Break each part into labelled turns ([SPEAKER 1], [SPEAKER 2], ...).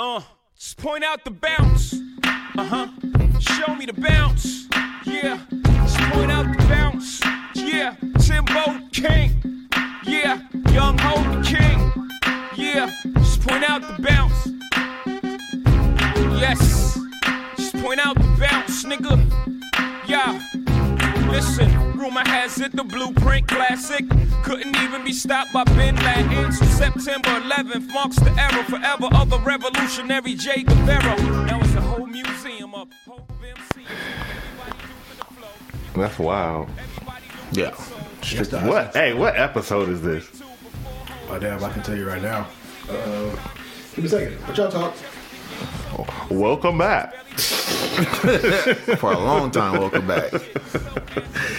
[SPEAKER 1] Uh, Just point out the bounce. Uh huh. Show me the bounce. Yeah. Just point out the bounce. Yeah. Timbo King. Yeah. Young Ho King. Yeah. Just point out the bounce. Yes. Just point out the bounce, nigga. Yeah. Listen, rumor has it the blueprint classic couldn't even be stopped by Ben Laden's. September 11th marks the era forever of the revolutionary Jay Guevara. Now it's a whole museum of Hope MC.
[SPEAKER 2] That's wild.
[SPEAKER 3] Yeah.
[SPEAKER 2] Just- what? Hey, what episode is this?
[SPEAKER 3] Oh, damn, I can tell you right now. Uh, give me a second. But y'all talk.
[SPEAKER 2] Welcome back.
[SPEAKER 4] for a long time. Welcome back.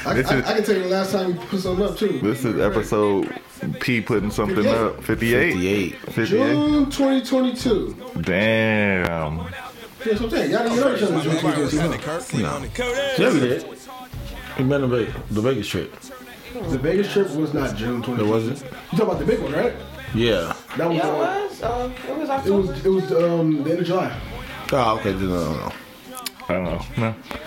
[SPEAKER 3] I,
[SPEAKER 2] This
[SPEAKER 3] I-
[SPEAKER 2] is-
[SPEAKER 3] I can tell you the last time you put something up, too.
[SPEAKER 2] This is episode P putting something up. 58.
[SPEAKER 4] 58.
[SPEAKER 2] 58.
[SPEAKER 3] June 2022.
[SPEAKER 2] Damn.
[SPEAKER 3] Yeah, so I'm saying, y'all didn't know each other in June 2022. huh?
[SPEAKER 4] No.
[SPEAKER 5] Yeah, we did. We met on Vegas, the Vegas trip.
[SPEAKER 3] The Vegas trip was not June 2022.
[SPEAKER 4] It wasn't?
[SPEAKER 3] You talking about the big one, right?
[SPEAKER 4] Yeah.
[SPEAKER 3] That was,
[SPEAKER 6] Yeah, it
[SPEAKER 3] uh,
[SPEAKER 6] was. Uh, it was
[SPEAKER 3] it
[SPEAKER 6] October.
[SPEAKER 3] was, it was um, the end of July.
[SPEAKER 4] Oh, okay. No, no, no.
[SPEAKER 2] I don't know.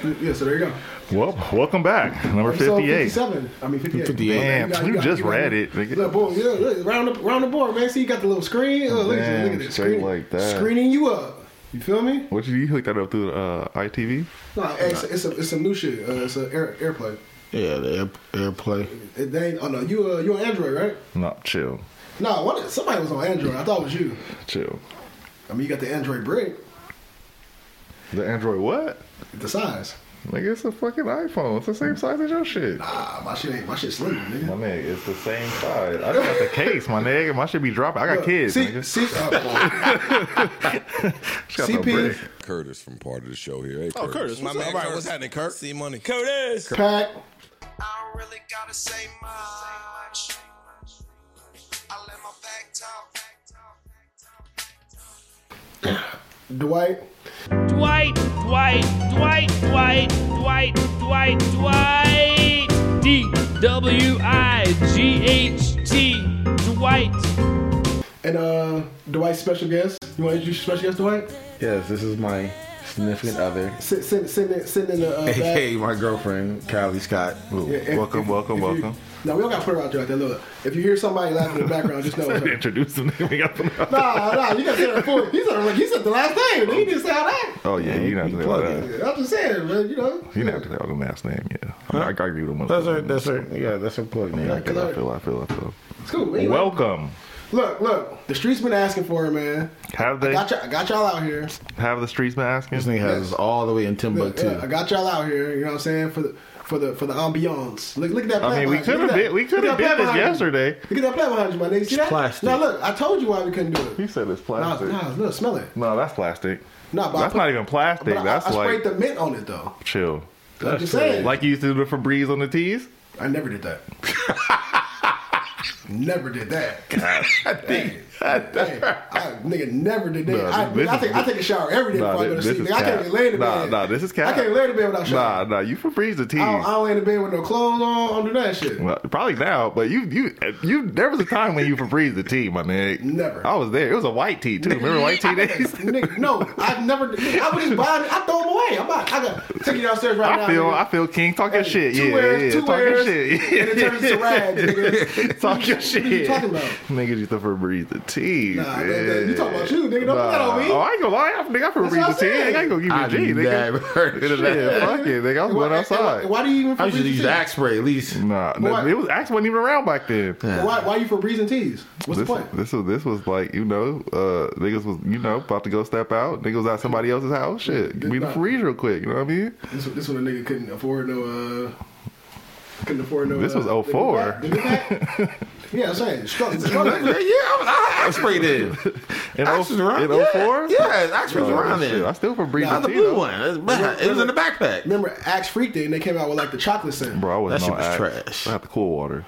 [SPEAKER 2] No.
[SPEAKER 3] Yeah, so there you go.
[SPEAKER 2] Well, welcome back. Number
[SPEAKER 3] Episode
[SPEAKER 2] 58.
[SPEAKER 3] 57. I mean, 58.
[SPEAKER 4] 58.
[SPEAKER 2] Damn,
[SPEAKER 3] got-
[SPEAKER 2] you
[SPEAKER 3] got-
[SPEAKER 2] just
[SPEAKER 3] got-
[SPEAKER 2] read it. nigga.
[SPEAKER 3] Look, boom, yeah, look, round the round the board, man. See, you got the little screen. Uh, look at
[SPEAKER 2] Damn,
[SPEAKER 3] you, look at this
[SPEAKER 2] straight
[SPEAKER 3] screen,
[SPEAKER 2] like that.
[SPEAKER 3] screening you up. You feel me?
[SPEAKER 2] What you, you hooked that up through uh, ITV?
[SPEAKER 3] No, hey, it's, it's a it's some new shit. Uh, it's an air, AirPlay.
[SPEAKER 4] Yeah, the air, airplay.
[SPEAKER 3] It, they ain't, oh no, you uh, you on Android, right?
[SPEAKER 2] No, chill.
[SPEAKER 3] No, what, somebody was on Android. I thought it was you.
[SPEAKER 2] Chill.
[SPEAKER 3] I mean, you got the Android brick,
[SPEAKER 2] The Android what?
[SPEAKER 3] the size.
[SPEAKER 2] Nigga, it's a fucking iPhone. It's the same size as your shit.
[SPEAKER 3] Ah, my shit ain't my shit slim,
[SPEAKER 2] My
[SPEAKER 3] nigga.
[SPEAKER 2] nigga, it's the same size. I got the case, my nigga. My shit be dropping. I got kids,
[SPEAKER 3] See,
[SPEAKER 2] nigga.
[SPEAKER 3] see, uh, boy.
[SPEAKER 2] Just got the
[SPEAKER 3] CP.
[SPEAKER 2] brick.
[SPEAKER 7] Curtis from part of the show here. Hey,
[SPEAKER 5] Oh, Curtis,
[SPEAKER 7] my
[SPEAKER 5] what's
[SPEAKER 7] man.
[SPEAKER 5] up? All right,
[SPEAKER 7] Curtis.
[SPEAKER 5] what's happening, Kurt? See money.
[SPEAKER 1] Curtis.
[SPEAKER 3] pack.
[SPEAKER 8] I don't really gotta say much. I let my back talk.
[SPEAKER 3] Dwight.
[SPEAKER 9] Dwight, Dwight, Dwight, Dwight, Dwight, Dwight, Dwight. D W I G H T. Dwight.
[SPEAKER 3] And uh, Dwight's special guest. You want to introduce your special guest, Dwight?
[SPEAKER 10] Yes, this is my significant other,
[SPEAKER 3] Send send send it send in the uh, back.
[SPEAKER 4] Hey,
[SPEAKER 10] my girlfriend, Kylie Scott.
[SPEAKER 3] Yeah, if-
[SPEAKER 2] welcome,
[SPEAKER 3] if-
[SPEAKER 2] welcome,
[SPEAKER 3] if you-
[SPEAKER 2] welcome.
[SPEAKER 3] No, we don't got to put her out there like that. Look, if you hear somebody laughing in the background, just know. It's her.
[SPEAKER 2] Introduce him. nigga. We got some-
[SPEAKER 3] Nah, nah, you got to say that before. He said, he said the last name. He didn't say all that.
[SPEAKER 2] Oh yeah, you not have to say all that.
[SPEAKER 3] I'm just saying, man. You know.
[SPEAKER 2] You not have to say all the last name. Yeah, I, I, I agree with him.
[SPEAKER 4] That's her. That's her. Yeah, that's her plug name.
[SPEAKER 2] I feel. I feel. I feel. I feel.
[SPEAKER 3] It's cool. man.
[SPEAKER 2] Welcome.
[SPEAKER 3] Look, look. The streets been asking for it, man.
[SPEAKER 2] Have
[SPEAKER 3] I
[SPEAKER 2] they?
[SPEAKER 3] got y'all, I got y'all out here.
[SPEAKER 2] Have the streets been
[SPEAKER 4] This
[SPEAKER 2] asking?
[SPEAKER 4] thing has us all the way in
[SPEAKER 3] Look,
[SPEAKER 4] Timbuktu.
[SPEAKER 3] yeah, I got y'all out here. You know what I'm saying for the for the for the ambiance. Look, look at that.
[SPEAKER 2] I
[SPEAKER 3] plant
[SPEAKER 2] mean, we
[SPEAKER 3] behind you.
[SPEAKER 2] could have
[SPEAKER 3] Look at that.
[SPEAKER 2] did. We could have did
[SPEAKER 3] Look at that plant
[SPEAKER 2] this
[SPEAKER 3] behind you.
[SPEAKER 2] yesterday.
[SPEAKER 3] Look at that plant behind you, my nigga. See that?
[SPEAKER 4] plastic.
[SPEAKER 3] Now look, I told you why we couldn't do
[SPEAKER 2] He
[SPEAKER 3] it.
[SPEAKER 2] said it's
[SPEAKER 3] Nah,
[SPEAKER 2] plastic.
[SPEAKER 3] nah, look, smell it.
[SPEAKER 2] No, that's plastic.
[SPEAKER 3] Nah, but I
[SPEAKER 2] that's
[SPEAKER 3] put-
[SPEAKER 2] not even plastic.
[SPEAKER 3] But I,
[SPEAKER 2] that's
[SPEAKER 3] I sprayed
[SPEAKER 2] like
[SPEAKER 3] the mint on it though.
[SPEAKER 2] chill.
[SPEAKER 3] I'm just saying.
[SPEAKER 2] Like you used to do the Febreze on the tees.
[SPEAKER 3] I never did that. never did that. I think. I, nigga, never did that.
[SPEAKER 2] Nah,
[SPEAKER 3] I,
[SPEAKER 2] this
[SPEAKER 3] I,
[SPEAKER 2] is-
[SPEAKER 3] take, I take a shower every day
[SPEAKER 2] Nah,
[SPEAKER 3] before I go to
[SPEAKER 2] this-
[SPEAKER 3] sleep.
[SPEAKER 2] this is
[SPEAKER 3] Nigga, I can't
[SPEAKER 2] cap.
[SPEAKER 3] even lay in the
[SPEAKER 2] Nah,
[SPEAKER 3] bed.
[SPEAKER 2] nah, this is
[SPEAKER 3] I
[SPEAKER 2] cap.
[SPEAKER 3] can't even lay in the bed without
[SPEAKER 2] Nah,
[SPEAKER 3] showering.
[SPEAKER 2] nah, you Febreze the tees.
[SPEAKER 3] I, don't, I don't lay in the bed with no clothes on. I don't do that shit.
[SPEAKER 2] Well, probably now, but you, you, you. There was a time when you Febreze the tea, my nigga.
[SPEAKER 3] Never.
[SPEAKER 2] I was there. It was a white tea too. Remember white tea days?
[SPEAKER 3] Nigga, no, I've never. nigga, I would just buy them. I throw them away. I'm not. I got take it downstairs right now.
[SPEAKER 2] I feel,
[SPEAKER 3] nigga.
[SPEAKER 2] I feel King talking
[SPEAKER 3] Hey,
[SPEAKER 2] shit.
[SPEAKER 3] Two
[SPEAKER 2] yeah,
[SPEAKER 3] wears,
[SPEAKER 2] yeah,
[SPEAKER 3] two
[SPEAKER 2] talking
[SPEAKER 3] wears,
[SPEAKER 2] shit.
[SPEAKER 3] and it turns into rags, nigga.
[SPEAKER 2] Talk your shit.
[SPEAKER 3] you talking about?
[SPEAKER 2] Niggas used to Febreze the tea.
[SPEAKER 3] Nah, man, man, you talking about you, nigga. Don't put that on me.
[SPEAKER 2] Oh, I ain't gonna lie. I, nigga, I
[SPEAKER 3] what I'm
[SPEAKER 2] Febreze the tea.
[SPEAKER 3] saying.
[SPEAKER 2] I ain't gonna give you a
[SPEAKER 4] I
[SPEAKER 2] G,
[SPEAKER 4] never
[SPEAKER 2] nigga.
[SPEAKER 4] heard of that.
[SPEAKER 2] Shit, fuck it, nigga. I'm
[SPEAKER 3] Why-
[SPEAKER 2] going outside.
[SPEAKER 3] Why, why do you even?
[SPEAKER 4] I usually
[SPEAKER 3] Febreze
[SPEAKER 4] use
[SPEAKER 3] tea?
[SPEAKER 4] axe spray at least.
[SPEAKER 2] Nah,
[SPEAKER 3] Why-
[SPEAKER 2] th- it was Axe wasn't even around back then.
[SPEAKER 3] Why, why you for breezing teas? What's
[SPEAKER 2] This,
[SPEAKER 3] the point?
[SPEAKER 2] this was this was like you know uh, niggas was you know about to go step out niggas was at somebody else's house shit give me the
[SPEAKER 3] Nah.
[SPEAKER 2] freeze real quick you know what I mean
[SPEAKER 3] This, this one a nigga couldn't afford no. uh Couldn't afford no.
[SPEAKER 2] This was
[SPEAKER 3] uh,
[SPEAKER 2] 04.
[SPEAKER 3] the new pack- the new pack. yeah, I'm saying struggle.
[SPEAKER 4] yeah,
[SPEAKER 3] struggle.
[SPEAKER 4] I, I axe sprayed it.
[SPEAKER 2] in
[SPEAKER 4] Axe was around.
[SPEAKER 2] in
[SPEAKER 4] yeah,
[SPEAKER 2] 04
[SPEAKER 4] Yeah, axe was around
[SPEAKER 2] Oh, shit, I
[SPEAKER 4] there.
[SPEAKER 2] still for breathing
[SPEAKER 4] Not the blue one. It was, back- it was in the backpack.
[SPEAKER 3] Remember Axe Freak Day, and they came out with like the chocolate scent.
[SPEAKER 2] bro I was
[SPEAKER 4] That shit
[SPEAKER 2] on
[SPEAKER 4] was
[SPEAKER 2] Axe.
[SPEAKER 4] trash.
[SPEAKER 2] I had the cool water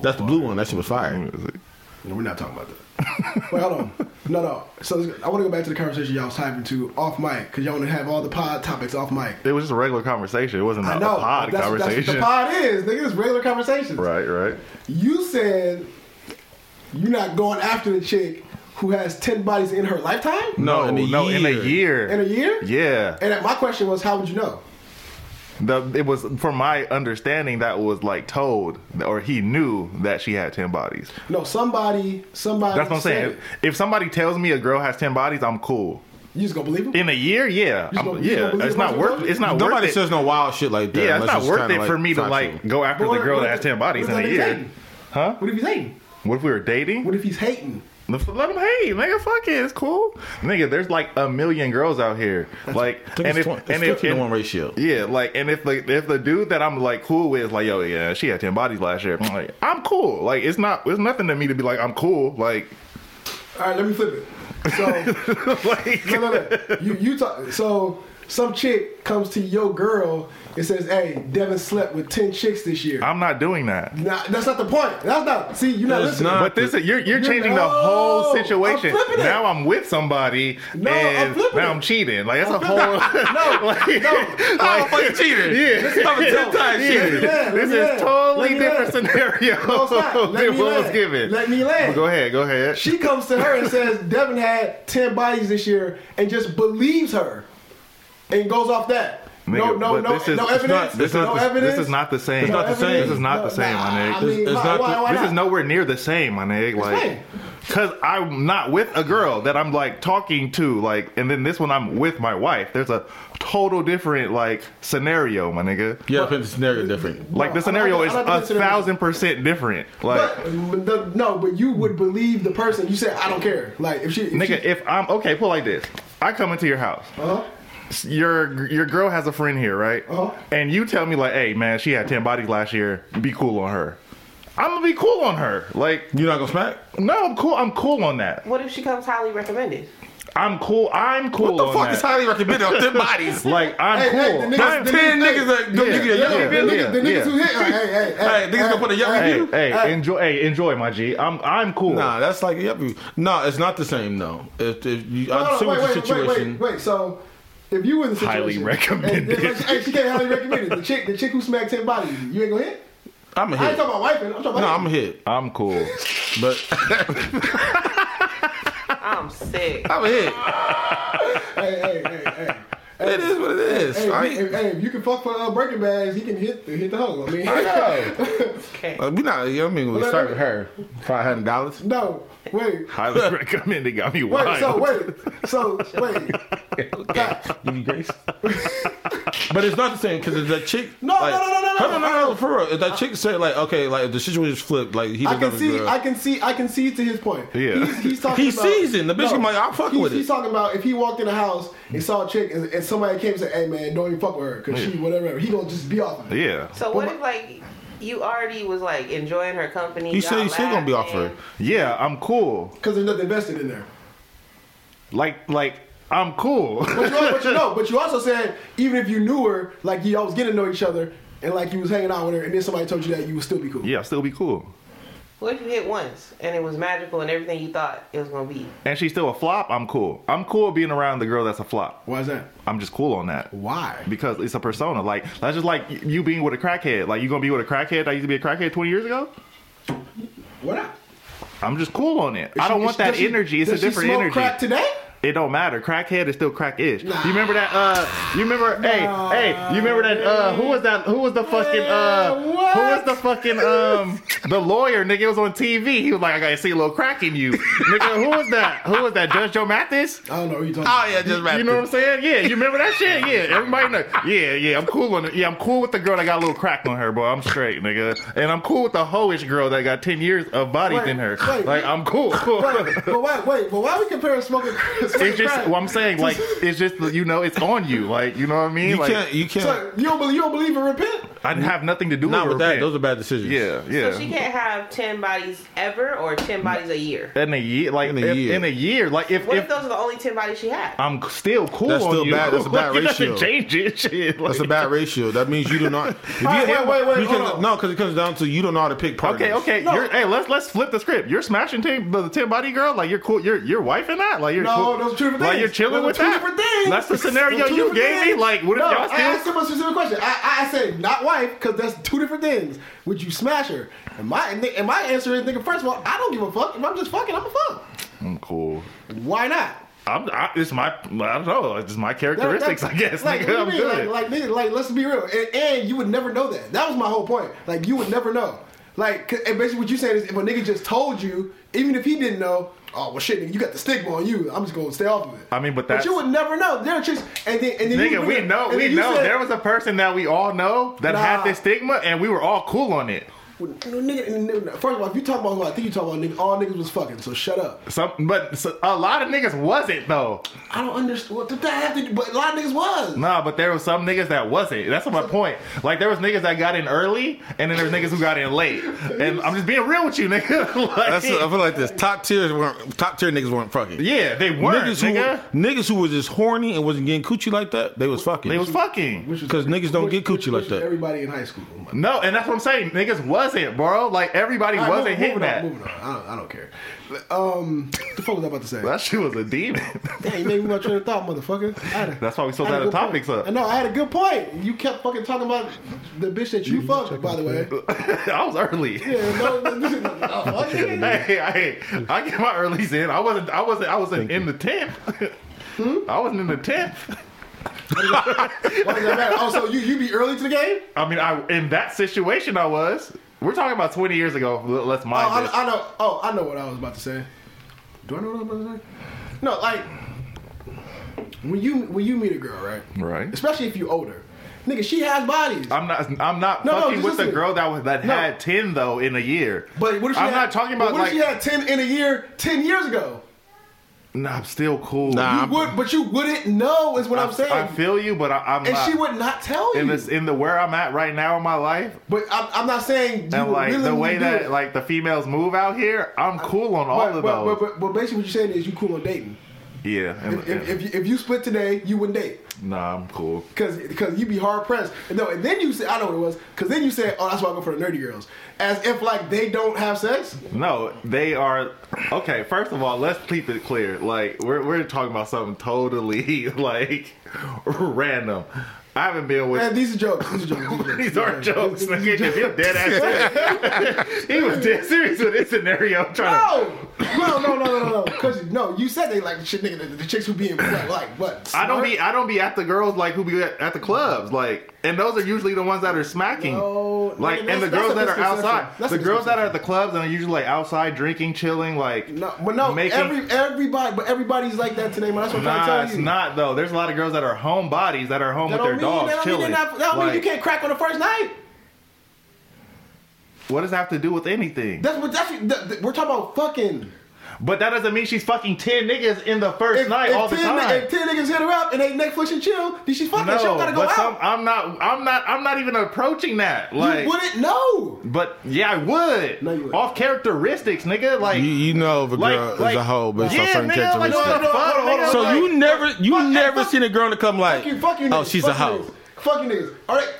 [SPEAKER 4] That's the blue one. That shit was fire.
[SPEAKER 2] What is it?
[SPEAKER 3] No, we're not talking about that. Wait, hold on. No, no. So this- I want to go back to the conversation y'all was having to off mic because y'all want to have all the pod topics off mic.
[SPEAKER 2] it was just a regular conversation it wasn't
[SPEAKER 3] I
[SPEAKER 2] a
[SPEAKER 3] know.
[SPEAKER 2] pod
[SPEAKER 3] that's,
[SPEAKER 2] conversation
[SPEAKER 3] That's what the pod is, nigga. It's regular conversations.
[SPEAKER 2] right right
[SPEAKER 3] You said you're not going after the chick who has ten bodies in her lifetime
[SPEAKER 2] No,
[SPEAKER 4] in a
[SPEAKER 2] no, in a year.
[SPEAKER 3] in a year.
[SPEAKER 2] Yeah.
[SPEAKER 3] And my question was, how would you know?
[SPEAKER 2] The, it was, from my understanding, that was like told, or he knew that she had 10 bodies.
[SPEAKER 3] No, somebody, somebody.
[SPEAKER 2] That's what I'm
[SPEAKER 3] said
[SPEAKER 2] saying.
[SPEAKER 3] it.
[SPEAKER 2] If somebody tells me a girl has 10 bodies, I'm cool.
[SPEAKER 3] You just gonna believe him?
[SPEAKER 2] In a year, yeah. I'm-
[SPEAKER 3] gonna- you just
[SPEAKER 2] yeah.
[SPEAKER 3] gonna believe
[SPEAKER 2] It's
[SPEAKER 3] the
[SPEAKER 2] not
[SPEAKER 3] person
[SPEAKER 2] worth
[SPEAKER 3] told you?
[SPEAKER 2] It's not
[SPEAKER 4] Nobody
[SPEAKER 2] worth it.
[SPEAKER 4] says no wild shit like that.
[SPEAKER 2] yeah, it's
[SPEAKER 4] unless
[SPEAKER 2] not worth
[SPEAKER 4] kinda,
[SPEAKER 2] it for
[SPEAKER 4] like,
[SPEAKER 2] me to,
[SPEAKER 4] factual.
[SPEAKER 2] like, go after
[SPEAKER 3] But
[SPEAKER 2] the
[SPEAKER 3] what-
[SPEAKER 2] girl
[SPEAKER 3] what
[SPEAKER 2] that has
[SPEAKER 3] if-
[SPEAKER 2] 10 bodies
[SPEAKER 3] what
[SPEAKER 2] in
[SPEAKER 3] if
[SPEAKER 2] a
[SPEAKER 3] he's
[SPEAKER 2] year.
[SPEAKER 3] hating?
[SPEAKER 2] Huh?
[SPEAKER 3] What if he's hating?
[SPEAKER 2] What if we were dating?
[SPEAKER 3] What if he's hating?
[SPEAKER 2] Let let them hate, nigga. Fuck it, it's cool, nigga. There's like a million girls out here, like,
[SPEAKER 4] I think
[SPEAKER 2] and
[SPEAKER 4] it's
[SPEAKER 2] if,
[SPEAKER 4] 20
[SPEAKER 2] and
[SPEAKER 4] it's
[SPEAKER 2] if,
[SPEAKER 4] 50 to
[SPEAKER 2] and-
[SPEAKER 4] one ratio.
[SPEAKER 2] yeah, like, and if the if the dude that I'm like cool with, is like, yo, yeah, she had ten bodies last year. I'm like, I'm cool. Like, it's not, it's nothing to me to be like, I'm cool. Like,
[SPEAKER 3] All right, let me flip it. So
[SPEAKER 2] like,
[SPEAKER 3] no, no, no. You, you talk. So some chick comes to your girl and says, "Hey, Devin slept with ten chicks this year."
[SPEAKER 2] I'm not doing that.
[SPEAKER 3] Nah, that's not the point. That's not. See, you're not
[SPEAKER 4] That's
[SPEAKER 3] listening.
[SPEAKER 4] not-
[SPEAKER 2] But this, you're you're
[SPEAKER 3] You're-
[SPEAKER 2] changing the
[SPEAKER 3] no,
[SPEAKER 2] whole
[SPEAKER 3] I'm
[SPEAKER 2] situation.
[SPEAKER 3] flipping it.
[SPEAKER 2] now I'm with somebody,
[SPEAKER 3] No, I'm
[SPEAKER 2] and
[SPEAKER 3] flipping
[SPEAKER 2] now
[SPEAKER 3] it.
[SPEAKER 2] I'm cheating. Like that's a whole no, like, no.
[SPEAKER 4] I'm a fucking cheater.
[SPEAKER 2] Yeah.
[SPEAKER 4] I'm a ten time cheater.
[SPEAKER 3] Yeah,
[SPEAKER 2] this
[SPEAKER 3] let me
[SPEAKER 2] is
[SPEAKER 3] land. Let
[SPEAKER 2] totally
[SPEAKER 3] me
[SPEAKER 2] different
[SPEAKER 3] land.
[SPEAKER 2] scenario
[SPEAKER 3] No, it's not. Let
[SPEAKER 2] than
[SPEAKER 3] me
[SPEAKER 2] what was
[SPEAKER 3] land.
[SPEAKER 2] given.
[SPEAKER 3] Let me land.
[SPEAKER 2] Go ahead, go ahead.
[SPEAKER 3] She comes to her and says Devin had ten bodies this year, and just believes her, and goes off that. no,
[SPEAKER 2] Nigga,
[SPEAKER 3] no,
[SPEAKER 2] but
[SPEAKER 3] no,
[SPEAKER 2] this is-
[SPEAKER 3] no
[SPEAKER 2] it's
[SPEAKER 3] evidence.
[SPEAKER 4] not- this is
[SPEAKER 3] no
[SPEAKER 4] not- this-
[SPEAKER 3] evidence.
[SPEAKER 2] This is not the same.
[SPEAKER 3] No
[SPEAKER 4] not the same.
[SPEAKER 3] evidence.
[SPEAKER 2] This is not the
[SPEAKER 3] No,
[SPEAKER 2] same, my
[SPEAKER 3] nah,
[SPEAKER 2] nigga.
[SPEAKER 3] I
[SPEAKER 4] This-
[SPEAKER 3] mean,
[SPEAKER 4] it's
[SPEAKER 3] why,
[SPEAKER 4] not
[SPEAKER 3] why,
[SPEAKER 4] the-
[SPEAKER 3] why
[SPEAKER 2] this
[SPEAKER 3] not?
[SPEAKER 2] is nowhere near the same, my nigga.
[SPEAKER 3] Explain.
[SPEAKER 2] Like, cause I'm not with a girl that I'm like talking to, like, and then this one I'm with my wife. There's a total different like scenario, my nigga.
[SPEAKER 5] Yeah, I think the scenario different.
[SPEAKER 2] Like the
[SPEAKER 3] I like-
[SPEAKER 2] scenario
[SPEAKER 3] I
[SPEAKER 2] is
[SPEAKER 3] like
[SPEAKER 2] a
[SPEAKER 3] the scenario.
[SPEAKER 2] thousand percent different. Like,
[SPEAKER 3] But, but the- no, but you would believe the person. You said I don't care. Like if she, if
[SPEAKER 2] nigga,
[SPEAKER 3] she,
[SPEAKER 2] if I'm okay, pull like this. I come into your house.
[SPEAKER 3] uh-huh.
[SPEAKER 2] your your girl has a friend here, right?
[SPEAKER 3] Uh-huh.
[SPEAKER 2] And you tell me like, hey man, she had ten bodies last year. Be cool on her. I'm gonna be cool on her. Like,
[SPEAKER 4] You not gonna smack?
[SPEAKER 2] no, I'm cool. I'm cool on that.
[SPEAKER 6] What if she comes highly recommended?
[SPEAKER 2] I'm cool. I'm cool.
[SPEAKER 4] What the
[SPEAKER 2] on
[SPEAKER 4] fuck
[SPEAKER 2] that.
[SPEAKER 4] is highly recommended on ten bodies?
[SPEAKER 2] Like, I'm
[SPEAKER 3] Hey, hey,
[SPEAKER 2] cool.
[SPEAKER 3] the niggas-
[SPEAKER 2] I'm
[SPEAKER 3] the
[SPEAKER 4] Ten niggas that
[SPEAKER 2] Yeah,
[SPEAKER 4] don't give you a
[SPEAKER 2] yeah,
[SPEAKER 4] yellow.
[SPEAKER 3] the, niggas, the
[SPEAKER 2] yeah,
[SPEAKER 3] niggas
[SPEAKER 2] yeah.
[SPEAKER 3] who hit her, hey, hey, hey,
[SPEAKER 4] Hey, niggas gonna put a yuck
[SPEAKER 2] Hey,
[SPEAKER 4] in you?
[SPEAKER 2] hey, enjoy. Hey, enjoy, my G. I'm I'm cool.
[SPEAKER 4] Nah, that's like yep. you- No, it's not the same though. If, if you, I
[SPEAKER 3] Hold
[SPEAKER 4] see what your
[SPEAKER 3] on, wait, wait, wait,
[SPEAKER 4] situation.
[SPEAKER 3] wait, wait. So, if you were in the situation,
[SPEAKER 2] Highly recommended.
[SPEAKER 3] and- and- Hey, she can't highly recommended. The chick, the chick who smacked ten bodies, you ain't gonna hit.
[SPEAKER 4] I'm a
[SPEAKER 3] I ain't
[SPEAKER 4] hit.
[SPEAKER 3] talking about wiping. I'm talking about.
[SPEAKER 4] No,
[SPEAKER 3] hitting.
[SPEAKER 4] I'm a hit.
[SPEAKER 2] I'm cool.
[SPEAKER 4] But
[SPEAKER 6] I'm sick.
[SPEAKER 4] I'm a hit.
[SPEAKER 3] Hey, hey, hey, hey.
[SPEAKER 4] It is what it is.
[SPEAKER 3] Hey,
[SPEAKER 4] I
[SPEAKER 3] if, you-
[SPEAKER 4] ain't,
[SPEAKER 3] if, hey, if you can fuck for uh, breaking bags, he can hit hit the hoe. I mean,
[SPEAKER 6] Okay.
[SPEAKER 4] uh, we not. You know what I mean? We start with her. Five hundred dollars.
[SPEAKER 3] no, wait,
[SPEAKER 2] Highly recommended. Got me wild.
[SPEAKER 3] wait. So wait, so wait.
[SPEAKER 4] Give you grace. but it's not the same because if that chick.
[SPEAKER 3] No,
[SPEAKER 4] like,
[SPEAKER 3] no, no, no, no,
[SPEAKER 4] no,
[SPEAKER 3] no.
[SPEAKER 4] no, no, for real. If that chick said like, okay, like if the situation flipped, like he
[SPEAKER 3] I
[SPEAKER 4] doesn't
[SPEAKER 3] can
[SPEAKER 4] have a
[SPEAKER 3] see,
[SPEAKER 4] girl.
[SPEAKER 3] I can see, I can see to his point.
[SPEAKER 2] Yeah.
[SPEAKER 3] he's, he's talking.
[SPEAKER 4] He
[SPEAKER 3] about,
[SPEAKER 4] seasoned. The bitch can be like, I'll fuck
[SPEAKER 3] he's,
[SPEAKER 4] with it.
[SPEAKER 3] He's talking about if he walked in the house and saw a chick and, and somebody came and said, "Hey man, don't even fuck with her because she whatever." He gonna just be off. Of it.
[SPEAKER 2] yeah,
[SPEAKER 6] So what if like you already was like enjoying her company?
[SPEAKER 4] He said
[SPEAKER 6] y'all
[SPEAKER 4] he's still gonna be off her.
[SPEAKER 6] laughing.
[SPEAKER 2] yeah. I'm cool.
[SPEAKER 3] Because there's nothing invested in there.
[SPEAKER 2] Like like I'm cool.
[SPEAKER 3] But you, al- but you know, but you also said even if you knew her, like you all was getting to know each other and like you was hanging out with her, and then somebody told you that you would still be cool.
[SPEAKER 2] yeah, I'll still be cool.
[SPEAKER 6] What if you hit once and it was magical and everything you thought it was gonna be?
[SPEAKER 2] and she's still a flop, I'm cool. I'm cool being around the girl that's a flop.
[SPEAKER 3] Why is that?
[SPEAKER 2] I'm just cool on that.
[SPEAKER 3] Why?
[SPEAKER 2] Because it's a persona. Like that's just like you being with a crackhead. Like you gonna be with a crackhead that used to be a crackhead 20 years ago.
[SPEAKER 3] Why not?
[SPEAKER 2] I'm just cool on it. I
[SPEAKER 3] She-
[SPEAKER 2] don't want that
[SPEAKER 3] does she-
[SPEAKER 2] energy. It's a
[SPEAKER 3] does she
[SPEAKER 2] different
[SPEAKER 3] smoke
[SPEAKER 2] energy.
[SPEAKER 3] Crack today?
[SPEAKER 2] It don't matter. Crackhead is still crack-ish. You remember that? Uh, you remember? Hey, hey, you remember that? Uh, who was that? Who was the fucking? Uh, who was the fucking? Um, the lawyer nigga it was on TV. He was like, I gotta see a little crack in you, nigga. Who was that? Who was that? Judge Joe Mathis?
[SPEAKER 3] I don't know. What you talking?
[SPEAKER 4] Oh
[SPEAKER 3] about.
[SPEAKER 4] yeah, just
[SPEAKER 2] You know what I'm saying? Yeah, you remember that shit? Yeah, everybody know. Yeah, yeah, I'm cool on it. Yeah, I'm cool with the girl that got a little crack on her, boy. I'm straight, nigga. And I'm cool with the hoish girl that got 10 years of bodies
[SPEAKER 3] Wait,
[SPEAKER 2] in her.
[SPEAKER 3] wait.
[SPEAKER 2] like, I'm cool. cool.
[SPEAKER 3] Wait, but why? Wait, but why we comparing smoking? smoking
[SPEAKER 2] It's just,
[SPEAKER 3] crack?
[SPEAKER 2] well, I'm saying, like, it's just, you know, it's on you. Like, you know what I mean?
[SPEAKER 4] You
[SPEAKER 2] like,
[SPEAKER 4] can't. You can't.
[SPEAKER 3] So, you don't believe? You don't believe in repent?
[SPEAKER 2] I have nothing to do
[SPEAKER 4] not
[SPEAKER 2] with,
[SPEAKER 4] with that.
[SPEAKER 2] repent.
[SPEAKER 4] Those are bad decisions.
[SPEAKER 2] Yeah, yeah.
[SPEAKER 6] So she can't have ten bodies ever or ten bodies a year.
[SPEAKER 2] in a year, like,
[SPEAKER 4] In
[SPEAKER 2] in
[SPEAKER 4] a
[SPEAKER 2] a year,
[SPEAKER 4] year.
[SPEAKER 2] in a year like, if,
[SPEAKER 6] What if,
[SPEAKER 2] if
[SPEAKER 6] those are the only ten bodies she had?
[SPEAKER 2] I'm still cool
[SPEAKER 4] That's
[SPEAKER 2] on
[SPEAKER 4] still
[SPEAKER 2] you.
[SPEAKER 4] bad. That's a bad
[SPEAKER 2] like, it doesn't
[SPEAKER 4] ratio.
[SPEAKER 2] change it. Shit. Like,
[SPEAKER 4] That's a bad ratio. That means you do not. If you
[SPEAKER 3] Alright,
[SPEAKER 4] hit-
[SPEAKER 3] wait, wait, wait,
[SPEAKER 4] you
[SPEAKER 3] hold
[SPEAKER 4] can-
[SPEAKER 3] on.
[SPEAKER 4] no, because it comes down to you don't know how to pick partners.
[SPEAKER 2] Okay, okay. You're, hey, let's let's flip the script. You're smashing ten, the ten body girl. Like you're cool. You're you're wifing that. Like you're
[SPEAKER 3] No,
[SPEAKER 2] cool.
[SPEAKER 3] those are two different
[SPEAKER 2] Like
[SPEAKER 3] things.
[SPEAKER 2] you're chilling
[SPEAKER 3] Those are
[SPEAKER 2] with
[SPEAKER 3] two
[SPEAKER 2] that.
[SPEAKER 3] different things.
[SPEAKER 2] That's the scenario
[SPEAKER 3] Those two
[SPEAKER 2] you
[SPEAKER 3] different
[SPEAKER 2] gave me.
[SPEAKER 3] things.
[SPEAKER 2] Like what if
[SPEAKER 3] no,
[SPEAKER 2] y'all
[SPEAKER 3] I asked
[SPEAKER 2] still?
[SPEAKER 3] him a specific question. I, I said not wife because that's two different things. Would you smash her? And my and my answer is, nigga, first of all, I don't give a fuck. If I'm just fucking, I'm a fuck.
[SPEAKER 2] I'm cool.
[SPEAKER 3] Why not?
[SPEAKER 2] I'm, I, it's my, I don't know, it's my characteristics,
[SPEAKER 3] That-
[SPEAKER 2] I
[SPEAKER 3] that-
[SPEAKER 2] guess.
[SPEAKER 3] Like,
[SPEAKER 2] nigga,
[SPEAKER 3] what do you
[SPEAKER 2] I'm
[SPEAKER 3] mean?
[SPEAKER 2] good.
[SPEAKER 3] Like, like, nigga, like, let's be real. And, and you would never know that. That was my whole point. Like, you would never know. Like, 'cause- and basically what you saying is, if a nigga just told you, even if he didn't know, oh well, shit, nigga, you got the stigma on you. I'm just gonna stay off of it.
[SPEAKER 2] I mean, but
[SPEAKER 3] But
[SPEAKER 2] that's-
[SPEAKER 3] you would never know. There are chicks, and then and then you
[SPEAKER 2] Nigga,
[SPEAKER 3] would-
[SPEAKER 2] we know,
[SPEAKER 3] and
[SPEAKER 2] we
[SPEAKER 3] then you
[SPEAKER 2] know.
[SPEAKER 3] said-
[SPEAKER 2] there was a person that we all know that
[SPEAKER 3] Nah.
[SPEAKER 2] had this stigma, and we were all cool on it.
[SPEAKER 3] Well, no, nigga, and then- First of all, if you talk about who I think you talk about, nigga, all niggas was fucking. So shut up.
[SPEAKER 2] Some, but so, a lot of niggas wasn't though.
[SPEAKER 3] I don't understand. What did that have to? do? But a lot of niggas was.
[SPEAKER 2] Nah, but there was some niggas that wasn't. That's my point. Like there was niggas that got in early, and then there's niggas who got in late. And I'm just being real with you, nigga. Like,
[SPEAKER 4] That's, I feel like this top tiers weren't top tier niggas weren't fucking.
[SPEAKER 2] yeah, they weren't,
[SPEAKER 4] niggas who
[SPEAKER 2] nigga.
[SPEAKER 4] niggas who was just horny and wasn't getting coochie like that, they was fucking.
[SPEAKER 2] They was fucking.
[SPEAKER 4] because niggas don't
[SPEAKER 3] Which-
[SPEAKER 4] get
[SPEAKER 3] which-
[SPEAKER 4] coochie
[SPEAKER 3] which
[SPEAKER 4] like that.
[SPEAKER 3] Everybody in high school.
[SPEAKER 2] No, and that's what I'm saying. Niggas wasn't, bro. Like everybody
[SPEAKER 3] All right,
[SPEAKER 2] wasn't
[SPEAKER 3] move-
[SPEAKER 2] hitting
[SPEAKER 3] moving
[SPEAKER 2] that.
[SPEAKER 3] On, moving on. I don't, I don't care. Um, what the fuck was I about to say?
[SPEAKER 2] That shit was a demon.
[SPEAKER 3] Dang, you made me my train of thought, motherfucker. I had a-
[SPEAKER 2] That's why we supposed
[SPEAKER 3] I
[SPEAKER 2] to have the
[SPEAKER 3] had a good
[SPEAKER 2] topics
[SPEAKER 3] point.
[SPEAKER 2] up.
[SPEAKER 3] I know. I had a good point. You kept fucking talking about the bitch that you fucked. By the way.
[SPEAKER 2] I was early.
[SPEAKER 3] Yeah, no, oh, okay.
[SPEAKER 2] Hey, hey, hey, I get my earlys in. I wasn't. I wasn't. I wasn't in the tenth.
[SPEAKER 3] Hmm?
[SPEAKER 2] I wasn't in the tenth.
[SPEAKER 3] Why does that matter? Oh, so you, you be early to the game?
[SPEAKER 2] I mean, I in that situation, I was. We're talking about twenty years ago. L- Let's
[SPEAKER 3] Oh,
[SPEAKER 2] mind
[SPEAKER 3] I,
[SPEAKER 2] this.
[SPEAKER 3] I know. Oh, I know what I was about to say. Do I know what I was about to say? No, like when you when you meet a girl, right?
[SPEAKER 2] right.
[SPEAKER 3] Especially if you older, nigga, she has bodies.
[SPEAKER 2] I'm not. I'm not
[SPEAKER 3] No, no,
[SPEAKER 2] fucking
[SPEAKER 3] just
[SPEAKER 2] with the
[SPEAKER 3] listen.
[SPEAKER 2] girl that was that
[SPEAKER 3] No.
[SPEAKER 2] had ten though in a year.
[SPEAKER 3] But what if she
[SPEAKER 2] I'm
[SPEAKER 3] had,
[SPEAKER 2] not talking
[SPEAKER 3] but
[SPEAKER 2] about
[SPEAKER 3] what
[SPEAKER 2] like.
[SPEAKER 3] if she had ten in a year ten years ago?
[SPEAKER 2] nah, I'm still cool.
[SPEAKER 4] Nah,
[SPEAKER 3] You
[SPEAKER 4] I'm-
[SPEAKER 3] would, but you wouldn't know is what
[SPEAKER 2] I,
[SPEAKER 3] I'm saying.
[SPEAKER 2] I feel you, but I, I'm
[SPEAKER 3] and
[SPEAKER 2] not.
[SPEAKER 3] she would not tell
[SPEAKER 2] in
[SPEAKER 3] you.
[SPEAKER 2] this in the where I'm at right now in my life,
[SPEAKER 3] but I'm, I'm not saying you
[SPEAKER 2] and like the
[SPEAKER 3] willingly
[SPEAKER 2] way
[SPEAKER 3] do
[SPEAKER 2] that
[SPEAKER 3] it.
[SPEAKER 2] like the females move out here, I'm cool on all
[SPEAKER 3] But,
[SPEAKER 2] of
[SPEAKER 3] but,
[SPEAKER 2] those.
[SPEAKER 3] but, but, but basically, what you're saying is you cool on dating.
[SPEAKER 2] yeah, and-
[SPEAKER 3] If, if, if, you, if you split today, you wouldn't date
[SPEAKER 2] nah, I'm cool.
[SPEAKER 3] because because you'd be hard pressed. No, and then you say I know what it was because then you said oh that's why I go for the nerdy girls as if like they don't have sex.
[SPEAKER 2] No, they are okay. First of all, let's keep it clear. Like we're we're talking about something totally like random. I haven't been with.
[SPEAKER 3] Man, these are jokes. These are jokes.
[SPEAKER 2] these aren't jokes,
[SPEAKER 3] These are
[SPEAKER 2] nigga. If you're dead ass, serious. he was dead serious with this scenario. I'm trying to.
[SPEAKER 3] No, no, no, no, no, no. Because no, you said they like the shit, nigga. The, the chicks who be in like, like what?
[SPEAKER 2] I don't
[SPEAKER 3] smart?
[SPEAKER 2] be I don't be at the girls like who be at, at the clubs like, and those are usually the ones that are smacking.
[SPEAKER 3] No,
[SPEAKER 2] like,
[SPEAKER 3] nigga,
[SPEAKER 2] and the
[SPEAKER 3] that's-
[SPEAKER 2] girls
[SPEAKER 3] that's
[SPEAKER 2] that
[SPEAKER 3] a
[SPEAKER 2] are outside,
[SPEAKER 3] misconception. That's
[SPEAKER 2] the
[SPEAKER 3] a
[SPEAKER 2] girls that are at the clubs and are usually like outside drinking, chilling, like
[SPEAKER 3] No, but no,
[SPEAKER 2] making.
[SPEAKER 3] every everybody, but everybody's like that today, man. That's what I'm
[SPEAKER 2] Nah,
[SPEAKER 3] trying to
[SPEAKER 2] it's
[SPEAKER 3] tell you.
[SPEAKER 2] not though. There's a lot of girls that are home bodies that are home
[SPEAKER 3] That
[SPEAKER 2] with their
[SPEAKER 3] don't mean
[SPEAKER 2] dogs
[SPEAKER 3] that don't mean
[SPEAKER 2] chilling.
[SPEAKER 3] they're not, that don't mean you
[SPEAKER 2] Like,
[SPEAKER 3] can't crack on the first night.
[SPEAKER 2] What does that have to do with anything?
[SPEAKER 3] That's what that's what- that- that- we're talking about. Fucking
[SPEAKER 2] but that doesn't mean she's fucking ten niggas in the first night all the
[SPEAKER 3] ten,
[SPEAKER 2] time.
[SPEAKER 3] If ten niggas hit her up and they Netflix and chill, then she's fucking.
[SPEAKER 2] no,
[SPEAKER 3] she don't gotta go
[SPEAKER 2] but
[SPEAKER 3] out.
[SPEAKER 2] some, I'm not. I'm not. I'm not even approaching that. Like,
[SPEAKER 3] you wouldn't know.
[SPEAKER 2] but yeah, I would.
[SPEAKER 3] No, you wouldn't.
[SPEAKER 2] Off characteristics, nigga. Like,
[SPEAKER 4] You, you know if a girl
[SPEAKER 2] like,
[SPEAKER 4] is
[SPEAKER 2] like
[SPEAKER 4] a hoe based
[SPEAKER 2] yeah,
[SPEAKER 4] on certain
[SPEAKER 2] nigga, like,
[SPEAKER 4] characteristics.
[SPEAKER 2] what the
[SPEAKER 3] Hold on,
[SPEAKER 2] fuck,
[SPEAKER 3] hold on,
[SPEAKER 2] nigga?
[SPEAKER 4] so
[SPEAKER 2] Like,
[SPEAKER 4] you never you
[SPEAKER 3] fuck-
[SPEAKER 4] never
[SPEAKER 3] fuck-
[SPEAKER 4] seen a girl to come like
[SPEAKER 3] Fuck you, fuck you. Niggas,
[SPEAKER 4] oh she's
[SPEAKER 3] fuck
[SPEAKER 4] a
[SPEAKER 3] you
[SPEAKER 4] hoe.
[SPEAKER 3] Niggas, fuck you, niggas. All right,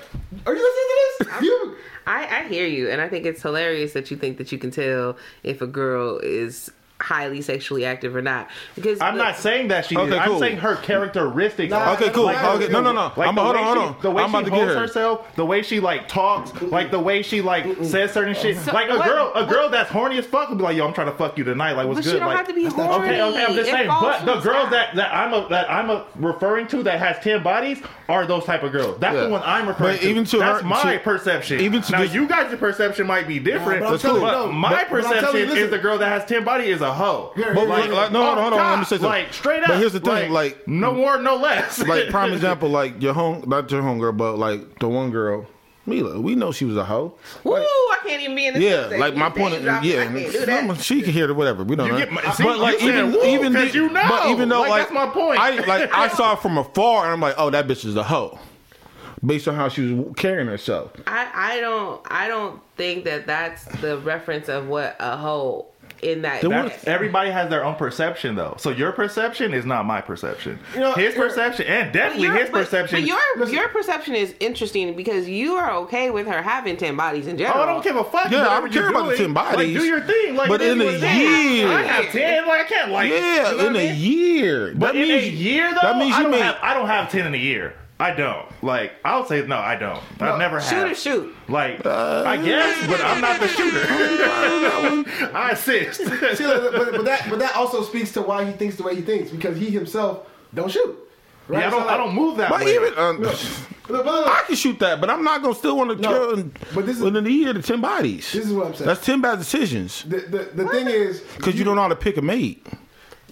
[SPEAKER 3] are you listening to this? You.
[SPEAKER 6] I, I hear you, and I think it's hilarious that you think that you can tell if a girl is highly sexually active or not. Because
[SPEAKER 2] I'm
[SPEAKER 6] the-
[SPEAKER 2] not saying that she.
[SPEAKER 4] Okay,
[SPEAKER 2] is. I'm
[SPEAKER 4] cool.
[SPEAKER 2] saying her characteristics.
[SPEAKER 3] Nah,
[SPEAKER 2] are-
[SPEAKER 4] Okay, cool.
[SPEAKER 3] Like,
[SPEAKER 4] okay, no, no, no.
[SPEAKER 2] Like
[SPEAKER 4] I'm
[SPEAKER 2] the
[SPEAKER 4] hold
[SPEAKER 2] way
[SPEAKER 4] on, hold
[SPEAKER 2] she-
[SPEAKER 4] on.
[SPEAKER 2] The way
[SPEAKER 4] I'm
[SPEAKER 2] she
[SPEAKER 4] about to get
[SPEAKER 2] holds
[SPEAKER 4] her.
[SPEAKER 2] herself, the way she like talks, like the way she like says certain shit. like a
[SPEAKER 6] what-
[SPEAKER 2] girl, a girl that's horny as fuck would be like, "Yo, I'm trying to fuck you tonight." Like, what's
[SPEAKER 6] But
[SPEAKER 2] good?
[SPEAKER 6] she don't
[SPEAKER 2] like,
[SPEAKER 6] have to be
[SPEAKER 2] that's not- Okay,
[SPEAKER 6] horny.
[SPEAKER 2] okay. I'm just
[SPEAKER 6] It
[SPEAKER 2] saying.
[SPEAKER 6] falls
[SPEAKER 2] But
[SPEAKER 6] from
[SPEAKER 2] the
[SPEAKER 6] the
[SPEAKER 2] girls
[SPEAKER 6] sky.
[SPEAKER 2] that that I'm a, that I'm a referring to that has ten bodies are those type of girls. That's
[SPEAKER 4] Yeah.
[SPEAKER 2] the one I'm referring
[SPEAKER 4] But
[SPEAKER 2] to.
[SPEAKER 4] even to
[SPEAKER 2] that's
[SPEAKER 4] her-
[SPEAKER 2] my
[SPEAKER 4] to-
[SPEAKER 2] perception.
[SPEAKER 4] even to
[SPEAKER 2] now,
[SPEAKER 4] this-
[SPEAKER 2] you guys' perception might be different.
[SPEAKER 3] Nah, but I'm telling you,
[SPEAKER 2] but
[SPEAKER 3] no.
[SPEAKER 2] my
[SPEAKER 3] But- but I'm telling you,
[SPEAKER 2] perception
[SPEAKER 3] listen.
[SPEAKER 2] is the girl that has ten body is a hoe.
[SPEAKER 4] But like, like, no, hold on, hold on. Let me say something.
[SPEAKER 2] Like straight up.
[SPEAKER 4] But here's the thing, like mm,
[SPEAKER 2] no more, no less.
[SPEAKER 4] like prime example, like your home, not your home girl, but like the one girl, Mila. We know she was a hoe.
[SPEAKER 6] Woo! I can't even be in this.
[SPEAKER 4] Yeah,
[SPEAKER 6] subject.
[SPEAKER 4] like my
[SPEAKER 6] You
[SPEAKER 4] point.
[SPEAKER 6] name
[SPEAKER 4] Is,
[SPEAKER 6] dropping, I
[SPEAKER 4] yeah,
[SPEAKER 6] can't do that.
[SPEAKER 4] someone- she can hear it. Whatever, we don't
[SPEAKER 2] You
[SPEAKER 4] know.
[SPEAKER 2] get my- see,
[SPEAKER 4] but like
[SPEAKER 2] you said,
[SPEAKER 4] even
[SPEAKER 2] "Woo,"
[SPEAKER 4] even
[SPEAKER 2] 'cause
[SPEAKER 4] the-
[SPEAKER 2] you know.
[SPEAKER 4] but even though
[SPEAKER 2] Like,
[SPEAKER 4] like,
[SPEAKER 2] that's my point.
[SPEAKER 4] I like I saw from afar and I'm like, oh, that bitch is a hoe, based on how she was carrying herself.
[SPEAKER 6] I, I don't I don't think that that's the reference of what a hoe in that.
[SPEAKER 2] That's- everybody has their own perception, though. So your perception is not my perception.
[SPEAKER 3] know,
[SPEAKER 2] his
[SPEAKER 3] you're-
[SPEAKER 2] perception, and definitely
[SPEAKER 6] Your-
[SPEAKER 2] his
[SPEAKER 6] but-
[SPEAKER 2] perception.
[SPEAKER 6] But your your perception is interesting because you are okay with her having ten bodies in
[SPEAKER 2] Oh,
[SPEAKER 6] general.
[SPEAKER 2] I don't give a fuck.
[SPEAKER 4] Yeah, I
[SPEAKER 2] whatever
[SPEAKER 4] don't
[SPEAKER 2] you're
[SPEAKER 4] care about the
[SPEAKER 2] doing.
[SPEAKER 4] 10 bodies.
[SPEAKER 2] Like, do your thing. Like,
[SPEAKER 4] But
[SPEAKER 2] it is
[SPEAKER 4] in a
[SPEAKER 2] what it is.
[SPEAKER 4] year.
[SPEAKER 2] I have ten. Like, I can't like. you know
[SPEAKER 4] Yeah,
[SPEAKER 2] what
[SPEAKER 4] in
[SPEAKER 2] I
[SPEAKER 4] a
[SPEAKER 2] mean?
[SPEAKER 4] year.
[SPEAKER 2] But
[SPEAKER 4] that means
[SPEAKER 2] in a year, though,
[SPEAKER 4] that means
[SPEAKER 2] I
[SPEAKER 4] you
[SPEAKER 2] don't
[SPEAKER 4] made
[SPEAKER 2] have. I don't have ten in a year. I I don't. Like, I'll say no, I don't. I never have.
[SPEAKER 6] Shoot or shoot.
[SPEAKER 2] Like, I guess, but I'm not the shooter. I assist.
[SPEAKER 3] See, but, but but that but that also speaks to why he thinks the way he thinks because he himself don't shoot. Right?
[SPEAKER 2] Yeah, I
[SPEAKER 3] So,
[SPEAKER 2] don't.
[SPEAKER 3] like-
[SPEAKER 2] I don't move that
[SPEAKER 4] But
[SPEAKER 2] way.
[SPEAKER 4] even um,
[SPEAKER 3] Look, look,
[SPEAKER 4] I
[SPEAKER 3] look.
[SPEAKER 4] can shoot that, but I'm not gonna still want to
[SPEAKER 3] No,
[SPEAKER 4] kill. And,
[SPEAKER 3] but this is-
[SPEAKER 4] within a year to ten bodies.
[SPEAKER 3] This is what I'm saying.
[SPEAKER 4] That's ten bad decisions
[SPEAKER 3] The, the, the thing is,
[SPEAKER 4] because you, don't know how to pick a mate.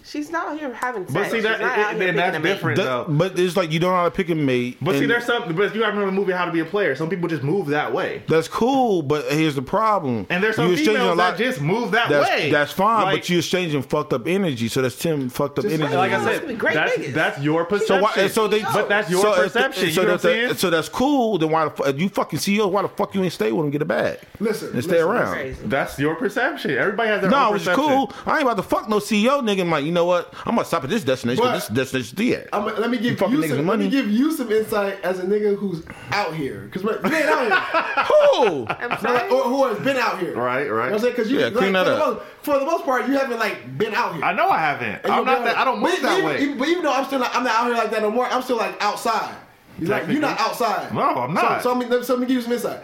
[SPEAKER 6] She's not out here having sex.
[SPEAKER 2] But see
[SPEAKER 6] She's
[SPEAKER 2] that,
[SPEAKER 6] not out
[SPEAKER 2] it,
[SPEAKER 6] here
[SPEAKER 2] and that's
[SPEAKER 6] picking a man.
[SPEAKER 2] different
[SPEAKER 4] That-
[SPEAKER 2] though.
[SPEAKER 4] but it's like you don't know how to pick a mate.
[SPEAKER 2] But see,
[SPEAKER 4] and
[SPEAKER 2] there's something. But you remember the movie How to Be a Player? Some people just move that way,
[SPEAKER 4] that's cool. But here's the problem.
[SPEAKER 2] and there's some
[SPEAKER 4] You exchanging
[SPEAKER 2] females
[SPEAKER 4] a lot-
[SPEAKER 2] that just move that
[SPEAKER 4] that's,
[SPEAKER 2] way.
[SPEAKER 4] That's fine,
[SPEAKER 2] Like-
[SPEAKER 4] but you're exchanging fucked up energy. So that's ten fucked up energy.
[SPEAKER 2] like I
[SPEAKER 6] Those would be
[SPEAKER 2] said,
[SPEAKER 6] great
[SPEAKER 2] that's
[SPEAKER 6] niggas.
[SPEAKER 2] that's your
[SPEAKER 4] So
[SPEAKER 2] perception.
[SPEAKER 4] why? and So they,
[SPEAKER 2] but that's your
[SPEAKER 4] so if-
[SPEAKER 2] perception.
[SPEAKER 4] so
[SPEAKER 2] you know what
[SPEAKER 4] that's
[SPEAKER 2] I'm saying?
[SPEAKER 4] so that's cool. Then why the fuck you fucking CEO? Why the fuck you ain't stay with him? Get it back.
[SPEAKER 3] Listen,
[SPEAKER 4] and stay
[SPEAKER 3] listen,
[SPEAKER 4] around.
[SPEAKER 6] Crazy.
[SPEAKER 2] that's your perception. Everybody has their
[SPEAKER 4] No,
[SPEAKER 2] own
[SPEAKER 4] it was
[SPEAKER 2] perception.
[SPEAKER 4] cool. I ain't about to fuck no CEO nigga. I'm like, you know what? I'm gonna stop at this destination. 'cause
[SPEAKER 3] But-
[SPEAKER 4] this destination the end.
[SPEAKER 3] I'm, let me give
[SPEAKER 4] fucking
[SPEAKER 3] you,
[SPEAKER 4] niggas with
[SPEAKER 3] some, let
[SPEAKER 4] money.
[SPEAKER 3] me give you some insight as a nigga who's out here because we ain't out here.
[SPEAKER 4] Cool.
[SPEAKER 6] I'm
[SPEAKER 3] No,
[SPEAKER 6] sorry.
[SPEAKER 3] like, or who has been out here.
[SPEAKER 2] Right, right.
[SPEAKER 3] You know what I'm saying? 'Cause you,
[SPEAKER 4] Yeah,
[SPEAKER 3] like,
[SPEAKER 4] clean that
[SPEAKER 3] for, the
[SPEAKER 4] up.
[SPEAKER 3] most, for the most part, you haven't like been out here.
[SPEAKER 2] I know I haven't.
[SPEAKER 3] And
[SPEAKER 2] I'm
[SPEAKER 3] you've
[SPEAKER 2] not.
[SPEAKER 3] been
[SPEAKER 2] That,
[SPEAKER 3] out
[SPEAKER 2] I don't
[SPEAKER 3] here.
[SPEAKER 2] move
[SPEAKER 3] But
[SPEAKER 2] that
[SPEAKER 3] even,
[SPEAKER 2] way.
[SPEAKER 3] Even, but even though I'm still not, I'm not out here like that no more. I'm still like outside. He's like, you're not outside.
[SPEAKER 2] No, I'm not.
[SPEAKER 3] So, so let, me, let, me- so let me give you some insight.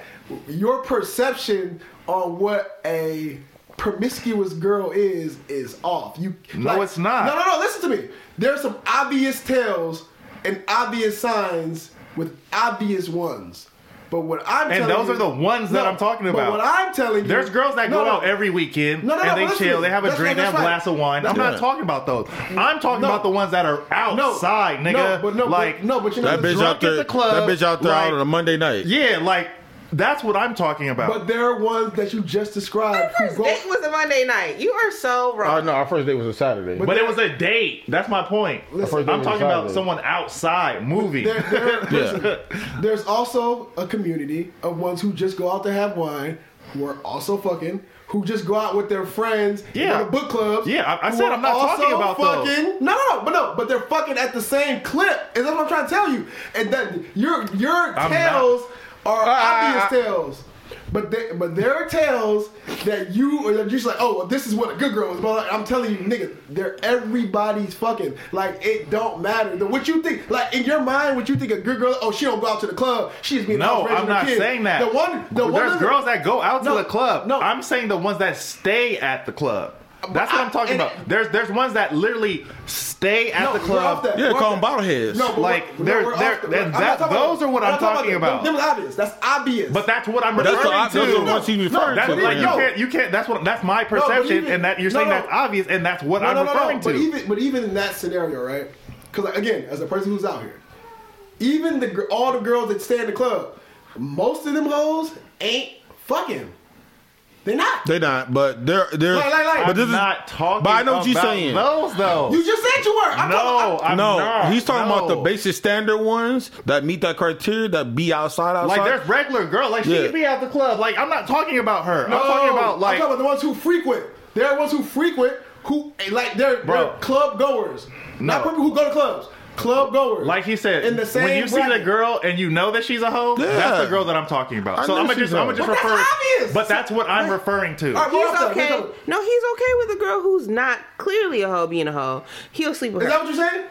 [SPEAKER 3] Your perception on what a promiscuous girl is is off. You
[SPEAKER 2] No, it's not.
[SPEAKER 3] No, no, no. Listen to me. There's some obvious tells and obvious signs with obvious ones. But what I'm
[SPEAKER 2] And
[SPEAKER 3] telling
[SPEAKER 2] those
[SPEAKER 3] you-
[SPEAKER 2] are the ones that I'm talking
[SPEAKER 3] but
[SPEAKER 2] about.
[SPEAKER 3] what I'm telling you,
[SPEAKER 2] There's girls that
[SPEAKER 3] No,
[SPEAKER 2] go
[SPEAKER 3] no.
[SPEAKER 2] out every weekend
[SPEAKER 3] No, no, no,
[SPEAKER 2] and
[SPEAKER 3] but
[SPEAKER 2] they
[SPEAKER 3] listen,
[SPEAKER 2] chill, they have a
[SPEAKER 3] that's
[SPEAKER 2] drink,
[SPEAKER 3] right,
[SPEAKER 2] they have a
[SPEAKER 3] that's right.
[SPEAKER 2] glass of wine. I'm
[SPEAKER 4] That's
[SPEAKER 2] not
[SPEAKER 4] right.
[SPEAKER 2] talking about those. I'm talking
[SPEAKER 3] No.
[SPEAKER 2] about the ones that are outside, nigga.
[SPEAKER 3] No, but no,
[SPEAKER 2] like
[SPEAKER 3] but, no, but you know
[SPEAKER 4] that
[SPEAKER 3] the
[SPEAKER 4] bitch
[SPEAKER 2] drunk
[SPEAKER 4] out
[SPEAKER 2] at
[SPEAKER 4] there.
[SPEAKER 2] the club,
[SPEAKER 4] that bitch out there
[SPEAKER 2] like-
[SPEAKER 4] out on a Monday night.
[SPEAKER 2] yeah, like that's what I'm talking about.
[SPEAKER 3] But there are ones that you just
[SPEAKER 6] Our
[SPEAKER 3] described who
[SPEAKER 6] first
[SPEAKER 3] go.
[SPEAKER 6] date was a Monday night. You are
[SPEAKER 2] Uh,
[SPEAKER 6] so wrong.
[SPEAKER 4] Oh, no, our first date was a Saturday.
[SPEAKER 2] But it was a date. That's my point.
[SPEAKER 3] Listen,
[SPEAKER 2] I'm talking about
[SPEAKER 4] Saturday.
[SPEAKER 2] someone outside moving.
[SPEAKER 3] There, there,
[SPEAKER 4] yeah.
[SPEAKER 3] there's also a community of ones who just go out to have wine, who are also fucking, who just go out with their friends,
[SPEAKER 2] Yeah.
[SPEAKER 3] yeah, the book clubs.
[SPEAKER 2] Yeah, I- I
[SPEAKER 3] who
[SPEAKER 2] said
[SPEAKER 3] are
[SPEAKER 2] I'm not talking
[SPEAKER 3] also
[SPEAKER 2] about those.
[SPEAKER 3] fucking. No, no, no, but no, but they're fucking at the same clip, and that's what I'm trying to tell you. And that your your
[SPEAKER 2] I'm
[SPEAKER 3] tales are
[SPEAKER 2] Ah.
[SPEAKER 3] obvious tales. But they, but there are tales that you or that you're just like, oh, well, this is what a good girl is. But like, I'm telling you, nigga, they're everybody's fucking. Like it don't matter. The, what you think, like in your mind, what you think a good girl? Oh, she don't go out to the club. She's being
[SPEAKER 2] no, I'm not saying that.
[SPEAKER 3] The one, the
[SPEAKER 2] There's
[SPEAKER 3] one
[SPEAKER 2] girls that go out to
[SPEAKER 3] No,
[SPEAKER 2] the club.
[SPEAKER 3] no.
[SPEAKER 2] I'm saying the ones that stay at the club. That's what
[SPEAKER 3] I-
[SPEAKER 2] I'm talking
[SPEAKER 3] and-
[SPEAKER 2] about. There's there's ones that literally stay at
[SPEAKER 3] No,
[SPEAKER 2] the
[SPEAKER 3] we're
[SPEAKER 2] club.
[SPEAKER 3] off that.
[SPEAKER 4] yeah,
[SPEAKER 3] We're
[SPEAKER 4] call
[SPEAKER 3] off
[SPEAKER 4] them
[SPEAKER 3] that.
[SPEAKER 4] bottleheads.
[SPEAKER 3] No, but
[SPEAKER 2] Like,
[SPEAKER 3] we're,
[SPEAKER 2] they're-
[SPEAKER 3] no, we're
[SPEAKER 2] they're-
[SPEAKER 3] off the-
[SPEAKER 2] and
[SPEAKER 3] I'm not
[SPEAKER 2] that-
[SPEAKER 3] talking about-
[SPEAKER 2] those are what I'm talking about.
[SPEAKER 3] Them, them obvious. That's obvious.
[SPEAKER 2] But that's what I'm
[SPEAKER 4] But that's
[SPEAKER 2] referring
[SPEAKER 4] the op-
[SPEAKER 2] to.
[SPEAKER 4] those are the ones he's referring
[SPEAKER 2] that's
[SPEAKER 4] to
[SPEAKER 2] like
[SPEAKER 4] right
[SPEAKER 2] you
[SPEAKER 4] now.
[SPEAKER 2] can't you can't. That's what that's my
[SPEAKER 3] but
[SPEAKER 2] perception,
[SPEAKER 3] even-
[SPEAKER 2] and that you're
[SPEAKER 3] no,
[SPEAKER 2] saying
[SPEAKER 3] no.
[SPEAKER 2] that's obvious, and that's what I'm referring
[SPEAKER 3] But
[SPEAKER 2] to.
[SPEAKER 3] even but even in that scenario, right? Because again, as a person who's out here, even the gr- all the girls that stay in the club, most of them hoes ain't fucking. They're not.
[SPEAKER 4] They not, but they're they're.
[SPEAKER 3] Like, like, like.
[SPEAKER 4] but this
[SPEAKER 2] I'm
[SPEAKER 4] is
[SPEAKER 2] not talking.
[SPEAKER 4] But I know what you're
[SPEAKER 2] about
[SPEAKER 4] saying.
[SPEAKER 2] Those though.
[SPEAKER 3] you just said you were. I'm talking-
[SPEAKER 2] no,
[SPEAKER 3] I'm-
[SPEAKER 2] I'm
[SPEAKER 4] no,
[SPEAKER 2] not.
[SPEAKER 4] he's talking about
[SPEAKER 2] No.
[SPEAKER 4] the basic standard ones that meet that criteria that be outside outside.
[SPEAKER 2] Like there's regular girl, like
[SPEAKER 4] Yeah.
[SPEAKER 2] she could be at the club. Like I'm not talking about her.
[SPEAKER 3] no,
[SPEAKER 2] I'm talking about like
[SPEAKER 3] I'm talking about the ones who frequent. There are ones who frequent who like they're,
[SPEAKER 2] Bro.
[SPEAKER 3] they're club goers, not
[SPEAKER 2] No.
[SPEAKER 3] people who go to clubs. Club goers.
[SPEAKER 2] like he said.
[SPEAKER 3] in the same
[SPEAKER 2] when you see the
[SPEAKER 3] bracket.
[SPEAKER 2] girl and you know that she's a hoe,
[SPEAKER 4] Yeah.
[SPEAKER 2] that's the girl that I'm talking about.
[SPEAKER 4] I
[SPEAKER 2] so
[SPEAKER 4] know
[SPEAKER 2] I'm gonna
[SPEAKER 4] she's
[SPEAKER 2] just
[SPEAKER 4] a
[SPEAKER 2] I'm
[SPEAKER 4] hoe.
[SPEAKER 2] gonna just
[SPEAKER 6] But that's
[SPEAKER 2] refer.
[SPEAKER 6] obvious.
[SPEAKER 2] But that's what I'm referring to.
[SPEAKER 3] All right, well,
[SPEAKER 6] He's
[SPEAKER 3] I'm sorry.
[SPEAKER 6] okay. No, he's okay with a girl who's not clearly a hoe being a hoe. He'll sleep with
[SPEAKER 3] Is that
[SPEAKER 6] her.
[SPEAKER 3] what you're saying?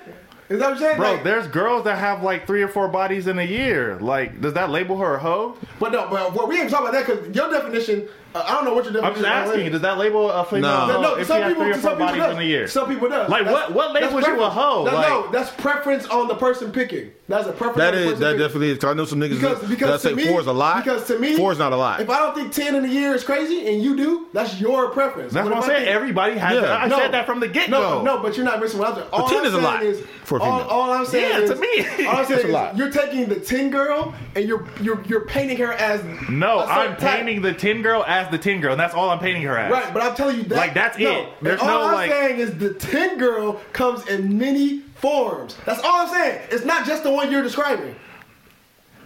[SPEAKER 3] Is that what you're saying?
[SPEAKER 2] Bro,
[SPEAKER 3] Like-
[SPEAKER 2] there's girls that have like three or four bodies in a year. Like, does that label her a hoe?
[SPEAKER 3] But no, but but we ain't talking about that because your definition. Uh, I don't know what your
[SPEAKER 2] I'm
[SPEAKER 3] definition.
[SPEAKER 2] just
[SPEAKER 3] is
[SPEAKER 2] asking. Does that label a female?
[SPEAKER 4] No.
[SPEAKER 2] a hoe
[SPEAKER 3] No,
[SPEAKER 2] Uh, if
[SPEAKER 3] some
[SPEAKER 2] she has
[SPEAKER 3] people,
[SPEAKER 2] three or four
[SPEAKER 3] some people
[SPEAKER 2] bodies
[SPEAKER 3] does.
[SPEAKER 2] in a year.
[SPEAKER 3] Some people does.
[SPEAKER 2] Like,
[SPEAKER 3] That's-
[SPEAKER 2] what- what
[SPEAKER 3] that's
[SPEAKER 2] labels you a
[SPEAKER 3] preference.
[SPEAKER 2] hoe?
[SPEAKER 3] That- no,
[SPEAKER 2] Like-
[SPEAKER 3] that's preference on the person picking. That's a preference.
[SPEAKER 4] that
[SPEAKER 3] on the
[SPEAKER 4] is
[SPEAKER 3] person
[SPEAKER 4] that
[SPEAKER 3] picking.
[SPEAKER 4] definitely is. 'cause I know some niggas
[SPEAKER 3] Because
[SPEAKER 4] that-
[SPEAKER 3] because
[SPEAKER 4] that say
[SPEAKER 3] to me,
[SPEAKER 4] four is a lot.
[SPEAKER 3] Because to me,
[SPEAKER 4] four is not a lot.
[SPEAKER 3] If I don't think ten in a year is crazy, and you do, that's your preference.
[SPEAKER 2] That's
[SPEAKER 3] But
[SPEAKER 2] what I'm
[SPEAKER 3] if I
[SPEAKER 2] saying.
[SPEAKER 3] think-
[SPEAKER 2] Everybody has.
[SPEAKER 4] Yeah.
[SPEAKER 2] That. I
[SPEAKER 3] No.
[SPEAKER 2] said that from the get
[SPEAKER 3] No,
[SPEAKER 2] go.
[SPEAKER 3] but- no, but you're not missing what I'm saying. All
[SPEAKER 4] 10
[SPEAKER 3] I'm
[SPEAKER 4] is a
[SPEAKER 3] saying
[SPEAKER 4] lot
[SPEAKER 3] is,
[SPEAKER 4] for a
[SPEAKER 3] all,
[SPEAKER 4] female.
[SPEAKER 3] all I'm saying
[SPEAKER 2] Yeah, to
[SPEAKER 3] is,
[SPEAKER 2] me.
[SPEAKER 3] all I'm
[SPEAKER 2] That's
[SPEAKER 3] saying
[SPEAKER 2] a
[SPEAKER 3] is
[SPEAKER 4] lot.
[SPEAKER 3] you're taking the ten girl and you're you're you're painting her as
[SPEAKER 2] No,
[SPEAKER 3] a certain
[SPEAKER 2] I'm
[SPEAKER 3] type.
[SPEAKER 2] painting the tin girl as the tin girl, and that's all I'm painting her as.
[SPEAKER 3] Right, but I'm telling you that
[SPEAKER 2] Like, that's
[SPEAKER 3] no,
[SPEAKER 2] it.
[SPEAKER 3] and
[SPEAKER 2] There's
[SPEAKER 3] all
[SPEAKER 2] no,
[SPEAKER 3] I'm
[SPEAKER 2] like-
[SPEAKER 3] saying is the tin girl comes in many forms. That's all I'm saying. It's not just the one you're describing.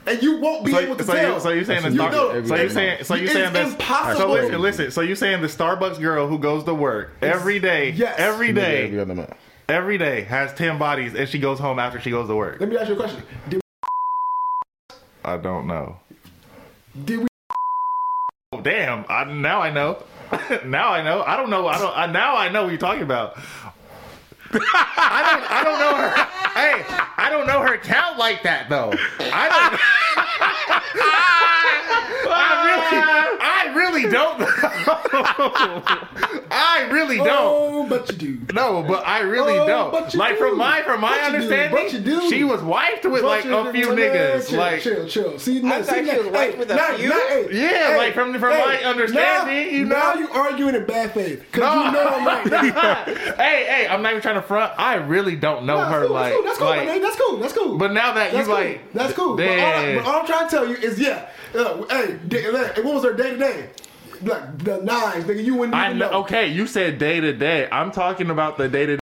[SPEAKER 3] And you won't be
[SPEAKER 2] So,
[SPEAKER 3] able to
[SPEAKER 2] so
[SPEAKER 3] tell.
[SPEAKER 2] you, so you're saying
[SPEAKER 3] you
[SPEAKER 2] the Star-
[SPEAKER 3] know,
[SPEAKER 2] so you're
[SPEAKER 3] it's-
[SPEAKER 2] saying so you're
[SPEAKER 3] it's
[SPEAKER 2] saying this So
[SPEAKER 3] impossible.
[SPEAKER 2] listen, listen. So you're saying the Starbucks girl who goes to work every day,
[SPEAKER 3] Yes.
[SPEAKER 2] every
[SPEAKER 4] Every
[SPEAKER 2] day,
[SPEAKER 4] other month.
[SPEAKER 2] every day has ten bodies, and she goes home after she goes to work.
[SPEAKER 3] Let me ask you a question. Did,
[SPEAKER 2] I don't know.
[SPEAKER 3] did we?
[SPEAKER 2] Oh, damn! I, now I know. now I know. I don't know. I don't. I, now I know what you're talking about. I don't. I don't know her. Hey, I don't know her worked out like that though. I don't. I really, I really don't. know. I really don't.
[SPEAKER 3] Oh, but you do.
[SPEAKER 2] No, but I really
[SPEAKER 3] Oh, but
[SPEAKER 2] don't.
[SPEAKER 3] you
[SPEAKER 2] Like
[SPEAKER 3] do.
[SPEAKER 2] from my from my
[SPEAKER 3] But you do,
[SPEAKER 2] understanding,
[SPEAKER 3] but you do.
[SPEAKER 2] she was wifed with like
[SPEAKER 3] But you
[SPEAKER 2] a
[SPEAKER 3] do-
[SPEAKER 2] few
[SPEAKER 3] man,
[SPEAKER 2] niggas.
[SPEAKER 3] Chill,
[SPEAKER 2] like
[SPEAKER 3] chill, chill. See, now,
[SPEAKER 6] I
[SPEAKER 3] see,
[SPEAKER 6] thought
[SPEAKER 3] now,
[SPEAKER 6] she was
[SPEAKER 3] hey,
[SPEAKER 6] wiped with a
[SPEAKER 3] now,
[SPEAKER 6] few?
[SPEAKER 3] now, hey,
[SPEAKER 2] Yeah,
[SPEAKER 3] hey,
[SPEAKER 2] like, from- from
[SPEAKER 3] hey,
[SPEAKER 2] my understanding,
[SPEAKER 3] now,
[SPEAKER 2] you
[SPEAKER 3] now
[SPEAKER 2] know?
[SPEAKER 3] you arguing in bad faith because
[SPEAKER 2] No.
[SPEAKER 3] you know I'm right.
[SPEAKER 2] hey, hey, I'm not even trying to front. I really don't know
[SPEAKER 3] Nah,
[SPEAKER 2] her.
[SPEAKER 3] that's cool,
[SPEAKER 2] like, like-
[SPEAKER 3] that's cool, that's cool, my nigga, that's cool, that's cool.
[SPEAKER 2] But now that you
[SPEAKER 3] that's cool.
[SPEAKER 2] like,
[SPEAKER 3] that's cool. But all, I,
[SPEAKER 2] Damn.
[SPEAKER 3] but all I'm trying to tell you is, yeah, uh, hey, d- like, what was her day to day? Like the nines, nigga. You wouldn't even
[SPEAKER 2] I know.
[SPEAKER 3] know.
[SPEAKER 2] Okay, you said day to day. I'm talking about the day to day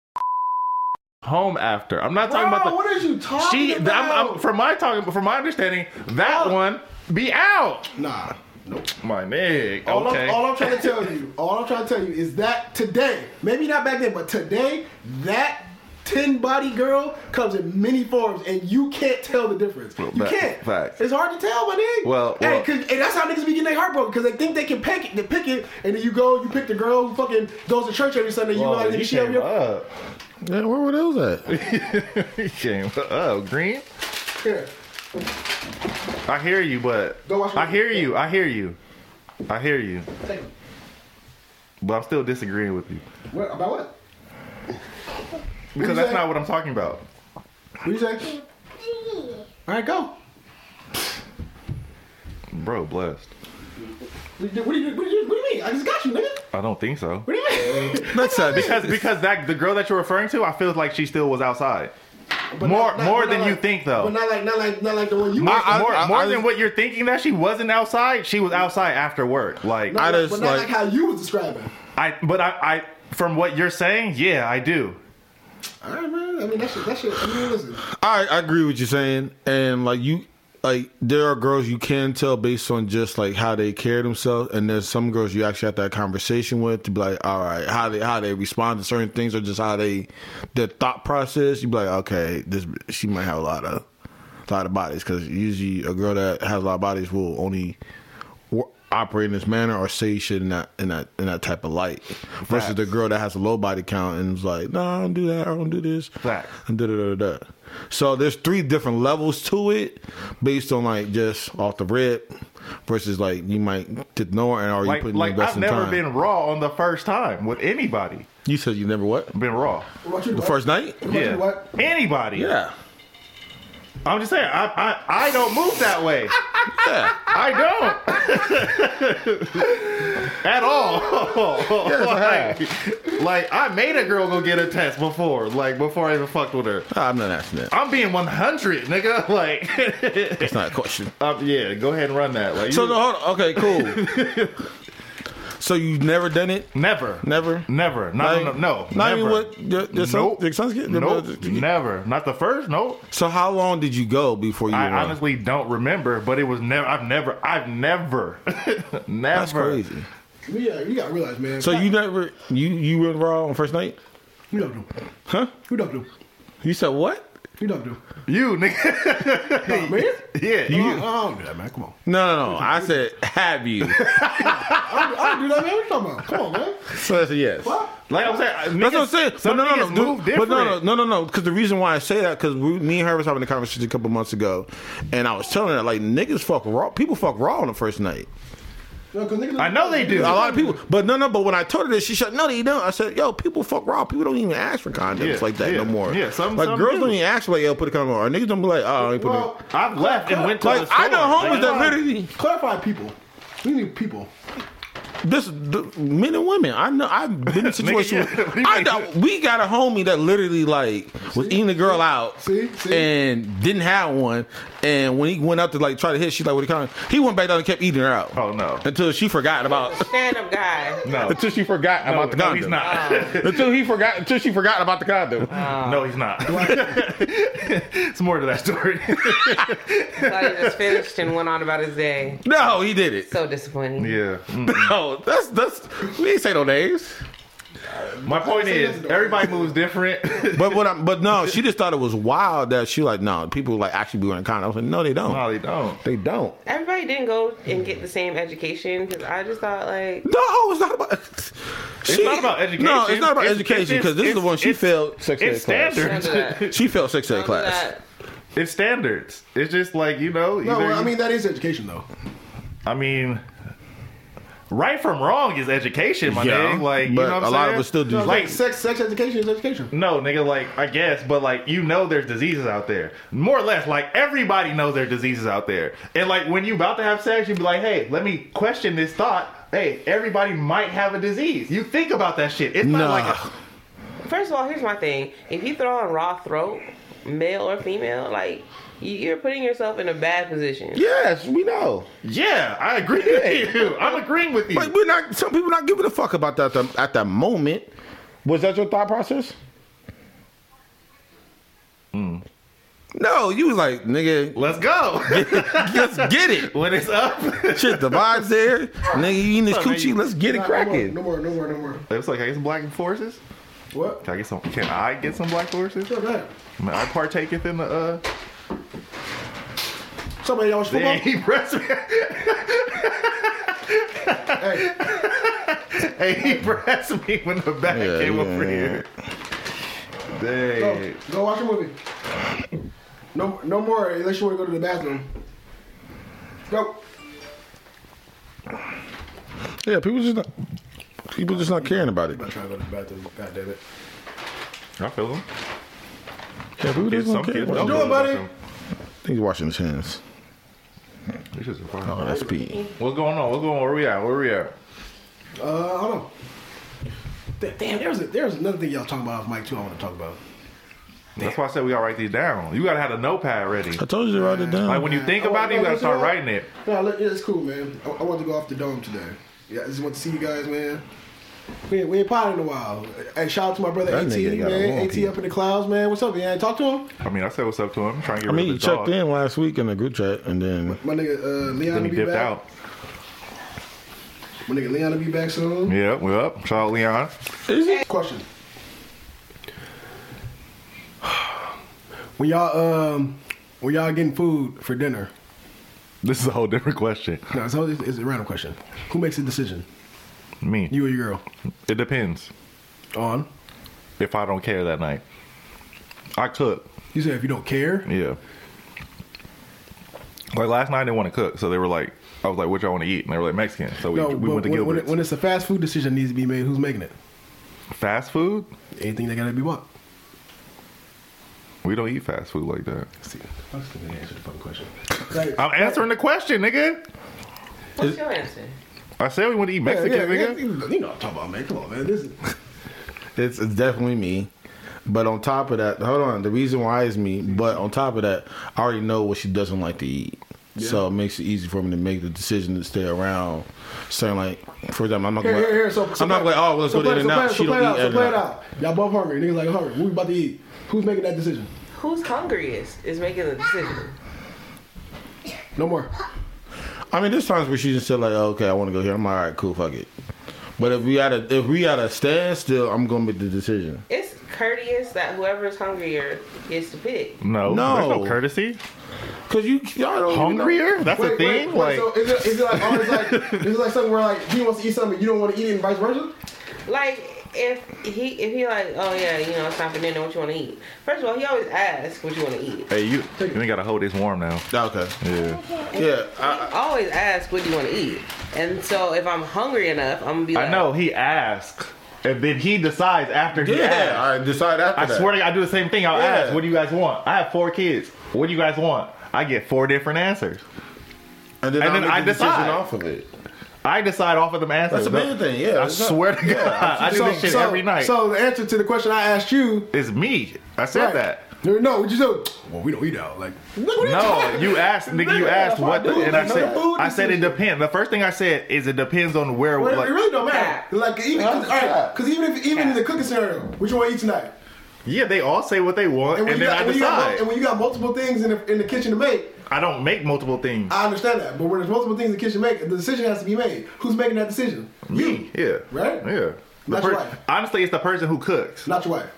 [SPEAKER 2] home after. I'm not
[SPEAKER 3] Bro,
[SPEAKER 2] talking about the
[SPEAKER 3] what are you talking
[SPEAKER 2] she. I'm,
[SPEAKER 3] about? Oh.
[SPEAKER 2] I'm, from my talking, from my understanding, that one be out.
[SPEAKER 3] nah, nope.
[SPEAKER 2] My nigga.
[SPEAKER 3] All,
[SPEAKER 2] okay.
[SPEAKER 3] I'm, all I'm trying to tell you, all I'm trying to tell you is that today, maybe not back then, but today, that ten body girl comes in many forms, and you can't tell the difference. you
[SPEAKER 2] fact-
[SPEAKER 3] can't.
[SPEAKER 2] fact.
[SPEAKER 3] It's hard to tell, my nigga.
[SPEAKER 2] Well,
[SPEAKER 3] hey,
[SPEAKER 2] well.
[SPEAKER 3] 'cause- and that's how niggas be getting their heart broken because they think they can pick it, they pick it, and then you go, you pick the girl who fucking goes to church every Sunday. You
[SPEAKER 2] Whoa,
[SPEAKER 3] like,
[SPEAKER 2] Oh, he
[SPEAKER 3] nigga, she over
[SPEAKER 2] came
[SPEAKER 3] here.
[SPEAKER 2] up.
[SPEAKER 4] Yeah, where were those at?
[SPEAKER 2] he came up. Green.
[SPEAKER 3] Yeah.
[SPEAKER 2] I hear you, but
[SPEAKER 3] Go watch
[SPEAKER 2] I hear you. I hear you. I hear you.
[SPEAKER 3] Take it.
[SPEAKER 2] But I'm still disagreeing with you
[SPEAKER 3] What about what?
[SPEAKER 2] because
[SPEAKER 3] you
[SPEAKER 2] that's
[SPEAKER 3] say?
[SPEAKER 2] not what I'm talking about.
[SPEAKER 3] What you say? All right, go.
[SPEAKER 2] Bro, blessed.
[SPEAKER 3] What do you, what do you, what do you, what do you mean? I just got you, nigga.
[SPEAKER 2] I don't think so.
[SPEAKER 3] What do you
[SPEAKER 2] Uh,
[SPEAKER 3] mean?
[SPEAKER 4] Next time.
[SPEAKER 2] Because because that the girl that you're referring to, I feel like she still was outside.
[SPEAKER 3] But
[SPEAKER 2] More- more
[SPEAKER 3] but
[SPEAKER 2] than you
[SPEAKER 3] like-
[SPEAKER 2] think, though.
[SPEAKER 3] But not like not like not like the one you.
[SPEAKER 2] More,
[SPEAKER 4] I-
[SPEAKER 2] more,
[SPEAKER 4] I-
[SPEAKER 2] more
[SPEAKER 4] I-
[SPEAKER 2] than what you're thinking that she wasn't outside, she was outside after work. Like
[SPEAKER 3] not
[SPEAKER 4] I
[SPEAKER 3] like-
[SPEAKER 4] just,
[SPEAKER 3] but not like,
[SPEAKER 4] like-
[SPEAKER 3] how you was describing.
[SPEAKER 2] I, but I, I from what you're saying, yeah, I do.
[SPEAKER 3] All right, man. I mean that shit. That shit. I mean, listen.
[SPEAKER 4] I, I agree with you saying, and like you, like there are girls you can tell based on just like how they carry themselves, and there's some girls you actually have to have a conversation with to be like, all right, how they how they respond to certain things or just how they their thought process. You be like, okay, this she might have a lot of a lot of bodies because usually a girl that has a lot of bodies will only wo- operate in this manner or say shit in that in that in that type of light versus the girl that has a low body count and is like, no, I don't do that, I don't do this,
[SPEAKER 2] Facts.
[SPEAKER 4] and da da da da. da. So there's three different levels to it, based on like just off the rip, versus like you might did know her and are you
[SPEAKER 2] Like,
[SPEAKER 4] putting
[SPEAKER 2] like
[SPEAKER 4] your best
[SPEAKER 2] I've
[SPEAKER 4] in
[SPEAKER 2] never
[SPEAKER 4] time.
[SPEAKER 2] been raw on the first time with anybody.
[SPEAKER 4] you said you never what
[SPEAKER 2] Been raw.
[SPEAKER 3] What about you?
[SPEAKER 4] the
[SPEAKER 3] Dwight?
[SPEAKER 4] first night?
[SPEAKER 3] What about
[SPEAKER 2] Yeah.
[SPEAKER 3] you? What?
[SPEAKER 2] Anybody.
[SPEAKER 4] Yeah,
[SPEAKER 2] I'm just saying, I, I, I don't move that way.
[SPEAKER 4] yeah,
[SPEAKER 2] I don't. At all. like, like, I made a girl go get a test before, like, before I even fucked with her.
[SPEAKER 4] I'm not asking that.
[SPEAKER 2] I'm being 100, nigga. Like,
[SPEAKER 4] That's not a question.
[SPEAKER 2] um, yeah, go ahead and run that. Like,
[SPEAKER 4] So
[SPEAKER 2] you-
[SPEAKER 4] no, hold on. Okay, cool. so you've never done it?
[SPEAKER 2] never,
[SPEAKER 4] Never?
[SPEAKER 2] never, not, no, no,
[SPEAKER 4] Not
[SPEAKER 2] never.
[SPEAKER 4] even what your, your son,
[SPEAKER 2] Nope.
[SPEAKER 4] your son's getting.
[SPEAKER 2] Nope, never. Not the first. Nope.
[SPEAKER 4] So how long did you go before you?
[SPEAKER 2] I
[SPEAKER 4] went?
[SPEAKER 2] honestly don't remember, but it was never. I've never. I've never. never.
[SPEAKER 4] That's crazy.
[SPEAKER 3] Yeah, you gotta realize, man.
[SPEAKER 4] So you never you you went raw on first night?
[SPEAKER 3] You don't do.
[SPEAKER 4] Huh?
[SPEAKER 3] You don't do.
[SPEAKER 4] You said what?
[SPEAKER 3] You don't do.
[SPEAKER 2] You nigga.
[SPEAKER 3] Nah, man.
[SPEAKER 2] yeah.
[SPEAKER 3] I
[SPEAKER 2] You,
[SPEAKER 3] don't- I don't do that, man. Come on.
[SPEAKER 4] No, no, no. I said have you?
[SPEAKER 3] I don't, I don't do that, man. What you talking about? Come on, man.
[SPEAKER 4] so that's a yes.
[SPEAKER 3] What?
[SPEAKER 2] like I'm saying.
[SPEAKER 4] That's
[SPEAKER 2] niggas-
[SPEAKER 4] what I'm saying. But
[SPEAKER 2] some
[SPEAKER 4] no, no,
[SPEAKER 2] niggas
[SPEAKER 4] no,
[SPEAKER 2] move
[SPEAKER 4] dude, but no, no,
[SPEAKER 2] different.
[SPEAKER 4] no, no, no. Because the reason why I say that, because me and her was having a conversation a couple months ago, and I was telling her like niggas fuck raw, people fuck raw on the first night.
[SPEAKER 3] No, 'cause niggas-
[SPEAKER 2] I know they do.
[SPEAKER 4] A lot of people, but no, no. But when I told her this, she said, "No, they don't." I said, "Yo, people fuck raw. People don't even ask for condoms
[SPEAKER 2] Yeah,
[SPEAKER 4] like that
[SPEAKER 2] yeah,
[SPEAKER 4] no more.
[SPEAKER 2] yeah, some-
[SPEAKER 4] like
[SPEAKER 2] some
[SPEAKER 4] girls
[SPEAKER 2] do.
[SPEAKER 4] don't even ask like, yo, put a condom on. Or niggas don't be like, oh, I ain't put
[SPEAKER 3] Well,
[SPEAKER 4] it.
[SPEAKER 2] I've left and went to
[SPEAKER 4] Like
[SPEAKER 2] the store.
[SPEAKER 4] I know homies that
[SPEAKER 2] Like,
[SPEAKER 4] literally
[SPEAKER 3] clarify people. We need people.
[SPEAKER 4] this the, men and women. I know I've been in a situation.
[SPEAKER 2] yeah. What do
[SPEAKER 4] where,
[SPEAKER 2] you
[SPEAKER 4] I
[SPEAKER 2] mean?
[SPEAKER 4] know, we got a homie that literally like was eating a girl out
[SPEAKER 3] See? See?
[SPEAKER 4] and didn't have one. And when he went out to like try to hit, she like with a condom. He went back down and kept eating her out
[SPEAKER 2] Oh no.
[SPEAKER 4] until she forgot about
[SPEAKER 6] Stand up guy.
[SPEAKER 2] No.
[SPEAKER 4] until she forgot
[SPEAKER 2] No,
[SPEAKER 4] about the
[SPEAKER 2] no,
[SPEAKER 4] condom.
[SPEAKER 2] he's not.
[SPEAKER 4] until he forgot until she forgot about the condom.
[SPEAKER 2] No, he's not. it's more to that story.
[SPEAKER 6] I thought he was finished and went on about his day.
[SPEAKER 4] No, he did it.
[SPEAKER 6] So disappointing.
[SPEAKER 2] yeah. Mm.
[SPEAKER 4] No, that's that's we ain't say no names.
[SPEAKER 2] My point is, everybody moves different.
[SPEAKER 4] But what I'm but no, she just thought it was wild that she like no people like actually be wearing condoms. I was like, no, they don't.
[SPEAKER 2] no, they don't.
[SPEAKER 4] They don't.
[SPEAKER 6] Everybody didn't go and get the same education because I just thought like
[SPEAKER 4] No, oh, it's not about. She-
[SPEAKER 2] not about education.
[SPEAKER 4] No, it's not about
[SPEAKER 2] It's-
[SPEAKER 4] education
[SPEAKER 2] it's-
[SPEAKER 4] because this is the
[SPEAKER 2] it's-
[SPEAKER 4] one she
[SPEAKER 2] it's-
[SPEAKER 4] failed sex
[SPEAKER 2] It's
[SPEAKER 4] ed
[SPEAKER 2] standard.
[SPEAKER 4] class.
[SPEAKER 6] Don't do that.
[SPEAKER 4] She failed sex ed
[SPEAKER 6] Don't do
[SPEAKER 4] class.
[SPEAKER 6] that.
[SPEAKER 2] It's standards. It's just like you know.
[SPEAKER 3] No,
[SPEAKER 2] either
[SPEAKER 3] well, I
[SPEAKER 2] you-
[SPEAKER 3] mean that is education though.
[SPEAKER 2] I mean, right from wrong is education, my
[SPEAKER 4] Yeah,
[SPEAKER 2] nigga. Like, you
[SPEAKER 4] but
[SPEAKER 2] know what I'm
[SPEAKER 4] a lot of
[SPEAKER 2] saying?
[SPEAKER 4] us still do.
[SPEAKER 3] No,
[SPEAKER 2] Like,
[SPEAKER 3] like sex, sex education is education.
[SPEAKER 2] no, nigga, like, I guess, but like, you know, there's diseases out there. More or less, like, everybody knows there's diseases out there. And like, when you about to have sex, you be like, hey, let me question this thought. Hey, everybody might have a disease. You think about that shit. It's not
[SPEAKER 4] Nah.
[SPEAKER 2] like a,
[SPEAKER 6] First of all, here's my thing. If you throw on raw throat, male or female, like you- you're putting yourself in a bad position.
[SPEAKER 4] Yes, we know.
[SPEAKER 2] yeah, I agree with you. I'm agreeing with you.
[SPEAKER 4] But we're not. Some people not giving a fuck about that at the- at that moment. Was that your thought process? Hmm. No, you was like, nigga,
[SPEAKER 2] Let's go.
[SPEAKER 4] let's get it.
[SPEAKER 2] when it's up,
[SPEAKER 4] Shit, the vibes there, nigga. You eating this
[SPEAKER 2] Look, man,
[SPEAKER 4] coochie?
[SPEAKER 2] you-
[SPEAKER 4] Let's get it
[SPEAKER 3] Nah,
[SPEAKER 4] cracking.
[SPEAKER 3] No more, no more, no more. No more.
[SPEAKER 2] it's like, I get some black forces.
[SPEAKER 3] What?
[SPEAKER 2] Can I get some? Can I get some black forces?
[SPEAKER 3] What's that?
[SPEAKER 2] May I partaketh in the uh?
[SPEAKER 3] Somebody y'all watch football?
[SPEAKER 2] Dang, he pressed me.
[SPEAKER 3] hey,
[SPEAKER 2] Hey, he pressed me when the back
[SPEAKER 4] Yeah,
[SPEAKER 2] came over
[SPEAKER 4] yeah.
[SPEAKER 2] here.
[SPEAKER 3] go,
[SPEAKER 2] Dang.
[SPEAKER 3] go watch a movie. No, no more unless you want to go to the bathroom. Go.
[SPEAKER 4] Yeah, people just not. People just not caring about it.
[SPEAKER 3] I'm trying to go to the bathroom. God damn it.
[SPEAKER 2] I feel him.
[SPEAKER 4] Yeah, people just
[SPEAKER 2] Some
[SPEAKER 4] don't care.
[SPEAKER 2] kids don't
[SPEAKER 4] About it.
[SPEAKER 3] doing,
[SPEAKER 2] feel about
[SPEAKER 3] buddy?
[SPEAKER 2] them.
[SPEAKER 4] He's washing his hands.
[SPEAKER 2] This is fine.
[SPEAKER 4] Oh, that's pee.
[SPEAKER 2] What's going on? What's going on? Where we at? Where we at?
[SPEAKER 3] Uh, I don't know. Th- Damn, there was a, there was another thing y'all talking about off mic too. I want to talk about.
[SPEAKER 2] That's why I said we gotta write these down. You gotta have a notepad ready.
[SPEAKER 4] I told you to write it down.
[SPEAKER 2] Like when you think
[SPEAKER 3] I
[SPEAKER 2] about
[SPEAKER 3] wanna
[SPEAKER 2] it, you
[SPEAKER 3] go
[SPEAKER 2] gotta
[SPEAKER 3] to
[SPEAKER 2] start
[SPEAKER 3] the-
[SPEAKER 2] writing it.
[SPEAKER 3] Nah, look, yeah, it's cool, man. I, I wanted to go off the dome today. Yeah, I just want to see you guys, man. We, we ain't potted in a while. Hey, shout out to my brother
[SPEAKER 4] That
[SPEAKER 3] AT,
[SPEAKER 4] nigga got a
[SPEAKER 3] man.
[SPEAKER 4] long
[SPEAKER 3] AT
[SPEAKER 4] key.
[SPEAKER 3] up in the clouds, man. What's up, man? Talk to him.
[SPEAKER 2] I mean, I said what's up to him. Trying to get
[SPEAKER 4] I
[SPEAKER 2] rid
[SPEAKER 4] mean, you
[SPEAKER 2] of the dog.
[SPEAKER 4] checked in last week in the group chat, and then
[SPEAKER 3] My nigga uh, Leon
[SPEAKER 2] Then
[SPEAKER 3] will
[SPEAKER 2] he
[SPEAKER 3] be
[SPEAKER 2] dipped
[SPEAKER 3] back.
[SPEAKER 2] out.
[SPEAKER 3] My nigga Leon will be back soon.
[SPEAKER 2] Yeah, we up. Shout out Leon.
[SPEAKER 4] is it?
[SPEAKER 3] Question. When y'all um when y'all getting food for dinner?
[SPEAKER 2] This is a whole different question.
[SPEAKER 3] No, it's, always- it's a random question. Who makes the decision?
[SPEAKER 2] Me.
[SPEAKER 3] You or your girl?
[SPEAKER 2] It depends.
[SPEAKER 3] On.
[SPEAKER 2] If I don't care that night, I cook.
[SPEAKER 3] You said if you don't care.
[SPEAKER 2] Yeah. Like last night, I didn't want to cook, so they were like, I was like, "What y'all want to eat?" And they were like, "Mexican." So we,
[SPEAKER 3] No,
[SPEAKER 2] we went to
[SPEAKER 3] but when, when,
[SPEAKER 2] Gilbert's.
[SPEAKER 3] it, when it's a fast food decision needs to be made, who's making it?
[SPEAKER 2] fast food?
[SPEAKER 3] Anything that gotta be bought.
[SPEAKER 2] We don't eat fast food like that.
[SPEAKER 3] See, I was thinking answer the fucking question. Like,
[SPEAKER 2] I'm answering the question, nigga.
[SPEAKER 6] What's your answer?
[SPEAKER 2] I said we went to eat
[SPEAKER 3] yeah,
[SPEAKER 2] Mexican,
[SPEAKER 3] yeah, yeah,
[SPEAKER 2] nigga.
[SPEAKER 3] you know what I'm talking about, man. Come on, man. This is,
[SPEAKER 4] It's, it's definitely me. But on top of that, hold on. The reason why is me. But on top of that, I already know what she doesn't like to eat. So it makes it easy for me to make the decision to stay around. So like, for example, I'm not
[SPEAKER 3] here,
[SPEAKER 4] going.
[SPEAKER 3] here, here. So, so
[SPEAKER 4] I'm not
[SPEAKER 3] play-
[SPEAKER 4] going. Oh, let's
[SPEAKER 3] so
[SPEAKER 4] go
[SPEAKER 3] play-
[SPEAKER 4] to In and
[SPEAKER 3] so play-
[SPEAKER 4] Out.
[SPEAKER 3] So
[SPEAKER 4] She don't eat
[SPEAKER 3] play it out. So play it
[SPEAKER 4] In-N-Out.
[SPEAKER 3] out. Y'all both hungry. Niggas like hungry. What we about to eat? Who's making that decision?
[SPEAKER 6] Who's hungriest is making the decision.
[SPEAKER 3] No more.
[SPEAKER 4] I mean, there's times where she just said like, oh, "Okay, I want to go here." I'm like, all right, cool, fuck it. But if we had a if we had a standstill, I'm gonna make the decision.
[SPEAKER 6] It's courteous that whoever's hungrier gets to pick.
[SPEAKER 2] No,
[SPEAKER 4] No.
[SPEAKER 2] there's no courtesy.
[SPEAKER 4] Cause you y'all don't
[SPEAKER 2] Hungrier? That's a
[SPEAKER 3] Wait, wait,
[SPEAKER 2] thing.
[SPEAKER 3] wait,
[SPEAKER 2] like
[SPEAKER 3] so is it, is it like always like is it like something where like he wants to eat something you don't want to eat it and vice versa?
[SPEAKER 6] Like if he if he like oh yeah you know it's time for dinner what you want to eat. First of all he always asks what you want to eat.
[SPEAKER 2] hey, you you ain't gotta hold this warm now.
[SPEAKER 4] Know. Okay.
[SPEAKER 2] Yeah.
[SPEAKER 4] Yeah. I,
[SPEAKER 6] I always ask what do you want to eat. And so if I'm hungry enough I'm gonna be like
[SPEAKER 2] I know he asks, and then he decides after he asks.
[SPEAKER 4] yeah. I decide after
[SPEAKER 2] I
[SPEAKER 4] that.
[SPEAKER 2] swear to God, I do the same thing. I'll
[SPEAKER 4] Yeah.
[SPEAKER 2] ask, "What do you guys want?" I have four kids. What do you guys want? I get four different answers.
[SPEAKER 4] and then,
[SPEAKER 2] and
[SPEAKER 4] I'll
[SPEAKER 2] then
[SPEAKER 4] make
[SPEAKER 2] I
[SPEAKER 4] the decision
[SPEAKER 2] decide.
[SPEAKER 4] off of it.
[SPEAKER 2] I decide off of them answers.
[SPEAKER 4] That's a big thing, yeah.
[SPEAKER 2] I
[SPEAKER 4] It's not-
[SPEAKER 2] swear to God, I do
[SPEAKER 3] so,
[SPEAKER 2] this shit
[SPEAKER 3] so-
[SPEAKER 2] every night.
[SPEAKER 3] So the answer to the question I asked you
[SPEAKER 2] it's me. I said
[SPEAKER 3] Right.
[SPEAKER 2] that.
[SPEAKER 3] No, no, what you said? Well, we don't eat out. Like,
[SPEAKER 2] Oh, No, you asked, nigga. You
[SPEAKER 3] Nigga,
[SPEAKER 2] asked
[SPEAKER 3] if I
[SPEAKER 2] what, the,
[SPEAKER 3] do,
[SPEAKER 2] and I
[SPEAKER 3] like, no
[SPEAKER 2] said,
[SPEAKER 3] food
[SPEAKER 2] I said it
[SPEAKER 3] decision.
[SPEAKER 2] depends. The first thing I said is it depends on where.
[SPEAKER 3] Well,
[SPEAKER 2] like,
[SPEAKER 3] it really don't matter. Like, even cause, all right, because even if even in the cooking scenario, what you want to eat tonight,
[SPEAKER 2] yeah, they all say what they want, and,
[SPEAKER 3] when you
[SPEAKER 2] then
[SPEAKER 3] got,
[SPEAKER 2] I
[SPEAKER 3] when you got mul-
[SPEAKER 2] decide.
[SPEAKER 3] and when you got multiple things in the, in the kitchen to make,
[SPEAKER 2] I don't make multiple things.
[SPEAKER 3] I understand that. But when there's multiple things in the kitchen to make, the decision has to be made. Who's making that decision?
[SPEAKER 2] me, yeah,
[SPEAKER 3] Right?
[SPEAKER 2] yeah. The
[SPEAKER 3] Not your wife.
[SPEAKER 2] honestly, it's the person who cooks.
[SPEAKER 3] Not your wife.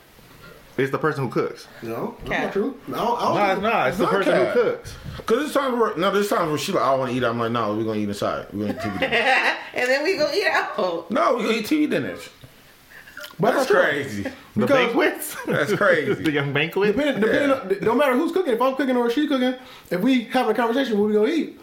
[SPEAKER 2] It's the person who cooks.
[SPEAKER 3] No, that's
[SPEAKER 6] Cat.
[SPEAKER 3] not true. No, I
[SPEAKER 2] Nah,
[SPEAKER 3] don't.
[SPEAKER 2] nah, it's the
[SPEAKER 4] not
[SPEAKER 2] person
[SPEAKER 4] that.
[SPEAKER 2] who cooks.
[SPEAKER 4] Cause there's times where no, there's times where she like I want to eat. I'm like no, we're gonna eat inside. We're gonna eat TV. dinner.
[SPEAKER 6] and then we go eat out.
[SPEAKER 4] no, we're gonna eat TV dinners.
[SPEAKER 3] But
[SPEAKER 2] That's
[SPEAKER 3] I thought-
[SPEAKER 2] crazy. The
[SPEAKER 3] Because-
[SPEAKER 2] banquets. That's crazy. the young banquet.
[SPEAKER 3] Depending, depending on, no matter who's cooking, if I'm cooking or she's cooking, if we have a conversation, what we gonna eat?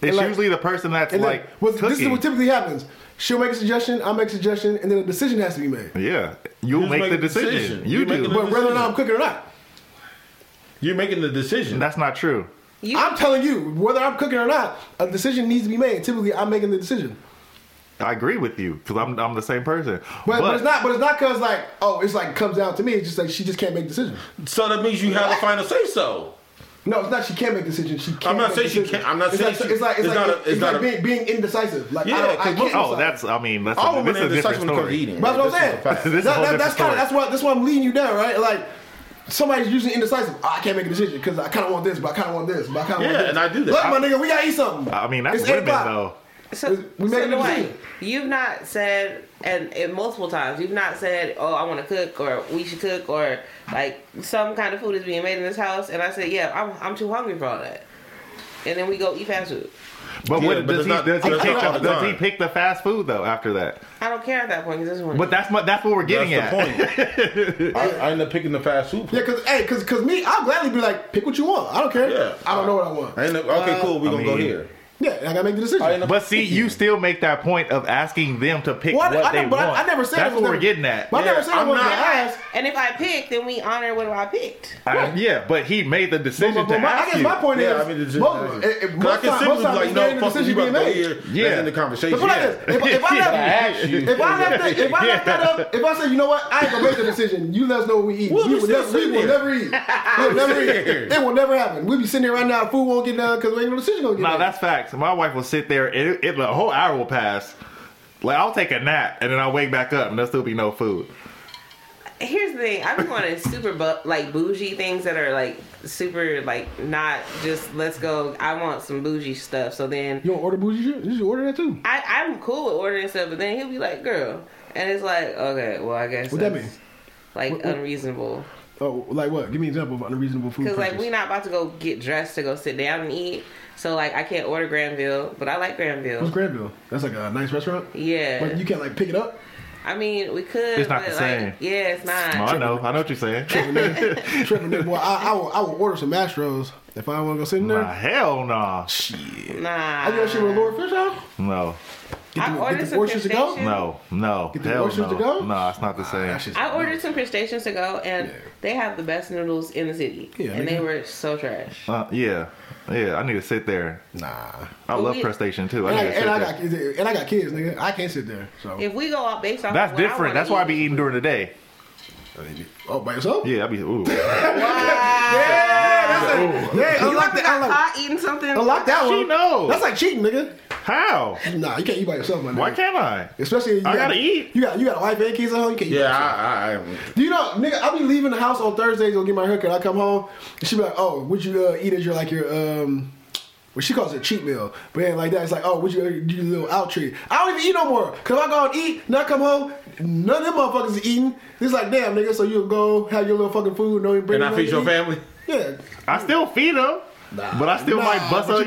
[SPEAKER 2] It's
[SPEAKER 3] like-
[SPEAKER 2] usually the person that's
[SPEAKER 3] And then-
[SPEAKER 2] like
[SPEAKER 3] what- this is
[SPEAKER 2] cooking.
[SPEAKER 3] what typically happens. She'll make a suggestion, I'll make a suggestion, and then a decision has to be made.
[SPEAKER 2] yeah, you
[SPEAKER 4] Who's
[SPEAKER 2] make the
[SPEAKER 4] making the
[SPEAKER 2] decision.
[SPEAKER 4] decision?
[SPEAKER 2] You
[SPEAKER 4] You
[SPEAKER 2] do.
[SPEAKER 4] making the
[SPEAKER 3] But whether or not I'm cooking or not.
[SPEAKER 4] You're making the decision.
[SPEAKER 2] That's not true.
[SPEAKER 3] I'm telling you, whether I'm cooking or not, a decision needs to be made. Typically, I'm making the decision.
[SPEAKER 2] I agree with you because I'm I'm the same person.
[SPEAKER 3] But, but, it's not. But it's not because like, oh, it's like comes down to me. It's just like she just can't make decisions.
[SPEAKER 4] So that means you have the final say so.
[SPEAKER 3] No, it's not. She can't make decisions. She. Can't
[SPEAKER 4] not
[SPEAKER 3] make
[SPEAKER 4] saying she
[SPEAKER 3] decisions.
[SPEAKER 4] can't- I'm not
[SPEAKER 3] it's
[SPEAKER 4] saying
[SPEAKER 3] like,
[SPEAKER 4] she-
[SPEAKER 3] It's like it's,
[SPEAKER 4] it's
[SPEAKER 3] like,
[SPEAKER 4] not a-
[SPEAKER 3] it's,
[SPEAKER 4] it's not
[SPEAKER 3] like
[SPEAKER 4] a-
[SPEAKER 3] being, being indecisive. Like I
[SPEAKER 4] Yeah,
[SPEAKER 3] don't. I
[SPEAKER 4] 'cause most-
[SPEAKER 3] can't
[SPEAKER 2] Oh,
[SPEAKER 3] decide.
[SPEAKER 2] that's. I mean, that's
[SPEAKER 4] All
[SPEAKER 2] a,
[SPEAKER 4] women
[SPEAKER 2] this
[SPEAKER 4] are
[SPEAKER 2] is a
[SPEAKER 4] indecisive
[SPEAKER 2] different
[SPEAKER 4] when it comes to
[SPEAKER 2] story.
[SPEAKER 4] eating.
[SPEAKER 3] But that's what
[SPEAKER 4] This
[SPEAKER 3] I'm
[SPEAKER 4] is
[SPEAKER 3] saying.
[SPEAKER 4] a fact.
[SPEAKER 2] This is a
[SPEAKER 3] That-
[SPEAKER 2] whole
[SPEAKER 3] that- that's
[SPEAKER 2] different
[SPEAKER 3] kind
[SPEAKER 2] story.
[SPEAKER 3] of that's why that's why I'm leading you down, right? Like somebody's usually indecisive. "Ah, I can't make a decision because I kind of want this, but I kind of want this, but I kind of
[SPEAKER 4] Yeah,
[SPEAKER 3] want this.
[SPEAKER 4] and I do that.
[SPEAKER 3] Look,
[SPEAKER 4] I-
[SPEAKER 3] my nigga, we gotta eat something.
[SPEAKER 2] I mean, that's
[SPEAKER 3] It's eight
[SPEAKER 2] women
[SPEAKER 3] o'clock.
[SPEAKER 2] though.
[SPEAKER 6] So,
[SPEAKER 3] We
[SPEAKER 6] so
[SPEAKER 3] made a
[SPEAKER 6] Dwight,
[SPEAKER 3] decision.
[SPEAKER 6] you've not said, and, and multiple times, you've not said, "Oh, I want to cook," or "We should cook," or like some kind of food is being made in this house. And I said, "Yeah, I'm I'm too hungry for all that." And then we go eat fast food.
[SPEAKER 2] But
[SPEAKER 4] Yeah,
[SPEAKER 2] what
[SPEAKER 4] but
[SPEAKER 2] does
[SPEAKER 4] it's
[SPEAKER 2] he
[SPEAKER 4] not-
[SPEAKER 2] does he
[SPEAKER 4] it's
[SPEAKER 2] pick
[SPEAKER 4] not all
[SPEAKER 2] the,
[SPEAKER 4] the
[SPEAKER 2] does he
[SPEAKER 4] time.
[SPEAKER 2] pick the fast food though after that?
[SPEAKER 6] I don't care at that point because I just want.
[SPEAKER 2] But that's my that's what we're
[SPEAKER 4] That's
[SPEAKER 2] getting at.
[SPEAKER 4] the point. I, I end up picking the fast food.
[SPEAKER 3] Yeah, cause hey, cause cause me, I'll gladly be like, pick what you want. I don't care.
[SPEAKER 4] Yeah.
[SPEAKER 3] I don't know what I want.
[SPEAKER 4] I end up, okay,
[SPEAKER 3] uh,
[SPEAKER 4] cool. We're
[SPEAKER 2] I
[SPEAKER 4] going to go
[SPEAKER 2] mean-
[SPEAKER 4] here.
[SPEAKER 3] Yeah, and I gotta make the decision.
[SPEAKER 4] I end up-
[SPEAKER 2] But see, you still make that point of asking them to pick
[SPEAKER 3] Well,
[SPEAKER 2] what
[SPEAKER 3] I, I,
[SPEAKER 2] they
[SPEAKER 3] ne- but I-
[SPEAKER 2] want.
[SPEAKER 3] I never said I
[SPEAKER 2] that's
[SPEAKER 3] was
[SPEAKER 2] what we're
[SPEAKER 3] never-
[SPEAKER 2] getting at.
[SPEAKER 3] But I never
[SPEAKER 4] Yeah,
[SPEAKER 3] said I
[SPEAKER 4] I'm
[SPEAKER 3] was gonna
[SPEAKER 4] not-
[SPEAKER 3] ask.
[SPEAKER 6] And if I pick, then we honor what I picked.
[SPEAKER 2] I- yeah, but he made the decision
[SPEAKER 3] But- but
[SPEAKER 2] to
[SPEAKER 3] my- I
[SPEAKER 2] ask
[SPEAKER 3] guess
[SPEAKER 2] you.
[SPEAKER 3] my point
[SPEAKER 4] Yeah,
[SPEAKER 3] is,
[SPEAKER 4] I mean, it's just-
[SPEAKER 3] most, it, it,
[SPEAKER 4] 'Cause
[SPEAKER 3] most
[SPEAKER 4] I can
[SPEAKER 3] time, most
[SPEAKER 4] simply
[SPEAKER 3] times
[SPEAKER 4] be like, no,
[SPEAKER 3] the
[SPEAKER 4] fuck, you
[SPEAKER 3] decision
[SPEAKER 4] about
[SPEAKER 3] being
[SPEAKER 4] to go
[SPEAKER 3] made.
[SPEAKER 4] here.
[SPEAKER 2] Yeah.
[SPEAKER 4] That's in the conversation.
[SPEAKER 3] But put it
[SPEAKER 4] Yeah.
[SPEAKER 3] like this, if, if I
[SPEAKER 2] Yeah.
[SPEAKER 4] But I
[SPEAKER 3] left,
[SPEAKER 4] asked you.
[SPEAKER 3] if I left, that, if I left that up, if I said, you know what, I ain't gonna make the decision. You let us know what we eat.
[SPEAKER 4] We'll
[SPEAKER 3] we
[SPEAKER 4] be still
[SPEAKER 3] will, never, we
[SPEAKER 4] sitting
[SPEAKER 3] will
[SPEAKER 4] there.
[SPEAKER 3] never eat. We'll never eat. It will never happen. We'll be sitting here right now. Food won't get done because we ain't no decision gonna get
[SPEAKER 2] No,
[SPEAKER 3] done.
[SPEAKER 2] that's facts. My wife will sit there, and it, it, the whole hour will pass. Like I'll take a nap, and then I'll wake back up, and there'll still be no food.
[SPEAKER 6] Here's the thing: I've been wanting super bu- like bougie things that are like super like not just let's go. I want some bougie stuff. So then
[SPEAKER 3] you don't order bougie shit. You should order that too.
[SPEAKER 6] I, I'm cool with ordering stuff, but then he'll be like, "Girl," and it's like, "Okay, well, I guess."
[SPEAKER 3] What that
[SPEAKER 6] that's,
[SPEAKER 3] mean?
[SPEAKER 6] Like
[SPEAKER 3] what-
[SPEAKER 6] unreasonable,
[SPEAKER 3] Oh, like what? Give me an example of unreasonable food.
[SPEAKER 6] because like
[SPEAKER 3] purchase.
[SPEAKER 6] we not about to go get dressed to go sit down and eat. So like I can't order Granville, but I like Granville.
[SPEAKER 3] What's Granville? That's like a nice restaurant.
[SPEAKER 6] yeah,
[SPEAKER 3] But you can't like pick it up.
[SPEAKER 6] I mean we could.
[SPEAKER 2] It's not
[SPEAKER 6] but,
[SPEAKER 2] the
[SPEAKER 6] like,
[SPEAKER 2] same.
[SPEAKER 6] Yeah, it's not.
[SPEAKER 2] No, I know, I know what you're saying.
[SPEAKER 3] Trevor, nigga, boy, I, I will. I will order some mashed if I want to go sit in there.
[SPEAKER 2] Nah, hell no,
[SPEAKER 6] Nah,
[SPEAKER 3] I do that shit with Laura Fisher.
[SPEAKER 2] no,
[SPEAKER 3] Get
[SPEAKER 6] I've
[SPEAKER 3] the,
[SPEAKER 6] ordered
[SPEAKER 3] get the
[SPEAKER 6] some
[SPEAKER 3] oysters to go.
[SPEAKER 6] confection.
[SPEAKER 2] no, no,
[SPEAKER 3] Get the
[SPEAKER 2] hell
[SPEAKER 3] groceries
[SPEAKER 2] no.
[SPEAKER 3] to go? Ah,
[SPEAKER 2] No, it's not the same.
[SPEAKER 3] That shit's-
[SPEAKER 6] I ordered some crustaceans to go, and they have the best noodles in the city,
[SPEAKER 3] Yeah,
[SPEAKER 6] and they
[SPEAKER 3] nigga.
[SPEAKER 6] were so trash.
[SPEAKER 2] Uh, yeah, yeah. I need to sit there.
[SPEAKER 3] Nah.
[SPEAKER 2] I
[SPEAKER 6] Well,
[SPEAKER 2] love
[SPEAKER 6] we-
[SPEAKER 2] crustacean too. I
[SPEAKER 3] And I,
[SPEAKER 2] need to sit
[SPEAKER 3] and, I
[SPEAKER 2] there.
[SPEAKER 3] got, and I got kids, nigga. I can't sit there. So.
[SPEAKER 6] If we go out based off,
[SPEAKER 2] That's
[SPEAKER 6] of what I
[SPEAKER 2] different.
[SPEAKER 6] wanna
[SPEAKER 2] That's why I be
[SPEAKER 6] eat-
[SPEAKER 2] eating during the day.
[SPEAKER 3] Oh, by yourself?
[SPEAKER 2] Yeah, I be. Ooh.
[SPEAKER 3] Yeah,
[SPEAKER 6] You
[SPEAKER 3] unlock
[SPEAKER 6] ever
[SPEAKER 3] that.
[SPEAKER 6] got
[SPEAKER 3] Unlock,
[SPEAKER 6] caught eating something?
[SPEAKER 3] unlock that
[SPEAKER 2] She
[SPEAKER 3] one.
[SPEAKER 2] knows.
[SPEAKER 3] That's like cheating, nigga.
[SPEAKER 2] How?
[SPEAKER 3] Nah, you can't eat by yourself, my nigga.
[SPEAKER 2] Why can't I?
[SPEAKER 3] Especially if you
[SPEAKER 2] I
[SPEAKER 3] got-
[SPEAKER 2] gotta eat.
[SPEAKER 3] You got you got a wife and kids at home. You can't eat.
[SPEAKER 4] Yeah, I, I, I,
[SPEAKER 3] Do you know, nigga? I be leaving the house on Thursdays. Go get my haircut. I come home and she be like, "Oh, would you uh, eat as your like your um." Well, she calls it a cheat meal, but it ain't like that. It's like, oh, would you uh, do your little out treat? I don't even eat no more. Cause if I go out and eat, and I come home, none of them motherfuckers is eating. It's like, damn, nigga. So you go have your little fucking food, no even bring.
[SPEAKER 4] and I
[SPEAKER 3] nothing
[SPEAKER 4] feed
[SPEAKER 3] to
[SPEAKER 4] your
[SPEAKER 3] eat.
[SPEAKER 4] family.
[SPEAKER 3] Yeah,
[SPEAKER 2] I still feed them, but I still
[SPEAKER 3] Nah,
[SPEAKER 2] might bust
[SPEAKER 3] but
[SPEAKER 2] a, you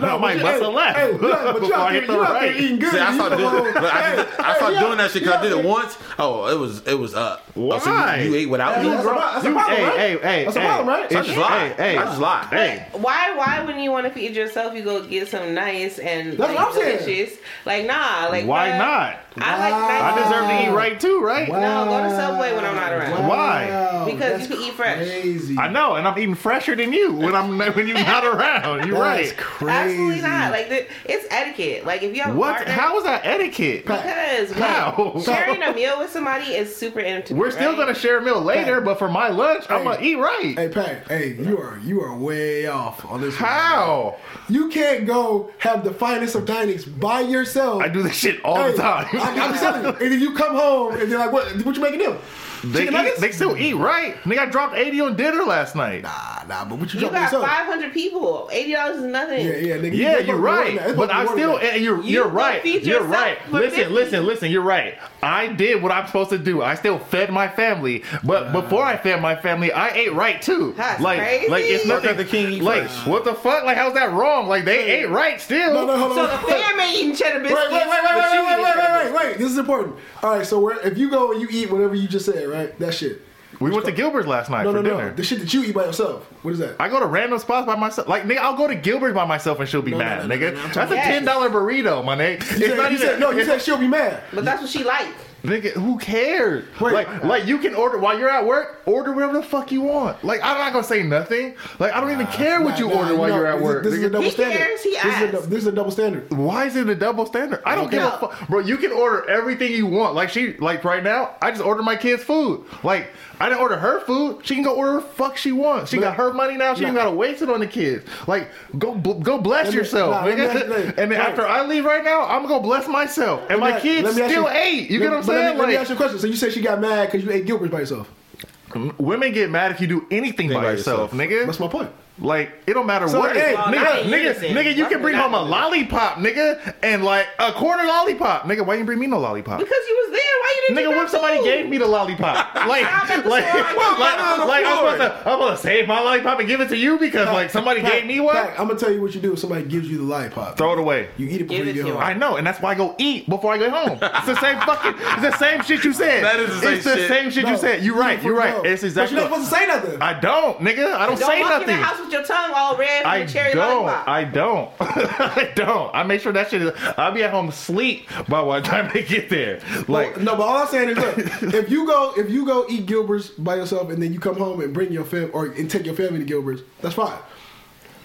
[SPEAKER 2] know,
[SPEAKER 3] nah,
[SPEAKER 2] I
[SPEAKER 3] but
[SPEAKER 2] might
[SPEAKER 3] you-
[SPEAKER 2] bust
[SPEAKER 3] hey,
[SPEAKER 2] a left
[SPEAKER 3] Hey, nah, but you
[SPEAKER 2] before
[SPEAKER 3] out
[SPEAKER 2] I
[SPEAKER 3] there,
[SPEAKER 2] hit
[SPEAKER 3] you
[SPEAKER 2] the
[SPEAKER 3] out there
[SPEAKER 2] right.
[SPEAKER 3] eating good.
[SPEAKER 4] See, I
[SPEAKER 3] you
[SPEAKER 4] started
[SPEAKER 3] know.
[SPEAKER 4] doing, but I did, I started
[SPEAKER 3] Hey,
[SPEAKER 4] doing that shit because I did
[SPEAKER 3] yeah,
[SPEAKER 4] it
[SPEAKER 3] yeah.
[SPEAKER 4] once. Oh, it was it was up. Oh, so
[SPEAKER 2] Why?
[SPEAKER 4] you, you ate without
[SPEAKER 3] You
[SPEAKER 4] me?
[SPEAKER 3] that's a pro- that's a
[SPEAKER 2] You-
[SPEAKER 3] problem,
[SPEAKER 2] hey,
[SPEAKER 3] right?
[SPEAKER 2] hey, hey,
[SPEAKER 3] That's a
[SPEAKER 2] hey,
[SPEAKER 3] problem, right?
[SPEAKER 2] Hey,
[SPEAKER 4] I just lied.
[SPEAKER 2] Hey, hey,
[SPEAKER 4] I just lied.
[SPEAKER 2] Hey,
[SPEAKER 6] Why? Why wouldn't you want to feed yourself? You go get some nice and
[SPEAKER 3] That's
[SPEAKER 6] like,
[SPEAKER 3] what I'm saying.
[SPEAKER 6] delicious. Like nah. Like
[SPEAKER 2] why
[SPEAKER 6] bruh,
[SPEAKER 2] not?
[SPEAKER 6] I like.
[SPEAKER 3] Wow.
[SPEAKER 6] Nice
[SPEAKER 2] I deserve to eat right too, right?
[SPEAKER 6] No, go to Subway when I'm not around.
[SPEAKER 2] Why?
[SPEAKER 3] Wow,
[SPEAKER 6] Because you
[SPEAKER 3] that's
[SPEAKER 6] can eat fresh.
[SPEAKER 3] Crazy.
[SPEAKER 2] I know, and I'm eating fresher than you when I'm when you're not around. You're
[SPEAKER 3] That's
[SPEAKER 2] right.
[SPEAKER 3] crazy.
[SPEAKER 6] Absolutely not. Like th- it's etiquette. Like if you have a
[SPEAKER 2] What?
[SPEAKER 6] partner-
[SPEAKER 2] How is that etiquette?
[SPEAKER 6] Because when
[SPEAKER 2] How?
[SPEAKER 6] sharing a meal with somebody is super intimate.
[SPEAKER 2] We're still
[SPEAKER 6] right?
[SPEAKER 2] gonna share a meal later, but for my lunch, I'm
[SPEAKER 3] Hey.
[SPEAKER 2] gonna eat right.
[SPEAKER 3] Hey Pat, hey, you are you are way off on this. one.
[SPEAKER 2] How?
[SPEAKER 3] you can't go have the finest of dinings by yourself?
[SPEAKER 2] I do this shit all
[SPEAKER 3] Hey,
[SPEAKER 2] the time.
[SPEAKER 3] I, am telling you, and then you come home and you're like, what? What you making them?
[SPEAKER 2] They,
[SPEAKER 3] Chicken
[SPEAKER 2] eat,
[SPEAKER 3] nuggets?
[SPEAKER 2] they still eat, right? Nigga, I dropped 80 on dinner last night.
[SPEAKER 3] Nah, nah, but what you
[SPEAKER 6] You
[SPEAKER 3] dropping
[SPEAKER 6] got
[SPEAKER 3] yourself?
[SPEAKER 6] 500 people. $80 is nothing.
[SPEAKER 3] Yeah, yeah, nigga.
[SPEAKER 2] Yeah,
[SPEAKER 3] That's
[SPEAKER 2] you're
[SPEAKER 3] fucking
[SPEAKER 2] right.
[SPEAKER 3] water now. It's
[SPEAKER 2] But
[SPEAKER 3] fucking
[SPEAKER 2] I
[SPEAKER 3] water
[SPEAKER 2] still,
[SPEAKER 3] now.
[SPEAKER 2] and you're,
[SPEAKER 6] You
[SPEAKER 2] you're
[SPEAKER 6] gonna
[SPEAKER 2] right.
[SPEAKER 6] feed
[SPEAKER 2] You're
[SPEAKER 6] yourself
[SPEAKER 2] right.
[SPEAKER 6] for
[SPEAKER 2] Listen,
[SPEAKER 6] 50.
[SPEAKER 2] listen, listen. You're right. I did what I'm supposed to do. I still fed my family. But before I fed my family, I ate right too.
[SPEAKER 6] That's
[SPEAKER 2] like,
[SPEAKER 6] crazy.
[SPEAKER 2] like it's
[SPEAKER 6] Fuck
[SPEAKER 2] nothing.
[SPEAKER 4] the king eat
[SPEAKER 2] like,
[SPEAKER 4] first.
[SPEAKER 2] what the fuck? Like, how's that wrong? Like, they ate right still.
[SPEAKER 3] No, no, hold on.
[SPEAKER 6] So the fam ain't eating cheddar
[SPEAKER 3] Wait,
[SPEAKER 6] biscuits.
[SPEAKER 3] wait, wait, wait,
[SPEAKER 6] but
[SPEAKER 3] wait,
[SPEAKER 6] you
[SPEAKER 3] wait,
[SPEAKER 6] eating
[SPEAKER 3] wait, wait,
[SPEAKER 6] cheddar
[SPEAKER 3] wait, wait. This is important. All right, so where if you go and you eat whatever you just said, right? That shit.
[SPEAKER 2] We went to Gilbert's last night
[SPEAKER 3] No,
[SPEAKER 2] for
[SPEAKER 3] no,
[SPEAKER 2] dinner.
[SPEAKER 3] no. The shit that you eat by yourself. What is that?
[SPEAKER 2] I go to random spots by myself. Like, nigga, I'll go to Gilbert's by myself and she'll be
[SPEAKER 3] No, no,
[SPEAKER 2] mad,
[SPEAKER 3] no, no,
[SPEAKER 2] nigga.
[SPEAKER 3] no, no, I'm
[SPEAKER 2] That's
[SPEAKER 3] talking
[SPEAKER 2] a
[SPEAKER 6] about-
[SPEAKER 2] ten dollar burrito, my nigga.
[SPEAKER 3] You
[SPEAKER 2] it's
[SPEAKER 3] said,
[SPEAKER 2] not
[SPEAKER 3] you
[SPEAKER 2] even.
[SPEAKER 3] said, no, you
[SPEAKER 2] it's-
[SPEAKER 3] said she'll be mad.
[SPEAKER 6] But that's what she like.
[SPEAKER 2] Nigga, who cares?
[SPEAKER 3] Wait.
[SPEAKER 2] like, like you can order while you're at work. Order whatever the fuck you want. Like, I'm not gonna say nothing. Like, I don't even care what
[SPEAKER 3] Nah,
[SPEAKER 2] you
[SPEAKER 3] nah,
[SPEAKER 2] order while
[SPEAKER 3] no,
[SPEAKER 2] you're at
[SPEAKER 3] this-
[SPEAKER 2] work.
[SPEAKER 3] This is a
[SPEAKER 2] nigga.
[SPEAKER 3] double
[SPEAKER 6] He
[SPEAKER 3] standard.
[SPEAKER 6] cares, he
[SPEAKER 3] this, is a,
[SPEAKER 6] asks.
[SPEAKER 3] dou- this is a double standard.
[SPEAKER 2] Why is it a double standard? I don't give a
[SPEAKER 6] No.
[SPEAKER 2] fuck, bro. You can order everything you want. Like she, like right now, I just ordered my kids' food. Like I didn't order her food. She can go order what the fuck she wants. She
[SPEAKER 3] But-
[SPEAKER 2] got her money now. She ain't
[SPEAKER 3] Nah.
[SPEAKER 2] gotta waste it on the kids. Like go, b- go bless
[SPEAKER 3] Let me-
[SPEAKER 2] yourself,
[SPEAKER 3] nah, let me
[SPEAKER 2] nigga.
[SPEAKER 3] ask- like,
[SPEAKER 2] and then
[SPEAKER 3] right.
[SPEAKER 2] after I leave right now, I'm gonna go bless myself. And my
[SPEAKER 3] Let me-
[SPEAKER 2] kids
[SPEAKER 3] let me ask
[SPEAKER 2] still ate. You get
[SPEAKER 3] let-
[SPEAKER 2] what I'm
[SPEAKER 3] but Let
[SPEAKER 2] saying?
[SPEAKER 3] me, let me
[SPEAKER 2] Like-
[SPEAKER 3] ask you a question. So you said she got mad because you ate Gilbert's by yourself.
[SPEAKER 2] Women get mad if you do anything by,
[SPEAKER 4] by
[SPEAKER 2] yourself,
[SPEAKER 4] yourself.
[SPEAKER 2] nigga.
[SPEAKER 3] That's my point.
[SPEAKER 2] like it don't matter
[SPEAKER 3] So,
[SPEAKER 2] what.
[SPEAKER 3] hey,
[SPEAKER 2] nigga,
[SPEAKER 6] I ain't
[SPEAKER 2] nigga,
[SPEAKER 6] innocent.
[SPEAKER 2] nigga, you
[SPEAKER 6] That's
[SPEAKER 2] can bring
[SPEAKER 6] what
[SPEAKER 2] home a
[SPEAKER 6] happened.
[SPEAKER 2] lollipop, nigga, and like a quarter lollipop, nigga. Why you bring me no lollipop?
[SPEAKER 6] Because you was there. Why you didn't
[SPEAKER 2] Nigga,
[SPEAKER 6] you
[SPEAKER 2] what if somebody gave me the lollipop? Like,
[SPEAKER 6] Stop
[SPEAKER 2] like,
[SPEAKER 6] at the
[SPEAKER 2] like,
[SPEAKER 6] store. Well,
[SPEAKER 2] like,
[SPEAKER 6] I'm on the
[SPEAKER 2] I'm
[SPEAKER 6] floor.
[SPEAKER 2] supposed to, I'm gonna save my lollipop and give it to you because like somebody gave me one.
[SPEAKER 3] I'm gonna tell you what you do if somebody gives you the lollipop.
[SPEAKER 2] Throw it away.
[SPEAKER 3] You eat it before
[SPEAKER 6] Give
[SPEAKER 3] you
[SPEAKER 6] it
[SPEAKER 3] get
[SPEAKER 6] to
[SPEAKER 3] home.
[SPEAKER 6] her.
[SPEAKER 2] I know, and that's why I go eat before I go home. It's the same fucking, it's the same shit you said.
[SPEAKER 4] That is the same
[SPEAKER 2] It's the
[SPEAKER 4] shit.
[SPEAKER 2] same shit you
[SPEAKER 3] No,
[SPEAKER 2] said. You're
[SPEAKER 3] eat it
[SPEAKER 2] right.
[SPEAKER 3] before
[SPEAKER 2] You're
[SPEAKER 3] you
[SPEAKER 2] right.
[SPEAKER 3] go.
[SPEAKER 2] It's
[SPEAKER 3] But
[SPEAKER 2] exactly.
[SPEAKER 3] you're not supposed to say nothing.
[SPEAKER 2] I don't, nigga. I don't,
[SPEAKER 6] Don't
[SPEAKER 2] say
[SPEAKER 6] walk in
[SPEAKER 2] nothing.
[SPEAKER 6] the house with your tongue all red from
[SPEAKER 2] I
[SPEAKER 6] the cherry
[SPEAKER 2] don't.
[SPEAKER 6] lollipop.
[SPEAKER 2] I don't. I don't. I make sure that shit is. I'll be at home sleep by what time they get there. Like,
[SPEAKER 3] Well, no, but all I'm saying is, look, if you go, if you go eat Gilbert's by yourself, and then you come home and bring your fam or and take your family to Gilbert's, that's fine.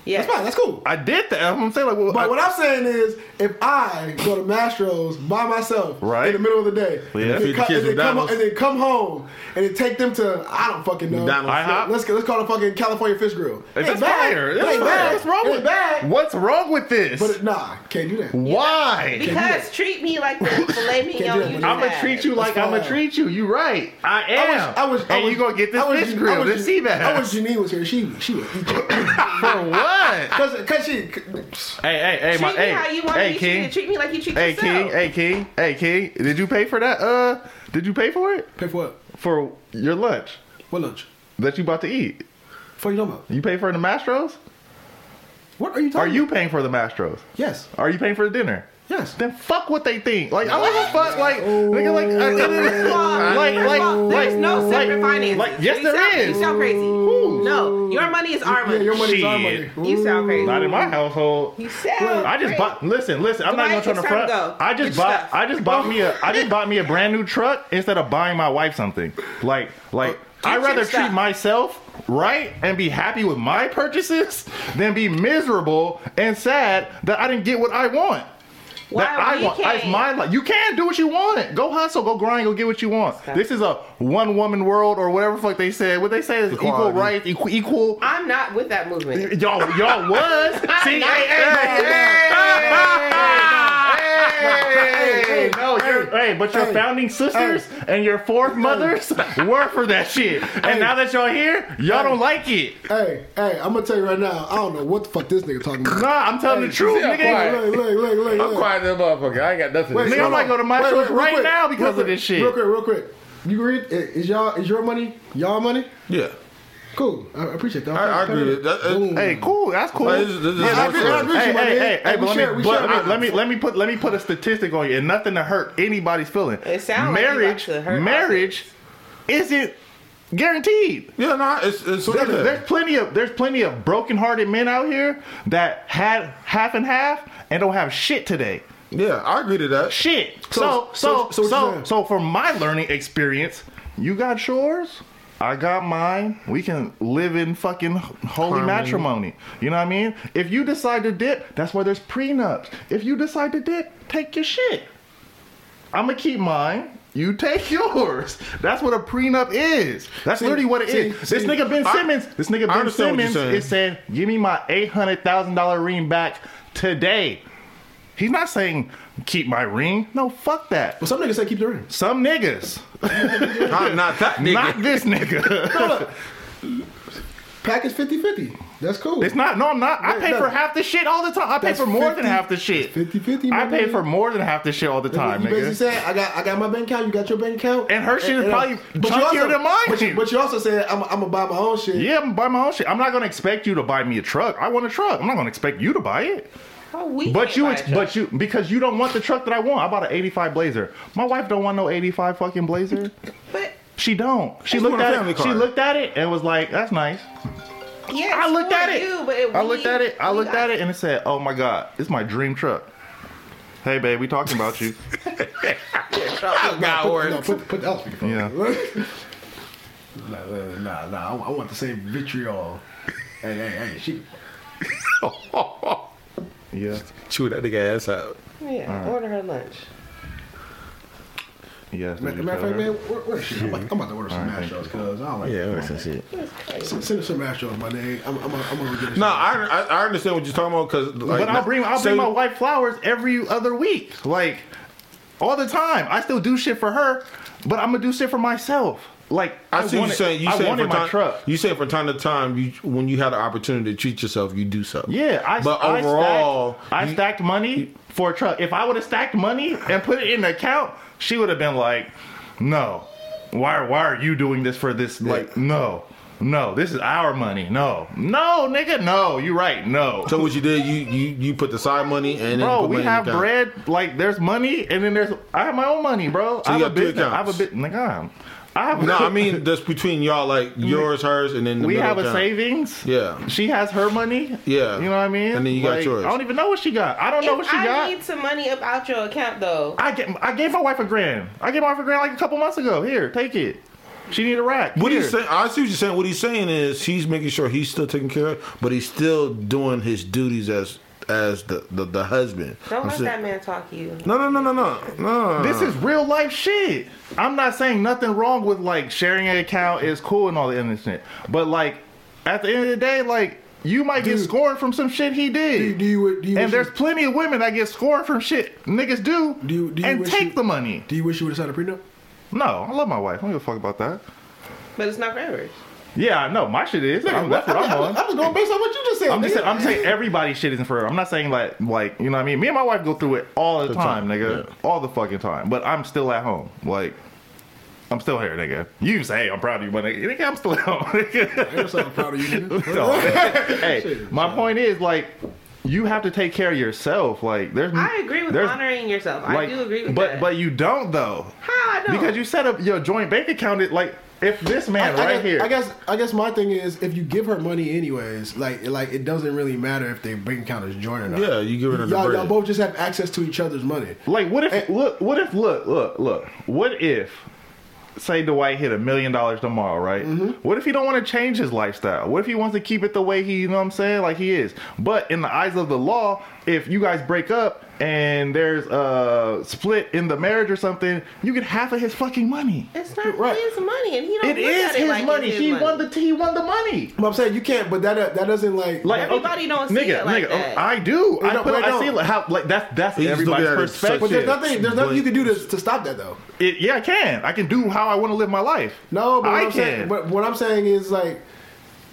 [SPEAKER 6] yeah.
[SPEAKER 3] That's fine. That's cool.
[SPEAKER 2] I did that. I'm saying like, well,
[SPEAKER 3] But
[SPEAKER 2] I-
[SPEAKER 3] what I'm saying is, if I go to Mastro's by myself
[SPEAKER 2] Right.
[SPEAKER 3] in the middle of the day,
[SPEAKER 2] Yeah.
[SPEAKER 4] Feed
[SPEAKER 3] and, then
[SPEAKER 4] the
[SPEAKER 3] co-
[SPEAKER 4] kids
[SPEAKER 3] and then come,
[SPEAKER 4] McDonald's.
[SPEAKER 3] and then come home and then take them to I don't fucking know.
[SPEAKER 4] McDonald's.
[SPEAKER 2] IHOP?
[SPEAKER 3] Let's let's call it fucking California fish grill.
[SPEAKER 2] It's
[SPEAKER 3] Ain't bad.
[SPEAKER 2] fire.
[SPEAKER 3] It
[SPEAKER 2] It's
[SPEAKER 3] ain't
[SPEAKER 2] fire.
[SPEAKER 3] bad.
[SPEAKER 2] What's wrong
[SPEAKER 3] It
[SPEAKER 2] with
[SPEAKER 3] ain't bad?
[SPEAKER 2] What's wrong with this?
[SPEAKER 3] But it, nah, can't do that.
[SPEAKER 2] Why?
[SPEAKER 6] Because treat me like the filet
[SPEAKER 3] do that.
[SPEAKER 6] mignon you
[SPEAKER 2] I'm gonna
[SPEAKER 6] had.
[SPEAKER 2] treat you like
[SPEAKER 3] That's
[SPEAKER 2] I'm gonna
[SPEAKER 3] fine.
[SPEAKER 2] treat you. You right. I
[SPEAKER 3] I
[SPEAKER 2] am.
[SPEAKER 3] wish, I wish, I
[SPEAKER 2] and
[SPEAKER 3] wish,
[SPEAKER 2] you gonna get this
[SPEAKER 3] I wish,
[SPEAKER 2] fish grill,
[SPEAKER 3] I wish,
[SPEAKER 2] this sea bass.
[SPEAKER 3] I wish Janine was here. She she would eat you.
[SPEAKER 2] For what?
[SPEAKER 3] Cause, cause she,
[SPEAKER 2] hey, hey, hey,
[SPEAKER 6] Treat
[SPEAKER 2] my
[SPEAKER 6] me
[SPEAKER 2] hey,
[SPEAKER 6] how you want
[SPEAKER 2] hey,
[SPEAKER 6] me to be
[SPEAKER 2] King.
[SPEAKER 6] treated. Treat me like you treat
[SPEAKER 2] Hey
[SPEAKER 6] yourself.
[SPEAKER 2] King, hey King, hey King, did you pay for that? Uh, did you pay for it
[SPEAKER 3] pay for what?
[SPEAKER 2] for your lunch
[SPEAKER 3] What lunch?
[SPEAKER 2] that you about to eat?
[SPEAKER 3] What are you talking about?
[SPEAKER 2] You pay for the Mastros?
[SPEAKER 3] What are you talking?
[SPEAKER 2] Are you paying for the Mastros?
[SPEAKER 3] Yes.
[SPEAKER 2] Are you paying for the dinner?
[SPEAKER 3] Yes.
[SPEAKER 2] Then fuck what they think. Like I don't give a fuck. Like nigga, like I- I- like
[SPEAKER 6] First
[SPEAKER 2] like
[SPEAKER 6] of all,
[SPEAKER 2] like
[SPEAKER 6] there's no
[SPEAKER 2] like-
[SPEAKER 6] separate finances.
[SPEAKER 2] Like yes,
[SPEAKER 6] you
[SPEAKER 2] there
[SPEAKER 6] sound,
[SPEAKER 2] is.
[SPEAKER 6] You sound crazy.
[SPEAKER 2] Who?
[SPEAKER 6] No, your money is our money.
[SPEAKER 3] Yeah, your money's our money.
[SPEAKER 2] Shit.
[SPEAKER 6] You sound crazy.
[SPEAKER 2] Not in my household.
[SPEAKER 6] You sound.
[SPEAKER 2] I just
[SPEAKER 6] crazy.
[SPEAKER 2] bought. Listen, listen. I'm
[SPEAKER 6] Dwight,
[SPEAKER 2] not going to turn
[SPEAKER 6] it's
[SPEAKER 2] the
[SPEAKER 6] time to
[SPEAKER 2] front.
[SPEAKER 6] go.
[SPEAKER 2] I just
[SPEAKER 6] Get your
[SPEAKER 2] bought.
[SPEAKER 6] stuff.
[SPEAKER 2] I just bought me a. I just bought me a brand new truck instead of buying my wife something. Like, like
[SPEAKER 6] Oh, Get
[SPEAKER 2] I
[SPEAKER 6] your
[SPEAKER 2] rather
[SPEAKER 6] stuff.
[SPEAKER 2] treat myself right and be happy with my purchases than be miserable and sad that I didn't get what I want.
[SPEAKER 6] Why
[SPEAKER 2] that I
[SPEAKER 6] we
[SPEAKER 2] want. That's
[SPEAKER 6] can't?
[SPEAKER 2] my life. You can do what you want. Go hustle. Go grind. Go get what you want.
[SPEAKER 6] Okay.
[SPEAKER 2] This is a one woman world or whatever the fuck they said. What they say is equal
[SPEAKER 4] Equality.
[SPEAKER 2] rights, equal. equal
[SPEAKER 6] I'm not with that movement.
[SPEAKER 2] Y'all, y'all was. See, hey, hey, hey, hey, hey, hey, no, you're- hey, but your
[SPEAKER 3] Hey.
[SPEAKER 2] founding sisters and your fourth mothers were for that shit. And now that y'all here, y'all don't like it.
[SPEAKER 3] Hey, hey, I'm gonna tell you right now. I don't know what the fuck this nigga talking about.
[SPEAKER 2] Nah, I'm telling the truth,
[SPEAKER 10] see, I'm
[SPEAKER 2] nigga.
[SPEAKER 10] quiet.
[SPEAKER 3] Look, look, look, look,
[SPEAKER 10] I'm
[SPEAKER 3] look.
[SPEAKER 10] quiet as a motherfucker. I ain't got nothing.
[SPEAKER 3] Wait,
[SPEAKER 10] to
[SPEAKER 2] Nigga,
[SPEAKER 10] say.
[SPEAKER 2] I'm
[SPEAKER 3] hold
[SPEAKER 2] about
[SPEAKER 3] on.
[SPEAKER 2] to go to my
[SPEAKER 3] Wait,
[SPEAKER 2] church
[SPEAKER 3] wait, real
[SPEAKER 2] right
[SPEAKER 3] quick.
[SPEAKER 2] now because
[SPEAKER 3] Real
[SPEAKER 2] of
[SPEAKER 3] quick,
[SPEAKER 2] this shit.
[SPEAKER 3] Real quick, real quick. You read? eh, Is y'all is your money y'all money?
[SPEAKER 4] Yeah.
[SPEAKER 3] Cool. I I appreciate that.
[SPEAKER 4] I- I agree with that. That-
[SPEAKER 3] Boom.
[SPEAKER 2] Hey, cool. That's cool.
[SPEAKER 4] Like, this is- this is
[SPEAKER 2] Yeah, I
[SPEAKER 4] one
[SPEAKER 2] agree-
[SPEAKER 4] side.
[SPEAKER 2] I agree with you,
[SPEAKER 3] Hey,
[SPEAKER 2] my
[SPEAKER 3] hey,
[SPEAKER 2] man.
[SPEAKER 3] hey, hey,
[SPEAKER 2] but
[SPEAKER 3] we
[SPEAKER 2] let
[SPEAKER 3] share-
[SPEAKER 2] me
[SPEAKER 3] we
[SPEAKER 2] but
[SPEAKER 3] share
[SPEAKER 2] I-
[SPEAKER 3] it.
[SPEAKER 2] let me let me put let me put a statistic on you, and nothing to hurt anybody's feeling.
[SPEAKER 6] It sound like you
[SPEAKER 2] marriage.
[SPEAKER 6] about to hurt
[SPEAKER 2] marriage isn't guaranteed.
[SPEAKER 4] Yeah, nah, it's it's sort
[SPEAKER 2] There's,
[SPEAKER 4] of
[SPEAKER 2] there's
[SPEAKER 4] that.
[SPEAKER 2] plenty of there's plenty of broken-hearted men out here that had half and half and don't have shit today.
[SPEAKER 4] Yeah, I agree to that.
[SPEAKER 2] Shit. So so
[SPEAKER 3] so- so
[SPEAKER 2] so
[SPEAKER 3] what you
[SPEAKER 2] so,
[SPEAKER 3] saying?
[SPEAKER 2] so from my learning experience, you got yours. I got mine. We can live in fucking holy matrimony. You know what I mean? If you decide to dip, that's why there's prenups. If you decide to dip, take your shit. I'm gonna keep mine. You take yours. That's what a prenup is. That's
[SPEAKER 3] See,
[SPEAKER 2] literally what it
[SPEAKER 3] see,
[SPEAKER 2] is.
[SPEAKER 3] see,
[SPEAKER 2] this nigga Ben
[SPEAKER 4] I-
[SPEAKER 2] Simmons. This nigga
[SPEAKER 4] I
[SPEAKER 2] Ben
[SPEAKER 4] understand what you're
[SPEAKER 2] Simmons
[SPEAKER 4] saying.
[SPEAKER 2] is saying, "Give me my eight hundred thousand dollar ring back today." He's not saying keep my ring. No, fuck that.
[SPEAKER 3] But some niggas say keep the ring.
[SPEAKER 2] Some niggas.
[SPEAKER 4] I'm not that nigga.
[SPEAKER 2] Not this nigga.
[SPEAKER 3] Package 50 50. That's cool.
[SPEAKER 2] It's not. No, I'm not. I
[SPEAKER 3] No,
[SPEAKER 2] pay
[SPEAKER 3] no.
[SPEAKER 2] for half the shit all the time. I pay
[SPEAKER 3] That's
[SPEAKER 2] for more
[SPEAKER 3] 50
[SPEAKER 2] than half the shit.
[SPEAKER 3] 50-50, my
[SPEAKER 2] I pay
[SPEAKER 3] nigga.
[SPEAKER 2] for more than half the shit all the time,
[SPEAKER 3] you basically
[SPEAKER 2] nigga.
[SPEAKER 3] said I got I got my bank account. You got your bank account. uh,
[SPEAKER 2] And her shit is probably
[SPEAKER 3] but you
[SPEAKER 2] chunkier
[SPEAKER 3] also,
[SPEAKER 2] than mine.
[SPEAKER 3] But you, but you also said I'm I'm gonna buy my own shit.
[SPEAKER 2] Yeah, I'm gonna buy my own shit. I'm not gonna expect you to buy me a truck. I want a truck. I'm not gonna expect you to buy it.
[SPEAKER 6] How we
[SPEAKER 2] But
[SPEAKER 6] can't
[SPEAKER 2] you,
[SPEAKER 6] buy
[SPEAKER 2] ex-
[SPEAKER 6] a truck?
[SPEAKER 2] but you, because you don't want the truck that I want. I bought an '85 Blazer. My wife don't want no '85 fucking Blazer.
[SPEAKER 6] But,
[SPEAKER 2] She don't. She
[SPEAKER 4] She
[SPEAKER 2] looked
[SPEAKER 4] want a
[SPEAKER 2] at
[SPEAKER 4] family
[SPEAKER 2] it. She
[SPEAKER 4] car.
[SPEAKER 2] looked at it and was like, "That's nice."
[SPEAKER 6] yeah,
[SPEAKER 2] I
[SPEAKER 6] it's
[SPEAKER 2] looked
[SPEAKER 6] for
[SPEAKER 2] at it.
[SPEAKER 6] You, but it
[SPEAKER 2] I
[SPEAKER 6] we-
[SPEAKER 2] looked at it. I
[SPEAKER 6] we
[SPEAKER 2] looked at
[SPEAKER 6] got-
[SPEAKER 2] it and it said, "Oh my god, it's my dream truck." Hey, babe, we talking about you.
[SPEAKER 4] God
[SPEAKER 3] Put-
[SPEAKER 4] work.
[SPEAKER 3] No, put, put that on speakerphone.
[SPEAKER 2] Yeah.
[SPEAKER 3] Nah, nah, nah, nah. I, I want the same vitriol. hey, hey, hey. She,
[SPEAKER 2] Yeah,
[SPEAKER 4] Chew that nigga ass out.
[SPEAKER 6] Yeah,
[SPEAKER 2] Mm.
[SPEAKER 6] order her lunch.
[SPEAKER 2] yeah. that's what
[SPEAKER 3] matter
[SPEAKER 2] you
[SPEAKER 3] of fact,
[SPEAKER 2] tell her.
[SPEAKER 3] man, where, where is she? I'm, about- I'm about to order some mashed mashups because I don't like.
[SPEAKER 4] Yeah, or some shit.
[SPEAKER 3] Send, send us some mashups, my nigga. I'm, I'm, I'm gonna get it.
[SPEAKER 4] No, I, I I understand what you're talking about because like,
[SPEAKER 2] but I'll bring I'll
[SPEAKER 4] say-
[SPEAKER 2] bring my wife flowers every other week, like all the time. I still do shit for her, but I'm gonna do shit for myself. Like
[SPEAKER 4] I see
[SPEAKER 2] wanted-
[SPEAKER 4] you saying you
[SPEAKER 2] I
[SPEAKER 4] saying
[SPEAKER 2] wanted
[SPEAKER 4] from
[SPEAKER 2] my
[SPEAKER 4] time
[SPEAKER 2] truck.
[SPEAKER 4] you saying from time to time you when you had an opportunity to treat yourself you do so
[SPEAKER 2] Yeah, I
[SPEAKER 4] but
[SPEAKER 2] I
[SPEAKER 4] overall
[SPEAKER 2] stacked, I stacked money for a truck. If I would have stacked money and put it in an account, she would have been like, "No, why? Why are you doing this for this? Like, no, no, this is our money. No, no, nigga, no. You're right. No.
[SPEAKER 4] so what you did you you you put the side money and then
[SPEAKER 2] Bro,
[SPEAKER 4] put money
[SPEAKER 2] we
[SPEAKER 4] in the
[SPEAKER 2] have
[SPEAKER 4] account.
[SPEAKER 2] bread. Like, there's money, and then there's I have my own money, bro. I
[SPEAKER 4] you
[SPEAKER 2] have a
[SPEAKER 4] got two
[SPEAKER 2] business. I have a
[SPEAKER 4] accounts.
[SPEAKER 2] bit. Nigga, I have.
[SPEAKER 4] No, I mean that's between y'all like yours, hers, and then the
[SPEAKER 2] we
[SPEAKER 4] middle
[SPEAKER 2] have a
[SPEAKER 4] account.
[SPEAKER 2] savings.
[SPEAKER 4] Yeah.
[SPEAKER 2] she has her money.
[SPEAKER 4] Yeah.
[SPEAKER 2] you know what I mean.
[SPEAKER 4] And then you got
[SPEAKER 2] Like,
[SPEAKER 4] yours.
[SPEAKER 2] I don't even know what she got. I don't know what
[SPEAKER 6] If
[SPEAKER 2] she
[SPEAKER 6] I
[SPEAKER 2] got.
[SPEAKER 6] need some money up out your account though.
[SPEAKER 2] I get, I gave my wife a grand. I gave my wife a grand like a couple months ago. Here, take it. She need a rack.
[SPEAKER 4] What
[SPEAKER 2] Here.
[SPEAKER 4] he's saying, I see what you're saying. What he's saying is he's making sure he's still taking care of, but he's still doing his duties as as the the, the husband.
[SPEAKER 6] Don't
[SPEAKER 4] I'm
[SPEAKER 6] let
[SPEAKER 4] saying-
[SPEAKER 6] that man talk you.
[SPEAKER 4] No, no, no, no, no, no.
[SPEAKER 2] This
[SPEAKER 3] Uh.
[SPEAKER 2] is real life shit. I'm not saying nothing wrong with like sharing an account is cool and all the innocent, but like at the end of the day, like you might get
[SPEAKER 3] Dude.
[SPEAKER 2] scorned from some shit he
[SPEAKER 3] Do you,
[SPEAKER 2] did.
[SPEAKER 3] do you, do you
[SPEAKER 2] and
[SPEAKER 3] wish
[SPEAKER 2] there's
[SPEAKER 3] you,
[SPEAKER 2] plenty of women that get scorned from shit niggas do,
[SPEAKER 3] Do you- do you
[SPEAKER 2] and
[SPEAKER 3] wish
[SPEAKER 2] take
[SPEAKER 3] you-
[SPEAKER 2] the money.
[SPEAKER 3] do you wish you would have signed a prenup?
[SPEAKER 2] No, I love my wife. I don't give a fuck about that.
[SPEAKER 6] But it's not forever.
[SPEAKER 2] Yeah, I know. My shit is. I'm- Oh, that's what
[SPEAKER 3] I,
[SPEAKER 2] I'm
[SPEAKER 3] I,
[SPEAKER 2] on.
[SPEAKER 3] I was going based on what you just said.
[SPEAKER 2] I'm just
[SPEAKER 3] nigga.
[SPEAKER 2] saying, I'm just saying everybody shit isn't forever. I'm not saying like like you know what I mean. Me and my wife go through it all the, time,
[SPEAKER 4] time,
[SPEAKER 2] nigga, all the fucking time. But I'm still at home, like. I'm still here, nigga. You say I'm proud of you, but nigga, nigga, I'm still at home. nigga.
[SPEAKER 3] I'm so proud of you. nigga.
[SPEAKER 2] No. hey, my point is like, you have to take care of yourself. Like, there's
[SPEAKER 6] I agree with
[SPEAKER 2] there's,
[SPEAKER 6] honoring yourself. I
[SPEAKER 2] like,
[SPEAKER 6] do agree with
[SPEAKER 2] but
[SPEAKER 6] that.
[SPEAKER 2] but you don't though,
[SPEAKER 6] how I don't
[SPEAKER 2] because you set up your joint bank account. It like if this man
[SPEAKER 3] I, I
[SPEAKER 2] right
[SPEAKER 3] guess,
[SPEAKER 2] here,
[SPEAKER 3] I guess I guess my thing is if you give her money anyways, like like it doesn't really matter if they bank account is joined or not.
[SPEAKER 4] yeah, you giving her the
[SPEAKER 3] Y'all,
[SPEAKER 4] bread.
[SPEAKER 3] y'all both just have access to each other's money.
[SPEAKER 2] Like, what if look? What if look? Look, look. What if? Say Dwight hit a million dollars tomorrow, right?
[SPEAKER 6] Mm-hmm.
[SPEAKER 2] What if he don't want to change his lifestyle? What if he wants to keep it the way he, you know what I'm saying, like he is? But in the eyes of the law, if you guys break up and there's a split in the marriage or something, you get half of his fucking money.
[SPEAKER 6] it's not
[SPEAKER 3] Right.
[SPEAKER 6] his money and he don't
[SPEAKER 2] It
[SPEAKER 6] look
[SPEAKER 2] is
[SPEAKER 6] at
[SPEAKER 2] his
[SPEAKER 6] like
[SPEAKER 2] money.
[SPEAKER 6] It's his
[SPEAKER 2] he
[SPEAKER 6] money.
[SPEAKER 2] won the he won the money.
[SPEAKER 3] But I'm saying you can't. But that that doesn't like.
[SPEAKER 2] Like
[SPEAKER 6] Everybody don't see
[SPEAKER 2] nigga,
[SPEAKER 6] it like
[SPEAKER 2] nigga, oh,
[SPEAKER 6] that.
[SPEAKER 2] I do. I,
[SPEAKER 3] don't-
[SPEAKER 2] put,
[SPEAKER 3] they
[SPEAKER 2] I see
[SPEAKER 3] don't.
[SPEAKER 2] like, how like that's that's
[SPEAKER 4] He's looking
[SPEAKER 2] everybody's
[SPEAKER 4] at it as such
[SPEAKER 2] perspective.
[SPEAKER 3] but there's
[SPEAKER 4] shit.
[SPEAKER 3] nothing. There's nothing you can do to, to stop that though.
[SPEAKER 2] It, yeah, I can. I can do how I want to live my life.
[SPEAKER 3] No, but what
[SPEAKER 2] I
[SPEAKER 3] I am saying, but what I'm saying is like,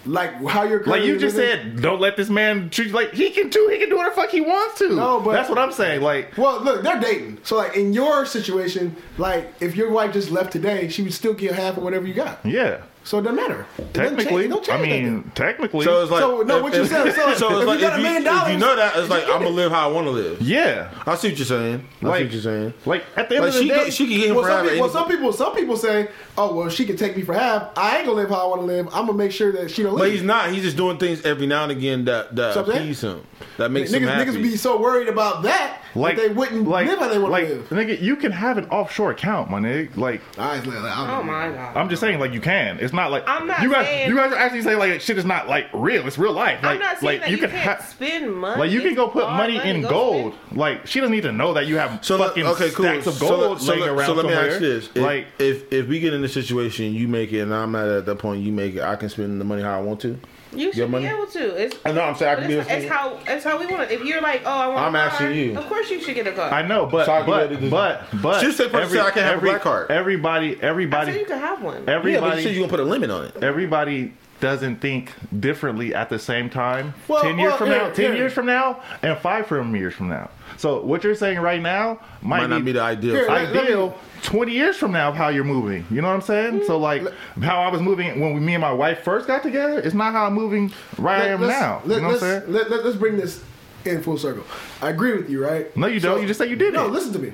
[SPEAKER 3] like how you're
[SPEAKER 2] like you
[SPEAKER 3] currently
[SPEAKER 2] just
[SPEAKER 3] living-
[SPEAKER 2] said, don't let this man treat you like he can do. He can do whatever the fuck he wants to.
[SPEAKER 3] No, but-
[SPEAKER 2] that's what I'm saying. Like,
[SPEAKER 3] Well, look, they're dating. So like in your situation, like if your wife just left today, she would still get half of whatever you got.
[SPEAKER 2] yeah,
[SPEAKER 3] So it doesn't matter. It doesn't
[SPEAKER 2] technically,
[SPEAKER 3] change- it don't change
[SPEAKER 2] I
[SPEAKER 3] nothing.
[SPEAKER 2] mean, technically,
[SPEAKER 4] so it's like
[SPEAKER 3] So, no, what you said, so-
[SPEAKER 4] so
[SPEAKER 3] if you
[SPEAKER 4] it's like if
[SPEAKER 3] got a
[SPEAKER 4] you,
[SPEAKER 3] million
[SPEAKER 4] if you
[SPEAKER 3] dollars,
[SPEAKER 4] know that it's like
[SPEAKER 3] you get
[SPEAKER 4] I'm gonna live how I want to live.
[SPEAKER 2] yeah,
[SPEAKER 4] I see what you're saying. I see
[SPEAKER 2] like
[SPEAKER 4] what you're saying.
[SPEAKER 2] Like at the end
[SPEAKER 4] Like,
[SPEAKER 2] of the
[SPEAKER 4] she
[SPEAKER 2] day,
[SPEAKER 4] go- she can get him
[SPEAKER 3] Well,
[SPEAKER 4] for
[SPEAKER 3] some,
[SPEAKER 4] having
[SPEAKER 3] people, well, some
[SPEAKER 4] anything.
[SPEAKER 3] people, some people say, "Oh, well, she can take me for half. I ain't gonna live how I want to live. I'm gonna make sure that she don't
[SPEAKER 4] But
[SPEAKER 3] live."
[SPEAKER 4] he's not. He's just doing things every now and again that that
[SPEAKER 3] So I'm saying-
[SPEAKER 4] appease him. That
[SPEAKER 3] niggas,
[SPEAKER 4] makes him happy.
[SPEAKER 3] niggas would be so worried about that
[SPEAKER 2] like
[SPEAKER 3] that they wouldn't
[SPEAKER 2] like,
[SPEAKER 3] live how they want
[SPEAKER 2] like,
[SPEAKER 3] to live.
[SPEAKER 2] Nigga, you can have an offshore account, my nigga. Like,
[SPEAKER 3] I just, like, I don't
[SPEAKER 6] Oh
[SPEAKER 3] know.
[SPEAKER 6] my god.
[SPEAKER 2] I'm just saying, like you can. It's not like
[SPEAKER 6] I'm not
[SPEAKER 2] you guys.
[SPEAKER 6] saying-
[SPEAKER 2] you guys are actually saying like shit is not like real. It's real life. Like,
[SPEAKER 6] I'm not saying
[SPEAKER 2] like
[SPEAKER 6] that
[SPEAKER 2] you,
[SPEAKER 6] you,
[SPEAKER 2] can
[SPEAKER 6] can't
[SPEAKER 2] ha-
[SPEAKER 6] spend money.
[SPEAKER 2] Like you can go
[SPEAKER 6] It's
[SPEAKER 2] put
[SPEAKER 6] all
[SPEAKER 2] money in
[SPEAKER 6] go
[SPEAKER 2] gold.
[SPEAKER 6] spend-
[SPEAKER 2] Like she doesn't need to know that you have
[SPEAKER 4] So let-
[SPEAKER 2] fucking
[SPEAKER 4] okay, cool.
[SPEAKER 2] stacks of
[SPEAKER 4] So
[SPEAKER 2] gold
[SPEAKER 4] let- so
[SPEAKER 2] laying
[SPEAKER 4] let-
[SPEAKER 2] around
[SPEAKER 4] so let me
[SPEAKER 2] somewhere.
[SPEAKER 4] ask you this: if,
[SPEAKER 2] like
[SPEAKER 4] if if we get in this situation, you make it, and I'm at at that point, you make it. I can spend the money how I want to.
[SPEAKER 6] You should
[SPEAKER 4] money?
[SPEAKER 6] be able to. It's,
[SPEAKER 4] I know. I'm saying I
[SPEAKER 6] but
[SPEAKER 4] can be
[SPEAKER 6] it's, it's
[SPEAKER 4] this.
[SPEAKER 6] how it's how we want it. If you're like, oh, I want.
[SPEAKER 4] I'm
[SPEAKER 6] a car,
[SPEAKER 4] asking you.
[SPEAKER 6] Of course, you should get a car.
[SPEAKER 2] I know, but
[SPEAKER 4] So I can
[SPEAKER 2] but,
[SPEAKER 4] really just-
[SPEAKER 2] but but
[SPEAKER 4] She said, "Person said I can't have a black card."
[SPEAKER 2] Everybody,
[SPEAKER 6] I said
[SPEAKER 2] everybody,
[SPEAKER 6] you can have one.
[SPEAKER 4] Yeah, but
[SPEAKER 2] everybody,
[SPEAKER 4] you said you gonna put a limit on it.
[SPEAKER 2] everybody doesn't think differently at the same time.
[SPEAKER 4] Well,
[SPEAKER 2] ten years
[SPEAKER 4] well,
[SPEAKER 2] from
[SPEAKER 4] yeah,
[SPEAKER 2] now, ten
[SPEAKER 4] yeah.
[SPEAKER 2] years from now, and five from years from now. So what you're saying right now might,
[SPEAKER 4] Might not be the ideal.
[SPEAKER 3] Here, let- let me-
[SPEAKER 2] ideal 20 years from now of how you're moving. You know what I'm saying?
[SPEAKER 3] Mm.
[SPEAKER 2] So like how I was moving when we, me and my wife first got together, it's not how I'm moving right I am
[SPEAKER 3] let's-
[SPEAKER 2] now.
[SPEAKER 3] Let,
[SPEAKER 2] you know what I'm
[SPEAKER 3] us
[SPEAKER 2] saying?
[SPEAKER 3] Let, let, us bring this in full circle. I agree with you, right?
[SPEAKER 2] No, you don't. You just say you did
[SPEAKER 3] No,
[SPEAKER 2] it.
[SPEAKER 3] listen to me.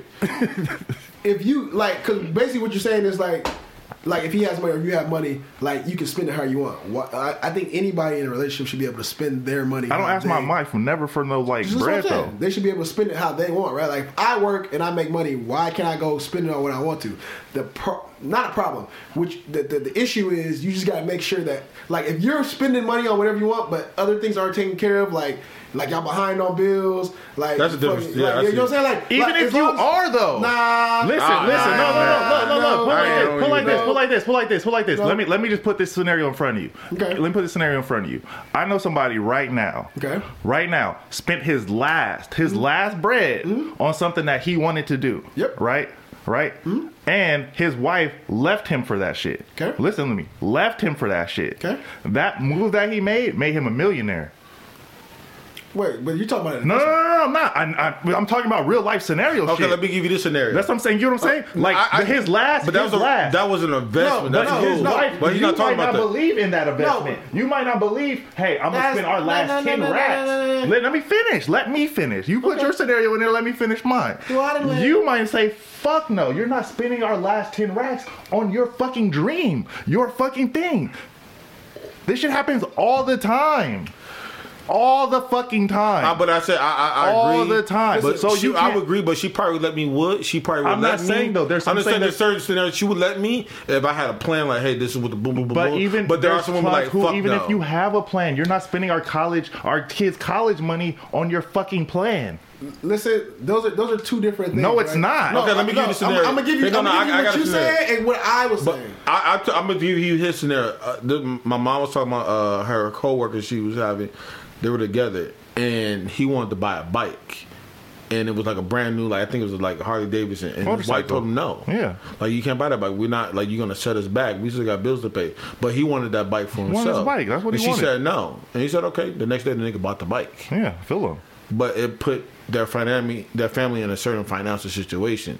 [SPEAKER 3] if you like, because basically what you're saying is like, like if he has money or you have money, like you can spend it how you want. Why- I, I think anybody in a relationship should be able to spend their money.
[SPEAKER 2] I don't
[SPEAKER 3] how
[SPEAKER 2] ask my
[SPEAKER 3] they-
[SPEAKER 2] wife never for no like
[SPEAKER 3] This is what I'm
[SPEAKER 2] bread
[SPEAKER 3] saying.
[SPEAKER 2] though.
[SPEAKER 3] They should be able to spend it how they want, right? Like if I work and I make money, why can't I go spend it on what I want to? The pro- not a problem. Which the, the the issue is, you just gotta make sure that like if you're spending money on whatever you want, but other things aren't taken care of, like like y'all behind on bills, like
[SPEAKER 4] That's a difference.
[SPEAKER 3] fucking-
[SPEAKER 4] Yeah,
[SPEAKER 3] like,
[SPEAKER 4] I
[SPEAKER 3] you
[SPEAKER 4] see.
[SPEAKER 3] know what I'm saying? Like
[SPEAKER 2] Even
[SPEAKER 3] like,
[SPEAKER 2] if
[SPEAKER 3] as
[SPEAKER 2] you
[SPEAKER 3] long as-
[SPEAKER 2] are though.
[SPEAKER 3] nah,
[SPEAKER 2] Listen,
[SPEAKER 4] Nah,
[SPEAKER 2] listen,
[SPEAKER 4] nah,
[SPEAKER 2] no, no, no, no, no, no,
[SPEAKER 3] nah,
[SPEAKER 2] pull
[SPEAKER 3] nah,
[SPEAKER 2] like this,
[SPEAKER 4] nah,
[SPEAKER 2] pull like this, pull like this,
[SPEAKER 3] nah.
[SPEAKER 2] pull like this, pull like this.
[SPEAKER 3] No.
[SPEAKER 2] Let me let me just put this scenario in front of you.
[SPEAKER 3] Okay.
[SPEAKER 2] Let me put this scenario in front of you. I know somebody right now.
[SPEAKER 3] Okay. Mm-hmm.
[SPEAKER 2] Right now, spent his last his last bread on something that he wanted to do.
[SPEAKER 3] Yep. Mm-hmm.
[SPEAKER 2] Right. Right. And his wife left him for that shit.
[SPEAKER 3] Okay.
[SPEAKER 2] Listen to me. Left him for that shit.
[SPEAKER 3] Okay.
[SPEAKER 2] That move that he made made him a millionaire.
[SPEAKER 3] Wait, but you talking about it?
[SPEAKER 2] No, no, no, no, I'm not. I, I, I'm talking about real life scenario
[SPEAKER 4] Okay,
[SPEAKER 2] shit.
[SPEAKER 4] let me give you this scenario.
[SPEAKER 2] That's what I'm saying. You know what I'm saying? Like
[SPEAKER 4] Uh, I- I-
[SPEAKER 2] his last,
[SPEAKER 4] but that
[SPEAKER 2] his
[SPEAKER 4] was a,
[SPEAKER 2] last.
[SPEAKER 4] that was an investment.
[SPEAKER 3] No,
[SPEAKER 4] That's
[SPEAKER 3] no,
[SPEAKER 4] cool.
[SPEAKER 3] his life.
[SPEAKER 4] But he's not
[SPEAKER 2] you
[SPEAKER 4] talking
[SPEAKER 2] might
[SPEAKER 4] about
[SPEAKER 2] not
[SPEAKER 4] that.
[SPEAKER 2] believe in that investment. You might not believe, hey, I'm gonna
[SPEAKER 3] That's-
[SPEAKER 2] spend our
[SPEAKER 3] no,
[SPEAKER 2] last
[SPEAKER 3] no, no,
[SPEAKER 2] ten
[SPEAKER 3] no, no,
[SPEAKER 2] racks.
[SPEAKER 3] no, no, no.
[SPEAKER 2] Let, let me finish. Let me finish. You put your scenario in there. Let me finish mine.
[SPEAKER 3] Do I do it?
[SPEAKER 2] You might say, fuck no. You're not spending our last ten racks on your fucking dream, your fucking thing. This shit happens all the time. All the fucking time.
[SPEAKER 4] Uh, but I said I, I, I
[SPEAKER 2] All
[SPEAKER 4] agree.
[SPEAKER 2] the time.
[SPEAKER 4] But
[SPEAKER 2] So
[SPEAKER 4] so
[SPEAKER 2] you
[SPEAKER 4] you, I
[SPEAKER 2] can't-
[SPEAKER 4] would agree. But she probably would let me. Would she probably? Would
[SPEAKER 2] I'm
[SPEAKER 4] let
[SPEAKER 2] not
[SPEAKER 4] me.
[SPEAKER 2] saying, though, there's-
[SPEAKER 4] I'm
[SPEAKER 2] I'm
[SPEAKER 4] just
[SPEAKER 2] saying
[SPEAKER 4] saying there's certain scenarios she would let me if I had a plan. Like, hey, this is what the boom, boom, boom.
[SPEAKER 2] But
[SPEAKER 4] boom.
[SPEAKER 2] even
[SPEAKER 4] but there are
[SPEAKER 2] there's
[SPEAKER 4] some women
[SPEAKER 2] clowns
[SPEAKER 4] like
[SPEAKER 2] who,
[SPEAKER 4] fuck
[SPEAKER 2] even
[SPEAKER 4] no.
[SPEAKER 2] if you have a plan, you're not spending our college, our kids' college money on your fucking plan.
[SPEAKER 3] Listen, those are those are two different things.
[SPEAKER 2] No, it's
[SPEAKER 3] right? uh,
[SPEAKER 2] not.
[SPEAKER 4] Okay, let me give you the scenario.
[SPEAKER 3] I'm, gonna give you,
[SPEAKER 4] Hey, no,
[SPEAKER 3] I'm
[SPEAKER 4] no,
[SPEAKER 3] gonna
[SPEAKER 4] I-
[SPEAKER 3] give
[SPEAKER 4] I
[SPEAKER 3] you
[SPEAKER 4] got
[SPEAKER 3] what
[SPEAKER 4] a
[SPEAKER 3] you
[SPEAKER 4] scenario.
[SPEAKER 3] said and what I was
[SPEAKER 4] But
[SPEAKER 3] saying.
[SPEAKER 4] I, I t- I'm gonna give you his scenario. Uh, the, my mom was talking about uh, her coworker she was having. They were together, and he wanted to buy a bike, and it was like a brand new, like I think it was like Harley Davidson, and his wife
[SPEAKER 2] Motorcycle.
[SPEAKER 4] told him no.
[SPEAKER 2] Yeah.
[SPEAKER 4] like you can't buy that bike. We're not like you're gonna set us back. We still got bills to pay. But he wanted that bike for
[SPEAKER 2] wanted his
[SPEAKER 4] himself.
[SPEAKER 2] bike. That's what
[SPEAKER 4] and
[SPEAKER 2] he
[SPEAKER 4] she
[SPEAKER 2] wanted.
[SPEAKER 4] said no, and he said okay. The next day, the nigga bought the bike,
[SPEAKER 2] Yeah, fill them.
[SPEAKER 4] but it put their family, their family in a certain financial situation.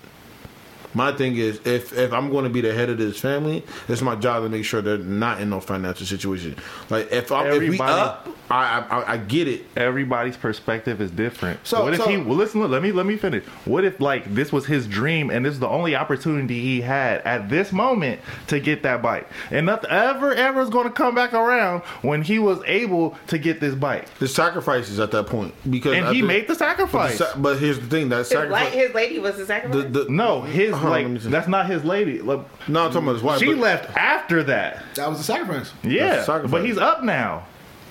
[SPEAKER 4] My thing is, if if I'm going to be the head of this family, it's my job to make sure they're not in no financial situation. Like if I'm, if we
[SPEAKER 2] Everybody-
[SPEAKER 4] up, I, I- I I get it.
[SPEAKER 2] Everybody's perspective is different.
[SPEAKER 3] So-
[SPEAKER 2] what if
[SPEAKER 3] so-
[SPEAKER 2] he? Well, listen. Let me let me finish. What if like this was his dream and this is the only opportunity he had at this moment to get that bike, and nothing ever ever is going to come back around when he was able to get this bike,
[SPEAKER 4] The sacrifices at that point because
[SPEAKER 2] and
[SPEAKER 4] I
[SPEAKER 2] he
[SPEAKER 4] think-
[SPEAKER 2] made the
[SPEAKER 4] but,
[SPEAKER 2] sacrifice.
[SPEAKER 4] the sa- but here's the thing that
[SPEAKER 6] His, la-
[SPEAKER 4] sacrifice.
[SPEAKER 6] his lady was the
[SPEAKER 4] The,
[SPEAKER 6] sacrifice.
[SPEAKER 4] the,
[SPEAKER 2] no, his
[SPEAKER 4] Hold on, let me
[SPEAKER 2] like
[SPEAKER 4] see.
[SPEAKER 2] that's not his lady. Look,
[SPEAKER 4] no, I'm talking about his wife.
[SPEAKER 2] she
[SPEAKER 4] but-
[SPEAKER 2] left after that.
[SPEAKER 3] That was a sacrifice.
[SPEAKER 4] That's a
[SPEAKER 2] Yeah,
[SPEAKER 4] sacrifice.
[SPEAKER 2] but he's up now,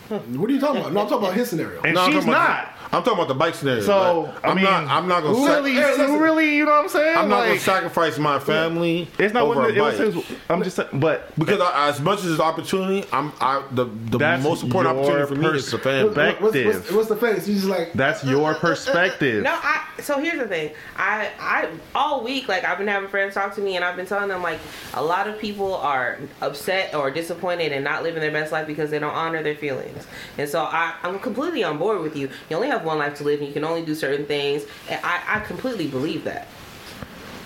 [SPEAKER 3] What are you talking about? No, I'm talking about his scenario.
[SPEAKER 2] and
[SPEAKER 4] No, I'm
[SPEAKER 2] she's
[SPEAKER 4] talking about
[SPEAKER 2] not.
[SPEAKER 4] the- I'm talking about the bike scenario.
[SPEAKER 2] So
[SPEAKER 4] Like,
[SPEAKER 2] I
[SPEAKER 4] I'm
[SPEAKER 2] mean,
[SPEAKER 4] not. I'm not gonna.
[SPEAKER 2] who
[SPEAKER 4] sac-
[SPEAKER 2] really,
[SPEAKER 3] Hey,
[SPEAKER 2] who
[SPEAKER 3] listen.
[SPEAKER 2] really, you know what I'm saying?
[SPEAKER 4] I'm not
[SPEAKER 2] Like,
[SPEAKER 4] gonna sacrifice my family.
[SPEAKER 2] It's not
[SPEAKER 4] over
[SPEAKER 2] what
[SPEAKER 4] a
[SPEAKER 2] it was.
[SPEAKER 4] bike.
[SPEAKER 2] His, I'm just saying, but
[SPEAKER 4] Because I, as much as it's opportunity, I'm I the the
[SPEAKER 2] That's
[SPEAKER 4] most important opportunity
[SPEAKER 2] your
[SPEAKER 4] for me is the
[SPEAKER 2] pers-
[SPEAKER 4] family.
[SPEAKER 2] Back-
[SPEAKER 3] What- what's, what's,
[SPEAKER 2] perspective.
[SPEAKER 3] what's the face? You just like
[SPEAKER 2] that's your perspective.
[SPEAKER 6] No, I. So here's the thing. I, I, all week, like I've been having friends talk to me, and I've been telling them like a lot of people are upset or disappointed and not living their best life because they don't honor their feelings. And so I, I'm completely on board with you. You only have one life to live, and you can only do certain things. And I, I completely believe that.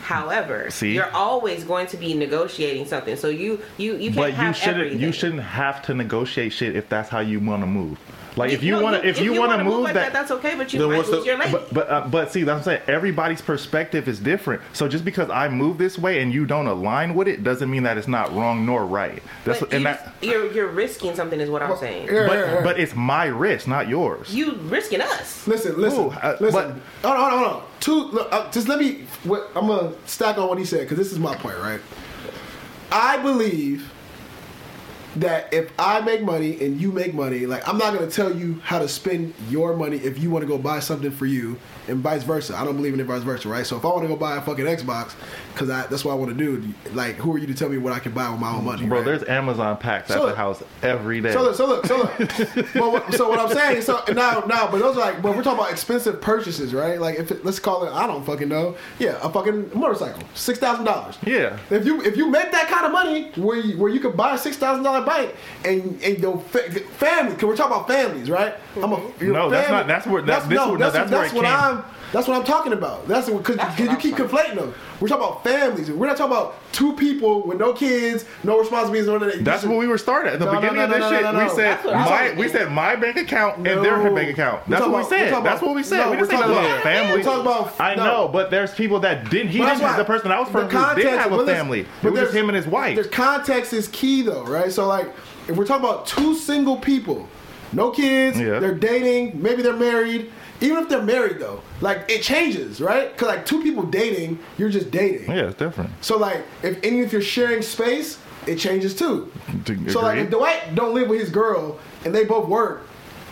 [SPEAKER 6] However,
[SPEAKER 2] See?
[SPEAKER 6] you're always going to be negotiating something. So you, you, you can't
[SPEAKER 2] but
[SPEAKER 6] have
[SPEAKER 2] you shouldn't.
[SPEAKER 6] everything.
[SPEAKER 2] You shouldn't have to negotiate shit if that's how you want to move. Like if you
[SPEAKER 6] no,
[SPEAKER 2] want to, if you, want to
[SPEAKER 6] wanna
[SPEAKER 2] move
[SPEAKER 6] like
[SPEAKER 2] that.
[SPEAKER 6] that's okay. But you
[SPEAKER 4] Then
[SPEAKER 6] might
[SPEAKER 4] what's
[SPEAKER 6] lose
[SPEAKER 4] the-
[SPEAKER 6] your lady.
[SPEAKER 2] but but, uh, but see, that's what I'm saying. Everybody's perspective is different. So just because I move this way and you don't align with it doesn't mean that it's not wrong nor right. That's
[SPEAKER 6] But
[SPEAKER 2] what, and
[SPEAKER 6] you,
[SPEAKER 2] that.
[SPEAKER 6] you're you're risking something, is what I'm saying.
[SPEAKER 3] Yeah, yeah, yeah.
[SPEAKER 2] But but it's my risk, not yours.
[SPEAKER 6] You risking us.
[SPEAKER 3] listen, listen,
[SPEAKER 2] Ooh, uh,
[SPEAKER 3] listen. hold on, hold on, hold on. Two, look, uh, just let me. What, I'm gonna stack on what he said because this is my point, right? I believe that if I make money and you make money, like I'm not gonna tell you how to spend your money if you want to go buy something for you, and vice versa. I don't believe in it vice versa, right? So if I want to go buy a fucking Xbox, cause I, that's what I want to do. Like, who are you to tell me what I can buy with my own money?
[SPEAKER 2] Bro,
[SPEAKER 3] right?
[SPEAKER 2] there's Amazon packs at
[SPEAKER 3] So-
[SPEAKER 2] the house every day.
[SPEAKER 3] So look, so look, so look. but what, so what I'm saying, so now, now, but those are like, but we're talking about expensive purchases, right? Like, if it, let's call it, I don't fucking know. Yeah, a fucking motorcycle, six thousand dollars.
[SPEAKER 2] Yeah.
[SPEAKER 3] If you if you make that kind of money, where you, where you could buy a six thousand dollar bike and and your fa- family, because we're talking about families, right? I'm a your
[SPEAKER 2] No, that's not- that's where- that- this would- no, that's where it
[SPEAKER 3] what
[SPEAKER 2] came-
[SPEAKER 3] I'm. That's what I'm talking about. That's because you keep conflating them. We're talking about families. We're not talking about two people with no kids, no responsibilities, none of that.
[SPEAKER 2] That's what we were starting at. At the
[SPEAKER 3] No, no,
[SPEAKER 2] beginning
[SPEAKER 3] no,
[SPEAKER 2] of this
[SPEAKER 3] no, no,
[SPEAKER 2] shit,
[SPEAKER 3] no, no,
[SPEAKER 2] we
[SPEAKER 3] no.
[SPEAKER 2] said
[SPEAKER 6] That's what I'm
[SPEAKER 2] my
[SPEAKER 6] talking
[SPEAKER 2] we said my bank account and
[SPEAKER 3] No.
[SPEAKER 2] their bank account. That's what we
[SPEAKER 3] We're talking about- we're
[SPEAKER 2] said.
[SPEAKER 3] talking
[SPEAKER 2] That's
[SPEAKER 3] about-
[SPEAKER 2] what we said.
[SPEAKER 3] no,
[SPEAKER 2] we didn't
[SPEAKER 3] we're
[SPEAKER 2] say nothing
[SPEAKER 3] talking
[SPEAKER 2] about
[SPEAKER 3] about-
[SPEAKER 2] family.
[SPEAKER 3] we're talking about-
[SPEAKER 2] I
[SPEAKER 3] no.
[SPEAKER 2] know, but there's people that didn't. He
[SPEAKER 3] But
[SPEAKER 2] didn't.
[SPEAKER 3] that's why-
[SPEAKER 2] The person I was
[SPEAKER 3] the
[SPEAKER 2] from who didn't
[SPEAKER 3] context-
[SPEAKER 2] have a
[SPEAKER 3] well, listen,
[SPEAKER 2] family.
[SPEAKER 3] but
[SPEAKER 2] It was just
[SPEAKER 3] there's-
[SPEAKER 2] him and his wife.
[SPEAKER 3] There's context is key though, right? So like, if we're talking about two single people, no kids,
[SPEAKER 2] Yeah.
[SPEAKER 3] they're dating, maybe they're married. Even if they're married though, like it changes, right? Because like two people dating, you're just dating.
[SPEAKER 2] Yeah, it's different.
[SPEAKER 3] So like, if any if you're sharing space, it changes too.
[SPEAKER 2] D-
[SPEAKER 3] So like,
[SPEAKER 2] agree.
[SPEAKER 3] if Dwight don't live with his girl and they both work,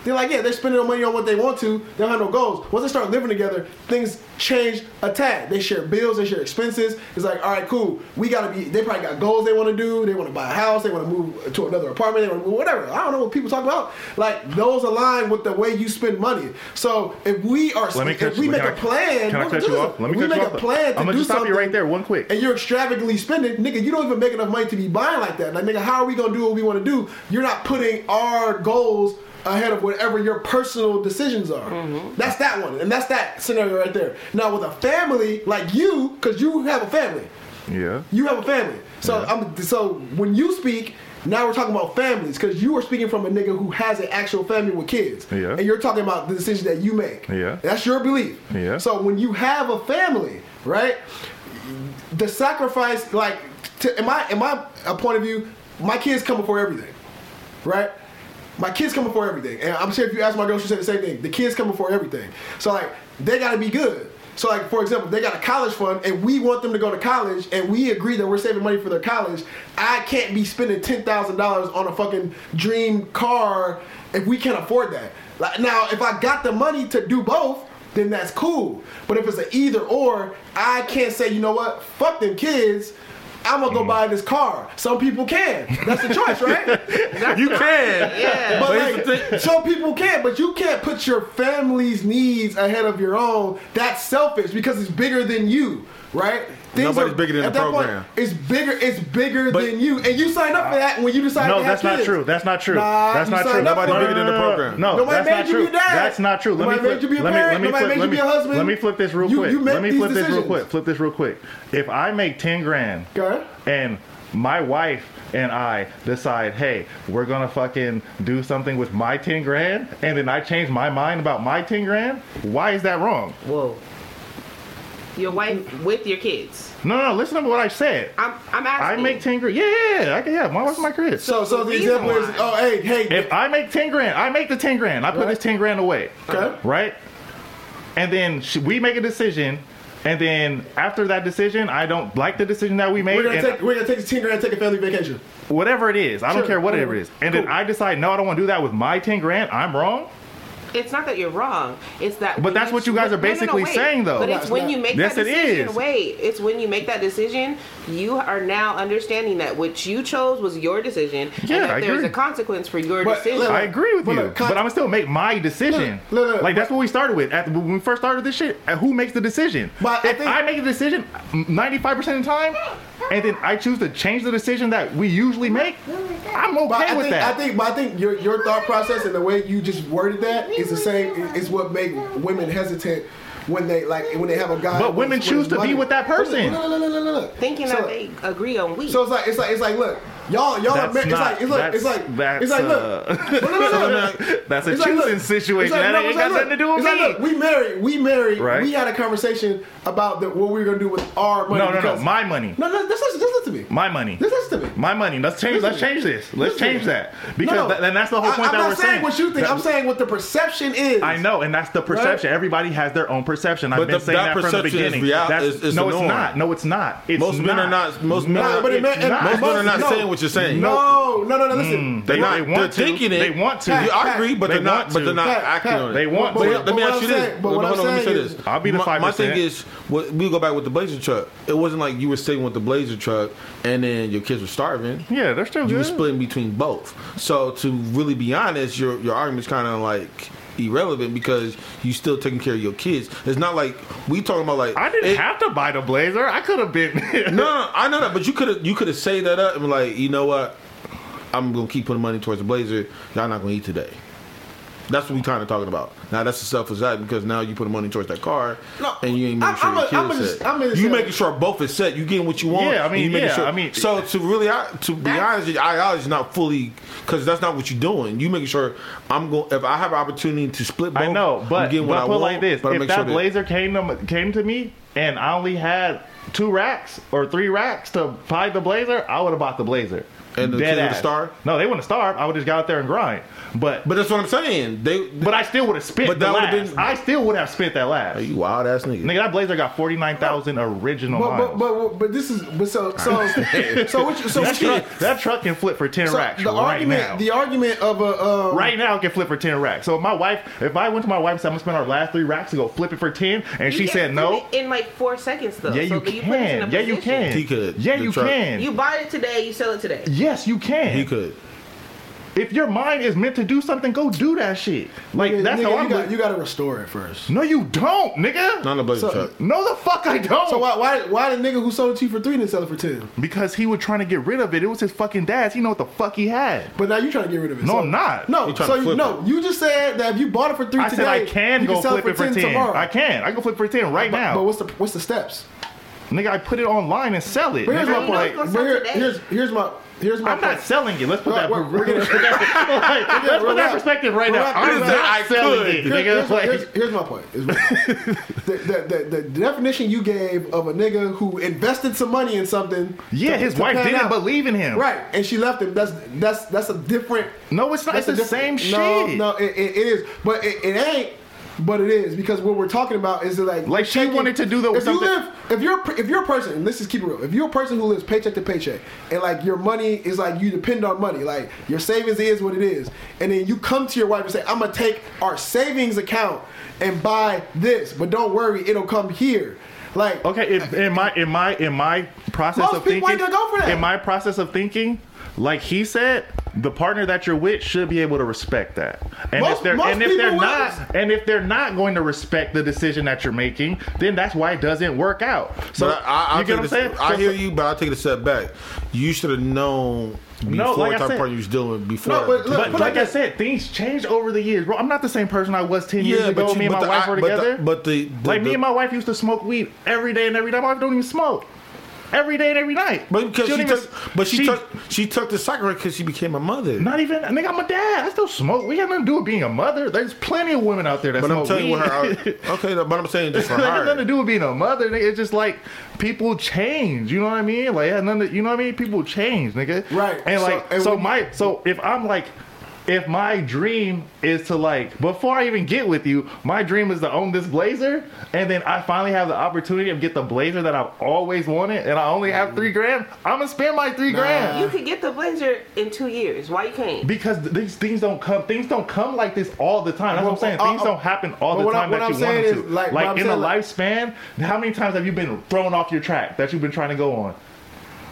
[SPEAKER 3] they're like, yeah, they're spending their money on what they want to. They don't have no goals. Once they start living together, things change a tad. They share bills, they share expenses. It's like, all right, cool. We gotta be. They probably got goals they want to do. They want to buy a house. They want to move to another apartment. They want to move whatever. I don't know what people talk about. Like those align with the way you spend money. So if we are,
[SPEAKER 2] Let me
[SPEAKER 3] if
[SPEAKER 2] cut
[SPEAKER 3] we
[SPEAKER 2] you-
[SPEAKER 3] make
[SPEAKER 2] can
[SPEAKER 3] a
[SPEAKER 2] I-
[SPEAKER 3] plan,
[SPEAKER 2] can I
[SPEAKER 3] no,
[SPEAKER 2] cut you
[SPEAKER 3] listen,
[SPEAKER 2] off? Let me
[SPEAKER 3] if we
[SPEAKER 2] cut you
[SPEAKER 3] make
[SPEAKER 2] off.
[SPEAKER 3] a plan to
[SPEAKER 2] I'ma
[SPEAKER 3] do
[SPEAKER 2] just stop you
[SPEAKER 3] something-
[SPEAKER 2] right there, one quick.
[SPEAKER 3] and you're extravagantly spending, nigga, you don't even make enough money to be buying like that. Like, nigga, how are we gonna do what we wanna do? You're not putting our goals ahead of whatever your personal decisions are. That's that one, and that's that scenario right there. Now, with a family like you, because you have a family,
[SPEAKER 2] Yeah.
[SPEAKER 3] you have a family. So I'm so when you speak, now we're talking about families because you are speaking from a nigga who has an actual family with kids,
[SPEAKER 2] Yeah.
[SPEAKER 3] and you're talking about the decisions that you make.
[SPEAKER 2] Yeah.
[SPEAKER 3] that's your belief.
[SPEAKER 2] Yeah.
[SPEAKER 3] So when you have a family, right, the sacrifice, like, to, in my in my a point of view, my kids come before everything, right? My kids come before everything, and I'm sure if you ask my girl, she said the same thing. The kids come before everything, so like they gotta be good. So like for example, if they got a college fund, and we want them to go to college, and we agree that we're saving money for their college. I can't be spending ten thousand dollars on a fucking dream car if we can't afford that. Like now, if I got the money to do both, then that's cool. But if it's an either or, I can't say, you know what, fuck them kids. I'm gonna go buy this car. Some people can. That's the choice, right?
[SPEAKER 2] You can.
[SPEAKER 6] Yeah.
[SPEAKER 3] But
[SPEAKER 2] But here's the
[SPEAKER 3] like, some people can't, but you can't put your family's needs ahead of your own. That's selfish because it's bigger than you, right?
[SPEAKER 4] Nobody's bigger than
[SPEAKER 3] at
[SPEAKER 4] the
[SPEAKER 3] that point,
[SPEAKER 4] program.
[SPEAKER 3] it's bigger. It's bigger
[SPEAKER 4] But-
[SPEAKER 3] than you, and you signed up for that when you decided.
[SPEAKER 2] No,
[SPEAKER 3] to have
[SPEAKER 2] that's not
[SPEAKER 3] kids.
[SPEAKER 2] true. That's not true.
[SPEAKER 3] Nah,
[SPEAKER 2] That's
[SPEAKER 3] you
[SPEAKER 2] not true.
[SPEAKER 3] signed up for
[SPEAKER 4] Nobody
[SPEAKER 3] it.
[SPEAKER 4] bigger than the program.
[SPEAKER 2] No,
[SPEAKER 3] Nobody
[SPEAKER 2] that's
[SPEAKER 3] made
[SPEAKER 2] not
[SPEAKER 3] you
[SPEAKER 2] true.
[SPEAKER 3] be a dad.
[SPEAKER 2] That's not true. Let me
[SPEAKER 3] Nobody
[SPEAKER 2] flip.
[SPEAKER 3] made you be a
[SPEAKER 2] let me-
[SPEAKER 3] parent.
[SPEAKER 2] let me
[SPEAKER 3] Nobody
[SPEAKER 2] flip-
[SPEAKER 3] made
[SPEAKER 2] let
[SPEAKER 3] you be
[SPEAKER 2] me-
[SPEAKER 3] a husband.
[SPEAKER 2] Let me flip this real
[SPEAKER 3] You-
[SPEAKER 2] quick.
[SPEAKER 3] you make
[SPEAKER 2] let me
[SPEAKER 3] these
[SPEAKER 2] flip this real
[SPEAKER 3] decisions.
[SPEAKER 2] quick. Flip this real quick. If I make ten grand
[SPEAKER 3] Okay.
[SPEAKER 2] and my wife and I decide, hey, we're gonna fucking do something with my ten grand, and then I change my mind about my ten grand. Why is that wrong?
[SPEAKER 6] Whoa. Your wife with your kids.
[SPEAKER 2] No, no. Listen to what I said.
[SPEAKER 6] I'm I'm
[SPEAKER 2] I
[SPEAKER 6] asking.
[SPEAKER 2] make ten grand. Yeah, I can. Yeah, my wife's my crib.
[SPEAKER 3] So, so the
[SPEAKER 6] Reason
[SPEAKER 3] example is,
[SPEAKER 6] why.
[SPEAKER 3] oh, hey, hey,
[SPEAKER 2] If I make ten grand, I make the ten grand. I put
[SPEAKER 3] Right.
[SPEAKER 2] this ten grand away.
[SPEAKER 3] Okay.
[SPEAKER 2] Right. And then sh- we make a decision, and then after that decision, I don't like the decision that we made,
[SPEAKER 3] we're gonna
[SPEAKER 2] and
[SPEAKER 3] take we're gonna take the ten grand, and take a family vacation.
[SPEAKER 2] whatever it is, I don't
[SPEAKER 3] Sure,
[SPEAKER 2] care whatever it is. And then
[SPEAKER 3] Cool.
[SPEAKER 2] I decide, no, I don't want to do that with my ten grand. I'm wrong.
[SPEAKER 6] It's not that you're wrong. It's that.
[SPEAKER 2] But
[SPEAKER 6] when
[SPEAKER 2] that's what you guys are
[SPEAKER 6] No, no, no,
[SPEAKER 2] basically
[SPEAKER 6] wait.
[SPEAKER 2] saying, though.
[SPEAKER 6] But
[SPEAKER 3] No,
[SPEAKER 6] it's
[SPEAKER 3] it's
[SPEAKER 6] when
[SPEAKER 3] not.
[SPEAKER 6] you make
[SPEAKER 2] Yes,
[SPEAKER 6] that
[SPEAKER 2] it
[SPEAKER 6] decision.
[SPEAKER 2] is.
[SPEAKER 6] Wait, it's when you make that decision. You are now understanding that what you chose was your decision,
[SPEAKER 2] Yeah,
[SPEAKER 6] and that
[SPEAKER 2] I
[SPEAKER 6] there's
[SPEAKER 2] agree.
[SPEAKER 6] a consequence for your
[SPEAKER 3] But,
[SPEAKER 6] decision.
[SPEAKER 3] look,
[SPEAKER 2] I agree with
[SPEAKER 3] But
[SPEAKER 2] you,
[SPEAKER 3] look, con-
[SPEAKER 2] but I'm gonna still make my decision.
[SPEAKER 3] Look, look, look,
[SPEAKER 2] like that's what we started with at, when we first started this shit. uh, Who makes the decision?
[SPEAKER 3] But I
[SPEAKER 2] if I,
[SPEAKER 3] think-
[SPEAKER 2] make a decision, 95 percent of the time, and then I choose to change the decision that we usually make, I'm okay
[SPEAKER 3] But I
[SPEAKER 2] with
[SPEAKER 3] think,
[SPEAKER 2] that.
[SPEAKER 3] I think, but I think your your thought process and the way you just worded that is the same. Is what make women hesitant when they like when they have a guy.
[SPEAKER 2] But women
[SPEAKER 3] with- with
[SPEAKER 2] choose to be
[SPEAKER 3] money.
[SPEAKER 2] with that person.
[SPEAKER 3] Look, look, look, look, look, look.
[SPEAKER 6] thinking
[SPEAKER 3] so,
[SPEAKER 6] that they agree on we.
[SPEAKER 3] So it's like it's like it's like look, y'all y'all are
[SPEAKER 2] That's
[SPEAKER 3] ma- it's
[SPEAKER 2] not-
[SPEAKER 3] like it's like it's
[SPEAKER 2] that's-
[SPEAKER 3] like
[SPEAKER 2] that's,
[SPEAKER 3] it's like look.
[SPEAKER 2] uh,
[SPEAKER 3] No, no, no, no, no.
[SPEAKER 2] That's a
[SPEAKER 3] It's like,
[SPEAKER 2] choosing
[SPEAKER 3] look,
[SPEAKER 2] situation.
[SPEAKER 3] it's like,
[SPEAKER 2] that
[SPEAKER 3] no,
[SPEAKER 2] ain't
[SPEAKER 3] it's
[SPEAKER 2] got
[SPEAKER 3] like, look,
[SPEAKER 2] nothing to do with
[SPEAKER 3] it's
[SPEAKER 2] me.
[SPEAKER 3] like, look, we married. We married.
[SPEAKER 2] Right.
[SPEAKER 3] We had a conversation about the, what we were gonna do with our money.
[SPEAKER 2] no, no, no.
[SPEAKER 3] because-
[SPEAKER 2] My money.
[SPEAKER 3] No, no, just listen, just listen to me.
[SPEAKER 2] My money.
[SPEAKER 3] Just listen to me.
[SPEAKER 2] My money. Let's change. Let's change this. Let's
[SPEAKER 3] Listen.
[SPEAKER 2] change that because
[SPEAKER 3] No.
[SPEAKER 2] that, and that's the whole
[SPEAKER 3] I-
[SPEAKER 2] point
[SPEAKER 3] I'm
[SPEAKER 2] that
[SPEAKER 3] not
[SPEAKER 2] we're
[SPEAKER 3] saying.
[SPEAKER 2] saying.
[SPEAKER 3] what you think.
[SPEAKER 2] That-
[SPEAKER 3] I'm saying what the perception is.
[SPEAKER 2] I know, and that's the perception. Everybody has their own perception. I've
[SPEAKER 4] But
[SPEAKER 2] been
[SPEAKER 4] the-
[SPEAKER 2] saying
[SPEAKER 4] that
[SPEAKER 2] that, from the
[SPEAKER 4] perception is
[SPEAKER 2] beginning.
[SPEAKER 4] real-
[SPEAKER 2] That's-
[SPEAKER 4] is- is
[SPEAKER 2] no,
[SPEAKER 4] the
[SPEAKER 2] it's
[SPEAKER 4] norm.
[SPEAKER 2] not. No, it's not. It's
[SPEAKER 4] Most men are not- most men
[SPEAKER 2] No,
[SPEAKER 4] are-
[SPEAKER 2] but it
[SPEAKER 4] it's
[SPEAKER 2] meant-
[SPEAKER 4] not.
[SPEAKER 2] most men are not
[SPEAKER 4] saying what you're saying.
[SPEAKER 3] No, no, no, no. Listen.
[SPEAKER 2] They,
[SPEAKER 4] They're not.
[SPEAKER 2] they
[SPEAKER 4] They
[SPEAKER 2] want
[SPEAKER 4] are
[SPEAKER 2] to.
[SPEAKER 4] thinking it.
[SPEAKER 2] They want to.
[SPEAKER 3] Pat,
[SPEAKER 4] You, I
[SPEAKER 3] Pat.
[SPEAKER 4] agree, but
[SPEAKER 2] They
[SPEAKER 4] they are not.
[SPEAKER 2] want
[SPEAKER 4] But they're
[SPEAKER 2] to.
[SPEAKER 4] not
[SPEAKER 3] Pat,
[SPEAKER 4] acting
[SPEAKER 3] Pat.
[SPEAKER 4] on it.
[SPEAKER 2] They want
[SPEAKER 4] But
[SPEAKER 2] to.
[SPEAKER 4] let me
[SPEAKER 3] But what
[SPEAKER 4] ask you
[SPEAKER 3] I'm
[SPEAKER 4] this.
[SPEAKER 3] saying- but what
[SPEAKER 4] Hold on,
[SPEAKER 3] I'm
[SPEAKER 4] let me say
[SPEAKER 3] saying
[SPEAKER 4] this.
[SPEAKER 3] is-
[SPEAKER 2] I'll be the
[SPEAKER 4] My, my
[SPEAKER 2] 5%.
[SPEAKER 4] thing is, what, we go back with the blazer truck. It wasn't like you were staying with the blazer truck and then your kids were starving.
[SPEAKER 2] Yeah, they're still
[SPEAKER 4] You were
[SPEAKER 2] good.
[SPEAKER 4] splitting between both. So to really be honest, your your argument's kind of like irrelevant because you still taking care of your kids. It's not like we talking about like
[SPEAKER 2] I didn't
[SPEAKER 4] it-
[SPEAKER 2] have to buy the blazer. I could have been.
[SPEAKER 4] No, no, I know that, but you could have you could have saved that up and be like, you know what, I'm gonna keep putting money towards the blazer. Y'all not gonna eat today. That's what we kind of talking about. Now that's the selfish act because now you putting money towards that car,
[SPEAKER 3] No,
[SPEAKER 4] and you ain't
[SPEAKER 3] I'm-
[SPEAKER 4] making sure
[SPEAKER 3] I'm
[SPEAKER 4] your
[SPEAKER 3] a- I'm
[SPEAKER 4] kids
[SPEAKER 3] a-
[SPEAKER 4] set.
[SPEAKER 3] I'm a-
[SPEAKER 4] you making sure both is set. You getting what you want.
[SPEAKER 2] Yeah, I
[SPEAKER 4] and
[SPEAKER 2] mean,
[SPEAKER 4] you making
[SPEAKER 2] yeah, I mean-
[SPEAKER 4] so to really I- to be honest, your ideology is not fully because that's not what you're doing. You making sure I'm going if I have an opportunity to split. Both,
[SPEAKER 2] I know,
[SPEAKER 4] I'm
[SPEAKER 2] but,
[SPEAKER 4] getting
[SPEAKER 2] but
[SPEAKER 4] what
[SPEAKER 2] I
[SPEAKER 4] I
[SPEAKER 2] put it
[SPEAKER 4] want,
[SPEAKER 2] like this:
[SPEAKER 4] but I
[SPEAKER 2] if
[SPEAKER 4] make
[SPEAKER 2] that
[SPEAKER 4] sure
[SPEAKER 2] blazer came to came to me and I only had two racks or three racks to buy the blazer, I would have bought the blazer.
[SPEAKER 4] And the
[SPEAKER 2] Dead
[SPEAKER 4] kids would've
[SPEAKER 2] ass.
[SPEAKER 4] starved?
[SPEAKER 2] No, they wouldn't starve. I would just got out there and grind. But
[SPEAKER 4] but that's what I'm saying. They,
[SPEAKER 2] but I still would have spent.
[SPEAKER 4] But
[SPEAKER 2] the
[SPEAKER 4] that
[SPEAKER 2] last.
[SPEAKER 4] would've been-
[SPEAKER 2] I still would have spent that last.
[SPEAKER 4] you wild ass nigga.
[SPEAKER 2] Nigga, that blazer got forty nine thousand original
[SPEAKER 3] But,
[SPEAKER 2] miles.
[SPEAKER 3] but but but this is but so so so what you,
[SPEAKER 2] that,
[SPEAKER 3] so what you,
[SPEAKER 2] truck, that truck can flip for ten
[SPEAKER 3] so
[SPEAKER 2] racks
[SPEAKER 3] the
[SPEAKER 2] right
[SPEAKER 3] argument
[SPEAKER 2] now.
[SPEAKER 3] the argument of a um,
[SPEAKER 2] Right now, it can flip for ten racks. So if my wife, if I went to my wife and said I'm gonna spend our last three racks to go flip it for ten, and
[SPEAKER 6] You
[SPEAKER 2] she
[SPEAKER 6] can
[SPEAKER 2] said
[SPEAKER 6] do
[SPEAKER 2] no,
[SPEAKER 6] it In like four seconds though.
[SPEAKER 2] yeah, you
[SPEAKER 6] so but put us in a
[SPEAKER 2] can. Yeah, you
[SPEAKER 6] position.
[SPEAKER 2] can.
[SPEAKER 4] He could.
[SPEAKER 2] Yeah,
[SPEAKER 4] The
[SPEAKER 2] you
[SPEAKER 4] truck-
[SPEAKER 2] can.
[SPEAKER 6] You buy it today, you sell it today.
[SPEAKER 2] yes, you can.
[SPEAKER 4] He could.
[SPEAKER 2] If your mind is meant to do something, go do that shit. Like
[SPEAKER 3] nigga,
[SPEAKER 2] that's
[SPEAKER 3] nigga,
[SPEAKER 2] how
[SPEAKER 3] you
[SPEAKER 2] I'm.
[SPEAKER 3] got you got to restore it first.
[SPEAKER 2] no, you don't, nigga.
[SPEAKER 4] Not in the blazer
[SPEAKER 3] So-
[SPEAKER 4] truck.
[SPEAKER 2] No, the fuck I don't.
[SPEAKER 3] So why why why the nigga who sold it to you for three didn't sell it for ten?
[SPEAKER 2] Because he was trying to get rid of it. It was his fucking dad's. He know what the fuck he had.
[SPEAKER 3] But now you trying to get rid of it.
[SPEAKER 2] No,
[SPEAKER 3] so,
[SPEAKER 2] I'm not.
[SPEAKER 3] No,
[SPEAKER 4] You trying
[SPEAKER 3] so
[SPEAKER 4] to
[SPEAKER 3] you,
[SPEAKER 4] flip
[SPEAKER 3] no,
[SPEAKER 4] it.
[SPEAKER 3] you just said that if you bought it for three
[SPEAKER 2] I
[SPEAKER 3] today,
[SPEAKER 2] said I can
[SPEAKER 3] you
[SPEAKER 2] go
[SPEAKER 3] sell
[SPEAKER 2] flip it for ten.
[SPEAKER 3] tomorrow.
[SPEAKER 2] I can. I can flip it for ten right
[SPEAKER 3] But,
[SPEAKER 2] now.
[SPEAKER 3] but what's the what's the steps?
[SPEAKER 2] nigga, I put it online and sell it.
[SPEAKER 3] But here's
[SPEAKER 2] nigga.
[SPEAKER 3] my
[SPEAKER 6] you know
[SPEAKER 3] point.
[SPEAKER 6] it's gonna
[SPEAKER 3] But
[SPEAKER 6] sell
[SPEAKER 3] here-
[SPEAKER 6] today.
[SPEAKER 3] here's here's my here's my
[SPEAKER 2] I'm not
[SPEAKER 3] point.
[SPEAKER 2] selling it. Let's put
[SPEAKER 3] No,
[SPEAKER 2] that.
[SPEAKER 3] we're- we're gonna-
[SPEAKER 2] let's put that- like, let's put that
[SPEAKER 3] wrap-
[SPEAKER 2] perspective right
[SPEAKER 3] we're
[SPEAKER 2] now.
[SPEAKER 3] wrapping
[SPEAKER 2] I'm
[SPEAKER 3] it up.
[SPEAKER 2] not
[SPEAKER 4] I
[SPEAKER 2] selling
[SPEAKER 4] could.
[SPEAKER 2] it,
[SPEAKER 3] Here-
[SPEAKER 2] nigga.
[SPEAKER 3] here's, my,
[SPEAKER 2] Like,
[SPEAKER 3] here's- here's my point. Here's my point. the, the, the, the definition you gave of a nigga who invested some money in something.
[SPEAKER 2] yeah,
[SPEAKER 3] to-
[SPEAKER 2] his
[SPEAKER 3] to
[SPEAKER 2] wife
[SPEAKER 3] pan
[SPEAKER 2] didn't
[SPEAKER 3] out.
[SPEAKER 2] believe in him.
[SPEAKER 3] Right, and she left him. That's that's that's a different.
[SPEAKER 2] No, it's not.
[SPEAKER 3] that's
[SPEAKER 2] It's the
[SPEAKER 3] a
[SPEAKER 2] same
[SPEAKER 3] different-
[SPEAKER 2] shit.
[SPEAKER 3] No, no, it, it, it is, but it, it ain't. But it is because what we're talking about is that like
[SPEAKER 2] Like, she
[SPEAKER 3] taking-
[SPEAKER 2] wanted to do the-
[SPEAKER 3] If
[SPEAKER 2] something-
[SPEAKER 3] you live, if you're a- if you're a person, and this is keep it real. If you're a person who lives paycheck to paycheck, and like your money is like you depend on money, like your savings is what it is, and then you come to your wife and say, "I'm gonna take our savings account and buy this," but don't worry, it'll come here. Like
[SPEAKER 2] Okay, in, in my in my in my process
[SPEAKER 3] Most
[SPEAKER 2] of
[SPEAKER 3] people
[SPEAKER 2] thinking,
[SPEAKER 3] ain't gonna go for that.
[SPEAKER 2] in my process of thinking, like he said, the partner that you're with should be able to respect that. And if
[SPEAKER 3] Most-
[SPEAKER 2] they're
[SPEAKER 3] most
[SPEAKER 2] and if they're
[SPEAKER 3] people will.
[SPEAKER 2] not and if they're not going to respect the decision that you're making, then that's why it doesn't work out. So
[SPEAKER 4] but I, I, I
[SPEAKER 2] you get
[SPEAKER 4] take
[SPEAKER 2] what I'm
[SPEAKER 4] this-
[SPEAKER 2] saying?
[SPEAKER 4] I
[SPEAKER 2] So-
[SPEAKER 4] hear you, but I take it a step back. You should have known before
[SPEAKER 2] No, like I
[SPEAKER 4] what type
[SPEAKER 2] said-
[SPEAKER 4] of party you was doing before.
[SPEAKER 3] No, but look,
[SPEAKER 2] But
[SPEAKER 3] put
[SPEAKER 2] like
[SPEAKER 3] like
[SPEAKER 2] I
[SPEAKER 3] that-
[SPEAKER 2] said, things change over the years, bro. I'm not the same person I was ten years
[SPEAKER 4] Yeah,
[SPEAKER 2] ago.
[SPEAKER 4] but
[SPEAKER 2] when
[SPEAKER 4] you-
[SPEAKER 2] me and
[SPEAKER 4] but
[SPEAKER 2] my
[SPEAKER 4] the-
[SPEAKER 2] wife were
[SPEAKER 4] but the-
[SPEAKER 2] together.
[SPEAKER 4] but the- the-
[SPEAKER 2] like me
[SPEAKER 4] the-
[SPEAKER 2] and my wife used to smoke weed every day and every night. My wife don't even smoke. Every day and every night.
[SPEAKER 4] But because she,
[SPEAKER 2] don't even-
[SPEAKER 4] took, but she, took, she took the sacrament because she became a mother.
[SPEAKER 2] Not even, nigga, I'm a dad. I still smoke. We got nothing to do with being a mother. There's plenty of women out there that
[SPEAKER 4] but I'm
[SPEAKER 2] smoke
[SPEAKER 4] telling you,
[SPEAKER 2] weed.
[SPEAKER 4] what her. Okay, no, but I'm saying just for
[SPEAKER 2] It has nothing to
[SPEAKER 4] her.
[SPEAKER 2] do with being a mother, nigga. It's just like people change. You know what I mean? Like, it has nothing to- you know what I mean? People change, nigga.
[SPEAKER 3] Right.
[SPEAKER 2] And
[SPEAKER 3] So-
[SPEAKER 2] like, so,
[SPEAKER 3] and when-
[SPEAKER 2] my, so if I'm like, if my dream is to like, before I even get with you, my dream is to own this blazer, and then I finally have the opportunity to get the blazer that I've always wanted, and I only have three grand. I'm gonna spend my three grand.
[SPEAKER 6] You could get the blazer in two years. Why you can't?
[SPEAKER 2] Because th- these things don't come, things don't come like this all the time. That's what I'm
[SPEAKER 3] Well,
[SPEAKER 2] saying.
[SPEAKER 3] uh,
[SPEAKER 2] Things
[SPEAKER 3] uh,
[SPEAKER 2] don't happen all
[SPEAKER 3] but
[SPEAKER 2] the
[SPEAKER 3] what I-
[SPEAKER 2] time
[SPEAKER 3] what
[SPEAKER 2] that
[SPEAKER 3] I'm
[SPEAKER 2] you want
[SPEAKER 3] saying
[SPEAKER 2] them to.
[SPEAKER 3] is, like,
[SPEAKER 2] Like,
[SPEAKER 3] what I'm
[SPEAKER 2] in the
[SPEAKER 3] saying, like-
[SPEAKER 2] lifespan, how many times have you been thrown off your track that you've been trying to go on?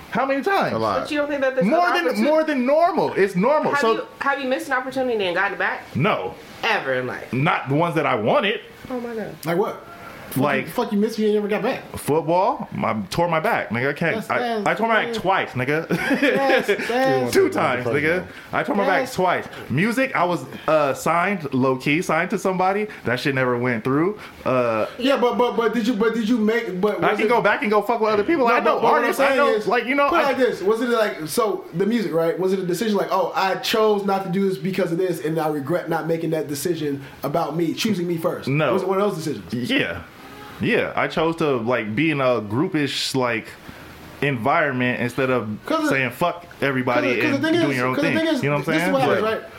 [SPEAKER 2] How many times?
[SPEAKER 4] A lot.
[SPEAKER 6] But you don't think that there's
[SPEAKER 2] More
[SPEAKER 6] other
[SPEAKER 2] than
[SPEAKER 6] opportun-
[SPEAKER 2] more than normal. It's normal.
[SPEAKER 6] Have
[SPEAKER 2] so
[SPEAKER 6] you have you missed an opportunity and gotten it back
[SPEAKER 2] no,
[SPEAKER 6] ever in life?
[SPEAKER 2] not the ones that I wanted.
[SPEAKER 6] Oh my god.
[SPEAKER 3] like what?
[SPEAKER 2] Like
[SPEAKER 3] fuck you missed you and never got back.
[SPEAKER 2] football, I tore my back, nigga. I can't.
[SPEAKER 3] That's-
[SPEAKER 2] I,
[SPEAKER 3] that's-
[SPEAKER 2] I tore my back
[SPEAKER 3] that's-
[SPEAKER 2] twice, nigga.
[SPEAKER 3] That's, that's,
[SPEAKER 2] Two times, nigga. I tore my back
[SPEAKER 3] Yes.
[SPEAKER 2] twice. Music, I was uh, signed, low key signed to somebody. That shit never went through. Uh,
[SPEAKER 3] yeah, but but but did you but did you make but
[SPEAKER 2] I
[SPEAKER 3] was
[SPEAKER 2] can
[SPEAKER 3] it-
[SPEAKER 2] go back and go fuck with other people.
[SPEAKER 3] No,
[SPEAKER 2] I
[SPEAKER 3] but-
[SPEAKER 2] know
[SPEAKER 3] but what I'm
[SPEAKER 2] artists. I
[SPEAKER 3] saying
[SPEAKER 2] know,
[SPEAKER 3] is,
[SPEAKER 2] like you know,
[SPEAKER 3] Put it
[SPEAKER 2] I,
[SPEAKER 3] like this: Was it like so the music, right? Was it a decision like, oh, I chose not to do this because of this, and I regret not making that decision about me choosing me first?
[SPEAKER 2] No.
[SPEAKER 3] was it one of those decisions?
[SPEAKER 2] yeah, yeah. I chose to like be in a groupish like environment instead of
[SPEAKER 3] Cause it-
[SPEAKER 2] saying fuck
[SPEAKER 3] Cause
[SPEAKER 2] everybody
[SPEAKER 3] the- cause
[SPEAKER 2] and
[SPEAKER 3] the thing
[SPEAKER 2] doing
[SPEAKER 3] is-
[SPEAKER 2] your own
[SPEAKER 3] cause the
[SPEAKER 2] thing.
[SPEAKER 3] is,
[SPEAKER 2] you know what I'm
[SPEAKER 3] This is
[SPEAKER 2] saying?
[SPEAKER 3] what happens,
[SPEAKER 2] Like,
[SPEAKER 3] right?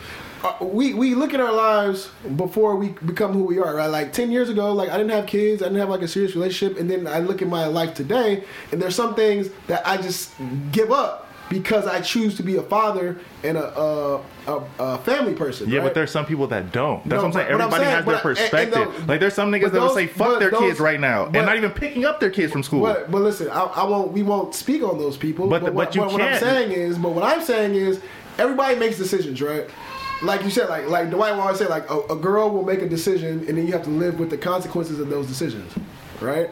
[SPEAKER 3] Uh, we we look at our lives before we become who we are, right? Like ten years ago, like I didn't have kids, I didn't have like a serious relationship, and then I look at my life today, and there's some things that I just give up because I choose to be a father and a a, a, a family person.
[SPEAKER 2] Yeah,
[SPEAKER 3] right?
[SPEAKER 2] but there's some people that don't. That's
[SPEAKER 3] No,
[SPEAKER 2] what I'm saying.
[SPEAKER 3] but- but I'm
[SPEAKER 2] Everybody
[SPEAKER 3] saying-
[SPEAKER 2] has their
[SPEAKER 3] but I- and- and
[SPEAKER 2] perspective.
[SPEAKER 3] those-
[SPEAKER 2] like there's some niggas
[SPEAKER 3] but
[SPEAKER 2] that will
[SPEAKER 3] those-
[SPEAKER 2] say fuck
[SPEAKER 3] but
[SPEAKER 2] their kids
[SPEAKER 3] those-
[SPEAKER 2] right now
[SPEAKER 3] but-
[SPEAKER 2] and not even picking up their kids from school.
[SPEAKER 3] But, but listen, I, I won't. We won't speak on those people.
[SPEAKER 2] But
[SPEAKER 3] But,
[SPEAKER 2] the-
[SPEAKER 3] what,
[SPEAKER 2] but you
[SPEAKER 3] what, what I'm
[SPEAKER 2] can't.
[SPEAKER 3] saying is, but what I'm saying is, everybody makes decisions, right? Like you said, like like Dwight will always say, like a, a girl will make a decision, and then you have to live with the consequences of those decisions, right?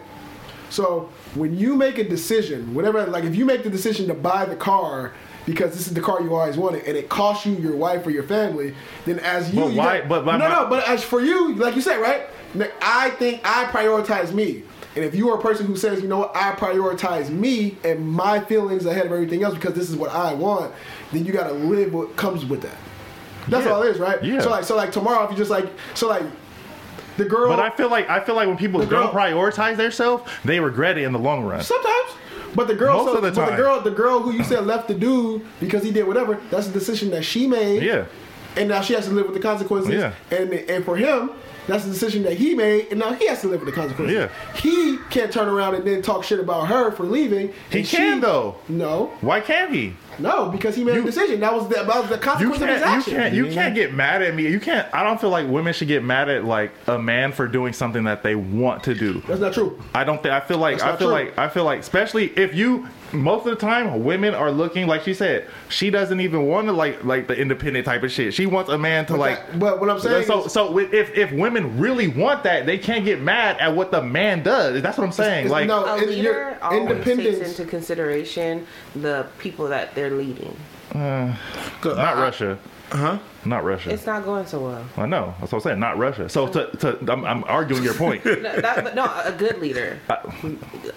[SPEAKER 3] So when you make a decision, whatever, like if you make the decision to buy the car because this is the car you always wanted, and it costs you your wife or your family, then as you,
[SPEAKER 2] But
[SPEAKER 3] you
[SPEAKER 2] why-
[SPEAKER 3] got-
[SPEAKER 2] but- but
[SPEAKER 3] no,
[SPEAKER 2] my-
[SPEAKER 3] no, but as for you, like you said, right? Now, I think I prioritize me. And if you are a person who says, you know what, I prioritize me and my feelings ahead of everything else because this is what I want, then you gotta live what comes with that. That's
[SPEAKER 2] Yeah.
[SPEAKER 3] all it is, right?
[SPEAKER 2] Yeah.
[SPEAKER 3] So like so like tomorrow if you just like so like the girl
[SPEAKER 2] But I feel like I feel like when people
[SPEAKER 3] The girl-
[SPEAKER 2] don't prioritize themselves, they regret it in the long run.
[SPEAKER 3] sometimes but the girl
[SPEAKER 2] Most
[SPEAKER 3] so,
[SPEAKER 2] of the
[SPEAKER 3] but
[SPEAKER 2] time.
[SPEAKER 3] the girl the girl who you said left the dude because he did whatever, that's a decision that she made.
[SPEAKER 2] Yeah.
[SPEAKER 3] And now she has to live with the consequences.
[SPEAKER 2] Yeah.
[SPEAKER 3] And and for him, that's the decision that he made, and now he has to live with the consequences.
[SPEAKER 2] Yeah.
[SPEAKER 3] He can't turn around and then talk shit about her for leaving.
[SPEAKER 2] He
[SPEAKER 3] and
[SPEAKER 2] can,
[SPEAKER 3] she-
[SPEAKER 2] though.
[SPEAKER 3] No,
[SPEAKER 2] Why can't he?
[SPEAKER 3] no, because he made
[SPEAKER 2] You-
[SPEAKER 3] a decision. That was the, that was the
[SPEAKER 2] You
[SPEAKER 3] consequence of his
[SPEAKER 2] can't, you
[SPEAKER 3] action.
[SPEAKER 2] can't you can't get mad at me. You can't I don't feel like women should get mad at like a man for doing something that they want to do.
[SPEAKER 3] That's not true.
[SPEAKER 2] I don't think I feel like
[SPEAKER 3] That's
[SPEAKER 2] I
[SPEAKER 3] not
[SPEAKER 2] feel
[SPEAKER 3] true.
[SPEAKER 2] like I feel like especially if you most of the time women are looking like she said she doesn't even want to like like the independent type of shit. She wants a man to
[SPEAKER 3] But
[SPEAKER 2] like.
[SPEAKER 3] that- but what I'm saying
[SPEAKER 2] So
[SPEAKER 3] is-
[SPEAKER 2] so if if women really want that, they can't get mad at what the man does. That's what I'm saying.
[SPEAKER 3] it's-
[SPEAKER 2] like
[SPEAKER 3] no,
[SPEAKER 6] A
[SPEAKER 3] and
[SPEAKER 6] leader
[SPEAKER 3] your
[SPEAKER 6] always takes
[SPEAKER 3] independence-
[SPEAKER 6] into consideration the people that they're leading.
[SPEAKER 2] not Russia. Huh? Not Russia.
[SPEAKER 6] It's not going so well.
[SPEAKER 2] I know. That's what I'm saying. Not Russia. So to, to I'm, I'm arguing your point.
[SPEAKER 6] No, that, but no, a good leader.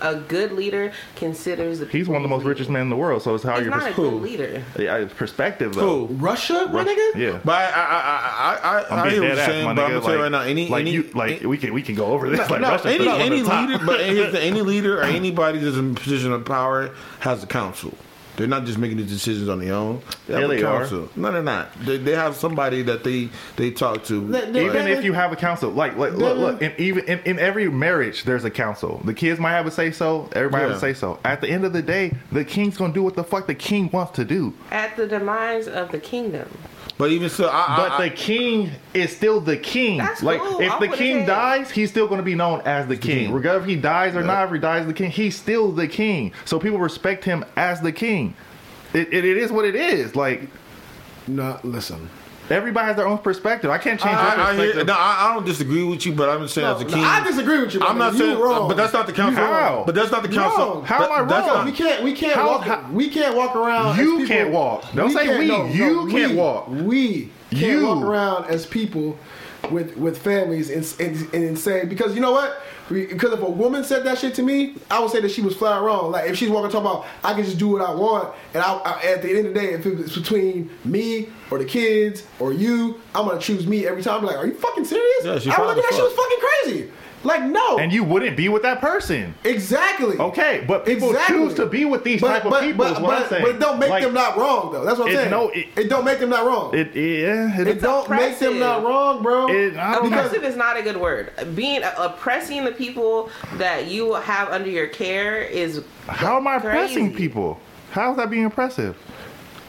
[SPEAKER 6] A good leader considers the.
[SPEAKER 2] He's one of the most richest men in the world. So it's how
[SPEAKER 6] He's
[SPEAKER 2] your
[SPEAKER 6] not a
[SPEAKER 2] pers-
[SPEAKER 6] good leader.
[SPEAKER 2] yeah, it's perspective though.
[SPEAKER 4] Who?
[SPEAKER 3] Russia, my
[SPEAKER 2] Russia-
[SPEAKER 3] nigga.
[SPEAKER 2] Yeah.
[SPEAKER 4] But I, I, I, I, I, I
[SPEAKER 2] I'm
[SPEAKER 4] hear
[SPEAKER 2] being
[SPEAKER 4] what
[SPEAKER 2] dead
[SPEAKER 4] you're
[SPEAKER 2] ass,
[SPEAKER 4] saying.
[SPEAKER 2] my
[SPEAKER 4] But
[SPEAKER 2] nigga.
[SPEAKER 4] I'm gonna tell you
[SPEAKER 2] like,
[SPEAKER 4] right now, any,
[SPEAKER 2] like
[SPEAKER 4] any,
[SPEAKER 2] you, like
[SPEAKER 4] any,
[SPEAKER 2] we can we can go over this. like
[SPEAKER 4] no,
[SPEAKER 2] Russia's
[SPEAKER 4] any,
[SPEAKER 2] up on
[SPEAKER 4] any
[SPEAKER 2] the top.
[SPEAKER 4] leader, but here's the, any leader or anybody that's in a position of power has a council. They're not just making the decisions on their own. They have
[SPEAKER 2] Yeah,
[SPEAKER 4] a
[SPEAKER 2] they are.
[SPEAKER 4] council. No, they're not. They, they have somebody that they they talk to.
[SPEAKER 3] They- they-
[SPEAKER 2] even
[SPEAKER 3] Devin-
[SPEAKER 2] if you have a council, like, like look,
[SPEAKER 3] Devin-
[SPEAKER 2] look, in, even in, in every marriage, there's a council. The kids might have a say so. Everybody
[SPEAKER 4] Yeah.
[SPEAKER 2] have a say so. At the end of the day, the king's gonna do what the fuck the king wants to do.
[SPEAKER 6] At the demise of the kingdom.
[SPEAKER 4] but even so, I,
[SPEAKER 2] But
[SPEAKER 4] I,
[SPEAKER 2] the king is still the king.
[SPEAKER 6] That's
[SPEAKER 2] like
[SPEAKER 6] cool.
[SPEAKER 2] if
[SPEAKER 6] I
[SPEAKER 2] the
[SPEAKER 6] would've
[SPEAKER 2] king
[SPEAKER 6] said-
[SPEAKER 2] dies, he's still going to be known as the king, regardless if he dies or not. If he dies, the king, he's still the king. So people respect him as the king. It, it, it is what it is. Like
[SPEAKER 3] No, listen.
[SPEAKER 2] everybody has their own perspective. I can't
[SPEAKER 4] I,
[SPEAKER 2] change your
[SPEAKER 4] I, I
[SPEAKER 2] perspective.
[SPEAKER 4] hear, no, I, I don't disagree with you, but I'm just saying as a
[SPEAKER 3] No,
[SPEAKER 4] king,
[SPEAKER 3] I disagree with you. my
[SPEAKER 4] I'm not
[SPEAKER 3] nigga. You
[SPEAKER 4] saying,
[SPEAKER 3] wrong.
[SPEAKER 4] but that's not the council.
[SPEAKER 2] How?
[SPEAKER 4] But that's not the council.
[SPEAKER 3] Wrong.
[SPEAKER 2] How am I
[SPEAKER 4] That- that's
[SPEAKER 2] wrong?
[SPEAKER 4] not-
[SPEAKER 3] we can't we can't
[SPEAKER 2] How-
[SPEAKER 3] walk
[SPEAKER 2] how-
[SPEAKER 3] we can't walk around.
[SPEAKER 2] You
[SPEAKER 3] as people,
[SPEAKER 2] can't walk. Don't say
[SPEAKER 3] can't-
[SPEAKER 2] we. You can't
[SPEAKER 3] we-
[SPEAKER 2] walk.
[SPEAKER 3] We can't
[SPEAKER 2] You.
[SPEAKER 3] walk around as people with with families and and, and say because you know what. We- Because if a woman said that shit to me, I would say that she was flat wrong. Like if she's walking talking about, I can just do what I want, and I, I- at the end of the day, if it's between me or the kids or you, I'm gonna choose me every time. I'm like, are you fucking serious?
[SPEAKER 4] Yeah, she
[SPEAKER 3] I
[SPEAKER 4] fine
[SPEAKER 3] was looking
[SPEAKER 4] as
[SPEAKER 3] at she
[SPEAKER 4] fuck.
[SPEAKER 3] was fucking crazy. Like no,
[SPEAKER 2] and you wouldn't be with that person.
[SPEAKER 3] Exactly.
[SPEAKER 2] Okay, but people choose to be with these type of people, is what
[SPEAKER 3] but,
[SPEAKER 2] I'm saying.
[SPEAKER 3] but it don't make
[SPEAKER 2] Like-
[SPEAKER 3] them not wrong, though. That's what I'm
[SPEAKER 2] It-
[SPEAKER 3] saying.
[SPEAKER 2] no, it-
[SPEAKER 3] don't make them not wrong. It,
[SPEAKER 2] It yeah. It,
[SPEAKER 3] don't make
[SPEAKER 6] oppressive.
[SPEAKER 3] them not wrong, bro.
[SPEAKER 2] It- I don't
[SPEAKER 3] because
[SPEAKER 6] Oppressive Oh, is not a good word. Being oppressing the people that you have under your care is
[SPEAKER 2] how am I oppressing
[SPEAKER 6] crazy.
[SPEAKER 2] people? How is that being oppressive?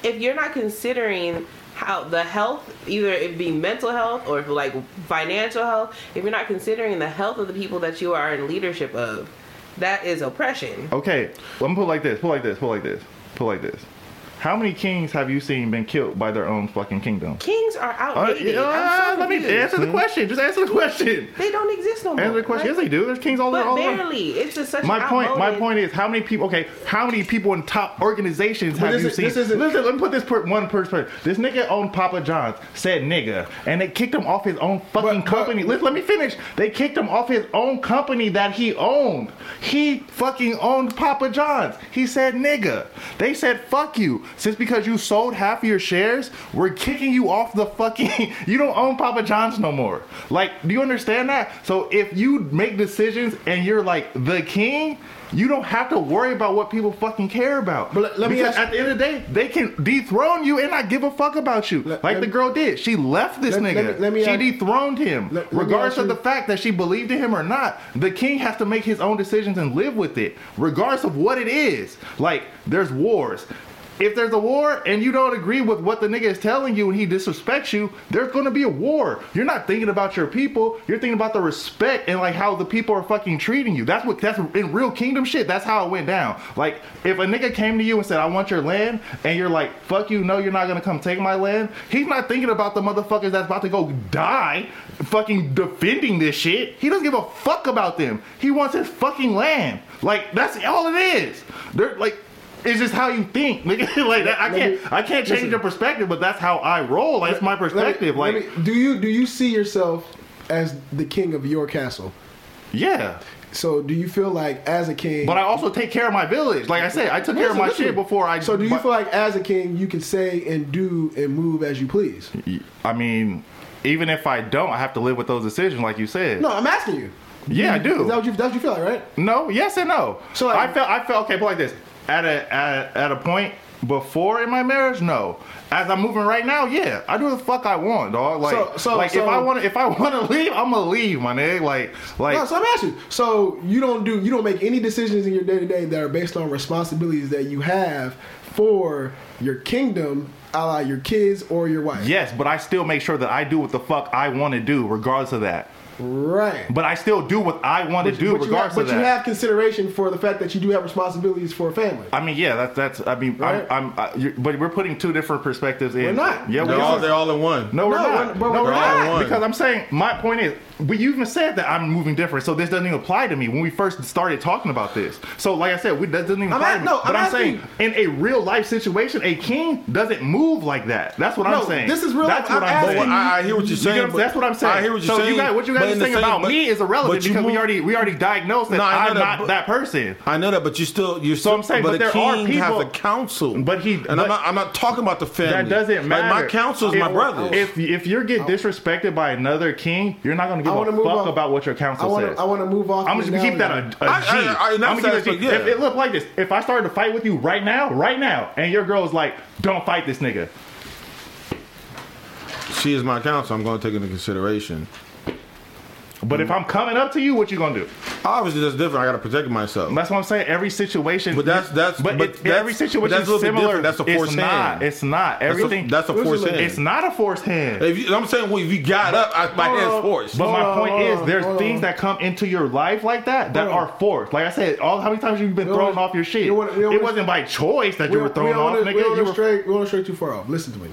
[SPEAKER 6] if you're not considering how the health, either it be mental health or if like financial health, if you're not considering the health of the people that you are in leadership of, that is oppression.
[SPEAKER 2] Okay, let me put it like this. Put it like this. Put it like this. Put it like this. How many kings have you seen been killed by their own fucking kingdom?
[SPEAKER 6] Kings are
[SPEAKER 2] Uh,
[SPEAKER 6] outdated.
[SPEAKER 2] yeah,
[SPEAKER 6] I'm so
[SPEAKER 2] let me
[SPEAKER 6] confused.
[SPEAKER 3] Hmm?
[SPEAKER 2] answer the question. Just answer the question.
[SPEAKER 6] They don't exist no more.
[SPEAKER 2] Answer the question. Yes,
[SPEAKER 6] Like,
[SPEAKER 2] they do. There's kings all over.
[SPEAKER 6] but
[SPEAKER 2] All over.
[SPEAKER 6] barely. It's just such.
[SPEAKER 2] My
[SPEAKER 6] an
[SPEAKER 2] point. My
[SPEAKER 6] outmoded-
[SPEAKER 2] point is how many people? Okay, how many people in top organizations
[SPEAKER 3] But
[SPEAKER 2] have
[SPEAKER 3] this
[SPEAKER 2] you
[SPEAKER 3] is-
[SPEAKER 2] seen?
[SPEAKER 3] this isn't-
[SPEAKER 2] Listen, let me put this per, one perspective. This nigga owned Papa John's, said nigga, and they kicked him off his own fucking
[SPEAKER 3] But- but-
[SPEAKER 2] company. Let, let me finish. They kicked him off his own company that he owned. He fucking owned Papa John's. He said nigga. They said fuck you. since because you sold half of your shares, we're kicking you off the fucking. You don't own Papa John's no more. Like, do you understand that? So if you make decisions and you're like the king, you don't have to worry about what people fucking care about.
[SPEAKER 3] But let- let me
[SPEAKER 2] because
[SPEAKER 3] ask-
[SPEAKER 2] at the end of the day, they can dethrone you and not give a fuck about you,
[SPEAKER 3] Let-
[SPEAKER 2] like
[SPEAKER 3] let
[SPEAKER 2] the
[SPEAKER 3] me-
[SPEAKER 2] girl did. She left this
[SPEAKER 3] Let-
[SPEAKER 2] nigga.
[SPEAKER 3] let me- let me
[SPEAKER 2] she
[SPEAKER 3] ask-
[SPEAKER 2] dethroned him,
[SPEAKER 3] Let- let me
[SPEAKER 2] regardless
[SPEAKER 3] ask
[SPEAKER 2] of the
[SPEAKER 3] you-
[SPEAKER 2] fact that she believed in him or not, the king has to make his own decisions and live with it, regardless of what it is. Like, there's wars. If there's a war and you don't agree with what the nigga is telling you and he disrespects you, there's gonna be a war. You're not thinking about your people. You're thinking about the respect and like how the people are fucking treating you. That's what that's in real kingdom shit. That's how it went down. Like if a nigga came to you and said, "I want your land," and you're like, "Fuck you, no, you're not gonna come take my land." He's not thinking about the motherfuckers that's about to go die fucking defending this shit. He doesn't give a fuck about them. He wants his fucking land. Like that's all it is. They're like it's just how you think. nigga. like that, I
[SPEAKER 3] Let
[SPEAKER 2] can't
[SPEAKER 3] me-
[SPEAKER 2] I can't change
[SPEAKER 3] listen.
[SPEAKER 2] your perspective, but that's how I roll. That's my
[SPEAKER 3] Let me-
[SPEAKER 2] perspective.
[SPEAKER 3] let
[SPEAKER 2] Like
[SPEAKER 3] me- do you do you see yourself as the king of your castle?
[SPEAKER 2] yeah.
[SPEAKER 3] So do you feel like as a king?
[SPEAKER 2] But I also take care of my village. Like I said, I took care of
[SPEAKER 3] Listen,
[SPEAKER 2] my
[SPEAKER 3] listen.
[SPEAKER 2] shit before I
[SPEAKER 3] So do you
[SPEAKER 2] my-
[SPEAKER 3] feel like as a king you can say and do and move as you please?
[SPEAKER 2] I mean, even if I don't, I have to live with those decisions, like you said.
[SPEAKER 3] No, I'm asking you.
[SPEAKER 2] Yeah, I do.
[SPEAKER 3] Is that what you, that's what you feel like, right?
[SPEAKER 2] No, yes and no. So
[SPEAKER 3] So, like-
[SPEAKER 2] I felt I felt okay, put it like this. At a at, a- at a point before in my marriage, no. As I'm moving right now, yeah, I do the fuck I want, dog. Like,
[SPEAKER 3] So- so-
[SPEAKER 2] like if
[SPEAKER 3] so-
[SPEAKER 2] I want to if I want to leave, I'm gonna leave, my nigga. Like, like
[SPEAKER 3] No, so I'm asking. you. So you don't do you don't make any decisions in your day to day that are based on responsibilities that you have for your kingdom, a la your kids or your wife.
[SPEAKER 2] yes, but I still make sure that I do what the fuck I want to do, regardless of that.
[SPEAKER 3] Right.
[SPEAKER 2] But I still do what I want to do,
[SPEAKER 3] but you
[SPEAKER 2] regardless
[SPEAKER 3] have, but
[SPEAKER 2] of
[SPEAKER 3] you
[SPEAKER 2] that.
[SPEAKER 3] have consideration for the fact that you do have responsibilities for a family.
[SPEAKER 2] I mean, yeah, that's that's. I mean,
[SPEAKER 3] Right.
[SPEAKER 2] I'm, I'm I, you're, but we're putting two different perspectives in.
[SPEAKER 3] We're not.
[SPEAKER 2] Yeah, we
[SPEAKER 4] They're all,
[SPEAKER 2] are.
[SPEAKER 4] they're all in one.
[SPEAKER 2] No, we're
[SPEAKER 3] No,
[SPEAKER 2] not.
[SPEAKER 3] we're- but
[SPEAKER 2] no,
[SPEAKER 3] we're
[SPEAKER 2] we're
[SPEAKER 3] not.
[SPEAKER 2] not.
[SPEAKER 4] Wrong.
[SPEAKER 2] Because I'm saying my point is, but you even said that I'm moving different, so this doesn't even apply to me when we first started talking about this. So, like I said, we, that doesn't even
[SPEAKER 3] I'm
[SPEAKER 2] apply
[SPEAKER 3] at-
[SPEAKER 2] to me.
[SPEAKER 3] no,
[SPEAKER 2] but
[SPEAKER 3] I'm
[SPEAKER 2] I'm,
[SPEAKER 3] asking
[SPEAKER 2] saying in a real life situation, a king doesn't move like that. That's what
[SPEAKER 3] No,
[SPEAKER 2] I'm saying.
[SPEAKER 3] this is real
[SPEAKER 2] That's
[SPEAKER 3] life.
[SPEAKER 2] what
[SPEAKER 3] I'm
[SPEAKER 2] I'm,
[SPEAKER 3] asking
[SPEAKER 2] saying.
[SPEAKER 4] But I, I hear what you're
[SPEAKER 2] You get
[SPEAKER 4] saying.
[SPEAKER 2] what I'm-
[SPEAKER 4] but-
[SPEAKER 2] that's what I'm saying.
[SPEAKER 4] I hear what you're
[SPEAKER 2] so
[SPEAKER 4] saying.
[SPEAKER 2] you guys, what you guys
[SPEAKER 4] but
[SPEAKER 2] are
[SPEAKER 4] in the
[SPEAKER 2] saying
[SPEAKER 4] same-
[SPEAKER 2] about
[SPEAKER 4] but-
[SPEAKER 2] me is irrelevant
[SPEAKER 4] but you
[SPEAKER 2] because we
[SPEAKER 4] move-
[SPEAKER 2] already we already diagnosed that
[SPEAKER 4] No, I know
[SPEAKER 2] I'm
[SPEAKER 4] that,
[SPEAKER 2] not
[SPEAKER 4] but-
[SPEAKER 2] that person.
[SPEAKER 4] I know that, but you still you're.
[SPEAKER 2] So I'm saying, but
[SPEAKER 4] a
[SPEAKER 2] there are
[SPEAKER 4] king
[SPEAKER 2] people-
[SPEAKER 4] has a council,
[SPEAKER 2] But he-
[SPEAKER 4] and
[SPEAKER 2] but-
[SPEAKER 4] I'm not. I'm not talking about the family.
[SPEAKER 2] That doesn't matter.
[SPEAKER 4] Like my council is
[SPEAKER 2] If-
[SPEAKER 4] my brother.
[SPEAKER 2] If if you get disrespected by another king, you're not going to give
[SPEAKER 3] I
[SPEAKER 2] a
[SPEAKER 3] wanna move
[SPEAKER 2] fuck
[SPEAKER 3] off-
[SPEAKER 2] about what your
[SPEAKER 3] I
[SPEAKER 2] council
[SPEAKER 3] want
[SPEAKER 2] says.
[SPEAKER 3] to I want to move off.
[SPEAKER 2] I'm just gonna keep that a, a
[SPEAKER 3] analogy.
[SPEAKER 2] G.
[SPEAKER 4] I- I- I- in that
[SPEAKER 2] am gonna keep
[SPEAKER 4] sense,
[SPEAKER 2] it a G. If
[SPEAKER 4] yeah.
[SPEAKER 2] it looked like this, if I started to fight with you right now, right now, and your girl's like, "Don't fight this nigga,"
[SPEAKER 4] she is my council. I'm going to take into consideration.
[SPEAKER 2] but
[SPEAKER 4] Mm-hmm.
[SPEAKER 2] if I'm coming up to you, what you gonna do?
[SPEAKER 4] Obviously, that's different. I got to protect myself.
[SPEAKER 2] That's what I'm saying. Every situation,
[SPEAKER 4] But that's- that's-
[SPEAKER 2] but,
[SPEAKER 4] but
[SPEAKER 2] it-
[SPEAKER 4] that's-
[SPEAKER 2] every situation
[SPEAKER 4] but that's
[SPEAKER 2] is
[SPEAKER 4] a little bit
[SPEAKER 2] similar.
[SPEAKER 4] different. That's a
[SPEAKER 2] It's
[SPEAKER 4] forced
[SPEAKER 2] not.
[SPEAKER 4] hand.
[SPEAKER 2] It's not everything.
[SPEAKER 4] That's a, that's a forced hand.
[SPEAKER 2] it's not a forced hand.
[SPEAKER 4] If you, I'm saying, well, if you got up, I, my hand's forced.
[SPEAKER 2] But my
[SPEAKER 3] Hold on,
[SPEAKER 2] point
[SPEAKER 3] hold
[SPEAKER 2] is,
[SPEAKER 3] on,
[SPEAKER 2] there's
[SPEAKER 3] hold
[SPEAKER 2] things
[SPEAKER 3] on.
[SPEAKER 2] that come into your life like that that
[SPEAKER 3] Hold on.
[SPEAKER 2] are forced. Like I said, all how many times you've been
[SPEAKER 3] don't
[SPEAKER 2] thrown
[SPEAKER 3] wanna-
[SPEAKER 2] off your shit?
[SPEAKER 3] we don't wanna- we don't
[SPEAKER 2] it
[SPEAKER 3] wanna-
[SPEAKER 2] wasn't by choice that you
[SPEAKER 3] We-
[SPEAKER 2] were thrown
[SPEAKER 3] we don't
[SPEAKER 2] off,
[SPEAKER 3] wanna-
[SPEAKER 2] nigga.
[SPEAKER 3] We don't
[SPEAKER 2] You
[SPEAKER 3] wanna
[SPEAKER 2] were-
[SPEAKER 3] stray, we don't stray too far off. Listen to me.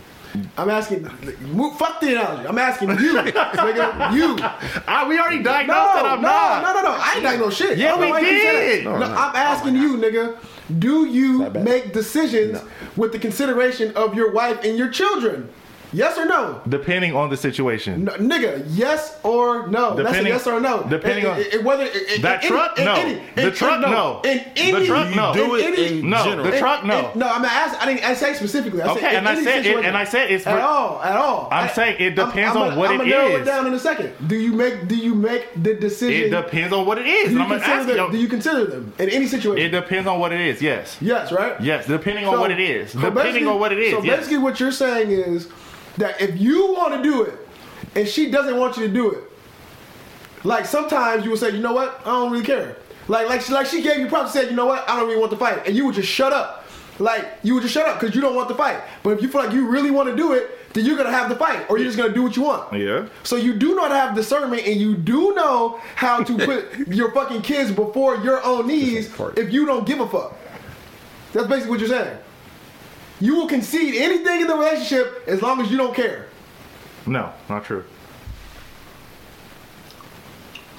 [SPEAKER 3] I'm asking. move- Fuck the analogy. I'm asking you, nigga. You.
[SPEAKER 2] I, Ah, we already
[SPEAKER 3] No,
[SPEAKER 2] diagnosed that I'm
[SPEAKER 3] no,
[SPEAKER 2] not.
[SPEAKER 3] no, no, no. I ain't got no shit.
[SPEAKER 2] Yeah,
[SPEAKER 3] I don't
[SPEAKER 2] we
[SPEAKER 3] know why you keep saying
[SPEAKER 2] did.
[SPEAKER 3] that.
[SPEAKER 2] No,
[SPEAKER 3] No, I'm asking you, nigga. Do you
[SPEAKER 10] bad.
[SPEAKER 3] make decisions with the consideration of your wife and your children? Yes or no?
[SPEAKER 2] Depending on the situation.
[SPEAKER 3] No, nigga, yes or no? That's a
[SPEAKER 2] Depending-
[SPEAKER 3] yes or no.
[SPEAKER 2] depending
[SPEAKER 3] In-
[SPEAKER 2] on-
[SPEAKER 3] in- in whether in- in-
[SPEAKER 2] That
[SPEAKER 3] in
[SPEAKER 2] truck?
[SPEAKER 3] any- in
[SPEAKER 2] No.
[SPEAKER 3] any-
[SPEAKER 2] The
[SPEAKER 3] in- in-
[SPEAKER 2] truck? No.
[SPEAKER 3] In
[SPEAKER 2] The
[SPEAKER 3] any,
[SPEAKER 2] truck?
[SPEAKER 4] you
[SPEAKER 2] No.
[SPEAKER 4] do
[SPEAKER 3] in
[SPEAKER 4] it
[SPEAKER 3] any-
[SPEAKER 4] in
[SPEAKER 2] No,
[SPEAKER 4] general.
[SPEAKER 2] the truck?
[SPEAKER 3] in-
[SPEAKER 2] No.
[SPEAKER 3] in- no, I'm not asking. I didn't I say specifically. I
[SPEAKER 2] Okay,
[SPEAKER 3] said, in
[SPEAKER 2] and I
[SPEAKER 3] any
[SPEAKER 2] said it-
[SPEAKER 3] situation.
[SPEAKER 2] and I said it's
[SPEAKER 3] at
[SPEAKER 2] for-
[SPEAKER 3] all, at all.
[SPEAKER 2] I'm
[SPEAKER 3] I-
[SPEAKER 2] saying it depends on
[SPEAKER 3] gonna-
[SPEAKER 2] what
[SPEAKER 3] I'm
[SPEAKER 2] it
[SPEAKER 3] gonna narrow it
[SPEAKER 2] is.
[SPEAKER 3] down in a second. Do you make do you make the
[SPEAKER 2] It
[SPEAKER 3] decision?
[SPEAKER 2] depends on what it is.
[SPEAKER 3] Do
[SPEAKER 2] and
[SPEAKER 3] you,
[SPEAKER 2] I'm gonna
[SPEAKER 3] consider
[SPEAKER 2] ask you.
[SPEAKER 3] them, do you consider them in any situation?
[SPEAKER 2] It depends on what it is. Yes.
[SPEAKER 3] yes, right?
[SPEAKER 2] Yes. Depending on
[SPEAKER 3] So-
[SPEAKER 2] what it is.
[SPEAKER 3] so
[SPEAKER 2] Depending
[SPEAKER 3] basically-
[SPEAKER 2] on what it is.
[SPEAKER 3] So
[SPEAKER 2] yes.
[SPEAKER 3] basically, what you're saying is that if you want to do it and she doesn't want you to do it, like sometimes you will say, you know what, I don't really care. Like like she, like she gave you props and said, you know what, I don't really want to fight, and you would just shut up. Like you would just shut up because you don't want the fight. But if you feel like you really want to do it, then you're gonna have the fight, or you're just gonna do what you want.
[SPEAKER 2] Yeah.
[SPEAKER 3] So you do not have discernment, and you do know how to put your fucking kids before your own needs
[SPEAKER 4] part.
[SPEAKER 3] if you don't give a fuck. That's basically what you're saying. You will concede anything in the relationship as long as you don't care.
[SPEAKER 2] no, not true.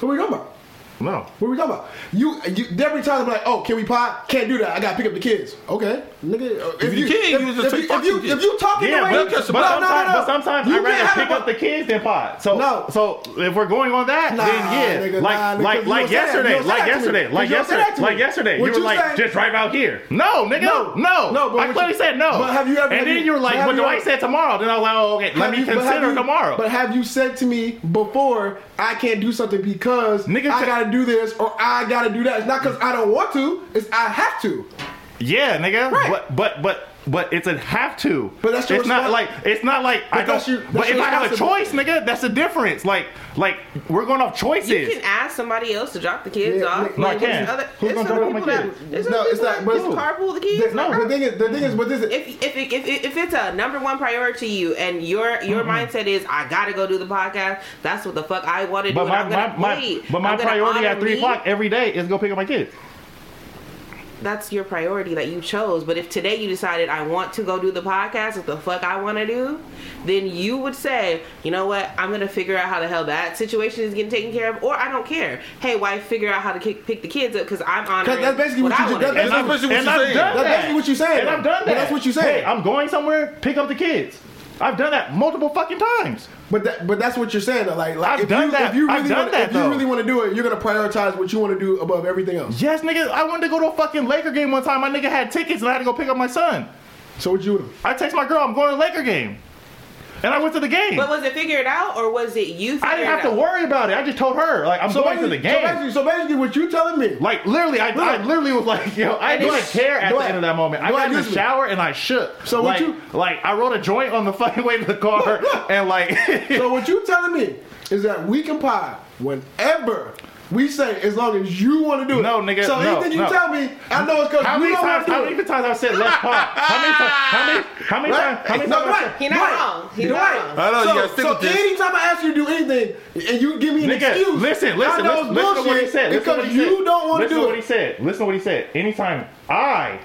[SPEAKER 3] So what are you talking about?
[SPEAKER 2] No.
[SPEAKER 3] What are we talking about? You, you every time I'm like, oh, can we pot? Can't do that. I gotta pick up the kids. Okay, nigga. uh, If,
[SPEAKER 4] you can, you just
[SPEAKER 3] if,
[SPEAKER 4] say
[SPEAKER 3] you,
[SPEAKER 4] fuck
[SPEAKER 3] if you
[SPEAKER 4] the kids.
[SPEAKER 3] if you talking
[SPEAKER 2] Yeah,
[SPEAKER 3] the way
[SPEAKER 2] but,
[SPEAKER 3] you,
[SPEAKER 2] but, sometimes, but sometimes
[SPEAKER 3] You
[SPEAKER 2] I'd
[SPEAKER 3] can't
[SPEAKER 2] rather
[SPEAKER 3] have
[SPEAKER 2] pick
[SPEAKER 3] a-
[SPEAKER 2] up the kids than pot. So,
[SPEAKER 3] No.
[SPEAKER 2] so if we're going on that,
[SPEAKER 3] Nah,
[SPEAKER 2] then yeah,
[SPEAKER 3] nigga,
[SPEAKER 2] like,
[SPEAKER 3] nah, nigga,
[SPEAKER 2] like,
[SPEAKER 3] you
[SPEAKER 2] like
[SPEAKER 3] don't say that. You
[SPEAKER 2] yesterday,
[SPEAKER 3] don't say
[SPEAKER 2] like
[SPEAKER 3] that to me.
[SPEAKER 2] yesterday, like
[SPEAKER 3] You don't say that
[SPEAKER 2] yesterday,
[SPEAKER 3] to me.
[SPEAKER 2] like yesterday,
[SPEAKER 3] What
[SPEAKER 2] you were
[SPEAKER 3] you
[SPEAKER 2] like
[SPEAKER 3] saying-
[SPEAKER 2] just drive out here. No, nigga, no,
[SPEAKER 3] No.
[SPEAKER 2] no,
[SPEAKER 3] No, but
[SPEAKER 2] I
[SPEAKER 3] what
[SPEAKER 2] clearly
[SPEAKER 3] you-
[SPEAKER 2] said no.
[SPEAKER 3] but have you ever- have
[SPEAKER 2] And then
[SPEAKER 3] you-
[SPEAKER 2] you were like,
[SPEAKER 3] but have
[SPEAKER 2] but
[SPEAKER 3] you
[SPEAKER 2] do I
[SPEAKER 3] ever-
[SPEAKER 2] say tomorrow? Then I was like, oh, okay, let
[SPEAKER 3] Have
[SPEAKER 2] me
[SPEAKER 3] you- but have
[SPEAKER 2] consider
[SPEAKER 3] you-
[SPEAKER 2] tomorrow.
[SPEAKER 3] But have you said to me before I can't do something because
[SPEAKER 2] Nigga,
[SPEAKER 3] I
[SPEAKER 2] t-
[SPEAKER 3] gotta do this or I gotta do that? It's not because I don't want to. It's I have to.
[SPEAKER 2] Yeah, nigga.
[SPEAKER 3] Right.
[SPEAKER 2] But but but but it's a have to.
[SPEAKER 3] But that's your
[SPEAKER 2] it's not
[SPEAKER 3] respons-
[SPEAKER 2] like it's not like I
[SPEAKER 3] But that's
[SPEAKER 2] don't.
[SPEAKER 3] your- that's
[SPEAKER 2] but if
[SPEAKER 3] your
[SPEAKER 2] I have a
[SPEAKER 3] responsibility.
[SPEAKER 2] choice, nigga, that's the difference. Like like we're going off
[SPEAKER 6] You
[SPEAKER 2] choices.
[SPEAKER 6] can ask somebody else to drop the kids
[SPEAKER 3] Yeah,
[SPEAKER 6] off.
[SPEAKER 3] no,
[SPEAKER 2] I
[SPEAKER 6] Like, there's
[SPEAKER 2] can't.
[SPEAKER 6] Other,
[SPEAKER 2] Who's gonna
[SPEAKER 6] there's other
[SPEAKER 2] drop my
[SPEAKER 6] people that,
[SPEAKER 2] kids?
[SPEAKER 6] there's
[SPEAKER 3] No,
[SPEAKER 6] other
[SPEAKER 3] it's
[SPEAKER 6] people
[SPEAKER 3] not- but
[SPEAKER 6] that
[SPEAKER 3] it's-
[SPEAKER 6] carpool the
[SPEAKER 3] The,
[SPEAKER 6] kids.
[SPEAKER 3] no,
[SPEAKER 6] Like,
[SPEAKER 3] the thing is, the thing is, but this is.
[SPEAKER 6] if if, it, if it- if it's a number one priority to you and your your
[SPEAKER 2] Mm-hmm.
[SPEAKER 6] mindset is I gotta go do the podcast, that's what the fuck I want to do.
[SPEAKER 2] but
[SPEAKER 6] and
[SPEAKER 2] my,
[SPEAKER 6] I'm gonna
[SPEAKER 2] my, my
[SPEAKER 6] wait.
[SPEAKER 2] but my
[SPEAKER 6] I'm gonna
[SPEAKER 2] priority at
[SPEAKER 6] honor
[SPEAKER 2] three
[SPEAKER 6] me.
[SPEAKER 2] o'clock every day is go pick up my kids.
[SPEAKER 6] That's your priority that you chose. But if today you decided I want to go do the podcast, what the fuck I want to do, then you would say, you know what, I'm gonna figure out how the hell that situation is getting taken care of, or I don't care. Hey, wife, figure out how to kick, pick the kids up because I'm honoring.
[SPEAKER 3] that's basically what you
[SPEAKER 6] I
[SPEAKER 3] did.
[SPEAKER 6] wanna
[SPEAKER 3] That's
[SPEAKER 6] do.
[SPEAKER 2] And I've,
[SPEAKER 4] basically what
[SPEAKER 2] and
[SPEAKER 4] you're
[SPEAKER 2] I've
[SPEAKER 4] saying.
[SPEAKER 2] done
[SPEAKER 3] That's
[SPEAKER 2] that.
[SPEAKER 3] basically what you're saying.
[SPEAKER 2] And I've done
[SPEAKER 3] But
[SPEAKER 2] that.
[SPEAKER 3] that's what you're saying.
[SPEAKER 2] Hey, I'm going somewhere. Pick up the kids. I've done that multiple fucking times.
[SPEAKER 3] But that, but that's what you're saying. Though. Like, like
[SPEAKER 2] I've
[SPEAKER 3] if
[SPEAKER 2] done
[SPEAKER 3] you,
[SPEAKER 2] that.
[SPEAKER 3] If you really
[SPEAKER 2] I've done
[SPEAKER 3] wanna,
[SPEAKER 2] that,
[SPEAKER 3] If you
[SPEAKER 2] though.
[SPEAKER 3] really want to do it, you're gonna prioritize what you want to do above everything else.
[SPEAKER 2] Yes, nigga. I wanted to go to a fucking Laker game one time. My nigga had tickets and I had to go pick up my son.
[SPEAKER 3] So what you do?
[SPEAKER 2] I text my girl, I'm going to the Laker game, and I went to the game.
[SPEAKER 6] But was it figured out, or was it you?
[SPEAKER 2] I didn't
[SPEAKER 6] figuring
[SPEAKER 2] have to
[SPEAKER 6] out?
[SPEAKER 2] worry about it. I just told her, like, I'm going to the
[SPEAKER 3] basically- So
[SPEAKER 2] game.
[SPEAKER 3] basically, so basically, what you telling me?
[SPEAKER 2] Like, literally, I, I
[SPEAKER 3] Look.
[SPEAKER 2] literally was like, yo, I
[SPEAKER 6] And
[SPEAKER 2] didn't
[SPEAKER 6] it's-
[SPEAKER 2] care at
[SPEAKER 3] do
[SPEAKER 2] the
[SPEAKER 3] I-
[SPEAKER 2] end of that moment. I
[SPEAKER 3] do I
[SPEAKER 2] got in the
[SPEAKER 3] use me?
[SPEAKER 2] shower and I shook.
[SPEAKER 3] So
[SPEAKER 2] like,
[SPEAKER 3] what you-
[SPEAKER 2] Like, I rolled a joint on the fucking way to the car, and like,
[SPEAKER 3] So what you telling me is that we can pie whenever we say, as long as you want to do it.
[SPEAKER 2] No, nigga,
[SPEAKER 3] So
[SPEAKER 2] no,
[SPEAKER 3] anything you
[SPEAKER 2] no.
[SPEAKER 3] tell me, I know it's because
[SPEAKER 2] how
[SPEAKER 3] you
[SPEAKER 2] many
[SPEAKER 3] don't
[SPEAKER 2] times?
[SPEAKER 3] want to
[SPEAKER 2] How
[SPEAKER 3] do
[SPEAKER 2] many
[SPEAKER 3] it.
[SPEAKER 2] times I've said let's pop? How many times? How many? How many times? How many
[SPEAKER 3] No,
[SPEAKER 2] times? I've
[SPEAKER 3] right.
[SPEAKER 2] said-
[SPEAKER 6] He not
[SPEAKER 3] Right.
[SPEAKER 6] wrong. He not
[SPEAKER 3] Right.
[SPEAKER 6] wrong.
[SPEAKER 4] I know, you
[SPEAKER 3] so,
[SPEAKER 4] gotta stick
[SPEAKER 3] so
[SPEAKER 4] with this.
[SPEAKER 3] anytime I ask you to do anything and you give me an
[SPEAKER 2] Nigga,
[SPEAKER 3] excuse,
[SPEAKER 2] listen,
[SPEAKER 3] I
[SPEAKER 2] listen, listen,
[SPEAKER 3] know it's
[SPEAKER 2] listen to
[SPEAKER 3] bullshit
[SPEAKER 2] what he said. Listen to what
[SPEAKER 3] because
[SPEAKER 2] he said.
[SPEAKER 3] you don't want to
[SPEAKER 2] Listen
[SPEAKER 3] do
[SPEAKER 2] what he
[SPEAKER 3] it.
[SPEAKER 2] said. Listen to what he said. Anytime I,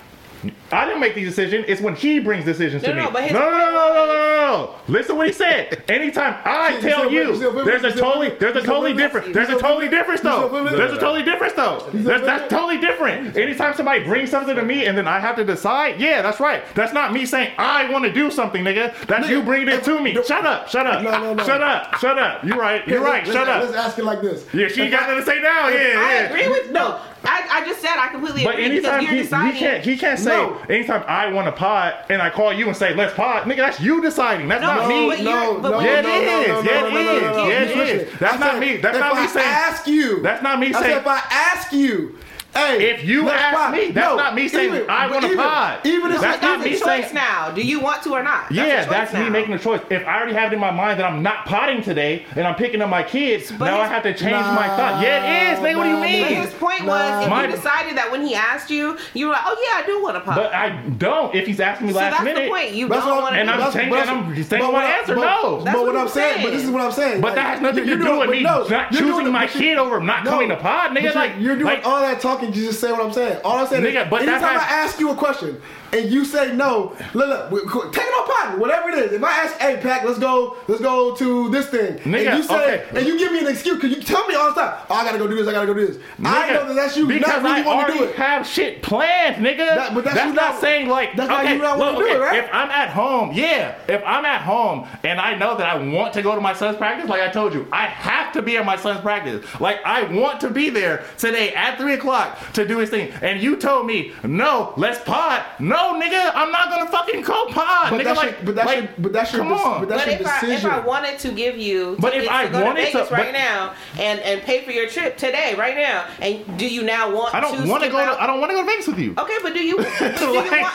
[SPEAKER 2] I didn't make these decisions. It's when he brings decisions
[SPEAKER 6] No,
[SPEAKER 2] to me.
[SPEAKER 6] no, but his
[SPEAKER 2] no, no, no, no, no, no, no. Listen to what he said. Anytime I
[SPEAKER 3] You
[SPEAKER 2] tell
[SPEAKER 3] still-
[SPEAKER 2] you,
[SPEAKER 3] you still with me?
[SPEAKER 2] there's
[SPEAKER 3] You
[SPEAKER 2] a
[SPEAKER 3] still
[SPEAKER 2] totally,
[SPEAKER 3] with me?
[SPEAKER 2] there's a
[SPEAKER 3] You still
[SPEAKER 2] totally
[SPEAKER 3] with me?
[SPEAKER 2] different,
[SPEAKER 3] You
[SPEAKER 2] there's a
[SPEAKER 3] still
[SPEAKER 2] totally
[SPEAKER 3] with me?
[SPEAKER 2] difference
[SPEAKER 3] You still
[SPEAKER 2] though.
[SPEAKER 3] with me?
[SPEAKER 2] There's a totally difference though. That's that's totally different. Anytime somebody brings something to me and then I have to decide, yeah, that's right. That's not me saying I want to do something, nigga. That's
[SPEAKER 3] Nigga,
[SPEAKER 2] you bringing it to me.
[SPEAKER 3] no-
[SPEAKER 2] Shut up, shut up,
[SPEAKER 3] No, no, no.
[SPEAKER 2] shut up, shut up. You're right, you're
[SPEAKER 3] Here,
[SPEAKER 2] right.
[SPEAKER 3] let's-
[SPEAKER 2] Shut up.
[SPEAKER 3] Let's ask it like this.
[SPEAKER 2] Yeah, she ain't got nothing to say now. Yeah,
[SPEAKER 6] I
[SPEAKER 2] yeah.
[SPEAKER 6] agree with no. I, I just said I completely
[SPEAKER 2] But
[SPEAKER 6] agree because
[SPEAKER 2] anytime
[SPEAKER 6] you're
[SPEAKER 2] he, he
[SPEAKER 6] deciding.
[SPEAKER 2] can't he can't say
[SPEAKER 3] No.
[SPEAKER 2] anytime I want a pot and I call you and say let's pot, nigga, that's you deciding. That's
[SPEAKER 6] No,
[SPEAKER 2] not me.
[SPEAKER 6] but you're-
[SPEAKER 3] No,
[SPEAKER 6] but
[SPEAKER 3] no,
[SPEAKER 6] when
[SPEAKER 2] yeah,
[SPEAKER 6] you-
[SPEAKER 2] it
[SPEAKER 3] no, no,
[SPEAKER 2] is.
[SPEAKER 3] no,
[SPEAKER 2] yeah,
[SPEAKER 3] no,
[SPEAKER 2] it is.
[SPEAKER 3] no, no, no, no,
[SPEAKER 2] Yeah,
[SPEAKER 3] no,
[SPEAKER 2] it
[SPEAKER 3] no,
[SPEAKER 2] is.
[SPEAKER 3] no.
[SPEAKER 2] That's
[SPEAKER 3] I
[SPEAKER 2] not
[SPEAKER 3] said,
[SPEAKER 2] me. That's
[SPEAKER 3] if
[SPEAKER 2] not
[SPEAKER 3] I
[SPEAKER 2] me saying.
[SPEAKER 3] ask you.
[SPEAKER 2] That's not me
[SPEAKER 3] I
[SPEAKER 2] saying-
[SPEAKER 3] said if I ask you. Hey,
[SPEAKER 2] If you
[SPEAKER 3] let's
[SPEAKER 2] ask
[SPEAKER 3] pod.
[SPEAKER 2] me, that's
[SPEAKER 3] No,
[SPEAKER 2] not me saying,
[SPEAKER 3] even-
[SPEAKER 2] "I want a
[SPEAKER 3] even-
[SPEAKER 2] pod."
[SPEAKER 3] Even if
[SPEAKER 2] That's
[SPEAKER 3] it's-
[SPEAKER 6] But
[SPEAKER 2] not
[SPEAKER 6] that's
[SPEAKER 2] me
[SPEAKER 6] a choice
[SPEAKER 2] saying-
[SPEAKER 6] now. Do you want to or not?
[SPEAKER 2] Yeah,
[SPEAKER 6] a choice
[SPEAKER 2] that's me
[SPEAKER 6] now.
[SPEAKER 2] making a choice. If I already have it in my mind that I'm not potting today and I'm picking up my kids, now I
[SPEAKER 6] his-
[SPEAKER 2] have to change my thought. Yeah, it is, nigga. what do you
[SPEAKER 3] nah,
[SPEAKER 6] But
[SPEAKER 2] mean?
[SPEAKER 6] his point was, if
[SPEAKER 2] My-
[SPEAKER 6] you decided that when he asked you, you were like, "Oh yeah, I do want to pop."
[SPEAKER 2] But I don't. If he's asking me
[SPEAKER 6] so
[SPEAKER 2] last
[SPEAKER 6] that's
[SPEAKER 2] minute,
[SPEAKER 6] the point. You
[SPEAKER 3] That's
[SPEAKER 6] don't
[SPEAKER 3] what-
[SPEAKER 6] want to.
[SPEAKER 2] and I'm
[SPEAKER 3] That's-
[SPEAKER 2] saying
[SPEAKER 3] that's-
[SPEAKER 2] and I'm saying
[SPEAKER 3] but
[SPEAKER 2] my
[SPEAKER 3] what I-
[SPEAKER 2] answer.
[SPEAKER 3] but-
[SPEAKER 2] No.
[SPEAKER 3] But
[SPEAKER 6] That's
[SPEAKER 3] what
[SPEAKER 6] what
[SPEAKER 3] I'm
[SPEAKER 6] I'm
[SPEAKER 3] saying, but
[SPEAKER 6] saying.
[SPEAKER 3] this is what I'm saying.
[SPEAKER 2] But that has nothing to do with me not choosing my kid over not coming to pod, nigga,
[SPEAKER 3] You're,
[SPEAKER 2] like-
[SPEAKER 3] you're doing
[SPEAKER 2] like-
[SPEAKER 3] all that talking. You just say what I'm saying. All I'm saying is,
[SPEAKER 2] Nigga, but that
[SPEAKER 3] anytime I
[SPEAKER 2] has-
[SPEAKER 3] ask you a question and you say no, look, look, we- qu- take it on pod, whatever it is. If I ask, hey, Pac, let's go, let's go to this thing,
[SPEAKER 2] Nigga,
[SPEAKER 3] and you say,
[SPEAKER 2] okay.
[SPEAKER 3] and you give me an excuse because you tell me all the time, oh, I gotta go do this, I gotta go do this. I
[SPEAKER 2] Nigga,
[SPEAKER 3] know that that's you not
[SPEAKER 2] I
[SPEAKER 3] really want to
[SPEAKER 2] already
[SPEAKER 3] do it.
[SPEAKER 2] have shit planned, nigga.
[SPEAKER 3] That- but that's
[SPEAKER 2] that's
[SPEAKER 3] you
[SPEAKER 2] not
[SPEAKER 3] not-
[SPEAKER 2] saying like
[SPEAKER 3] that's not
[SPEAKER 2] okay,
[SPEAKER 3] you not
[SPEAKER 2] look,
[SPEAKER 3] wanna do
[SPEAKER 2] okay,
[SPEAKER 3] it, right?
[SPEAKER 2] if I'm at home, yeah, if I'm at home and I know that I want to go to my son's practice, like I told you, I have to be at my son's practice. Like I want to be there today at three o'clock to do his thing, and you told me no, let's pod. No, nigga, I'm not gonna fucking co pod,
[SPEAKER 3] But
[SPEAKER 2] nigga.
[SPEAKER 3] that's
[SPEAKER 2] like,
[SPEAKER 3] your- but that's
[SPEAKER 2] like,
[SPEAKER 3] your- but that's your
[SPEAKER 2] come
[SPEAKER 3] dis-
[SPEAKER 2] on.
[SPEAKER 3] but that's
[SPEAKER 6] But if
[SPEAKER 3] your
[SPEAKER 6] I, if
[SPEAKER 3] decision.
[SPEAKER 6] I wanted to give you,
[SPEAKER 2] But if
[SPEAKER 6] tickets
[SPEAKER 2] I
[SPEAKER 6] to go
[SPEAKER 2] wanted
[SPEAKER 6] to, Vegas
[SPEAKER 2] to-
[SPEAKER 6] right
[SPEAKER 2] but-
[SPEAKER 6] now and and pay for your trip today, right now, and do you now want?
[SPEAKER 2] I don't
[SPEAKER 6] want to Oh,
[SPEAKER 2] go. To, I don't want to go to Vegas with you.
[SPEAKER 6] Okay, but do you? do you want,
[SPEAKER 2] like-
[SPEAKER 6] nah, I'm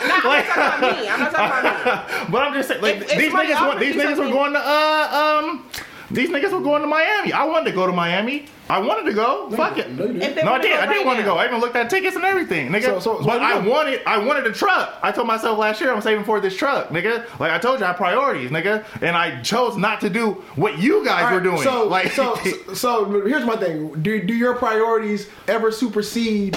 [SPEAKER 6] not talking about me. I'm not talking about me.
[SPEAKER 2] but I'm just saying, like
[SPEAKER 6] If- if
[SPEAKER 2] these
[SPEAKER 6] somebody
[SPEAKER 2] niggas, want,
[SPEAKER 6] offers
[SPEAKER 2] these
[SPEAKER 6] you
[SPEAKER 2] niggas were
[SPEAKER 6] something-
[SPEAKER 2] going to uh um, these niggas were going to Miami. I wanted to go to Miami. I wanted to go. Fuck it.
[SPEAKER 3] no, you
[SPEAKER 6] If
[SPEAKER 3] didn't.
[SPEAKER 6] they
[SPEAKER 2] No, I
[SPEAKER 6] wanna
[SPEAKER 2] did.
[SPEAKER 6] go
[SPEAKER 2] I
[SPEAKER 6] right
[SPEAKER 2] did want to
[SPEAKER 6] now.
[SPEAKER 2] go. I even looked at tickets and everything, nigga.
[SPEAKER 3] So- so- so
[SPEAKER 2] but
[SPEAKER 3] what you
[SPEAKER 2] I
[SPEAKER 3] doing?
[SPEAKER 2] wanted, I wanted a truck. I told myself last year, I'm saving for this truck, nigga. Like I told you, I had priorities, nigga, and I chose not to do what you guys were doing.
[SPEAKER 3] So,
[SPEAKER 2] like
[SPEAKER 3] so, so, so here's my thing: do, do your priorities ever supersede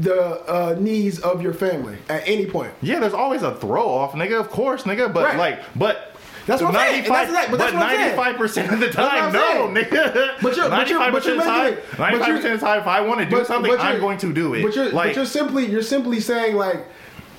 [SPEAKER 3] the uh, needs of your family at any point?
[SPEAKER 2] Yeah, there's always a throw off, nigga. Of course, nigga. But
[SPEAKER 3] Right.
[SPEAKER 2] like, but
[SPEAKER 3] That's what I'm saying. And that's the- but that's what I'm saying.
[SPEAKER 2] ninety-five percent of the
[SPEAKER 3] That's what
[SPEAKER 2] time,
[SPEAKER 3] I'm
[SPEAKER 2] no,
[SPEAKER 3] saying.
[SPEAKER 2] nigga.
[SPEAKER 3] But you're- but you're-
[SPEAKER 2] ninety-five
[SPEAKER 3] but you're
[SPEAKER 2] percent of the time,
[SPEAKER 3] making it- but you're-
[SPEAKER 2] ninety-five percent of the time, if I want to do something, I'm
[SPEAKER 3] you're-
[SPEAKER 2] going to do it.
[SPEAKER 3] But you're,
[SPEAKER 2] like,
[SPEAKER 3] but you're simply you're simply saying like,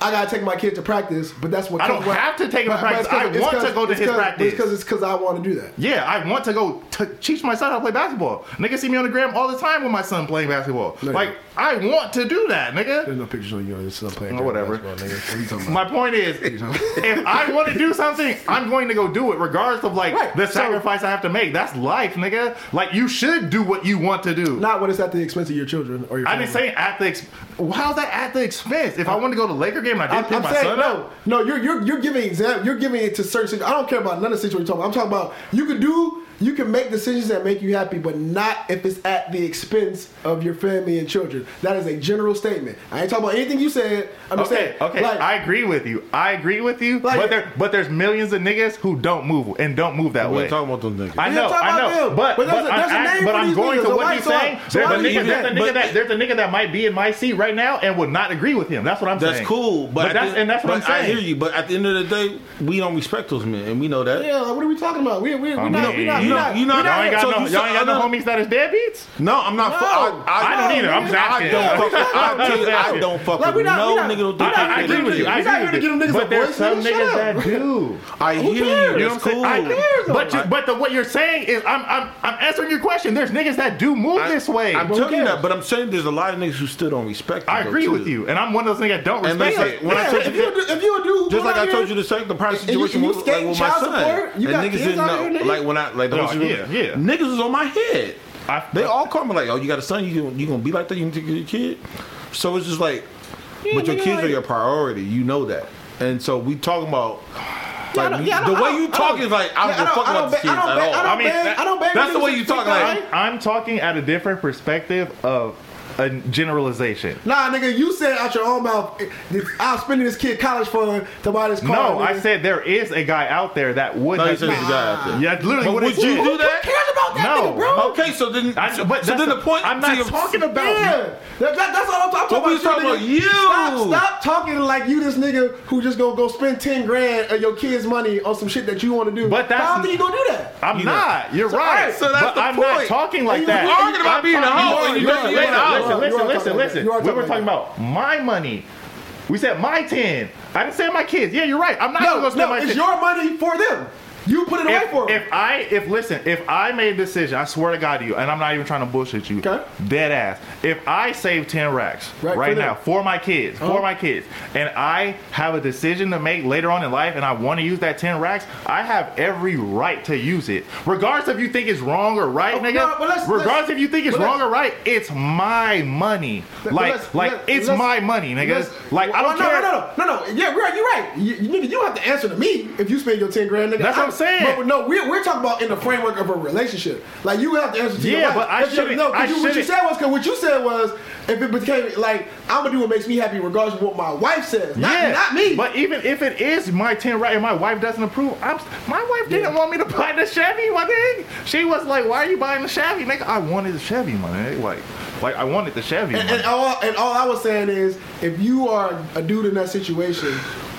[SPEAKER 3] I gotta take my kid to practice, but that's what
[SPEAKER 2] I don't
[SPEAKER 3] comes with-
[SPEAKER 2] have to take him to
[SPEAKER 3] but- but
[SPEAKER 2] practice.
[SPEAKER 3] it's 'cause-
[SPEAKER 2] I
[SPEAKER 3] it's
[SPEAKER 2] want to
[SPEAKER 3] 'cause-
[SPEAKER 2] go to
[SPEAKER 3] it's
[SPEAKER 2] his
[SPEAKER 3] 'cause-
[SPEAKER 2] practice.
[SPEAKER 3] It's because it's because I want to do that.
[SPEAKER 2] yeah, I want to go t- teach my son how to play basketball. Nigga, see me on the gram all the time with my son playing basketball.
[SPEAKER 3] No,
[SPEAKER 2] like,
[SPEAKER 3] you-
[SPEAKER 2] I want to do that, nigga.
[SPEAKER 3] There's no pictures on you on this stuff playing.
[SPEAKER 2] Oh, whatever.
[SPEAKER 3] basketball, nigga. What are you talking about?
[SPEAKER 2] My point is, if I want to do something, I'm going to go do it, regardless of like
[SPEAKER 3] Right,
[SPEAKER 2] the
[SPEAKER 3] so-
[SPEAKER 2] sacrifice I have to make. That's life, nigga. Like you should do what you want to do.
[SPEAKER 3] Not when it's at the expense of your children or your.
[SPEAKER 2] I didn't
[SPEAKER 3] family.
[SPEAKER 2] say at the. Exp- How's that at the expense? If I want to go to Laker game, and I
[SPEAKER 3] I'm,
[SPEAKER 2] did pick
[SPEAKER 3] I'm
[SPEAKER 2] my
[SPEAKER 3] saying
[SPEAKER 2] son
[SPEAKER 3] no,
[SPEAKER 2] up.
[SPEAKER 3] no. You're you're you're giving exam. You're giving it to certain. Situations. I don't care about none of the situations you're talking about. I'm talking about you can do. You can make decisions that make you happy, but not if it's at the expense of your family and children. That is a general statement. I ain't talking about anything you said. I'm just
[SPEAKER 2] Okay,
[SPEAKER 3] saying,
[SPEAKER 2] okay,
[SPEAKER 3] like,
[SPEAKER 2] I agree with you. I agree with you.
[SPEAKER 3] Like-
[SPEAKER 2] but there, but there's millions of niggas who don't move and don't move that
[SPEAKER 4] We
[SPEAKER 2] way.
[SPEAKER 4] ain't talking about those niggas.
[SPEAKER 2] I
[SPEAKER 3] We
[SPEAKER 2] know,
[SPEAKER 3] ain't talking
[SPEAKER 2] I
[SPEAKER 3] about
[SPEAKER 2] know,
[SPEAKER 3] them.
[SPEAKER 2] but,
[SPEAKER 3] But
[SPEAKER 2] but,
[SPEAKER 3] there's a-
[SPEAKER 2] I'm,
[SPEAKER 3] there's a
[SPEAKER 2] act-
[SPEAKER 3] name
[SPEAKER 2] but
[SPEAKER 3] for
[SPEAKER 2] I'm
[SPEAKER 3] these
[SPEAKER 2] going to
[SPEAKER 3] niggas,
[SPEAKER 2] what
[SPEAKER 3] alright?
[SPEAKER 2] he's
[SPEAKER 3] So I-
[SPEAKER 2] saying.
[SPEAKER 3] so
[SPEAKER 2] there's,
[SPEAKER 3] I
[SPEAKER 2] a
[SPEAKER 3] believe
[SPEAKER 2] nigga, there's a
[SPEAKER 3] that.
[SPEAKER 2] nigga
[SPEAKER 3] But-
[SPEAKER 2] that there's a nigga that might be in my seat right now and would not agree with him. That's what I'm
[SPEAKER 4] That's
[SPEAKER 2] saying.
[SPEAKER 4] cool, but,
[SPEAKER 2] But
[SPEAKER 4] at
[SPEAKER 2] that's-
[SPEAKER 4] the-
[SPEAKER 2] and that's what
[SPEAKER 4] but
[SPEAKER 2] I'm
[SPEAKER 4] I
[SPEAKER 2] saying.
[SPEAKER 4] hear you, but at the end of the day, we don't respect those men, and we know that.
[SPEAKER 3] yeah, like, what are we talking about? We we we
[SPEAKER 2] I
[SPEAKER 3] not we
[SPEAKER 2] mean,
[SPEAKER 3] not we
[SPEAKER 4] you
[SPEAKER 3] not
[SPEAKER 4] know- you know-
[SPEAKER 3] we
[SPEAKER 2] y'all ain't
[SPEAKER 3] not-
[SPEAKER 2] got
[SPEAKER 4] so
[SPEAKER 2] no,
[SPEAKER 4] you
[SPEAKER 2] y'all
[SPEAKER 4] said-
[SPEAKER 2] ain't got no
[SPEAKER 4] I know-
[SPEAKER 2] homies that is deadbeats.
[SPEAKER 4] No, I'm not. Fu- I,
[SPEAKER 2] I don't either. I'm just
[SPEAKER 4] I
[SPEAKER 2] asking.
[SPEAKER 4] don't fuck. with-
[SPEAKER 2] I'm
[SPEAKER 4] I,
[SPEAKER 2] just
[SPEAKER 4] don't- I
[SPEAKER 2] asking.
[SPEAKER 4] don't fuck
[SPEAKER 3] Like, we
[SPEAKER 4] with
[SPEAKER 3] not-
[SPEAKER 4] no
[SPEAKER 3] we not-
[SPEAKER 4] nigga who
[SPEAKER 3] we
[SPEAKER 4] think
[SPEAKER 3] not-
[SPEAKER 4] they
[SPEAKER 2] I agree
[SPEAKER 4] can
[SPEAKER 2] with
[SPEAKER 4] do
[SPEAKER 2] you.
[SPEAKER 4] it.
[SPEAKER 2] I
[SPEAKER 3] You're not
[SPEAKER 2] agree
[SPEAKER 3] here to
[SPEAKER 2] with
[SPEAKER 3] give
[SPEAKER 2] you.
[SPEAKER 3] them niggas a
[SPEAKER 2] But there's
[SPEAKER 3] voice,
[SPEAKER 2] some
[SPEAKER 3] nigga.
[SPEAKER 2] niggas
[SPEAKER 3] Shut
[SPEAKER 2] that
[SPEAKER 3] up.
[SPEAKER 2] do.
[SPEAKER 4] I hear you.
[SPEAKER 2] You know
[SPEAKER 4] That's
[SPEAKER 2] what I'm
[SPEAKER 4] cool.
[SPEAKER 2] saying? I
[SPEAKER 3] cares,
[SPEAKER 2] do. But
[SPEAKER 3] though?
[SPEAKER 2] you, but the, what you're saying is, I'm, I'm, I'm answering your question. There's niggas that do move
[SPEAKER 4] I-
[SPEAKER 2] this way.
[SPEAKER 4] I'm
[SPEAKER 2] But who
[SPEAKER 4] telling you
[SPEAKER 2] cares?
[SPEAKER 4] that, but I'm saying there's a lot of niggas who still don't respect. it,
[SPEAKER 2] I
[SPEAKER 4] though,
[SPEAKER 2] agree
[SPEAKER 4] too.
[SPEAKER 2] with you, and I'm one of those niggas that don't
[SPEAKER 4] And
[SPEAKER 2] respect.
[SPEAKER 4] listen,
[SPEAKER 2] it.
[SPEAKER 4] when I
[SPEAKER 3] Yeah,
[SPEAKER 4] told
[SPEAKER 3] if you
[SPEAKER 4] you,
[SPEAKER 3] do, if you do,
[SPEAKER 4] just like I told you
[SPEAKER 3] here,
[SPEAKER 4] the second, the prior
[SPEAKER 3] and you-
[SPEAKER 4] situation
[SPEAKER 3] and you
[SPEAKER 4] was like
[SPEAKER 3] skating
[SPEAKER 4] with my
[SPEAKER 3] child
[SPEAKER 4] son,
[SPEAKER 3] support? You
[SPEAKER 4] and
[SPEAKER 3] got
[SPEAKER 4] niggas
[SPEAKER 3] kids
[SPEAKER 4] didn't
[SPEAKER 3] out
[SPEAKER 4] know.
[SPEAKER 3] here, nigga?
[SPEAKER 4] Like when I like the
[SPEAKER 2] No,
[SPEAKER 4] whole
[SPEAKER 2] yeah,
[SPEAKER 4] situation,
[SPEAKER 2] yeah.
[SPEAKER 4] niggas was on my head.
[SPEAKER 2] I-
[SPEAKER 4] they all call me like, "Oh, you got a son? You gonna- you gonna be like that? You gonna take care of your kid?" So it's just like, but your
[SPEAKER 3] nigga,
[SPEAKER 4] kids are
[SPEAKER 3] like-
[SPEAKER 4] your priority. You know that, and so we talking about.
[SPEAKER 3] I
[SPEAKER 4] Like,
[SPEAKER 3] don't-
[SPEAKER 4] we-
[SPEAKER 3] yeah, I
[SPEAKER 4] the
[SPEAKER 3] don't- I
[SPEAKER 4] way
[SPEAKER 3] don't-
[SPEAKER 4] you talk is like I don't
[SPEAKER 3] yeah,
[SPEAKER 4] give a
[SPEAKER 3] I
[SPEAKER 4] fuck
[SPEAKER 3] don't- I
[SPEAKER 4] about
[SPEAKER 3] don't
[SPEAKER 4] the
[SPEAKER 3] ba-
[SPEAKER 4] kids
[SPEAKER 3] I don't
[SPEAKER 4] at
[SPEAKER 3] ba- I
[SPEAKER 4] all.
[SPEAKER 3] don't
[SPEAKER 4] I mean,
[SPEAKER 3] bang- I don't bang
[SPEAKER 4] that's the
[SPEAKER 3] niggas
[SPEAKER 4] way
[SPEAKER 3] that
[SPEAKER 4] you
[SPEAKER 3] speak
[SPEAKER 4] talk.
[SPEAKER 3] that
[SPEAKER 4] Like
[SPEAKER 3] way.
[SPEAKER 2] I'm talking at a different perspective of a generalization.
[SPEAKER 3] Nah, nigga, you said out your own mouth, I'm spending this kid college fund to buy this car.
[SPEAKER 2] No,
[SPEAKER 3] nigga.
[SPEAKER 2] I said there is a guy out there that would.
[SPEAKER 4] No, you
[SPEAKER 2] have
[SPEAKER 4] said there's a guy out there.
[SPEAKER 2] Yeah, that's literally.
[SPEAKER 4] But
[SPEAKER 2] what it
[SPEAKER 4] would you
[SPEAKER 2] said.
[SPEAKER 4] do that?
[SPEAKER 3] Who cares about that
[SPEAKER 2] No.
[SPEAKER 3] nigga, bro?
[SPEAKER 4] Okay, so then,
[SPEAKER 2] I-
[SPEAKER 4] so,
[SPEAKER 2] but
[SPEAKER 4] so
[SPEAKER 2] that's
[SPEAKER 4] then the,
[SPEAKER 2] the-
[SPEAKER 4] point.
[SPEAKER 2] I'm not
[SPEAKER 4] so you're-
[SPEAKER 2] talking about-
[SPEAKER 3] Yeah, that, that, that's all I'm talking
[SPEAKER 4] But
[SPEAKER 3] about.
[SPEAKER 4] we was talking
[SPEAKER 3] nigga.
[SPEAKER 4] about you.
[SPEAKER 3] Stop, stop talking like you this nigga who just gonna go spend ten grand of your kids' money on some shit that you want to do.
[SPEAKER 2] But that's-
[SPEAKER 3] how often you gonna do that?
[SPEAKER 2] I'm
[SPEAKER 4] You know.
[SPEAKER 2] not. You're
[SPEAKER 4] So,
[SPEAKER 2] right.
[SPEAKER 4] alright, so that's
[SPEAKER 2] but
[SPEAKER 4] the
[SPEAKER 2] I'm not
[SPEAKER 4] point.
[SPEAKER 2] talking like
[SPEAKER 3] You-
[SPEAKER 2] that.
[SPEAKER 3] you arguing
[SPEAKER 4] about
[SPEAKER 2] I'm
[SPEAKER 4] being a
[SPEAKER 2] talking-
[SPEAKER 4] hoe
[SPEAKER 2] you
[SPEAKER 4] and you
[SPEAKER 2] are-
[SPEAKER 4] don't
[SPEAKER 2] listen,
[SPEAKER 4] even know.
[SPEAKER 3] You are
[SPEAKER 2] Listen,
[SPEAKER 3] talking
[SPEAKER 2] listen,
[SPEAKER 3] like
[SPEAKER 2] listen,
[SPEAKER 3] that. You are
[SPEAKER 2] listen. We were talking
[SPEAKER 3] talking like
[SPEAKER 2] about my money. We said my ten. I didn't say my kids. Yeah, you're right. I'm not
[SPEAKER 3] No,
[SPEAKER 2] gonna go spend
[SPEAKER 3] no,
[SPEAKER 2] my
[SPEAKER 3] it's
[SPEAKER 2] ten.
[SPEAKER 3] your money for them. You put it away for
[SPEAKER 2] if,
[SPEAKER 3] them.
[SPEAKER 2] if I if listen, if I made a decision, I swear to God to you, and I'm not even trying to bullshit you,
[SPEAKER 3] Okay.
[SPEAKER 2] dead ass. If I save ten racks
[SPEAKER 3] Right,
[SPEAKER 2] right,
[SPEAKER 3] for them.
[SPEAKER 2] now for my kids,
[SPEAKER 3] Uh-huh.
[SPEAKER 2] for my kids, and I have a decision to make later on in life, and I want to use that ten racks, I have every right to use it, regardless if you think it's wrong or right,
[SPEAKER 3] Oh,
[SPEAKER 2] nigga.
[SPEAKER 3] no, but let's-
[SPEAKER 2] regardless
[SPEAKER 3] let's-
[SPEAKER 2] if you think it's
[SPEAKER 3] but
[SPEAKER 2] wrong or
[SPEAKER 3] let's-
[SPEAKER 2] right, it's my money.
[SPEAKER 3] Let-
[SPEAKER 2] Like
[SPEAKER 3] let's-
[SPEAKER 2] like
[SPEAKER 3] let-
[SPEAKER 2] it's
[SPEAKER 3] let's-
[SPEAKER 2] my money, nigga.
[SPEAKER 3] let's- Oh,
[SPEAKER 2] Like I don't
[SPEAKER 3] no,
[SPEAKER 2] care.
[SPEAKER 3] No, no, no, no, no. Yeah, you're right. You're right. You, you- nigga, you don't have to answer to me if you spend your ten grand. Nigga.
[SPEAKER 2] That's what I'm
[SPEAKER 3] I-
[SPEAKER 2] saying.
[SPEAKER 3] But no, we're, we're talking about in the framework of a relationship. Like you have to answer to your
[SPEAKER 2] Yeah,
[SPEAKER 3] wife.
[SPEAKER 2] but I
[SPEAKER 3] If you-
[SPEAKER 2] shouldn't-
[SPEAKER 3] No, 'cause
[SPEAKER 2] I
[SPEAKER 3] you, what you
[SPEAKER 2] shouldn't-
[SPEAKER 3] said was because what you said was if it became like I'm gonna do what makes me happy regardless of what my wife says. Not,
[SPEAKER 2] yeah,
[SPEAKER 3] not me.
[SPEAKER 2] But even if it is my ten right and my wife doesn't approve, I'm my wife didn't want me to buy the Chevy, my nigga. She was like, "Why are you buying the Chevy, nigga?" I wanted the Chevy, my nigga. Like, like I wanted the Chevy.
[SPEAKER 3] And,
[SPEAKER 2] my
[SPEAKER 3] and all and all I was saying is, if you are a dude in that situation,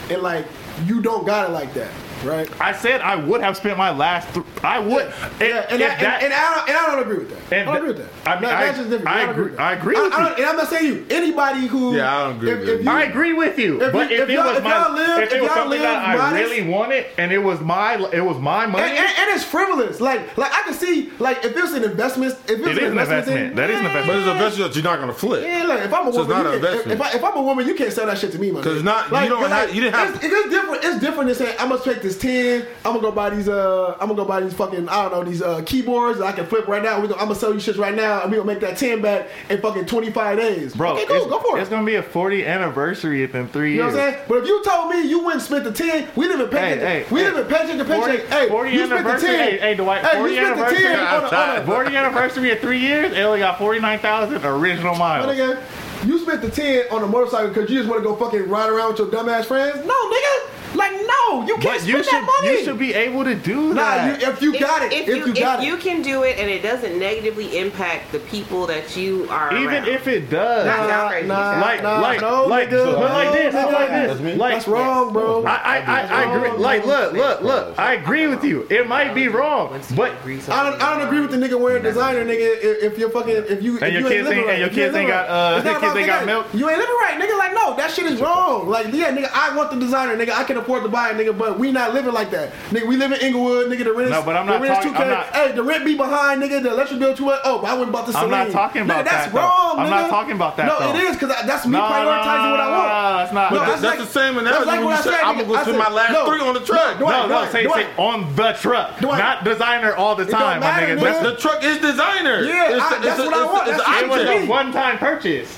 [SPEAKER 3] and like you don't got it like that, right?
[SPEAKER 2] I said I would have spent my last. Th- I would. If-
[SPEAKER 3] Yeah, and,
[SPEAKER 2] if
[SPEAKER 3] I, and-
[SPEAKER 2] that-
[SPEAKER 3] and, I don't, and I don't agree with that.
[SPEAKER 2] And
[SPEAKER 3] I don't
[SPEAKER 2] that-
[SPEAKER 3] agree with that.
[SPEAKER 2] I mean,
[SPEAKER 3] That-
[SPEAKER 2] I-
[SPEAKER 3] that's just different.
[SPEAKER 2] I
[SPEAKER 3] don't
[SPEAKER 2] agree- I agree
[SPEAKER 3] I-
[SPEAKER 2] with
[SPEAKER 3] I don't-
[SPEAKER 2] you.
[SPEAKER 3] and I'm not saying you. Anybody who
[SPEAKER 4] Yeah, I don't agree
[SPEAKER 3] If,
[SPEAKER 4] with
[SPEAKER 3] if
[SPEAKER 4] you.
[SPEAKER 3] you
[SPEAKER 2] I agree with you,
[SPEAKER 3] If
[SPEAKER 2] but
[SPEAKER 3] you-
[SPEAKER 2] if,
[SPEAKER 3] if
[SPEAKER 2] it
[SPEAKER 3] y'all-
[SPEAKER 2] was
[SPEAKER 3] if
[SPEAKER 2] my,
[SPEAKER 3] y'all live-
[SPEAKER 2] if
[SPEAKER 3] if
[SPEAKER 2] it was
[SPEAKER 3] y'all
[SPEAKER 2] something that
[SPEAKER 3] live
[SPEAKER 2] I
[SPEAKER 3] modest-
[SPEAKER 2] really wanted, and it was my, it was my money.
[SPEAKER 3] And, and, and it's frivolous. Like like I can see like if it's an investment, if it's
[SPEAKER 2] it is an investment.
[SPEAKER 3] thing-
[SPEAKER 2] That is an
[SPEAKER 4] But it's
[SPEAKER 2] investment.
[SPEAKER 4] a vessel that you're not gonna flip.
[SPEAKER 3] Yeah, like if I'm a
[SPEAKER 4] So it's
[SPEAKER 3] woman,
[SPEAKER 4] not
[SPEAKER 3] you
[SPEAKER 4] an
[SPEAKER 3] can-
[SPEAKER 4] investment.
[SPEAKER 3] if, I, if I'm a woman, you can't sell that shit to me, my
[SPEAKER 4] 'Cause
[SPEAKER 3] nigga.
[SPEAKER 4] it's not- you don't
[SPEAKER 3] you're
[SPEAKER 4] have- you didn't have
[SPEAKER 3] it's,
[SPEAKER 4] to.
[SPEAKER 3] it's different. It's different than saying I'm gonna take this ten. I'm gonna go buy these. Uh, I'm gonna go buy these fucking. I don't know these uh, keyboards that I can flip right now. We gonna, I'm gonna sell you shit right now, and we gonna make that ten back in fucking 25 days.
[SPEAKER 2] Bro,
[SPEAKER 3] okay, cool,
[SPEAKER 2] it's,
[SPEAKER 3] go for it.
[SPEAKER 2] it's gonna be a 40 anniversary within three
[SPEAKER 3] You know
[SPEAKER 2] years.
[SPEAKER 3] what I'm saying? But if you told me you wouldn't spend the ten, we didn't even pay.
[SPEAKER 2] Hey,
[SPEAKER 3] the,
[SPEAKER 2] hey,
[SPEAKER 3] we
[SPEAKER 2] hey.
[SPEAKER 3] didn't even pay the paycheck.
[SPEAKER 2] 40,
[SPEAKER 3] Hey,
[SPEAKER 2] 40
[SPEAKER 3] you spent the
[SPEAKER 2] anniversary.
[SPEAKER 3] ten.
[SPEAKER 2] Hey, hey, Dwight,
[SPEAKER 3] Hey,
[SPEAKER 2] 40
[SPEAKER 3] you spent the
[SPEAKER 2] anniversary.
[SPEAKER 3] ten on a, on a,
[SPEAKER 2] 40 anniversary in three years, it only got 49,000 original
[SPEAKER 3] My
[SPEAKER 2] miles.
[SPEAKER 3] nigga, you spent the 10 on a motorcycle because you just want to go fucking ride around with your dumbass friends? No, nigga. Like, no. No, you can't
[SPEAKER 2] But you
[SPEAKER 3] spend that
[SPEAKER 2] should
[SPEAKER 3] money.
[SPEAKER 2] you should be able to do
[SPEAKER 3] Nah,
[SPEAKER 2] that.
[SPEAKER 3] you, if you got it, if, you, got
[SPEAKER 6] if
[SPEAKER 3] it.
[SPEAKER 6] you can do it and it doesn't negatively impact the people that you are
[SPEAKER 2] Even
[SPEAKER 6] around.
[SPEAKER 2] if it does,
[SPEAKER 6] Nah, nah, nah,
[SPEAKER 2] like
[SPEAKER 3] nah,
[SPEAKER 2] like
[SPEAKER 3] no,
[SPEAKER 2] like,
[SPEAKER 3] nigga,
[SPEAKER 2] but like this,
[SPEAKER 3] no,
[SPEAKER 2] but like
[SPEAKER 3] nigga.
[SPEAKER 2] this, like
[SPEAKER 3] That's wrong, bro.
[SPEAKER 2] I I, I, I agree. Like look look look, I agree with you. It might be wrong, but
[SPEAKER 3] I don't, I don't agree with the nigga wearing designer, nigga. If, if you're fucking, if you,
[SPEAKER 2] And your
[SPEAKER 3] if you ain't
[SPEAKER 2] kids
[SPEAKER 3] living
[SPEAKER 2] ain't-
[SPEAKER 3] right,
[SPEAKER 2] and your
[SPEAKER 3] if you
[SPEAKER 2] kids ain't
[SPEAKER 3] living
[SPEAKER 2] got,
[SPEAKER 3] right.
[SPEAKER 2] uh,
[SPEAKER 3] It's
[SPEAKER 2] your
[SPEAKER 3] not
[SPEAKER 2] kids
[SPEAKER 3] about
[SPEAKER 2] ain't got
[SPEAKER 3] nigga,
[SPEAKER 2] milk?
[SPEAKER 3] You ain't living right, nigga. Like, no, that shit is wrong. Like, yeah, nigga, I want the designer, nigga. I can afford to buy it, nigga. But we not living like that, nigga. We live in Inglewood, nigga. The rent, is-
[SPEAKER 2] No, but I'm
[SPEAKER 3] the
[SPEAKER 2] not
[SPEAKER 3] rent is
[SPEAKER 2] talking-
[SPEAKER 3] 2K.
[SPEAKER 2] I'm not-
[SPEAKER 3] Hey, the rent be behind, nigga. The electric bill too. Oh, but I went and bought the
[SPEAKER 2] I'm
[SPEAKER 3] Celine.
[SPEAKER 2] not talking
[SPEAKER 3] Nigga,
[SPEAKER 2] about
[SPEAKER 3] that's
[SPEAKER 2] that, though.
[SPEAKER 3] wrong,
[SPEAKER 2] I'm
[SPEAKER 3] nigga.
[SPEAKER 2] not talking about that,
[SPEAKER 3] No,
[SPEAKER 2] though.
[SPEAKER 3] it is because that's me
[SPEAKER 2] No, no,
[SPEAKER 3] prioritizing what I want.
[SPEAKER 2] no, no, no, that's not- But
[SPEAKER 4] that's the same analogy
[SPEAKER 3] that's
[SPEAKER 4] when
[SPEAKER 3] what
[SPEAKER 4] you
[SPEAKER 3] I
[SPEAKER 4] said, "I'ma
[SPEAKER 3] nigga.
[SPEAKER 4] go
[SPEAKER 3] I
[SPEAKER 4] spend
[SPEAKER 3] said,
[SPEAKER 4] my last
[SPEAKER 3] no,
[SPEAKER 4] three on the track."
[SPEAKER 3] Dwight,
[SPEAKER 2] no no
[SPEAKER 3] Dwight,
[SPEAKER 2] say
[SPEAKER 3] Dwight.
[SPEAKER 2] say on the truck,
[SPEAKER 3] Dwight.
[SPEAKER 2] not designer all the
[SPEAKER 3] don't
[SPEAKER 2] time, my
[SPEAKER 3] matter,
[SPEAKER 2] nigga.
[SPEAKER 3] nigga.
[SPEAKER 2] That's the
[SPEAKER 4] The truck is designer.
[SPEAKER 3] Yeah,
[SPEAKER 4] It's-
[SPEAKER 3] I-
[SPEAKER 4] it's
[SPEAKER 3] that's
[SPEAKER 4] a-
[SPEAKER 3] what I
[SPEAKER 4] it's a-
[SPEAKER 3] want.
[SPEAKER 4] It's
[SPEAKER 3] That's
[SPEAKER 4] an
[SPEAKER 3] what
[SPEAKER 2] It was
[SPEAKER 3] to
[SPEAKER 4] option.
[SPEAKER 3] me.
[SPEAKER 2] a one-time purchase.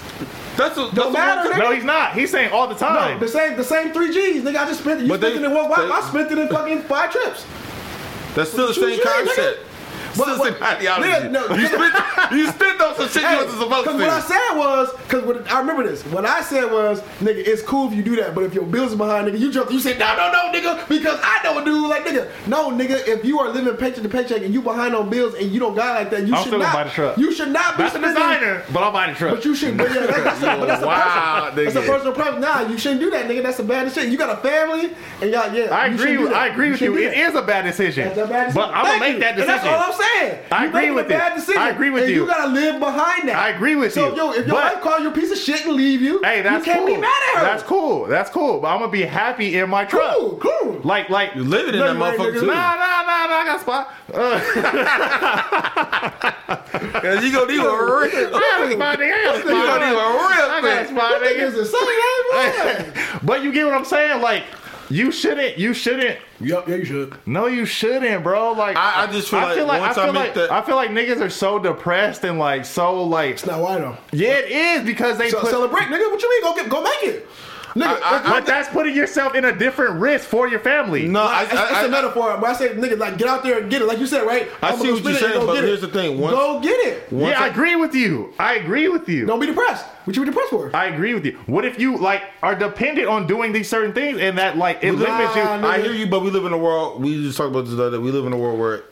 [SPEAKER 4] That's a that's
[SPEAKER 3] Don't
[SPEAKER 4] a
[SPEAKER 3] matter,
[SPEAKER 4] one-time-
[SPEAKER 3] nigga.
[SPEAKER 2] No, he's not. He's saying all the time.
[SPEAKER 3] No, the same the same three G's, nigga. I just spent you
[SPEAKER 4] But they-
[SPEAKER 3] spent it in one. Why
[SPEAKER 4] they-
[SPEAKER 3] I spent it in fucking five trips?
[SPEAKER 4] That's still the
[SPEAKER 3] Two
[SPEAKER 4] same
[SPEAKER 3] G's, nigga.
[SPEAKER 4] concept. Still the
[SPEAKER 3] what-
[SPEAKER 4] same ideology.
[SPEAKER 3] Yeah, no,
[SPEAKER 4] You spent you spent those some shit you
[SPEAKER 3] Hey,
[SPEAKER 4] wasn't supposed to.
[SPEAKER 3] Cause what I said was, cause what I remember this. What I said was, nigga, it's cool if you do that, but if your bills are behind, nigga, you jump. You say, no, no, no, nigga, because I know a dude like nigga. No, nigga, if you are living paycheck to paycheck and you behind on bills and you don't got like that, you
[SPEAKER 2] I'm
[SPEAKER 3] should
[SPEAKER 2] still gonna
[SPEAKER 3] not.
[SPEAKER 2] buy the truck.
[SPEAKER 3] You should not be
[SPEAKER 2] Not the
[SPEAKER 3] spending.
[SPEAKER 2] designer, but I'll buy the truck.
[SPEAKER 3] But you should. But yeah, that- that's, a, but that's a
[SPEAKER 4] Wow,
[SPEAKER 3] personal. That's a
[SPEAKER 4] nigga.
[SPEAKER 3] personal problem. Nah, you shouldn't do that, nigga. That's a bad decision. You got a family, and y'all, yeah.
[SPEAKER 2] I
[SPEAKER 3] you
[SPEAKER 2] agree.
[SPEAKER 3] shouldn't do
[SPEAKER 2] With,
[SPEAKER 3] that.
[SPEAKER 2] I agree with
[SPEAKER 3] shouldn't
[SPEAKER 2] you.
[SPEAKER 3] do
[SPEAKER 2] It
[SPEAKER 3] that.
[SPEAKER 2] is a bad decision.
[SPEAKER 3] That's a bad decision.
[SPEAKER 2] But I'm gonna
[SPEAKER 3] Thank
[SPEAKER 2] make
[SPEAKER 3] you.
[SPEAKER 2] that
[SPEAKER 3] And
[SPEAKER 2] decision.
[SPEAKER 3] that's all I'm saying.
[SPEAKER 2] I
[SPEAKER 3] You're
[SPEAKER 2] agree
[SPEAKER 3] making
[SPEAKER 2] with
[SPEAKER 3] a
[SPEAKER 2] you.
[SPEAKER 3] bad decision.
[SPEAKER 2] I agree with
[SPEAKER 3] and
[SPEAKER 2] you.
[SPEAKER 3] You gotta live behind that.
[SPEAKER 2] I agree with
[SPEAKER 3] so,
[SPEAKER 2] you.
[SPEAKER 3] So yo, if your
[SPEAKER 2] But-
[SPEAKER 3] wife call you a piece of shit and leave you,
[SPEAKER 2] Hey, that's
[SPEAKER 3] you can't
[SPEAKER 2] cool.
[SPEAKER 3] be mad at her.
[SPEAKER 2] That's cool. That's cool. But I'm gonna be happy in my truck.
[SPEAKER 3] Cool, cool.
[SPEAKER 2] Like, like.
[SPEAKER 4] You living in
[SPEAKER 3] No,
[SPEAKER 4] that
[SPEAKER 3] you ain't,
[SPEAKER 4] motherfucker
[SPEAKER 3] nigga.
[SPEAKER 4] too.
[SPEAKER 2] Nah, nah, nah, nah. I got a spot. Uh,
[SPEAKER 4] Cause you gonna need a
[SPEAKER 2] I
[SPEAKER 4] real.
[SPEAKER 2] got a spot, nigga. I got a spot.
[SPEAKER 4] You gonna need
[SPEAKER 2] I got a
[SPEAKER 4] a real thing.
[SPEAKER 2] spot,
[SPEAKER 3] Niggas
[SPEAKER 2] nigga.
[SPEAKER 3] is insane, ain't it?
[SPEAKER 2] But you get what I'm saying? Like, you shouldn't. You shouldn't.
[SPEAKER 3] Yup, yeah, you should.
[SPEAKER 2] No, you shouldn't, bro. Like,
[SPEAKER 4] I- I just feel like once
[SPEAKER 2] I
[SPEAKER 4] I
[SPEAKER 2] feel
[SPEAKER 4] make
[SPEAKER 2] like,
[SPEAKER 4] that-
[SPEAKER 2] I feel like niggas are so depressed and like so like.
[SPEAKER 3] Now why though?
[SPEAKER 2] Yeah, it is because they
[SPEAKER 3] So,
[SPEAKER 2] put.
[SPEAKER 3] celebrate, nigga. What you mean? Go get, go make it, nigga.
[SPEAKER 4] I-
[SPEAKER 3] if-
[SPEAKER 2] but that's putting yourself in a different risk for your family.
[SPEAKER 4] No, I,
[SPEAKER 3] Like, it's, it's
[SPEAKER 4] I,
[SPEAKER 3] a
[SPEAKER 4] I,
[SPEAKER 3] metaphor, but I say, nigga, like get out there and get it, like you said, right?
[SPEAKER 4] I
[SPEAKER 3] I'ma
[SPEAKER 4] see
[SPEAKER 3] go
[SPEAKER 4] what you're
[SPEAKER 3] spend it and
[SPEAKER 4] saying,
[SPEAKER 3] go
[SPEAKER 4] but
[SPEAKER 3] get it.
[SPEAKER 4] here's the thing, once-
[SPEAKER 3] go get it.
[SPEAKER 4] once
[SPEAKER 2] yeah, I,
[SPEAKER 4] I-
[SPEAKER 2] agree with you. I agree with you.
[SPEAKER 3] Don't be depressed. What you depressed for?
[SPEAKER 2] I agree with you. What if you like are dependent on doing these certain things and that like it limits you?
[SPEAKER 3] Nah,
[SPEAKER 4] I hear you, but we live in a world. We just talked about this the other. day. We live in a world where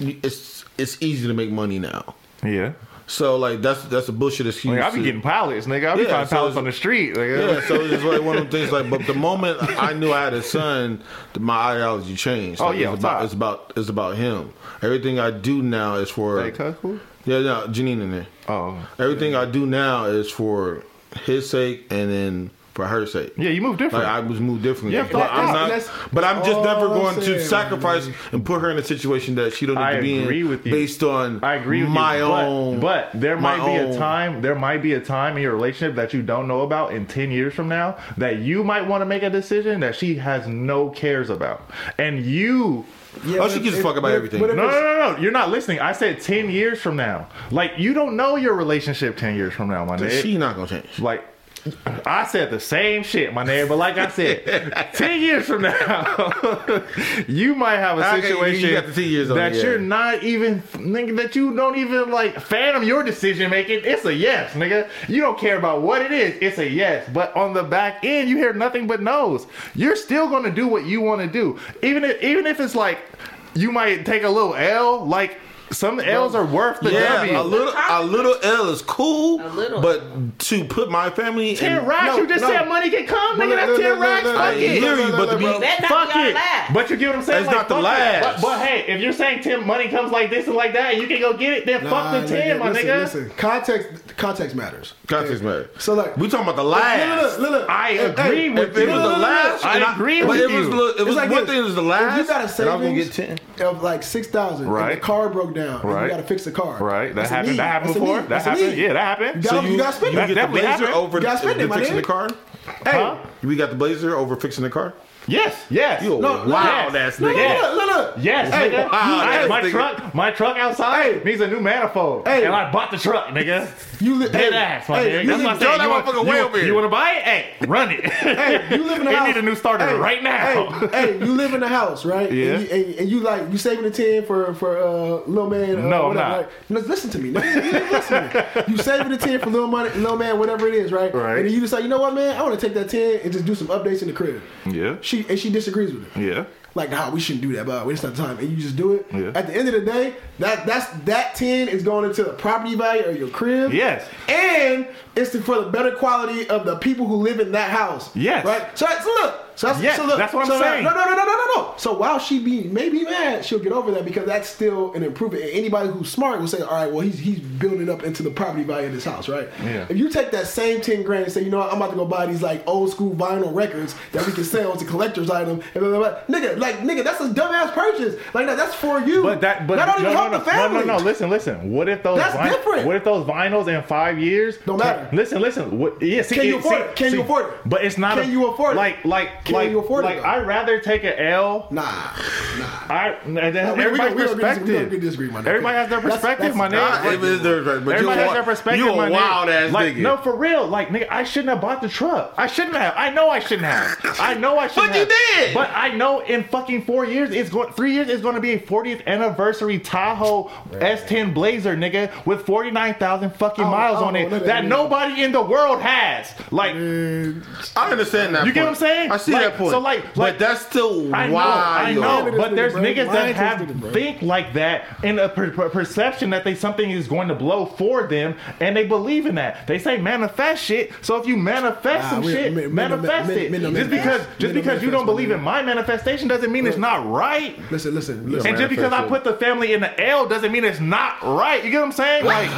[SPEAKER 4] it's it's easy to make money now.
[SPEAKER 2] yeah.
[SPEAKER 4] So like that's that's a bullshit excuse.
[SPEAKER 2] Like, I be
[SPEAKER 4] to-
[SPEAKER 2] getting pallets, nigga. I be
[SPEAKER 4] Yeah,
[SPEAKER 2] finding
[SPEAKER 4] so
[SPEAKER 2] pallets
[SPEAKER 4] it's-
[SPEAKER 2] on the street. Nigga.
[SPEAKER 4] Yeah, so it's just like one of them things. Like, but the moment I knew I had a son, my ideology changed.
[SPEAKER 2] Oh,
[SPEAKER 4] Like,
[SPEAKER 2] yeah,
[SPEAKER 4] it's about
[SPEAKER 2] what's
[SPEAKER 4] it's about it's about him. Everything I do now is for.
[SPEAKER 2] Hey, cuz, who?
[SPEAKER 4] Yeah, no, Janine in there.
[SPEAKER 2] Oh.
[SPEAKER 4] Everything I do now is for his sake and then for her sake.
[SPEAKER 2] Yeah, you move different.
[SPEAKER 4] Like I was moved differently.
[SPEAKER 2] Yeah,
[SPEAKER 4] But
[SPEAKER 2] fuck
[SPEAKER 4] I'm
[SPEAKER 2] that.
[SPEAKER 4] not-
[SPEAKER 3] That's-
[SPEAKER 4] but I'm just
[SPEAKER 3] all
[SPEAKER 4] never
[SPEAKER 3] I'm
[SPEAKER 4] going
[SPEAKER 3] saying,
[SPEAKER 4] to sacrifice and put her in a situation that she don't need
[SPEAKER 2] I
[SPEAKER 4] to be
[SPEAKER 2] agree
[SPEAKER 4] in
[SPEAKER 2] with you.
[SPEAKER 4] based on
[SPEAKER 2] I agree with
[SPEAKER 4] my
[SPEAKER 2] you, but-
[SPEAKER 4] own.
[SPEAKER 2] But, there
[SPEAKER 4] my
[SPEAKER 2] might be a
[SPEAKER 4] own-
[SPEAKER 2] time. There might be a time in your relationship that you don't know about in ten years from now that you might want to make a decision that she has no cares about, and you.
[SPEAKER 3] Yeah,
[SPEAKER 4] Oh,
[SPEAKER 3] but
[SPEAKER 4] she
[SPEAKER 3] if-
[SPEAKER 4] gives a
[SPEAKER 3] if-
[SPEAKER 4] fuck about
[SPEAKER 3] but-
[SPEAKER 4] everything.
[SPEAKER 3] but if
[SPEAKER 2] No, no,
[SPEAKER 3] it's-
[SPEAKER 2] no, no! You're not listening. I said ten years from now. Like you don't know your relationship ten years from now, my nigga.
[SPEAKER 4] She not gonna change.
[SPEAKER 2] like I said the same shit, my nigga. But like I said, ten years from now, you might have a
[SPEAKER 4] Okay, you- you
[SPEAKER 2] situation
[SPEAKER 4] got the 10 years on
[SPEAKER 2] that
[SPEAKER 4] it, yeah.
[SPEAKER 2] you're not even nigga that you don't even like fathom your decision making. It's a yes, nigga. You don't care about what it is. It's a yes. But on the back end, you hear nothing but no's. You're still gonna do what you want to do, even if even if it's like you might take a little L, like. Some L's are worth the W.
[SPEAKER 4] Yeah, a little a little L is cool,
[SPEAKER 6] A little
[SPEAKER 4] but to put my family
[SPEAKER 2] Ten
[SPEAKER 4] in,
[SPEAKER 2] racks.
[SPEAKER 3] No,
[SPEAKER 2] you just
[SPEAKER 3] no.
[SPEAKER 2] said money can come, nigga.
[SPEAKER 3] But look,
[SPEAKER 2] That's
[SPEAKER 3] look,
[SPEAKER 2] ten
[SPEAKER 3] look,
[SPEAKER 2] racks.
[SPEAKER 3] look,
[SPEAKER 2] fuck
[SPEAKER 4] I
[SPEAKER 3] look,
[SPEAKER 2] it.
[SPEAKER 4] hear you, but to be
[SPEAKER 3] look, look,
[SPEAKER 6] That not
[SPEAKER 2] Fuck
[SPEAKER 6] y'all
[SPEAKER 2] it.
[SPEAKER 6] laugh.
[SPEAKER 2] But you get what I'm saying?
[SPEAKER 4] It's
[SPEAKER 2] Like,
[SPEAKER 4] not the
[SPEAKER 2] fuck it.
[SPEAKER 4] last.
[SPEAKER 2] But, but hey, if you're saying ten money comes like this and like that, and you can go get it, then fuck the ten, my
[SPEAKER 3] listen,
[SPEAKER 2] nigga.
[SPEAKER 3] Listen, context, context matters.
[SPEAKER 4] context matter.
[SPEAKER 3] So look,
[SPEAKER 4] we talking about the
[SPEAKER 3] Look,
[SPEAKER 4] last.
[SPEAKER 3] look, look.
[SPEAKER 2] I agree with
[SPEAKER 4] If it
[SPEAKER 2] you.
[SPEAKER 4] was the last,
[SPEAKER 2] I
[SPEAKER 4] and
[SPEAKER 2] agree
[SPEAKER 4] but
[SPEAKER 2] with
[SPEAKER 4] it was,
[SPEAKER 2] you.
[SPEAKER 4] look, it
[SPEAKER 3] It's
[SPEAKER 4] was
[SPEAKER 3] like
[SPEAKER 4] one
[SPEAKER 3] this.
[SPEAKER 4] thing. It was the
[SPEAKER 3] If
[SPEAKER 4] last.
[SPEAKER 3] you got a
[SPEAKER 4] and I'm gonna
[SPEAKER 3] savings
[SPEAKER 4] get ten.
[SPEAKER 3] of like six thousand, and
[SPEAKER 2] Right.
[SPEAKER 3] the car broke down, and
[SPEAKER 2] Right.
[SPEAKER 3] you got to fix the car.
[SPEAKER 2] Right, that
[SPEAKER 3] That's a
[SPEAKER 2] happened.
[SPEAKER 3] need.
[SPEAKER 2] That happened
[SPEAKER 3] That's a
[SPEAKER 2] before.
[SPEAKER 3] need.
[SPEAKER 2] That
[SPEAKER 3] That's a
[SPEAKER 2] happened.
[SPEAKER 3] need.
[SPEAKER 2] Yeah, that happened.
[SPEAKER 3] You gotta- you gotta
[SPEAKER 4] you
[SPEAKER 3] spend it.
[SPEAKER 4] get the
[SPEAKER 2] definitely
[SPEAKER 4] blazer
[SPEAKER 2] happened.
[SPEAKER 4] over
[SPEAKER 3] You gotta spend it,
[SPEAKER 4] the
[SPEAKER 3] my
[SPEAKER 4] fixing
[SPEAKER 3] nigga.
[SPEAKER 4] the car.
[SPEAKER 3] Hey,
[SPEAKER 2] Huh?
[SPEAKER 4] We got the blazer over fixing the car.
[SPEAKER 2] Yes, yes.
[SPEAKER 4] You a
[SPEAKER 3] No, no,
[SPEAKER 4] wild
[SPEAKER 2] yes.
[SPEAKER 4] ass
[SPEAKER 3] No,
[SPEAKER 4] nigga.
[SPEAKER 3] no, no, no, no, truck.
[SPEAKER 2] Yes,
[SPEAKER 3] Hey,
[SPEAKER 2] nigga.
[SPEAKER 3] wow,
[SPEAKER 2] I-
[SPEAKER 3] that's
[SPEAKER 2] my
[SPEAKER 3] nigga.
[SPEAKER 2] truck, my truck outside needs a new manifold,
[SPEAKER 3] Hey.
[SPEAKER 2] and I bought the truck, nigga.
[SPEAKER 3] You li-
[SPEAKER 2] Dead
[SPEAKER 3] hey,
[SPEAKER 2] ass, my
[SPEAKER 3] hey,
[SPEAKER 2] nigga. That's
[SPEAKER 3] you li-
[SPEAKER 2] what I'm saying.
[SPEAKER 3] throw that
[SPEAKER 2] You want,
[SPEAKER 3] motherfucker
[SPEAKER 2] you,
[SPEAKER 3] way
[SPEAKER 2] want-
[SPEAKER 3] over here.
[SPEAKER 2] you want to buy it? Hey, run it.
[SPEAKER 3] Hey, you live in a
[SPEAKER 2] It
[SPEAKER 3] house.
[SPEAKER 2] need a new starter
[SPEAKER 3] Hey,
[SPEAKER 2] right now.
[SPEAKER 3] Hey, hey, you live in a house, right?
[SPEAKER 2] Yeah.
[SPEAKER 3] And you, and, and you like you saving the ten for for uh, little man. Uh,
[SPEAKER 2] No, I'm
[SPEAKER 3] whatever,
[SPEAKER 2] not.
[SPEAKER 3] Right? No, listen to me. nigga. listen to me. You saving the ten for little money, little man, whatever it is, right?
[SPEAKER 2] Right.
[SPEAKER 3] And then you just like, you know what, man? I want to take that ten and just do some updates in the crib.
[SPEAKER 2] Yeah.
[SPEAKER 3] She and she disagrees with it.
[SPEAKER 2] Yeah.
[SPEAKER 3] Like, nah, we shouldn't do that, but it's not the time. And you just do it.
[SPEAKER 2] Yeah.
[SPEAKER 3] At the end of the day, that that's that ten is going into the property value of your crib.
[SPEAKER 2] Yes.
[SPEAKER 3] And it's the, for the better quality of the people who live in that house.
[SPEAKER 2] Yes.
[SPEAKER 3] Right. So, so look. So that's,
[SPEAKER 2] Yes,
[SPEAKER 3] so look.
[SPEAKER 2] that's what I'm
[SPEAKER 3] so, so-
[SPEAKER 2] saying.
[SPEAKER 3] No, no, no, no, no, no, no. So while she be maybe mad, she'll get over that because that's still an improvement. And anybody who's smart will say, all right, well, he's he's building up into the property value of this house, right?
[SPEAKER 2] Yeah.
[SPEAKER 3] If you take that same ten grand and say, you know what, I'm about to go buy these like old school vinyl records that we can sell as a collector's item, and blah, blah, blah. nigga, like nigga, that's a dumbass purchase. Like that, that's for you.
[SPEAKER 2] But that, but
[SPEAKER 3] that don't
[SPEAKER 2] no,
[SPEAKER 3] even
[SPEAKER 2] no,
[SPEAKER 3] help
[SPEAKER 2] no,
[SPEAKER 3] the family.
[SPEAKER 2] No, no, no. Listen, listen. What if those
[SPEAKER 3] That's
[SPEAKER 2] vin-
[SPEAKER 3] different.
[SPEAKER 2] What if those vinyls in five years
[SPEAKER 3] Don't matter.
[SPEAKER 2] Listen, listen. What, yeah, see,
[SPEAKER 3] Can you afford
[SPEAKER 2] see-
[SPEAKER 3] it? Can you
[SPEAKER 2] see,
[SPEAKER 3] afford it?
[SPEAKER 2] But it's not.
[SPEAKER 3] Can
[SPEAKER 2] a-
[SPEAKER 3] you afford it?
[SPEAKER 2] Like, like,
[SPEAKER 3] Can
[SPEAKER 2] like,
[SPEAKER 3] you afford it,
[SPEAKER 2] like.
[SPEAKER 3] though?
[SPEAKER 2] I'd rather take an L.
[SPEAKER 3] Nah, nah.
[SPEAKER 2] I and then
[SPEAKER 3] No, we- we
[SPEAKER 2] everybody's
[SPEAKER 3] gonna- we gonna
[SPEAKER 2] perspective.
[SPEAKER 3] disagree- we gonna disagree, my nigga.
[SPEAKER 2] Everybody has their
[SPEAKER 3] That's-
[SPEAKER 2] perspective, my
[SPEAKER 3] that's-
[SPEAKER 2] nigga.
[SPEAKER 4] Nah,
[SPEAKER 2] Like,
[SPEAKER 4] if it's their perspective, but you
[SPEAKER 2] everybody
[SPEAKER 4] a
[SPEAKER 2] has
[SPEAKER 4] wa-
[SPEAKER 2] their perspective.
[SPEAKER 4] you a
[SPEAKER 2] my nigga.
[SPEAKER 4] wild ass
[SPEAKER 2] like,
[SPEAKER 4] nigga.
[SPEAKER 2] No, for real. Like, nigga, I shouldn't have bought the truck. I shouldn't have. I know I shouldn't have. I know I shouldn't.
[SPEAKER 4] But you
[SPEAKER 2] have.
[SPEAKER 4] did.
[SPEAKER 2] But I know in fucking four years, it's going. Three years is going to be a 40th anniversary Tahoe S10 Blazer, nigga, with 49,000 fucking
[SPEAKER 3] Oh,
[SPEAKER 2] miles
[SPEAKER 3] oh,
[SPEAKER 2] on it
[SPEAKER 3] look
[SPEAKER 2] that,
[SPEAKER 3] at that.
[SPEAKER 2] nobody in the world has. Like,
[SPEAKER 4] I understand that.
[SPEAKER 2] You get
[SPEAKER 4] point.
[SPEAKER 2] what I'm saying?
[SPEAKER 4] I see
[SPEAKER 2] Like,
[SPEAKER 4] that point.
[SPEAKER 2] so, like- like-
[SPEAKER 4] but that's still
[SPEAKER 2] I know,
[SPEAKER 4] wild.
[SPEAKER 2] I know,
[SPEAKER 3] Look at
[SPEAKER 2] but
[SPEAKER 3] this
[SPEAKER 2] there's
[SPEAKER 3] nigga, bro.
[SPEAKER 2] niggas
[SPEAKER 3] Lying
[SPEAKER 2] that
[SPEAKER 3] to
[SPEAKER 2] have
[SPEAKER 3] this nigga, bro.
[SPEAKER 2] think like that in a per- per- perception that they something is going to blow for them, and they believe in that. They say manifest shit. So if you manifest
[SPEAKER 3] Nah,
[SPEAKER 2] some
[SPEAKER 3] we-
[SPEAKER 2] shit,
[SPEAKER 3] men- men don't
[SPEAKER 2] manifest
[SPEAKER 3] man-
[SPEAKER 2] it.
[SPEAKER 3] men don't
[SPEAKER 2] just because
[SPEAKER 3] manifest.
[SPEAKER 2] just
[SPEAKER 3] Men don't
[SPEAKER 2] because you don't
[SPEAKER 3] manifest, my
[SPEAKER 2] believe in
[SPEAKER 3] nigga.
[SPEAKER 2] my manifestation doesn't mean it's not right.
[SPEAKER 3] Listen, listen, listen.
[SPEAKER 2] And just because I put the family in the L doesn't mean it's not right. You get what I'm saying? Like,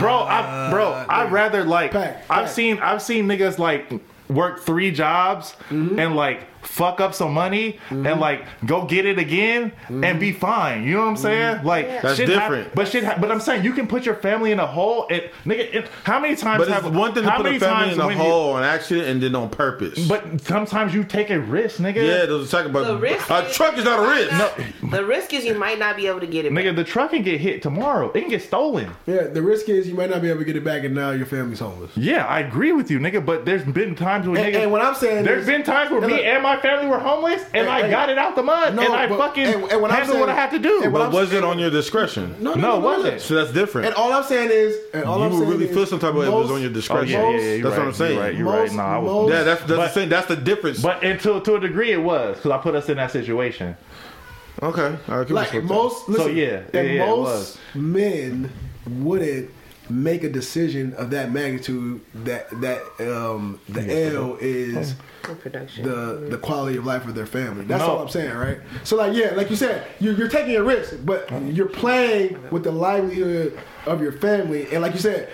[SPEAKER 2] bro, I bro, I rather like
[SPEAKER 3] Fact,
[SPEAKER 2] I've
[SPEAKER 3] fact.
[SPEAKER 2] seen I've seen niggas like work three jobs
[SPEAKER 4] Mm-hmm.
[SPEAKER 2] and like fuck up some money and like go get it again and be fine. You know what I'm saying? Like
[SPEAKER 4] Mm-hmm. That's
[SPEAKER 2] shit hap-
[SPEAKER 4] different.
[SPEAKER 2] but shit. hap- but I'm saying you can put your family in a hole. And nigga, it, how many times?
[SPEAKER 4] But
[SPEAKER 2] have,
[SPEAKER 4] it's one thing to
[SPEAKER 2] how
[SPEAKER 4] put a
[SPEAKER 2] many
[SPEAKER 4] family
[SPEAKER 2] times
[SPEAKER 4] in a
[SPEAKER 2] when you-
[SPEAKER 4] hole on accident and then on purpose.
[SPEAKER 2] but sometimes you take a risk, nigga.
[SPEAKER 4] yeah, those are talking
[SPEAKER 6] The
[SPEAKER 4] about
[SPEAKER 6] risk
[SPEAKER 4] a truck is not a risk.
[SPEAKER 6] The risk is you might not be able to get it.
[SPEAKER 2] Nigga, the truck can get hit tomorrow. It can get stolen.
[SPEAKER 3] Yeah, the risk is you might not be able to get it back, and now your family's homeless.
[SPEAKER 2] Yeah, I agree with you, nigga. But there's been times when
[SPEAKER 3] And-
[SPEAKER 2] niggas,
[SPEAKER 3] and what I'm saying
[SPEAKER 2] there's
[SPEAKER 3] is-
[SPEAKER 2] been times where
[SPEAKER 3] and
[SPEAKER 2] me
[SPEAKER 3] look-
[SPEAKER 2] and my family were homeless, and
[SPEAKER 3] Hey,
[SPEAKER 2] I
[SPEAKER 3] hey.
[SPEAKER 2] got it out the mud,
[SPEAKER 3] No,
[SPEAKER 2] and I
[SPEAKER 3] but-
[SPEAKER 2] fucking
[SPEAKER 3] and- and what I'm
[SPEAKER 2] handled what I had
[SPEAKER 3] saying-
[SPEAKER 2] to do.
[SPEAKER 3] and what
[SPEAKER 4] But
[SPEAKER 3] I'm-
[SPEAKER 4] was it on your discretion?
[SPEAKER 3] No,
[SPEAKER 2] No, it
[SPEAKER 3] no, no, no, no,
[SPEAKER 2] wasn't.
[SPEAKER 4] So that's different.
[SPEAKER 3] And all I'm saying is, and all
[SPEAKER 4] you
[SPEAKER 3] I'm
[SPEAKER 4] would
[SPEAKER 3] saying
[SPEAKER 4] really
[SPEAKER 3] is
[SPEAKER 4] feel some type of way if it was
[SPEAKER 3] most-
[SPEAKER 4] on your
[SPEAKER 2] oh
[SPEAKER 4] discretion.
[SPEAKER 2] yeah, yeah, yeah, you're
[SPEAKER 4] That's
[SPEAKER 2] right,
[SPEAKER 4] what I'm saying.
[SPEAKER 2] You're right, you're right.
[SPEAKER 3] Most-
[SPEAKER 2] Nah, I was.
[SPEAKER 3] most-
[SPEAKER 4] Yeah, that's that's
[SPEAKER 2] But-
[SPEAKER 4] the same. That's the difference.
[SPEAKER 2] But until to a degree, it was because I put us in that situation.
[SPEAKER 4] okay, all right, keep
[SPEAKER 3] like
[SPEAKER 4] it
[SPEAKER 3] most.
[SPEAKER 2] So,
[SPEAKER 3] Listen,
[SPEAKER 2] yeah, yeah,
[SPEAKER 3] and
[SPEAKER 2] yeah, it was.
[SPEAKER 3] most men wouldn't make a decision of that magnitude. That that um the L is.
[SPEAKER 6] Production.
[SPEAKER 3] The, the quality of life of their family. That's
[SPEAKER 2] No.
[SPEAKER 3] all I'm saying, right? So like, yeah, like you said, you're, you're taking a risk, but you're playing with the livelihood of your family. And like you said,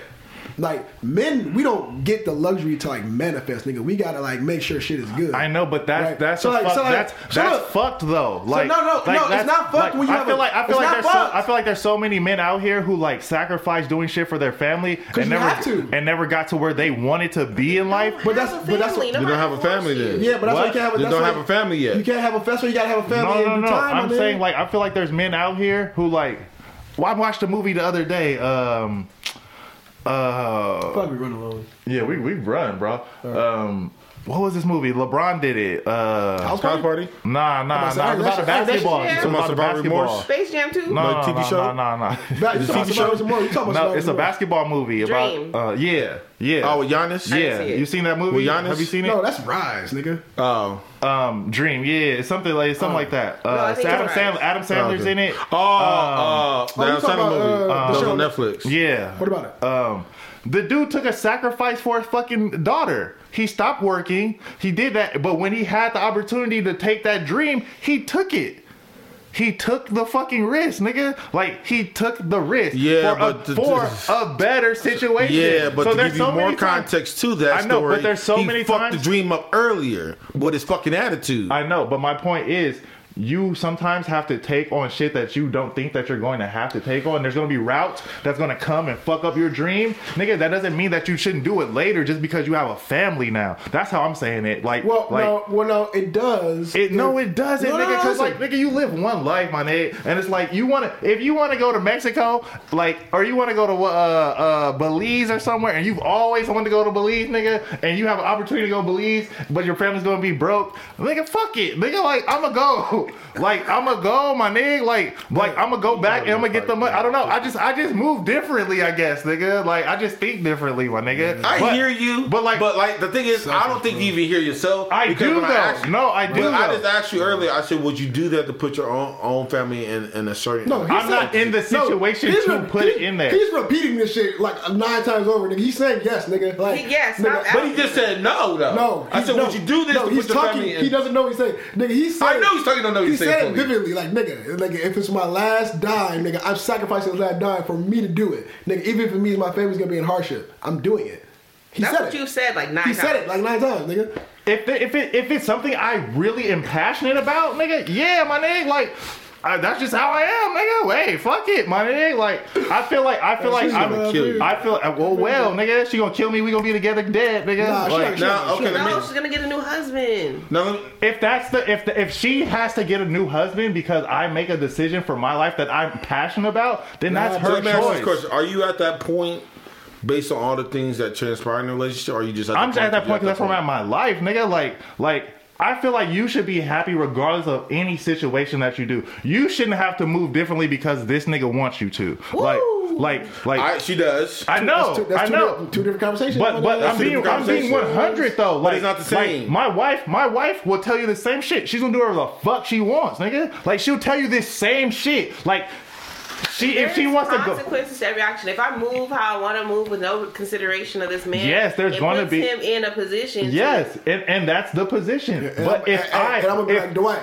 [SPEAKER 3] like men, we don't get the luxury to like manifest, nigga. We gotta like make sure shit is good.
[SPEAKER 2] I know, but that's
[SPEAKER 3] Right.
[SPEAKER 2] that's
[SPEAKER 3] So,
[SPEAKER 2] a
[SPEAKER 3] like-
[SPEAKER 2] fuck,
[SPEAKER 3] so, like,
[SPEAKER 2] that's
[SPEAKER 3] so
[SPEAKER 2] that's
[SPEAKER 3] look.
[SPEAKER 2] fucked though. Like
[SPEAKER 3] no, no,
[SPEAKER 2] like,
[SPEAKER 3] no, it's
[SPEAKER 2] that's-
[SPEAKER 3] not fucked
[SPEAKER 2] like,
[SPEAKER 3] when you
[SPEAKER 2] I
[SPEAKER 3] have
[SPEAKER 2] feel
[SPEAKER 3] a-
[SPEAKER 2] like I feel
[SPEAKER 3] it's
[SPEAKER 2] like
[SPEAKER 3] not
[SPEAKER 2] there's so,
[SPEAKER 3] fucked.
[SPEAKER 2] I feel like there's so many men out here who like sacrifice doing shit for their family and
[SPEAKER 3] you
[SPEAKER 2] never
[SPEAKER 3] have to.
[SPEAKER 2] and never got to where they wanted to be in life.
[SPEAKER 3] But that's but that's
[SPEAKER 6] Family,
[SPEAKER 3] what,
[SPEAKER 4] You don't have a family then.
[SPEAKER 3] yeah, but that's why
[SPEAKER 2] What?
[SPEAKER 3] you can't have.
[SPEAKER 4] You
[SPEAKER 3] that's
[SPEAKER 4] don't
[SPEAKER 3] why
[SPEAKER 4] have a family yet.
[SPEAKER 3] You can't have a festival. You gotta have a family.
[SPEAKER 2] No, no,
[SPEAKER 3] in
[SPEAKER 2] no.
[SPEAKER 3] due Time,
[SPEAKER 2] I'm
[SPEAKER 3] my nigga.
[SPEAKER 2] saying like I feel like there's men out here who like. Well, I watched a movie the other day. Um, uh,
[SPEAKER 3] Fuck, we run alone.
[SPEAKER 2] yeah, we we run, bro. Um, what was this movie? LeBron did it. Uh,
[SPEAKER 3] House
[SPEAKER 4] House party?
[SPEAKER 2] nah, nah,
[SPEAKER 3] about to say,
[SPEAKER 2] nah. It was about a
[SPEAKER 3] hey, that shit-
[SPEAKER 2] basketball.
[SPEAKER 6] hey, that
[SPEAKER 2] It was
[SPEAKER 6] shit-
[SPEAKER 2] about a
[SPEAKER 4] Somebody
[SPEAKER 2] basketball.
[SPEAKER 4] remorse?
[SPEAKER 6] Space Jam 2?
[SPEAKER 2] No,
[SPEAKER 4] Like
[SPEAKER 2] no,
[SPEAKER 4] TV
[SPEAKER 2] no,
[SPEAKER 4] show?
[SPEAKER 2] no, no, no.
[SPEAKER 3] Back,
[SPEAKER 4] Is
[SPEAKER 3] you
[SPEAKER 4] it
[SPEAKER 3] talking
[SPEAKER 4] TV show?
[SPEAKER 3] about some more? You talking about
[SPEAKER 2] No, it's a basketball movie
[SPEAKER 6] Dream.
[SPEAKER 2] about. Uh, yeah, yeah.
[SPEAKER 4] Oh, with Giannis?
[SPEAKER 6] I
[SPEAKER 2] yeah.
[SPEAKER 6] didn't see it.
[SPEAKER 2] You seen that movie?
[SPEAKER 4] With Giannis?
[SPEAKER 2] Have you seen it?
[SPEAKER 3] No, that's rise, nigga.
[SPEAKER 4] Oh,
[SPEAKER 2] um, Dream. Yeah, it's something like something like that.
[SPEAKER 6] Oh. I
[SPEAKER 2] Uh,
[SPEAKER 6] think
[SPEAKER 2] Adam,
[SPEAKER 6] it's
[SPEAKER 2] Sandler,
[SPEAKER 6] alright.
[SPEAKER 2] Adam Sandler's
[SPEAKER 4] okay.
[SPEAKER 2] in it.
[SPEAKER 4] oh, uh,
[SPEAKER 3] oh, you
[SPEAKER 4] that
[SPEAKER 3] talking
[SPEAKER 4] Sandler
[SPEAKER 3] about,
[SPEAKER 4] movie.
[SPEAKER 3] uh,
[SPEAKER 4] that was
[SPEAKER 3] the
[SPEAKER 4] on
[SPEAKER 3] show-
[SPEAKER 4] Netflix.
[SPEAKER 2] Yeah.
[SPEAKER 3] What about it?
[SPEAKER 2] Um, the dude took a sacrifice for his fucking daughter. He stopped working. He did that, but when he had the opportunity to take that dream, he took it. He took the fucking risk, nigga. Like he took the risk
[SPEAKER 4] Yeah,
[SPEAKER 2] for,
[SPEAKER 4] but
[SPEAKER 2] a,
[SPEAKER 4] to-
[SPEAKER 2] for
[SPEAKER 4] to-
[SPEAKER 2] a better situation.
[SPEAKER 4] Yeah, but
[SPEAKER 2] So
[SPEAKER 4] to
[SPEAKER 2] there's
[SPEAKER 4] give you
[SPEAKER 2] so
[SPEAKER 4] more
[SPEAKER 2] many times-
[SPEAKER 4] context to that
[SPEAKER 2] I know,
[SPEAKER 4] story,
[SPEAKER 2] but there's so
[SPEAKER 4] he
[SPEAKER 2] many
[SPEAKER 4] fucked
[SPEAKER 2] times-
[SPEAKER 4] the dream up earlier with his fucking attitude.
[SPEAKER 2] I know, but my point is you sometimes have to take on shit that you don't think that you're going to have to take on. There's gonna be routes that's gonna come and fuck up your dream, nigga. That doesn't mean that you shouldn't do it later just because you have a family now. That's how I'm saying it. Like,
[SPEAKER 3] Well,
[SPEAKER 2] like,
[SPEAKER 3] no, well, no, it does.
[SPEAKER 2] It, no, it doesn't,
[SPEAKER 3] No, no,
[SPEAKER 2] nigga. Because
[SPEAKER 3] listen.
[SPEAKER 2] like, nigga, you live one life, my nigga, and it's like you want to. If you want to go to Mexico, like, or you want to go to uh, uh, Belize or somewhere, and you've always wanted to go to Belize, nigga, and you have an opportunity to go Belize, but your family's gonna be broke, nigga. Fuck it, nigga. Like, I'ma go. Like, I'ma go, my nigga. Like, like I'ma go back and I'ma get the money. I don't know. I just, I just move differently, I guess, nigga. Like, I just think differently, my nigga.
[SPEAKER 4] I
[SPEAKER 2] But-
[SPEAKER 4] hear you,
[SPEAKER 2] but like,
[SPEAKER 4] but like the thing is, I don't think you even hear yourself.
[SPEAKER 2] I
[SPEAKER 4] because
[SPEAKER 2] do
[SPEAKER 4] when
[SPEAKER 2] though.
[SPEAKER 4] asked you-
[SPEAKER 2] No, I do
[SPEAKER 4] But I
[SPEAKER 2] though.
[SPEAKER 4] just asked you earlier. I said, would you do that to put your own own family in, in a certain?
[SPEAKER 3] No, he
[SPEAKER 2] I'm
[SPEAKER 3] said-
[SPEAKER 2] not in the
[SPEAKER 3] no,
[SPEAKER 2] situation
[SPEAKER 3] he's
[SPEAKER 2] to
[SPEAKER 3] re-
[SPEAKER 2] put it
[SPEAKER 3] he-
[SPEAKER 2] in there.
[SPEAKER 3] He's repeating this shit like nine times over, nigga. He's saying yes, nigga. Like
[SPEAKER 6] He- yes,
[SPEAKER 3] nigga,
[SPEAKER 6] I'm-
[SPEAKER 4] but he just said no, though.
[SPEAKER 3] No,
[SPEAKER 4] I
[SPEAKER 3] he-
[SPEAKER 4] said,
[SPEAKER 3] no,
[SPEAKER 4] would you do this
[SPEAKER 3] No,
[SPEAKER 4] to
[SPEAKER 3] he's
[SPEAKER 4] put your
[SPEAKER 3] talking.
[SPEAKER 4] family in?
[SPEAKER 3] He doesn't know what he's saying, nigga. He's saying.
[SPEAKER 4] I know he's talking. Don't know what
[SPEAKER 3] He
[SPEAKER 4] he's saying.
[SPEAKER 3] said it
[SPEAKER 4] fully.
[SPEAKER 3] vividly, like nigga, like if it's my last dime, nigga, I'm sacrificing this last dime for me to do it, nigga. Even if it means my family's gonna be in hardship, I'm doing it. He
[SPEAKER 6] That's
[SPEAKER 3] said
[SPEAKER 6] what
[SPEAKER 3] it.
[SPEAKER 6] you said like nine
[SPEAKER 3] he
[SPEAKER 6] times.
[SPEAKER 3] said it like nine times, nigga.
[SPEAKER 2] if it, if it if it's something I really am passionate about, nigga, yeah, my nigga, like. I, that's just how I am, nigga. Hey, fuck it, my nigga. Like, I feel like I feel like
[SPEAKER 3] she's
[SPEAKER 2] I'm
[SPEAKER 3] gonna kill you.
[SPEAKER 2] I feel uh, well, well, nigga. She gonna kill me. We gonna be together dead, nigga.
[SPEAKER 3] Nah, she
[SPEAKER 2] Like,
[SPEAKER 3] not- she
[SPEAKER 4] now,
[SPEAKER 3] not- she
[SPEAKER 4] okay,
[SPEAKER 3] not-
[SPEAKER 4] let
[SPEAKER 6] No, she's gonna get a new husband.
[SPEAKER 4] Now, let me-
[SPEAKER 2] if that's the if the, if she has to get a new husband because I make a decision for my life that I'm passionate about, then
[SPEAKER 4] Nah,
[SPEAKER 2] that's
[SPEAKER 4] so
[SPEAKER 2] her
[SPEAKER 4] let me ask you this
[SPEAKER 2] choice.
[SPEAKER 4] question. Are you at that point based on all the things that transpire in the relationship? Or are you just at
[SPEAKER 2] I'm
[SPEAKER 4] the
[SPEAKER 2] just at that
[SPEAKER 4] you're
[SPEAKER 2] point because that's where I'm at in my life, nigga. Like, like I feel like you should be happy regardless of any situation that you do. You shouldn't have to move differently because this nigga wants you to. Like, like, like.
[SPEAKER 4] I, she does.
[SPEAKER 2] I know,
[SPEAKER 3] That's two, that's
[SPEAKER 2] I
[SPEAKER 3] two
[SPEAKER 2] know.
[SPEAKER 3] different- two different conversations.
[SPEAKER 2] But but
[SPEAKER 3] That's
[SPEAKER 2] I'm
[SPEAKER 4] two
[SPEAKER 2] being
[SPEAKER 4] different
[SPEAKER 2] I'm being
[SPEAKER 4] conversations.
[SPEAKER 2] 100 though. Like
[SPEAKER 4] it's not the
[SPEAKER 2] like,
[SPEAKER 4] same.
[SPEAKER 2] my wife my wife will tell you the same shit. She's gonna do whatever the fuck she wants, nigga. Like she'll tell you this same shit. Like she if she
[SPEAKER 6] There's
[SPEAKER 2] wants to go.
[SPEAKER 6] consequences to every action. If I move how I want to move with no consideration of this man,
[SPEAKER 2] Yes, there's
[SPEAKER 6] it
[SPEAKER 2] gonna
[SPEAKER 6] puts
[SPEAKER 2] be-
[SPEAKER 6] him in a position. to-
[SPEAKER 2] Yes, and, and that's the position.
[SPEAKER 3] And
[SPEAKER 2] but
[SPEAKER 3] I'm,
[SPEAKER 2] if
[SPEAKER 3] and,
[SPEAKER 2] I
[SPEAKER 3] and I'm gonna be
[SPEAKER 2] if-
[SPEAKER 3] like Dwight.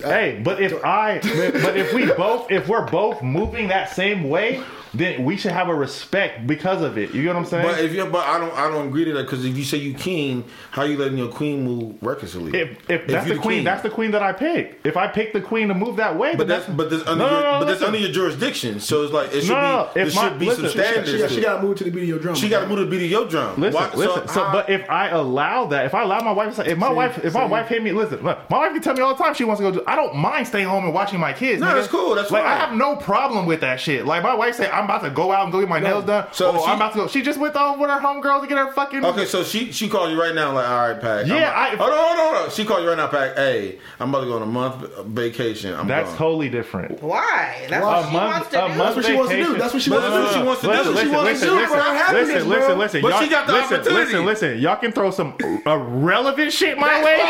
[SPEAKER 2] Hey, but if I, but if we both, if we're both moving that same way, then we should have a respect because of it. You get what I'm saying?
[SPEAKER 4] But if you, but I don't, I don't agree to that because if you say you king, how you letting your queen move recklessly?
[SPEAKER 2] if if, that's
[SPEAKER 4] you
[SPEAKER 2] the queen, that's the queen that I pick. If I pick the queen to move that way,
[SPEAKER 4] But
[SPEAKER 2] then
[SPEAKER 4] that's but that's under
[SPEAKER 2] No,
[SPEAKER 4] your,
[SPEAKER 2] no, no,
[SPEAKER 4] but that's
[SPEAKER 2] listen.
[SPEAKER 4] under your jurisdiction. So it's like it should
[SPEAKER 2] No, no,
[SPEAKER 4] be
[SPEAKER 2] if
[SPEAKER 4] there
[SPEAKER 2] my-
[SPEAKER 4] should be
[SPEAKER 2] listen,
[SPEAKER 4] some standards.
[SPEAKER 3] She, got- she
[SPEAKER 4] to it.
[SPEAKER 3] gotta move to the beat of your drum.
[SPEAKER 4] She got to move to beat of your drum.
[SPEAKER 2] Listen,
[SPEAKER 4] Why-
[SPEAKER 2] listen. So,
[SPEAKER 4] how-
[SPEAKER 2] but if I allow that, if I allow my wife, to say, if my wife, if my wife hit me, listen, look, my wife can tell me all the time she wants to go. Do, I don't mind staying home and watching my kids.
[SPEAKER 4] No,
[SPEAKER 2] nigga.
[SPEAKER 4] that's cool, that's
[SPEAKER 2] like
[SPEAKER 4] fine.
[SPEAKER 2] I have no problem with that shit. Like my wife said, I'm about to go out and go get my nails done.
[SPEAKER 4] so
[SPEAKER 2] So
[SPEAKER 4] she-
[SPEAKER 2] I'm about to go. She just went on with her homegirls to get her fucking.
[SPEAKER 4] Okay, so she she called you right now, like, all right, Pac. I'm
[SPEAKER 2] Yeah,
[SPEAKER 4] about-
[SPEAKER 2] I-
[SPEAKER 4] hold on, hold on, hold on. She called you right now, Pac. Hey, I'm about to go on a month vacation. I'm
[SPEAKER 2] That's
[SPEAKER 4] gone.
[SPEAKER 2] totally different.
[SPEAKER 6] Why? That's
[SPEAKER 2] A
[SPEAKER 6] what she wants
[SPEAKER 2] month,
[SPEAKER 6] to
[SPEAKER 2] a
[SPEAKER 6] do.
[SPEAKER 2] month
[SPEAKER 3] That's what she wants to do.
[SPEAKER 2] vacation.
[SPEAKER 3] That's what she
[SPEAKER 4] But
[SPEAKER 3] wants to
[SPEAKER 4] that's
[SPEAKER 3] do.
[SPEAKER 4] what she wants to do. That's what she
[SPEAKER 2] Listen,
[SPEAKER 4] wants to do for her happiness,
[SPEAKER 2] listen,
[SPEAKER 4] bro.
[SPEAKER 2] listen, listen.
[SPEAKER 4] But
[SPEAKER 2] Y'all-
[SPEAKER 4] she got the
[SPEAKER 2] listen,
[SPEAKER 4] opportunity.
[SPEAKER 2] Listen, listen. Y'all can throw some irrelevant shit my way.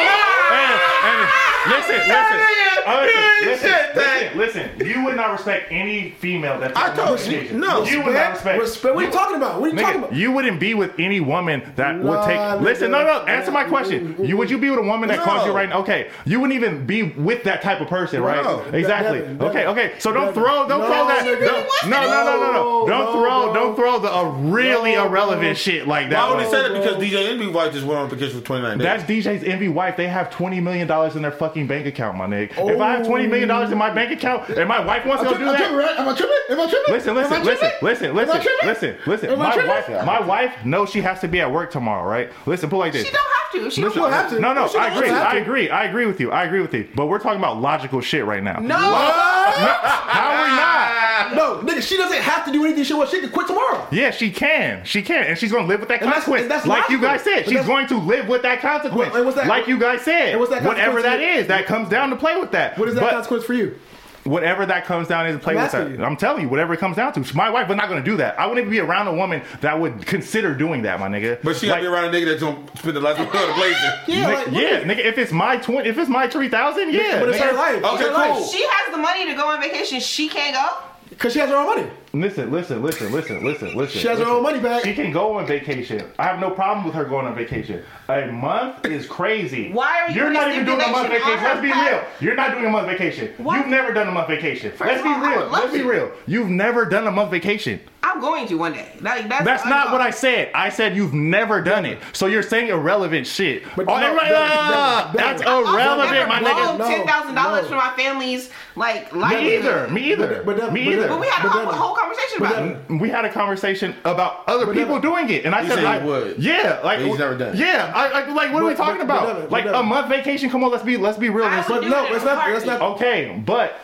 [SPEAKER 2] and, and listen, listen. Uh, listen, listen, listen, listen. You would not respect any female that.
[SPEAKER 4] I told you, no.
[SPEAKER 2] You would not respect.
[SPEAKER 3] Respect. What are you talking about? What are you talking
[SPEAKER 2] Nigga,
[SPEAKER 3] about?
[SPEAKER 2] you wouldn't be with any woman that would take.
[SPEAKER 3] Nah,
[SPEAKER 2] Listen, no,
[SPEAKER 3] nigga.
[SPEAKER 2] no. Answer my question. You would you be with a woman that calls you
[SPEAKER 4] No.
[SPEAKER 2] right now? Okay, you wouldn't even be with that type of person, right?
[SPEAKER 4] No.
[SPEAKER 2] Exactly.
[SPEAKER 3] Devin, Devin,
[SPEAKER 2] okay, okay. So don't
[SPEAKER 3] Devin.
[SPEAKER 2] throw, don't
[SPEAKER 3] No,
[SPEAKER 2] throw that.
[SPEAKER 3] nigga.
[SPEAKER 2] Don't, no, no, no, no, no. Don't
[SPEAKER 3] No, no,
[SPEAKER 2] throw,
[SPEAKER 3] bro.
[SPEAKER 2] don't throw the uh, really
[SPEAKER 3] No,
[SPEAKER 2] irrelevant
[SPEAKER 3] bro.
[SPEAKER 2] shit like
[SPEAKER 4] I
[SPEAKER 2] that.
[SPEAKER 4] only
[SPEAKER 2] on us.
[SPEAKER 4] said it because DJ Envy wife just went on vacation for 29 days.
[SPEAKER 2] That's DJ's envy wife. They have twenty million dollars in their fucking bank account, my nigga. If I have twenty million dollars in my bank account, and my wife wants to go do
[SPEAKER 3] Oh. I'm
[SPEAKER 2] that,
[SPEAKER 3] tripping, right? Am I tripping? Am I tripping?
[SPEAKER 2] Listen,
[SPEAKER 3] Am I
[SPEAKER 2] listen,
[SPEAKER 3] tripping?
[SPEAKER 2] listen, listen,
[SPEAKER 3] Am I
[SPEAKER 2] listen,
[SPEAKER 3] tripping?
[SPEAKER 2] listen, listen.
[SPEAKER 3] Am I
[SPEAKER 2] My
[SPEAKER 3] tripping?
[SPEAKER 2] wife, my wife knows she has to be at work tomorrow, right? Listen, put it like this.
[SPEAKER 6] She don't have to. She
[SPEAKER 3] Listen,
[SPEAKER 6] don't
[SPEAKER 3] have to.
[SPEAKER 2] No, no,
[SPEAKER 3] She don't
[SPEAKER 2] I agree,
[SPEAKER 3] have
[SPEAKER 2] I
[SPEAKER 3] to.
[SPEAKER 2] agree, I agree with you, I agree with you. But we're talking about logical shit right now.
[SPEAKER 6] No.
[SPEAKER 2] How are we not?
[SPEAKER 3] No, nigga, she doesn't have to do anything. She wants. She can quit tomorrow.
[SPEAKER 2] Yeah, she can. She can. And she's going to live with that
[SPEAKER 3] And that's-
[SPEAKER 2] consequence.
[SPEAKER 3] and that's
[SPEAKER 2] like you
[SPEAKER 3] logical.
[SPEAKER 2] guys said,
[SPEAKER 3] But
[SPEAKER 2] she's
[SPEAKER 3] that's-
[SPEAKER 2] going to live with that consequence.
[SPEAKER 3] And what's that-
[SPEAKER 2] Like you guys said.
[SPEAKER 3] and what's that
[SPEAKER 2] whatever that
[SPEAKER 3] consequence to you?
[SPEAKER 2] is, that comes down to play with that.
[SPEAKER 3] What is that
[SPEAKER 2] But-
[SPEAKER 3] consequence for you?
[SPEAKER 2] whatever that comes down is play
[SPEAKER 3] I'm
[SPEAKER 2] with that.
[SPEAKER 3] asking you.
[SPEAKER 2] I'm telling you, whatever it comes down to. My wife was not going to do that. I wouldn't even be around a woman that would consider doing that, my nigga.
[SPEAKER 4] but she got to be around a nigga that's going to spend the last week on the blazer.
[SPEAKER 3] Yeah,
[SPEAKER 2] Nigga,
[SPEAKER 3] like, what
[SPEAKER 2] yeah,
[SPEAKER 3] is-
[SPEAKER 2] nigga. If it's my twenty, if it's my three thousand, yeah.
[SPEAKER 3] But it's
[SPEAKER 2] nigga.
[SPEAKER 3] her life.
[SPEAKER 4] Okay,
[SPEAKER 3] it's her
[SPEAKER 4] cool.
[SPEAKER 6] She has the money to go on vacation. She can't go.
[SPEAKER 3] Because she has her own money.
[SPEAKER 2] Listen, listen, listen, listen, listen, listen.
[SPEAKER 3] She has her own money back.
[SPEAKER 2] She can go on vacation. I have no problem with her going on vacation. A month is crazy.
[SPEAKER 6] Why are you
[SPEAKER 2] You're not
[SPEAKER 6] putting
[SPEAKER 2] even doing a month
[SPEAKER 6] stipulation
[SPEAKER 2] vacation.
[SPEAKER 6] on
[SPEAKER 2] Let's be
[SPEAKER 6] her
[SPEAKER 2] real.
[SPEAKER 6] pay?
[SPEAKER 2] You're not doing a month vacation.
[SPEAKER 6] Why?
[SPEAKER 2] You've never done a month vacation.
[SPEAKER 6] First
[SPEAKER 2] Let's
[SPEAKER 6] of
[SPEAKER 2] be
[SPEAKER 6] all, I
[SPEAKER 2] real.
[SPEAKER 6] would love
[SPEAKER 2] Let's be
[SPEAKER 6] to.
[SPEAKER 2] real. You've never done a month vacation.
[SPEAKER 6] I'm going to one day. Like, that's
[SPEAKER 2] That's not what I
[SPEAKER 6] said.
[SPEAKER 2] said. I said you've never done it. So you're saying irrelevant shit.
[SPEAKER 3] But
[SPEAKER 2] oh,
[SPEAKER 3] no,
[SPEAKER 2] everybody,
[SPEAKER 3] no,
[SPEAKER 2] ah,
[SPEAKER 3] no, no.
[SPEAKER 2] that's
[SPEAKER 3] I
[SPEAKER 6] also
[SPEAKER 2] irrelevant,
[SPEAKER 6] never
[SPEAKER 2] my nigga.
[SPEAKER 6] borrowed
[SPEAKER 3] No,
[SPEAKER 6] ten thousand dollars
[SPEAKER 3] no.
[SPEAKER 6] from my family's like
[SPEAKER 2] Me
[SPEAKER 6] livelihood.
[SPEAKER 2] either. Me either.
[SPEAKER 3] But that-
[SPEAKER 2] me
[SPEAKER 3] but
[SPEAKER 2] either.
[SPEAKER 3] that-
[SPEAKER 6] But we had
[SPEAKER 3] But
[SPEAKER 6] a whole,
[SPEAKER 3] that-
[SPEAKER 6] whole conversation
[SPEAKER 3] but
[SPEAKER 6] about
[SPEAKER 3] that-
[SPEAKER 6] it.
[SPEAKER 2] we had a conversation about other
[SPEAKER 3] But
[SPEAKER 2] people
[SPEAKER 3] never-
[SPEAKER 2] doing it, and I
[SPEAKER 5] He
[SPEAKER 2] said,
[SPEAKER 5] said he
[SPEAKER 2] I,
[SPEAKER 5] would.
[SPEAKER 2] "Yeah, like
[SPEAKER 5] he's never done it.
[SPEAKER 2] Yeah, I, I, like what are we
[SPEAKER 3] But-
[SPEAKER 2] talking
[SPEAKER 3] but-
[SPEAKER 2] about?
[SPEAKER 3] but never- but
[SPEAKER 2] like a
[SPEAKER 3] never.
[SPEAKER 2] month vacation? Come on, let's be let's be real.
[SPEAKER 6] I
[SPEAKER 2] Let's-
[SPEAKER 6] would
[SPEAKER 3] But
[SPEAKER 6] do
[SPEAKER 3] no,
[SPEAKER 6] it in
[SPEAKER 3] let's
[SPEAKER 6] a
[SPEAKER 3] not- let's
[SPEAKER 6] heartbeat.
[SPEAKER 3] not-
[SPEAKER 2] okay, but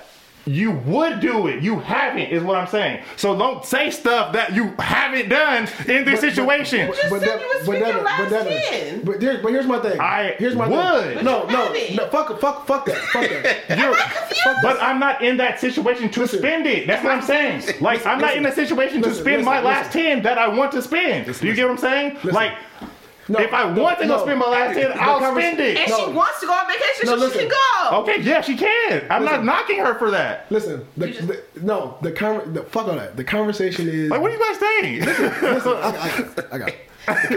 [SPEAKER 2] you would do it. You haven't, is what I'm saying. So don't say stuff that you haven't done in this situation.
[SPEAKER 6] but- just said you was speaking last year.
[SPEAKER 3] but, there, but here's my thing.
[SPEAKER 2] I
[SPEAKER 3] here's my
[SPEAKER 2] would.
[SPEAKER 3] thing. No,
[SPEAKER 6] But you
[SPEAKER 3] no,
[SPEAKER 6] haven't.
[SPEAKER 3] no. Fuck, fuck, fuck that. Fuck that.
[SPEAKER 2] You're-
[SPEAKER 6] confused.
[SPEAKER 2] but I'm not in that situation to
[SPEAKER 3] Listen.
[SPEAKER 2] spend it. That's what I'm saying. Like I'm not in a situation to
[SPEAKER 3] listen,
[SPEAKER 2] spend my
[SPEAKER 3] listen,
[SPEAKER 2] last ten that I want to spend. Do you get what I'm saying? Like
[SPEAKER 3] No,
[SPEAKER 2] if I want to go
[SPEAKER 3] no.
[SPEAKER 2] spend my last ten, I'll
[SPEAKER 3] conversa-
[SPEAKER 2] spend it.
[SPEAKER 6] And
[SPEAKER 3] No.
[SPEAKER 6] she wants to go on vacation,
[SPEAKER 3] No,
[SPEAKER 6] so
[SPEAKER 3] listen. Oh.
[SPEAKER 6] she can go.
[SPEAKER 2] Okay, yeah, she can. I'm not knocking her for that.
[SPEAKER 3] Listen, the,
[SPEAKER 6] You just-
[SPEAKER 3] the, no, the, con- the fuck all that. The conversation is.
[SPEAKER 2] Like, what are you guys saying?
[SPEAKER 3] I got it.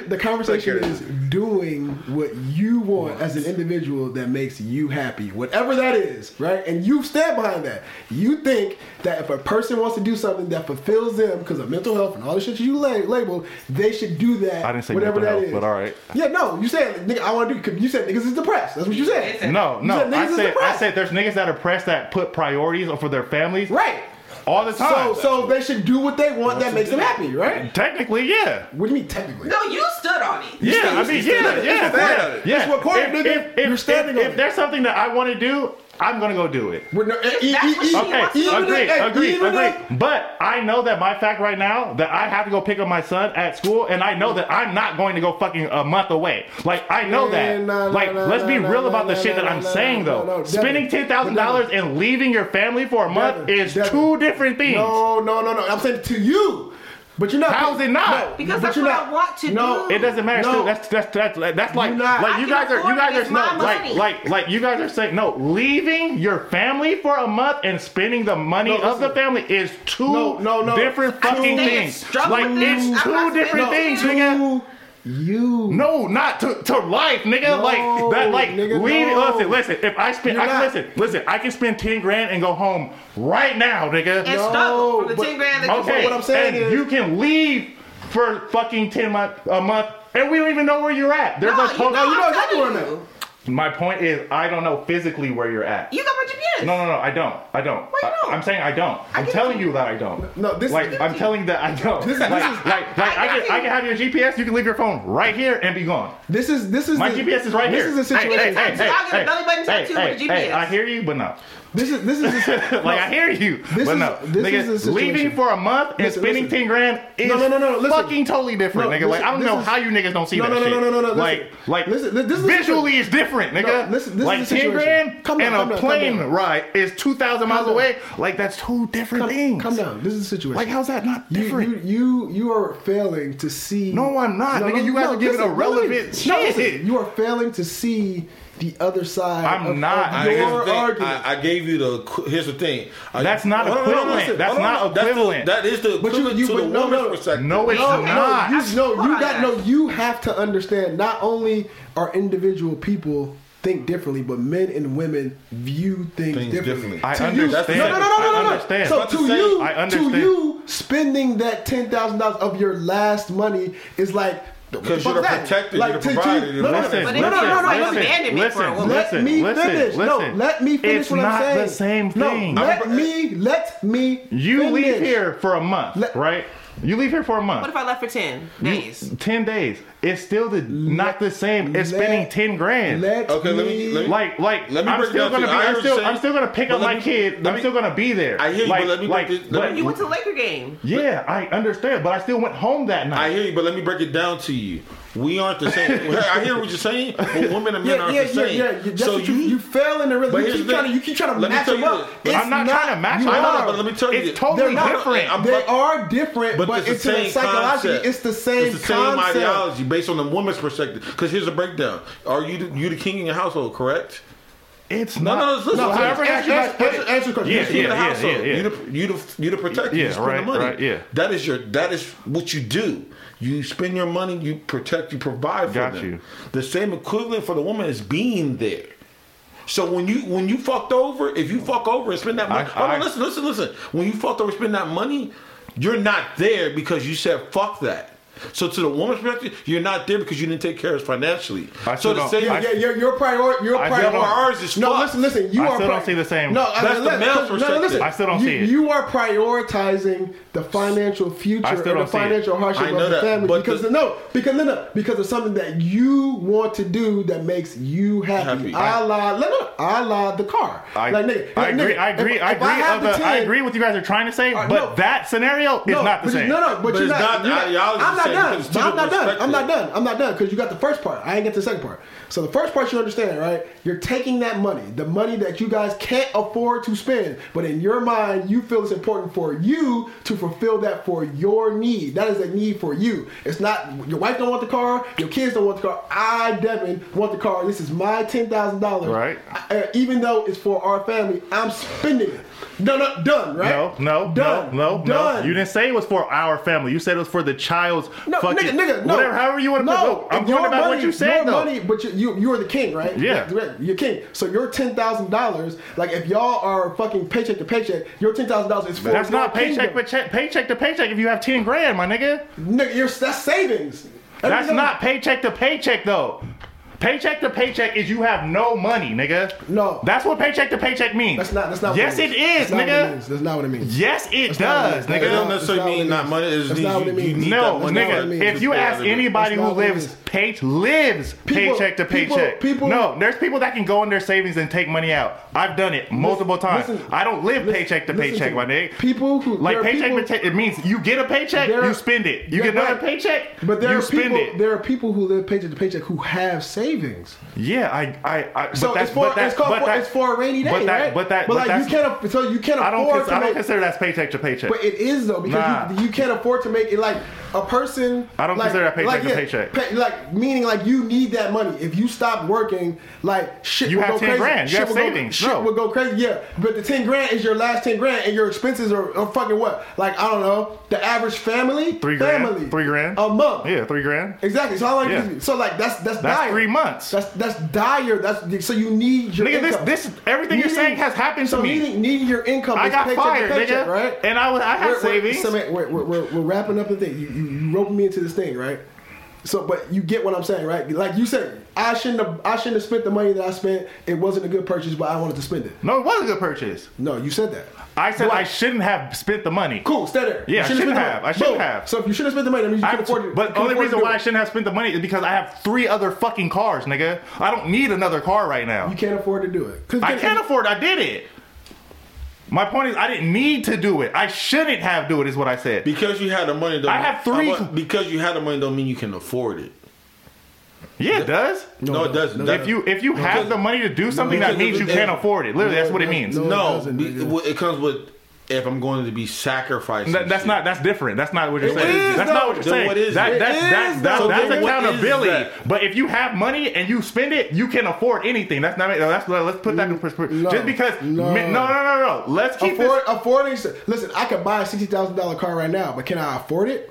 [SPEAKER 3] The conversation is doing what you want as an individual that makes you happy, whatever that is, right? And you stand behind that. You think that if a person wants to do something that fulfills them because of mental health and all the shit you la- label, they should do that.
[SPEAKER 2] I didn't say
[SPEAKER 3] whatever
[SPEAKER 2] mental
[SPEAKER 3] that
[SPEAKER 2] health,
[SPEAKER 3] is.
[SPEAKER 2] but all right.
[SPEAKER 3] Yeah, no, you said nigga, I want to do. 'cause You said niggas is depressed. That's what you said.
[SPEAKER 2] no,
[SPEAKER 3] You
[SPEAKER 2] no.
[SPEAKER 3] said niggas
[SPEAKER 2] I
[SPEAKER 3] is
[SPEAKER 2] said, I
[SPEAKER 3] depressed.
[SPEAKER 2] said, there's niggas that are pressed that put priorities for their families
[SPEAKER 3] Right.
[SPEAKER 2] all the
[SPEAKER 3] So,
[SPEAKER 2] time.
[SPEAKER 3] so they should do what they want that makes them happy, right?
[SPEAKER 2] technically, yeah.
[SPEAKER 3] What do you mean technically?
[SPEAKER 6] No, you stood on it.
[SPEAKER 2] Yeah, I mean, yeah, yeah, yeah, yeah.
[SPEAKER 3] It's recorded,
[SPEAKER 2] If-
[SPEAKER 3] nigga.
[SPEAKER 2] if- if-
[SPEAKER 3] You're standing
[SPEAKER 2] if-
[SPEAKER 3] on
[SPEAKER 2] If
[SPEAKER 3] it.
[SPEAKER 2] there's something that I want to do, I'm gonna go do it.
[SPEAKER 3] We're no- e-
[SPEAKER 6] that's
[SPEAKER 3] e-
[SPEAKER 6] what she
[SPEAKER 3] e-
[SPEAKER 2] Okay,
[SPEAKER 6] wants to do.
[SPEAKER 3] even
[SPEAKER 2] agree,
[SPEAKER 3] if-
[SPEAKER 2] agree,
[SPEAKER 3] even if-
[SPEAKER 2] agree. But I know that my fact right now that I have to go pick up my son at school, and I know that I'm not going to go fucking a month away. Like I know that.
[SPEAKER 3] Man, nah, nah,
[SPEAKER 2] like
[SPEAKER 3] nah,
[SPEAKER 2] let's be
[SPEAKER 3] nah,
[SPEAKER 2] real
[SPEAKER 3] nah,
[SPEAKER 2] about the
[SPEAKER 3] nah,
[SPEAKER 2] shit
[SPEAKER 3] nah,
[SPEAKER 2] that
[SPEAKER 3] nah,
[SPEAKER 2] I'm
[SPEAKER 3] nah,
[SPEAKER 2] saying
[SPEAKER 3] nah,
[SPEAKER 2] though.
[SPEAKER 3] nah, nah,
[SPEAKER 2] Spending ten
[SPEAKER 3] Devin,
[SPEAKER 2] thousand dollars and leaving your family for a month
[SPEAKER 3] Devin,
[SPEAKER 2] is
[SPEAKER 3] Devin.
[SPEAKER 2] two different things.
[SPEAKER 3] No, no, no, no. I'm saying to you, but you're not.
[SPEAKER 2] How is it not?
[SPEAKER 3] No,
[SPEAKER 6] Because
[SPEAKER 3] but
[SPEAKER 6] that's
[SPEAKER 3] you're
[SPEAKER 6] what
[SPEAKER 3] not-
[SPEAKER 6] I want to
[SPEAKER 3] No,
[SPEAKER 6] do.
[SPEAKER 2] It doesn't matter.
[SPEAKER 3] No.
[SPEAKER 2] Still, that's that's that's that's like
[SPEAKER 3] You're not-
[SPEAKER 2] like
[SPEAKER 6] I
[SPEAKER 2] you
[SPEAKER 6] can
[SPEAKER 2] guys are you
[SPEAKER 6] afford
[SPEAKER 2] guys
[SPEAKER 6] it.
[SPEAKER 2] are
[SPEAKER 6] It's
[SPEAKER 2] no
[SPEAKER 6] my
[SPEAKER 2] like
[SPEAKER 6] money.
[SPEAKER 2] like like you guys are saying no. Leaving your family for a month and spending the money
[SPEAKER 3] No,
[SPEAKER 2] of the
[SPEAKER 3] listen.
[SPEAKER 2] family is two
[SPEAKER 3] No, no, no.
[SPEAKER 2] different
[SPEAKER 3] I
[SPEAKER 2] fucking
[SPEAKER 6] think it's
[SPEAKER 2] things.
[SPEAKER 6] struggle
[SPEAKER 2] Like
[SPEAKER 6] with
[SPEAKER 2] it's
[SPEAKER 6] this. I'm not
[SPEAKER 2] two
[SPEAKER 6] spending
[SPEAKER 2] different
[SPEAKER 6] it.
[SPEAKER 2] things,
[SPEAKER 6] No.
[SPEAKER 2] nigga.
[SPEAKER 3] you.
[SPEAKER 2] No, not to, to life, nigga.
[SPEAKER 3] No,
[SPEAKER 2] like that, like
[SPEAKER 3] nigga,
[SPEAKER 2] leave.
[SPEAKER 3] no.
[SPEAKER 2] Listen, listen. If I spend,
[SPEAKER 3] You're
[SPEAKER 2] I can,
[SPEAKER 3] not.
[SPEAKER 2] listen, listen. I can spend ten grand and go home right now, nigga.
[SPEAKER 6] And struggle from the
[SPEAKER 3] but-
[SPEAKER 6] ten grand. That
[SPEAKER 2] Okay,
[SPEAKER 6] you
[SPEAKER 3] what I'm saying
[SPEAKER 2] and
[SPEAKER 3] is-
[SPEAKER 2] you can leave for fucking ten month a month, and we don't even know where you're at. There's
[SPEAKER 6] no,
[SPEAKER 2] a total.
[SPEAKER 6] you know
[SPEAKER 3] know exactly where I'm at.
[SPEAKER 6] You
[SPEAKER 2] My point is, I don't know physically where you're at.
[SPEAKER 6] You got my GPS.
[SPEAKER 2] no, no, no, I don't. I don't.
[SPEAKER 6] Why you
[SPEAKER 2] I,
[SPEAKER 6] don't?
[SPEAKER 2] I'm saying I don't.
[SPEAKER 6] I
[SPEAKER 2] I'm
[SPEAKER 6] give
[SPEAKER 2] telling
[SPEAKER 6] it
[SPEAKER 2] you that I don't.
[SPEAKER 3] No, this is-
[SPEAKER 2] like I'm telling that I don't.
[SPEAKER 3] This is-
[SPEAKER 2] like,
[SPEAKER 3] this is-
[SPEAKER 2] like, like I,
[SPEAKER 6] I
[SPEAKER 2] can,
[SPEAKER 6] got
[SPEAKER 2] I
[SPEAKER 6] you.
[SPEAKER 2] can have your GPS. You can leave your phone right here and be gone.
[SPEAKER 3] This is this is
[SPEAKER 2] My
[SPEAKER 3] the-
[SPEAKER 2] GPS is right
[SPEAKER 3] this
[SPEAKER 2] here.
[SPEAKER 3] This is a situation.
[SPEAKER 6] Hey, hey, hey. I'll get a belly button tattoo
[SPEAKER 2] hey,
[SPEAKER 6] with a
[SPEAKER 2] hey,
[SPEAKER 6] GPS.
[SPEAKER 2] I hear you, but no.
[SPEAKER 3] This is this is a-
[SPEAKER 2] like I hear you,
[SPEAKER 3] This
[SPEAKER 2] but
[SPEAKER 3] is-
[SPEAKER 2] no.
[SPEAKER 3] this
[SPEAKER 2] nigga,
[SPEAKER 3] is a situation.
[SPEAKER 2] leaving for a month and
[SPEAKER 3] Listen,
[SPEAKER 2] spending
[SPEAKER 3] listen.
[SPEAKER 2] ten grand is
[SPEAKER 3] No, no, no, no, listen.
[SPEAKER 2] fucking totally different,
[SPEAKER 3] No,
[SPEAKER 2] nigga. like
[SPEAKER 3] listen,
[SPEAKER 2] I don't
[SPEAKER 3] this
[SPEAKER 2] know
[SPEAKER 3] is-
[SPEAKER 2] how you niggas don't see
[SPEAKER 3] No,
[SPEAKER 2] that
[SPEAKER 3] no, no,
[SPEAKER 2] shit.
[SPEAKER 3] no, no, no, no,
[SPEAKER 2] Like,
[SPEAKER 3] listen.
[SPEAKER 2] like
[SPEAKER 3] Listen, this- this is-
[SPEAKER 2] visually it's different, nigga.
[SPEAKER 3] No, listen, this
[SPEAKER 2] like
[SPEAKER 3] is a
[SPEAKER 2] ten
[SPEAKER 3] situation.
[SPEAKER 2] grand
[SPEAKER 3] Come down,
[SPEAKER 2] and
[SPEAKER 3] come
[SPEAKER 2] a
[SPEAKER 3] down, come
[SPEAKER 2] plane
[SPEAKER 3] down.
[SPEAKER 2] ride is two thousand miles
[SPEAKER 3] Come down.
[SPEAKER 2] away. Like that's two different
[SPEAKER 3] come,
[SPEAKER 2] things.
[SPEAKER 3] come down. This is a situation.
[SPEAKER 2] Like how's that not
[SPEAKER 3] You,
[SPEAKER 2] different?
[SPEAKER 3] you you you are failing to see.
[SPEAKER 2] No, I'm not, nigga. You guys are giving
[SPEAKER 3] listen,
[SPEAKER 2] irrelevant
[SPEAKER 3] no, listen.
[SPEAKER 2] shit.
[SPEAKER 3] No, listen. You are failing to see the other side.
[SPEAKER 2] I'm
[SPEAKER 3] of,
[SPEAKER 2] not,
[SPEAKER 3] Of
[SPEAKER 2] nigga.
[SPEAKER 3] your
[SPEAKER 5] Here's the thing.
[SPEAKER 3] argument.
[SPEAKER 5] I, I gave you the. qu- Here's the thing. I-
[SPEAKER 2] That's not
[SPEAKER 5] Hold on,
[SPEAKER 2] equivalent.
[SPEAKER 5] hold on, listen.
[SPEAKER 2] That's
[SPEAKER 5] Hold on,
[SPEAKER 2] not
[SPEAKER 5] that's the-
[SPEAKER 2] equivalent.
[SPEAKER 5] that is the
[SPEAKER 3] But you-
[SPEAKER 5] equivalent
[SPEAKER 3] you-
[SPEAKER 5] to
[SPEAKER 3] but
[SPEAKER 5] the
[SPEAKER 3] no,
[SPEAKER 5] woman's
[SPEAKER 3] no.
[SPEAKER 5] perspective.
[SPEAKER 2] no, it's
[SPEAKER 3] No,
[SPEAKER 2] not.
[SPEAKER 3] no, you, no,
[SPEAKER 6] Hold
[SPEAKER 3] you
[SPEAKER 6] on.
[SPEAKER 3] got no. You have to understand. Not only are individual people think differently, but men and women view things,
[SPEAKER 5] Things
[SPEAKER 3] differently.
[SPEAKER 5] differently.
[SPEAKER 2] I
[SPEAKER 3] To you-
[SPEAKER 2] understand.
[SPEAKER 3] No, no, no, no,
[SPEAKER 2] I
[SPEAKER 3] no, no.
[SPEAKER 2] understand.
[SPEAKER 5] About
[SPEAKER 3] So
[SPEAKER 5] to
[SPEAKER 3] to
[SPEAKER 5] say,
[SPEAKER 3] you,
[SPEAKER 2] I
[SPEAKER 3] to
[SPEAKER 2] understand.
[SPEAKER 3] you, spending that ten thousand dollars of your last money is like what the
[SPEAKER 5] Because
[SPEAKER 3] fuck
[SPEAKER 5] you're the
[SPEAKER 3] is that?
[SPEAKER 5] protector,
[SPEAKER 3] Like
[SPEAKER 5] you're
[SPEAKER 3] to-
[SPEAKER 5] the
[SPEAKER 3] to
[SPEAKER 5] provider,
[SPEAKER 3] you-
[SPEAKER 5] you're
[SPEAKER 3] No, no,
[SPEAKER 2] Listen,
[SPEAKER 3] no,
[SPEAKER 6] But
[SPEAKER 3] no, no, no, no,
[SPEAKER 6] listen. abandonment for a woman.
[SPEAKER 3] Let me finish. No, let me finish
[SPEAKER 2] it's
[SPEAKER 3] what
[SPEAKER 2] not
[SPEAKER 3] I'm saying.
[SPEAKER 2] the same
[SPEAKER 3] No,
[SPEAKER 2] thing.
[SPEAKER 3] let me, let me.
[SPEAKER 2] you leave
[SPEAKER 3] finish.
[SPEAKER 2] here for a month,
[SPEAKER 3] Let-
[SPEAKER 2] right? You leave here for a
[SPEAKER 6] What if
[SPEAKER 2] month.
[SPEAKER 6] I left for ten days?
[SPEAKER 2] 10 days. It's still the, not the same as
[SPEAKER 3] let-
[SPEAKER 2] spending 10 grand.
[SPEAKER 3] Let
[SPEAKER 5] Okay, let me- let me-
[SPEAKER 2] like, like,
[SPEAKER 5] Let me
[SPEAKER 2] I'm
[SPEAKER 5] break
[SPEAKER 2] still
[SPEAKER 5] it down
[SPEAKER 2] gonna
[SPEAKER 5] to
[SPEAKER 2] be,
[SPEAKER 5] you. I
[SPEAKER 2] I'm
[SPEAKER 5] hear
[SPEAKER 2] still,
[SPEAKER 5] what you're
[SPEAKER 2] I'm still
[SPEAKER 5] saying,
[SPEAKER 2] gonna pick
[SPEAKER 5] but
[SPEAKER 2] up
[SPEAKER 5] let
[SPEAKER 2] my
[SPEAKER 5] me-
[SPEAKER 2] kid.
[SPEAKER 5] let
[SPEAKER 2] I'm
[SPEAKER 5] me-
[SPEAKER 2] still gonna be there.
[SPEAKER 5] I hear you, but
[SPEAKER 2] like,
[SPEAKER 5] let me
[SPEAKER 2] like,
[SPEAKER 5] break this- let
[SPEAKER 2] but-
[SPEAKER 5] me-
[SPEAKER 6] You went to the Laker game.
[SPEAKER 2] yeah, I understand, but I still went home that night.
[SPEAKER 5] I hear you, but let me break it down to you. We aren't the same. I hear what you're saying, but women and men
[SPEAKER 3] Yeah,
[SPEAKER 5] aren't
[SPEAKER 3] yeah,
[SPEAKER 5] the
[SPEAKER 3] yeah,
[SPEAKER 5] same.
[SPEAKER 3] yeah. You- That's
[SPEAKER 5] so
[SPEAKER 3] what you, you fail in the
[SPEAKER 5] But
[SPEAKER 3] rhythm. You
[SPEAKER 5] here's
[SPEAKER 3] keep,
[SPEAKER 5] the
[SPEAKER 3] trying to,
[SPEAKER 5] thing.
[SPEAKER 3] you keep trying to
[SPEAKER 5] Let me
[SPEAKER 3] match
[SPEAKER 5] tell
[SPEAKER 3] them
[SPEAKER 5] you
[SPEAKER 3] up.
[SPEAKER 5] this.
[SPEAKER 2] I'm not, trying to match
[SPEAKER 3] you
[SPEAKER 2] her
[SPEAKER 5] know
[SPEAKER 3] are.
[SPEAKER 5] that, but let me tell you
[SPEAKER 2] It's
[SPEAKER 5] this.
[SPEAKER 2] totally
[SPEAKER 3] They're not.
[SPEAKER 2] different.
[SPEAKER 5] I'm-
[SPEAKER 3] they
[SPEAKER 5] but-
[SPEAKER 3] are different, but,
[SPEAKER 5] But, it's,
[SPEAKER 3] it's
[SPEAKER 5] the
[SPEAKER 3] in
[SPEAKER 5] same
[SPEAKER 3] the psychology.
[SPEAKER 5] concept.
[SPEAKER 3] It's the same
[SPEAKER 5] It's the same
[SPEAKER 3] concept.
[SPEAKER 5] ideology based on the woman's perspective. Because here's a breakdown: Are you the, you the king in your household? Correct.
[SPEAKER 2] It's
[SPEAKER 4] No,
[SPEAKER 2] not.
[SPEAKER 4] no, listen,
[SPEAKER 2] no,
[SPEAKER 4] listen.
[SPEAKER 2] whoever
[SPEAKER 3] Answer,
[SPEAKER 2] has
[SPEAKER 3] answer,
[SPEAKER 2] you
[SPEAKER 3] answer, answer the question.
[SPEAKER 2] Yeah,
[SPEAKER 3] Answer
[SPEAKER 2] yeah,
[SPEAKER 4] You the
[SPEAKER 2] yeah,
[SPEAKER 4] house
[SPEAKER 2] yeah,
[SPEAKER 4] up.
[SPEAKER 2] yeah.
[SPEAKER 4] You the you the you the protector.
[SPEAKER 2] Yeah,
[SPEAKER 4] you spend
[SPEAKER 2] right,
[SPEAKER 4] the money.
[SPEAKER 2] right, yeah.
[SPEAKER 4] That is your that is what you do. You spend your money. You protect. You provide for
[SPEAKER 2] Got
[SPEAKER 4] them.
[SPEAKER 2] you.
[SPEAKER 4] The same equivalent for the woman is being there. So when you when you fucked over, if you fuck over and spend that money,
[SPEAKER 2] I-
[SPEAKER 4] oh
[SPEAKER 2] I-
[SPEAKER 4] no, listen, listen, listen. When you fucked over, and spend that money, you're not there because you said fuck that. So to the woman's perspective, you're not there because you didn't take care of us financially.
[SPEAKER 2] I
[SPEAKER 4] so
[SPEAKER 2] still
[SPEAKER 4] the
[SPEAKER 2] don't-
[SPEAKER 4] same
[SPEAKER 3] Yeah,
[SPEAKER 2] I-
[SPEAKER 3] yeah, your your priority, your
[SPEAKER 2] I still
[SPEAKER 3] priority.
[SPEAKER 2] don't-
[SPEAKER 4] ours is
[SPEAKER 3] no,
[SPEAKER 4] fucked.
[SPEAKER 3] listen, listen. You
[SPEAKER 2] I
[SPEAKER 3] are
[SPEAKER 2] still don't
[SPEAKER 3] pri-
[SPEAKER 2] see the same.
[SPEAKER 3] No,
[SPEAKER 4] That's the
[SPEAKER 3] let-
[SPEAKER 4] male's
[SPEAKER 3] no, no, listen.
[SPEAKER 4] perspective.
[SPEAKER 2] I still don't
[SPEAKER 3] you,
[SPEAKER 2] see it.
[SPEAKER 3] You are prioritizing the financial future
[SPEAKER 2] I still
[SPEAKER 3] and the
[SPEAKER 2] don't see it.
[SPEAKER 3] financial hardship
[SPEAKER 4] I know
[SPEAKER 3] of the
[SPEAKER 4] that,
[SPEAKER 3] family
[SPEAKER 4] but
[SPEAKER 3] because
[SPEAKER 4] the-
[SPEAKER 3] no, because no, no, because of something that you want to do that makes you happy.
[SPEAKER 4] Happy.
[SPEAKER 3] I lied. No, no, I lied. The car.
[SPEAKER 2] I,
[SPEAKER 3] like, nigga,
[SPEAKER 2] I
[SPEAKER 3] like,
[SPEAKER 2] agree.
[SPEAKER 3] nigga,
[SPEAKER 2] I agree.
[SPEAKER 3] if-
[SPEAKER 2] I
[SPEAKER 3] if
[SPEAKER 2] agree.
[SPEAKER 3] have
[SPEAKER 2] of
[SPEAKER 3] the
[SPEAKER 2] the, I
[SPEAKER 3] 10,
[SPEAKER 2] agree with you guys are trying to say,
[SPEAKER 3] Alright,
[SPEAKER 2] but
[SPEAKER 3] no.
[SPEAKER 2] that scenario is
[SPEAKER 3] no,
[SPEAKER 2] not the
[SPEAKER 3] but you-
[SPEAKER 2] same.
[SPEAKER 3] No, no, but,
[SPEAKER 4] But
[SPEAKER 3] you're
[SPEAKER 4] it's
[SPEAKER 3] not.
[SPEAKER 4] not-
[SPEAKER 3] you're
[SPEAKER 4] ideology is the
[SPEAKER 3] I'm not
[SPEAKER 4] same
[SPEAKER 3] done.
[SPEAKER 4] because it's two
[SPEAKER 3] I'm not
[SPEAKER 4] different
[SPEAKER 3] done. I'm not
[SPEAKER 4] perspectives.
[SPEAKER 3] done. I'm not done because you got the first part. I ain't get the second part. So the first part you understand, right? You're taking that money, the money that you guys can't afford to spend, but in your mind you feel it's important for you to fulfill that for your need. That is a need for you. It's not your wife don't want the car, your kids don't want the car. I, Devin, want the car. This is my ten thousand dollars. uh,
[SPEAKER 2] Right.
[SPEAKER 3] even though it's for our family, I'm spending it. No, no, done. Right?
[SPEAKER 2] No, no,
[SPEAKER 3] done,
[SPEAKER 2] no, no,
[SPEAKER 3] done.
[SPEAKER 2] no. You didn't say it was for our family. You said it was for the child's
[SPEAKER 3] No,
[SPEAKER 2] fucking
[SPEAKER 3] nigga, nigga, no.
[SPEAKER 2] whatever. However you want to
[SPEAKER 3] no,
[SPEAKER 2] provoke. I'm
[SPEAKER 3] if
[SPEAKER 2] going
[SPEAKER 3] your
[SPEAKER 2] about
[SPEAKER 3] money,
[SPEAKER 2] what you said
[SPEAKER 3] Your
[SPEAKER 2] though.
[SPEAKER 3] money, but you, you you're the king, right?
[SPEAKER 2] Yeah.
[SPEAKER 3] Right, you're king. So your ten thousand dollars, like if y'all are fucking paycheck to paycheck, your ten thousand dollars is for
[SPEAKER 2] That's
[SPEAKER 3] your
[SPEAKER 2] not paycheck,
[SPEAKER 3] kingdom.
[SPEAKER 2] but check, paycheck to paycheck. If you have ten grand, my nigga,
[SPEAKER 3] Nigga, you're, that's savings.
[SPEAKER 2] that's
[SPEAKER 3] Everything-
[SPEAKER 2] not paycheck to paycheck though. Paycheck to paycheck is you have no money, nigga.
[SPEAKER 3] No.
[SPEAKER 2] that's what paycheck to paycheck means.
[SPEAKER 3] That's not. That's not.
[SPEAKER 2] Yes,
[SPEAKER 3] what
[SPEAKER 2] it
[SPEAKER 3] it,
[SPEAKER 2] is,
[SPEAKER 3] means. That's not what it
[SPEAKER 2] nigga.
[SPEAKER 3] means. That's not what it means.
[SPEAKER 2] Yes, it
[SPEAKER 3] That's
[SPEAKER 2] does,
[SPEAKER 3] not what it
[SPEAKER 2] nigga.
[SPEAKER 3] is.
[SPEAKER 4] It don't
[SPEAKER 3] That's
[SPEAKER 4] necessarily
[SPEAKER 3] not what
[SPEAKER 4] mean
[SPEAKER 3] it
[SPEAKER 4] not
[SPEAKER 3] means.
[SPEAKER 4] money, it just
[SPEAKER 3] That's
[SPEAKER 4] means
[SPEAKER 3] not what
[SPEAKER 4] you-
[SPEAKER 3] it
[SPEAKER 4] you
[SPEAKER 3] means.
[SPEAKER 4] need
[SPEAKER 2] No,
[SPEAKER 4] That's
[SPEAKER 3] not what it
[SPEAKER 2] nigga.
[SPEAKER 3] means.
[SPEAKER 2] If you
[SPEAKER 4] That's
[SPEAKER 2] ask
[SPEAKER 4] not what it
[SPEAKER 2] anybody who
[SPEAKER 3] means.
[SPEAKER 2] lives pay lives
[SPEAKER 3] People-
[SPEAKER 2] paycheck to
[SPEAKER 3] people-
[SPEAKER 2] paycheck.
[SPEAKER 3] people-
[SPEAKER 2] no, there's people that can go in their savings and take money out. I've done it multiple times.
[SPEAKER 3] listen-
[SPEAKER 2] I don't live
[SPEAKER 3] listen-
[SPEAKER 2] paycheck to
[SPEAKER 3] listen
[SPEAKER 2] paycheck,
[SPEAKER 3] to
[SPEAKER 2] my
[SPEAKER 3] me.
[SPEAKER 2] nigga.
[SPEAKER 3] People who- there
[SPEAKER 2] like
[SPEAKER 3] are
[SPEAKER 2] paycheck
[SPEAKER 3] people-
[SPEAKER 2] to paycheck. It means you get a paycheck,
[SPEAKER 3] There-
[SPEAKER 2] you spend it. You
[SPEAKER 3] Yeah,
[SPEAKER 2] get another
[SPEAKER 3] right.
[SPEAKER 2] paycheck,
[SPEAKER 3] But there
[SPEAKER 2] you
[SPEAKER 3] are
[SPEAKER 2] spend
[SPEAKER 3] people.
[SPEAKER 2] it.
[SPEAKER 3] There are people who live paycheck to paycheck who have savings.
[SPEAKER 2] yeah, I, I, I. But
[SPEAKER 3] So
[SPEAKER 2] that's,
[SPEAKER 3] it's for
[SPEAKER 2] but that,
[SPEAKER 3] it's called
[SPEAKER 2] but
[SPEAKER 3] for,
[SPEAKER 2] that,
[SPEAKER 3] it's for a rainy day,
[SPEAKER 2] but that,
[SPEAKER 3] right?
[SPEAKER 2] But that,
[SPEAKER 3] but,
[SPEAKER 2] but,
[SPEAKER 3] like
[SPEAKER 2] that's,
[SPEAKER 3] you can't aff- so you can't
[SPEAKER 2] I don't,
[SPEAKER 3] afford
[SPEAKER 2] cons- I
[SPEAKER 3] to
[SPEAKER 2] don't
[SPEAKER 3] make.
[SPEAKER 2] consider that's paycheck to paycheck.
[SPEAKER 3] But it is though because
[SPEAKER 2] Nah.
[SPEAKER 3] you, you can't afford to make it like a person.
[SPEAKER 2] I don't
[SPEAKER 3] like,
[SPEAKER 2] consider that paycheck
[SPEAKER 3] like,
[SPEAKER 2] a paycheck.
[SPEAKER 3] pa- like meaning like you need that money. If you stop working, like shit
[SPEAKER 2] You
[SPEAKER 3] will
[SPEAKER 2] have
[SPEAKER 3] go
[SPEAKER 2] 10
[SPEAKER 3] crazy.
[SPEAKER 2] grand. You
[SPEAKER 3] shit
[SPEAKER 2] have
[SPEAKER 3] will go-
[SPEAKER 2] savings.
[SPEAKER 3] shit
[SPEAKER 2] No.
[SPEAKER 3] will go crazy. Yeah, but the ten grand is your last ten grand, and your expenses are, are fucking what? Like I don't know. The average family,
[SPEAKER 2] three grand,
[SPEAKER 3] family,
[SPEAKER 2] three grand
[SPEAKER 3] a month.
[SPEAKER 2] Yeah, three grand.
[SPEAKER 3] Exactly. So how long?
[SPEAKER 2] Yeah.
[SPEAKER 3] So like that's that's
[SPEAKER 2] That's
[SPEAKER 3] dire.
[SPEAKER 2] three months.
[SPEAKER 3] That's that's dire. That's so you need your
[SPEAKER 2] Nigga, this-
[SPEAKER 3] income.
[SPEAKER 2] this- everything you're saying has happened
[SPEAKER 3] so
[SPEAKER 2] to me.
[SPEAKER 3] Needing, needing your income.
[SPEAKER 2] I
[SPEAKER 3] is
[SPEAKER 2] got
[SPEAKER 3] paycheck to
[SPEAKER 2] fired,
[SPEAKER 3] paycheck,
[SPEAKER 2] nigga.
[SPEAKER 3] Right?
[SPEAKER 2] And I was, I had
[SPEAKER 3] we're,
[SPEAKER 2] savings.
[SPEAKER 3] We're, so, man, we're, we're, we're, we're wrapping up the thing. You, you, you roped me into this thing, right? So, but you get what I'm saying, right? Like you said, I shouldn't have, I shouldn't have spent the money that I spent. It wasn't a good purchase, but I wanted to spend it.
[SPEAKER 2] no, it was a good purchase.
[SPEAKER 3] No, you said that.
[SPEAKER 2] I said
[SPEAKER 3] Right.
[SPEAKER 2] I shouldn't have spent the money.
[SPEAKER 3] Cool, stay there.
[SPEAKER 2] Yeah, I
[SPEAKER 3] You shouldn't
[SPEAKER 2] shouldn't
[SPEAKER 3] spent the
[SPEAKER 2] have.
[SPEAKER 3] money.
[SPEAKER 2] I shouldn't
[SPEAKER 3] Boom.
[SPEAKER 2] have.
[SPEAKER 3] So if you should have spent the money, that means you
[SPEAKER 2] I
[SPEAKER 3] could
[SPEAKER 2] have
[SPEAKER 3] afford
[SPEAKER 2] t-
[SPEAKER 3] it.
[SPEAKER 2] but the only reason why I shouldn't have spent the money is because I have three other fucking cars, nigga. I don't need another car right now.
[SPEAKER 3] you can't afford to do it. 'Cause
[SPEAKER 2] I
[SPEAKER 3] then-
[SPEAKER 2] can't afford. I did it. My point is, I didn't need to do it. I shouldn't have do it. Is what I said.
[SPEAKER 4] Because you had the money, don't
[SPEAKER 2] I have three-
[SPEAKER 4] I want- because you had the money, don't mean you can afford it.
[SPEAKER 2] Yeah, it does.
[SPEAKER 4] No, it doesn't.
[SPEAKER 2] if you if you have the money to do something,
[SPEAKER 4] because
[SPEAKER 2] that means
[SPEAKER 4] if
[SPEAKER 2] you
[SPEAKER 4] it-
[SPEAKER 2] can't afford it. Literally,
[SPEAKER 3] No,
[SPEAKER 2] that's what it
[SPEAKER 3] no,
[SPEAKER 2] means.
[SPEAKER 3] no.
[SPEAKER 4] no,
[SPEAKER 3] doesn't,
[SPEAKER 4] be-
[SPEAKER 3] nigga.
[SPEAKER 4] well, it comes with if I'm going to be sacrificing.
[SPEAKER 2] That- that's
[SPEAKER 4] shit.
[SPEAKER 2] not. That's different. That's not what you're
[SPEAKER 4] It
[SPEAKER 2] saying.
[SPEAKER 4] is,
[SPEAKER 2] that's
[SPEAKER 4] though.
[SPEAKER 2] not what you're
[SPEAKER 4] Then
[SPEAKER 2] saying.
[SPEAKER 4] what is
[SPEAKER 2] that,
[SPEAKER 4] it?
[SPEAKER 2] that,
[SPEAKER 4] It
[SPEAKER 2] that,
[SPEAKER 4] is,
[SPEAKER 2] that-
[SPEAKER 4] though.
[SPEAKER 2] that's
[SPEAKER 4] Then what is
[SPEAKER 2] accountability.
[SPEAKER 4] that?
[SPEAKER 2] But if you have money and you spend it, you can afford anything. That's not. That's let's put that in perspective.
[SPEAKER 3] No.
[SPEAKER 2] Just because.
[SPEAKER 3] No.
[SPEAKER 2] No. No. No. No. Let's keep
[SPEAKER 3] afford,
[SPEAKER 2] this.
[SPEAKER 3] affording. Listen, I could buy a sixty thousand dollar car right now, but can I afford it?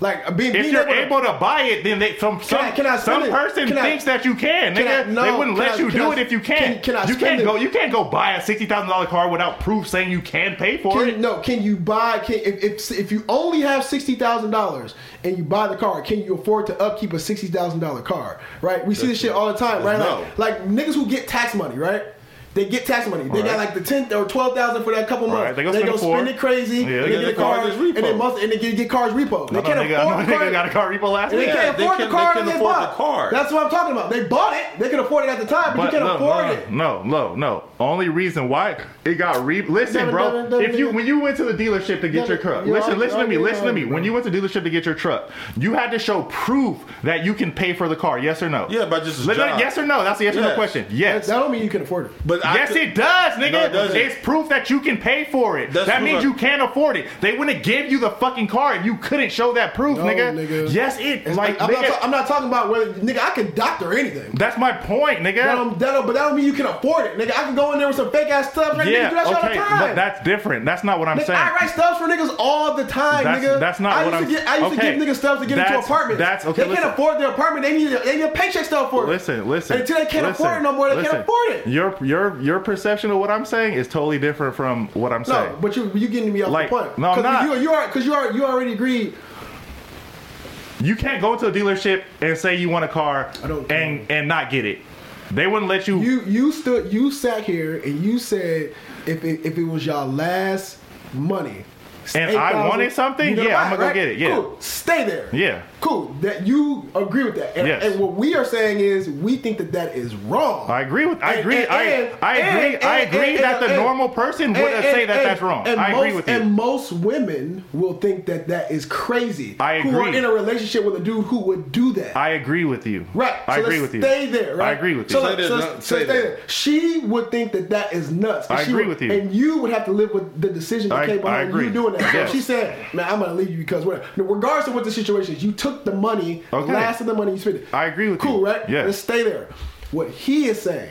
[SPEAKER 3] Like being,
[SPEAKER 2] If
[SPEAKER 3] being
[SPEAKER 2] you're able to buy it, then they, some some,
[SPEAKER 3] I- can I
[SPEAKER 2] some
[SPEAKER 3] spend it?
[SPEAKER 2] person
[SPEAKER 3] Can I-
[SPEAKER 2] thinks that you can.
[SPEAKER 3] can I-
[SPEAKER 2] nigga.
[SPEAKER 3] no,
[SPEAKER 2] they wouldn't
[SPEAKER 3] can
[SPEAKER 2] let
[SPEAKER 3] I-
[SPEAKER 2] you
[SPEAKER 3] can
[SPEAKER 2] do
[SPEAKER 3] I-
[SPEAKER 2] it if you can.
[SPEAKER 3] can- can I
[SPEAKER 2] you
[SPEAKER 3] spend
[SPEAKER 2] can't
[SPEAKER 3] it?
[SPEAKER 2] go. You can't go buy a sixty thousand dollar car without proof saying you can pay for
[SPEAKER 3] Can,
[SPEAKER 2] it.
[SPEAKER 3] no, can you buy? Can if if, if you only have sixty thousand dollars and you buy the car, can you afford to upkeep a sixty thousand dollar car? Right, we see this shit all the time, right?
[SPEAKER 4] No.
[SPEAKER 3] Like, like niggas who get tax money, right? They get tax money. They got like the ten or twelve thousand for that couple months.
[SPEAKER 2] Right,
[SPEAKER 3] They
[SPEAKER 2] they
[SPEAKER 3] go
[SPEAKER 2] go spend
[SPEAKER 3] spend,
[SPEAKER 2] it for-
[SPEAKER 3] it crazy.
[SPEAKER 2] Yeah,
[SPEAKER 3] Yeah,
[SPEAKER 2] they
[SPEAKER 3] they,
[SPEAKER 2] get
[SPEAKER 3] get
[SPEAKER 4] the
[SPEAKER 3] a
[SPEAKER 4] car
[SPEAKER 3] car,
[SPEAKER 4] that's
[SPEAKER 3] and they
[SPEAKER 4] repoed.
[SPEAKER 3] must and they get, get cars repo. They
[SPEAKER 2] I know
[SPEAKER 3] can't
[SPEAKER 2] Oh, nigga, I
[SPEAKER 3] afford
[SPEAKER 2] know
[SPEAKER 3] the
[SPEAKER 2] nigga
[SPEAKER 3] car.
[SPEAKER 2] got a car repo last
[SPEAKER 3] And
[SPEAKER 2] week.
[SPEAKER 3] they
[SPEAKER 4] Yeah,
[SPEAKER 3] can't
[SPEAKER 4] they
[SPEAKER 3] afford
[SPEAKER 4] can-
[SPEAKER 3] the car.
[SPEAKER 4] they can
[SPEAKER 3] that they
[SPEAKER 4] afford the
[SPEAKER 3] bought.
[SPEAKER 4] car.
[SPEAKER 3] That's what I'm talking about. They bought it. They could afford it at the time, but, you can't
[SPEAKER 2] no,
[SPEAKER 3] afford
[SPEAKER 2] no,
[SPEAKER 3] it.
[SPEAKER 2] No, no, no. Only reason why it got re listen,
[SPEAKER 3] Devin,
[SPEAKER 2] bro.
[SPEAKER 3] Devin, Devin,
[SPEAKER 2] if you
[SPEAKER 3] Devin.
[SPEAKER 2] when you went to the dealership to get
[SPEAKER 3] Devin,
[SPEAKER 2] your truck,
[SPEAKER 3] you're
[SPEAKER 2] listen,
[SPEAKER 3] all-
[SPEAKER 2] listen
[SPEAKER 3] you're
[SPEAKER 2] to me,
[SPEAKER 3] all-
[SPEAKER 2] listen to me.
[SPEAKER 3] you're
[SPEAKER 2] When you went to the dealership to get your truck, you had to show proof that you can pay for the car. Yes or no?
[SPEAKER 4] Yeah, by just a
[SPEAKER 2] Let- let-
[SPEAKER 4] job.
[SPEAKER 2] Yes or no? That's a yes, or no
[SPEAKER 4] Yes.
[SPEAKER 2] question.
[SPEAKER 3] That
[SPEAKER 2] Yes.
[SPEAKER 3] don't mean you can afford it.
[SPEAKER 4] But
[SPEAKER 5] I
[SPEAKER 2] yes,
[SPEAKER 5] could-
[SPEAKER 2] it does, nigga.
[SPEAKER 5] No, it doesn't.
[SPEAKER 2] it's proof that you can pay for it.
[SPEAKER 5] That's
[SPEAKER 2] that
[SPEAKER 5] proof
[SPEAKER 2] means
[SPEAKER 5] I-
[SPEAKER 2] you can't afford it. They wouldn't give you the fucking car if you couldn't show that proof,
[SPEAKER 3] No,
[SPEAKER 2] nigga.
[SPEAKER 3] nigga.
[SPEAKER 2] Yes, it.
[SPEAKER 3] It's
[SPEAKER 2] like,
[SPEAKER 3] I'm,
[SPEAKER 2] nigga,
[SPEAKER 3] not, ta- I'm not talking about whether nigga I can doctor anything.
[SPEAKER 2] that's my point, nigga.
[SPEAKER 3] That don't, that don't, but that don't mean you can afford it, nigga. I can go in there with some fake ass stuff, right? nigga,
[SPEAKER 2] yeah,
[SPEAKER 3] do that shit
[SPEAKER 2] okay,
[SPEAKER 3] all the time.
[SPEAKER 2] but that's different. That's not what I'm
[SPEAKER 3] Nigga,
[SPEAKER 2] saying.
[SPEAKER 3] I write stuff for niggas all the time,
[SPEAKER 2] That's-
[SPEAKER 3] nigga.
[SPEAKER 2] that's not what
[SPEAKER 3] I used
[SPEAKER 2] I'm-
[SPEAKER 3] To get, I used
[SPEAKER 2] okay.
[SPEAKER 3] to give niggas stuff to get
[SPEAKER 2] That's-
[SPEAKER 3] into apartments.
[SPEAKER 2] that's- okay,
[SPEAKER 3] They
[SPEAKER 2] listen.
[SPEAKER 3] can't afford their apartment. They need a, they need a paycheck stuff for it.
[SPEAKER 2] Listen, listen.
[SPEAKER 3] Until they can't
[SPEAKER 2] listen,
[SPEAKER 3] afford it no more, they
[SPEAKER 2] listen.
[SPEAKER 3] can't afford it.
[SPEAKER 2] Your your your perception of what I'm saying is totally different from what I'm saying.
[SPEAKER 3] No, but you you getting me off
[SPEAKER 2] Like,
[SPEAKER 3] the point.
[SPEAKER 2] no, I'm
[SPEAKER 3] 'Cause
[SPEAKER 2] not.
[SPEAKER 3] You, you are because you are you already agreed.
[SPEAKER 2] You can't go to a dealership and say you want a car
[SPEAKER 3] I don't care.
[SPEAKER 2] and and not get it. They wouldn't let you.
[SPEAKER 3] You you stood you sat here and you said if it, if it was your last money. it's
[SPEAKER 2] And I
[SPEAKER 3] 8,000,
[SPEAKER 2] wanted something?
[SPEAKER 3] you gonna
[SPEAKER 2] Yeah,
[SPEAKER 3] buy
[SPEAKER 2] I'ma
[SPEAKER 3] it,
[SPEAKER 2] go
[SPEAKER 3] right?
[SPEAKER 2] get it, yeah.
[SPEAKER 3] Cool. Stay there.
[SPEAKER 2] Yeah.
[SPEAKER 3] Cool. That you agree with that. And,
[SPEAKER 2] Yes.
[SPEAKER 3] and what we are saying is we think that that is wrong.
[SPEAKER 2] I agree with. I
[SPEAKER 3] And-
[SPEAKER 2] agree.
[SPEAKER 3] and- and-
[SPEAKER 2] I I agree.
[SPEAKER 3] and-
[SPEAKER 2] I
[SPEAKER 3] and-
[SPEAKER 2] agree
[SPEAKER 3] and-
[SPEAKER 2] that the
[SPEAKER 3] and-
[SPEAKER 2] normal person would
[SPEAKER 3] and-
[SPEAKER 2] say
[SPEAKER 3] and-
[SPEAKER 2] that
[SPEAKER 3] and-
[SPEAKER 2] that's wrong.
[SPEAKER 3] and
[SPEAKER 2] I agree
[SPEAKER 3] most-
[SPEAKER 2] with you.
[SPEAKER 3] And most women will think that that is crazy.
[SPEAKER 2] I
[SPEAKER 3] Who are
[SPEAKER 2] agree.
[SPEAKER 3] in a relationship with a dude who would do that.
[SPEAKER 2] I agree with you.
[SPEAKER 3] Right.
[SPEAKER 2] I
[SPEAKER 3] So
[SPEAKER 2] agree
[SPEAKER 3] let's
[SPEAKER 2] with you.
[SPEAKER 3] Stay there. Right?
[SPEAKER 2] I agree with
[SPEAKER 3] so
[SPEAKER 2] you.
[SPEAKER 3] Like,
[SPEAKER 5] Say
[SPEAKER 3] so,
[SPEAKER 5] that,
[SPEAKER 3] so
[SPEAKER 5] no,
[SPEAKER 3] stay
[SPEAKER 5] say that.
[SPEAKER 3] there. She would think that that is nuts. And
[SPEAKER 2] I
[SPEAKER 3] she
[SPEAKER 2] agree
[SPEAKER 3] would-
[SPEAKER 2] with you.
[SPEAKER 3] And you would have to live with the decision that
[SPEAKER 2] I-
[SPEAKER 3] came
[SPEAKER 2] I
[SPEAKER 3] behind
[SPEAKER 2] agree.
[SPEAKER 3] you doing that. So
[SPEAKER 2] Yes.
[SPEAKER 3] if she said, "Man, I'm going to leave you because whatever." Now, regardless of what the situation is, you took the money,
[SPEAKER 2] Okay.
[SPEAKER 3] the last of the money you spent. it.
[SPEAKER 2] I agree with
[SPEAKER 3] cool,
[SPEAKER 2] you.
[SPEAKER 3] Cool, right?
[SPEAKER 2] Yes.
[SPEAKER 3] Let's stay there. What he is saying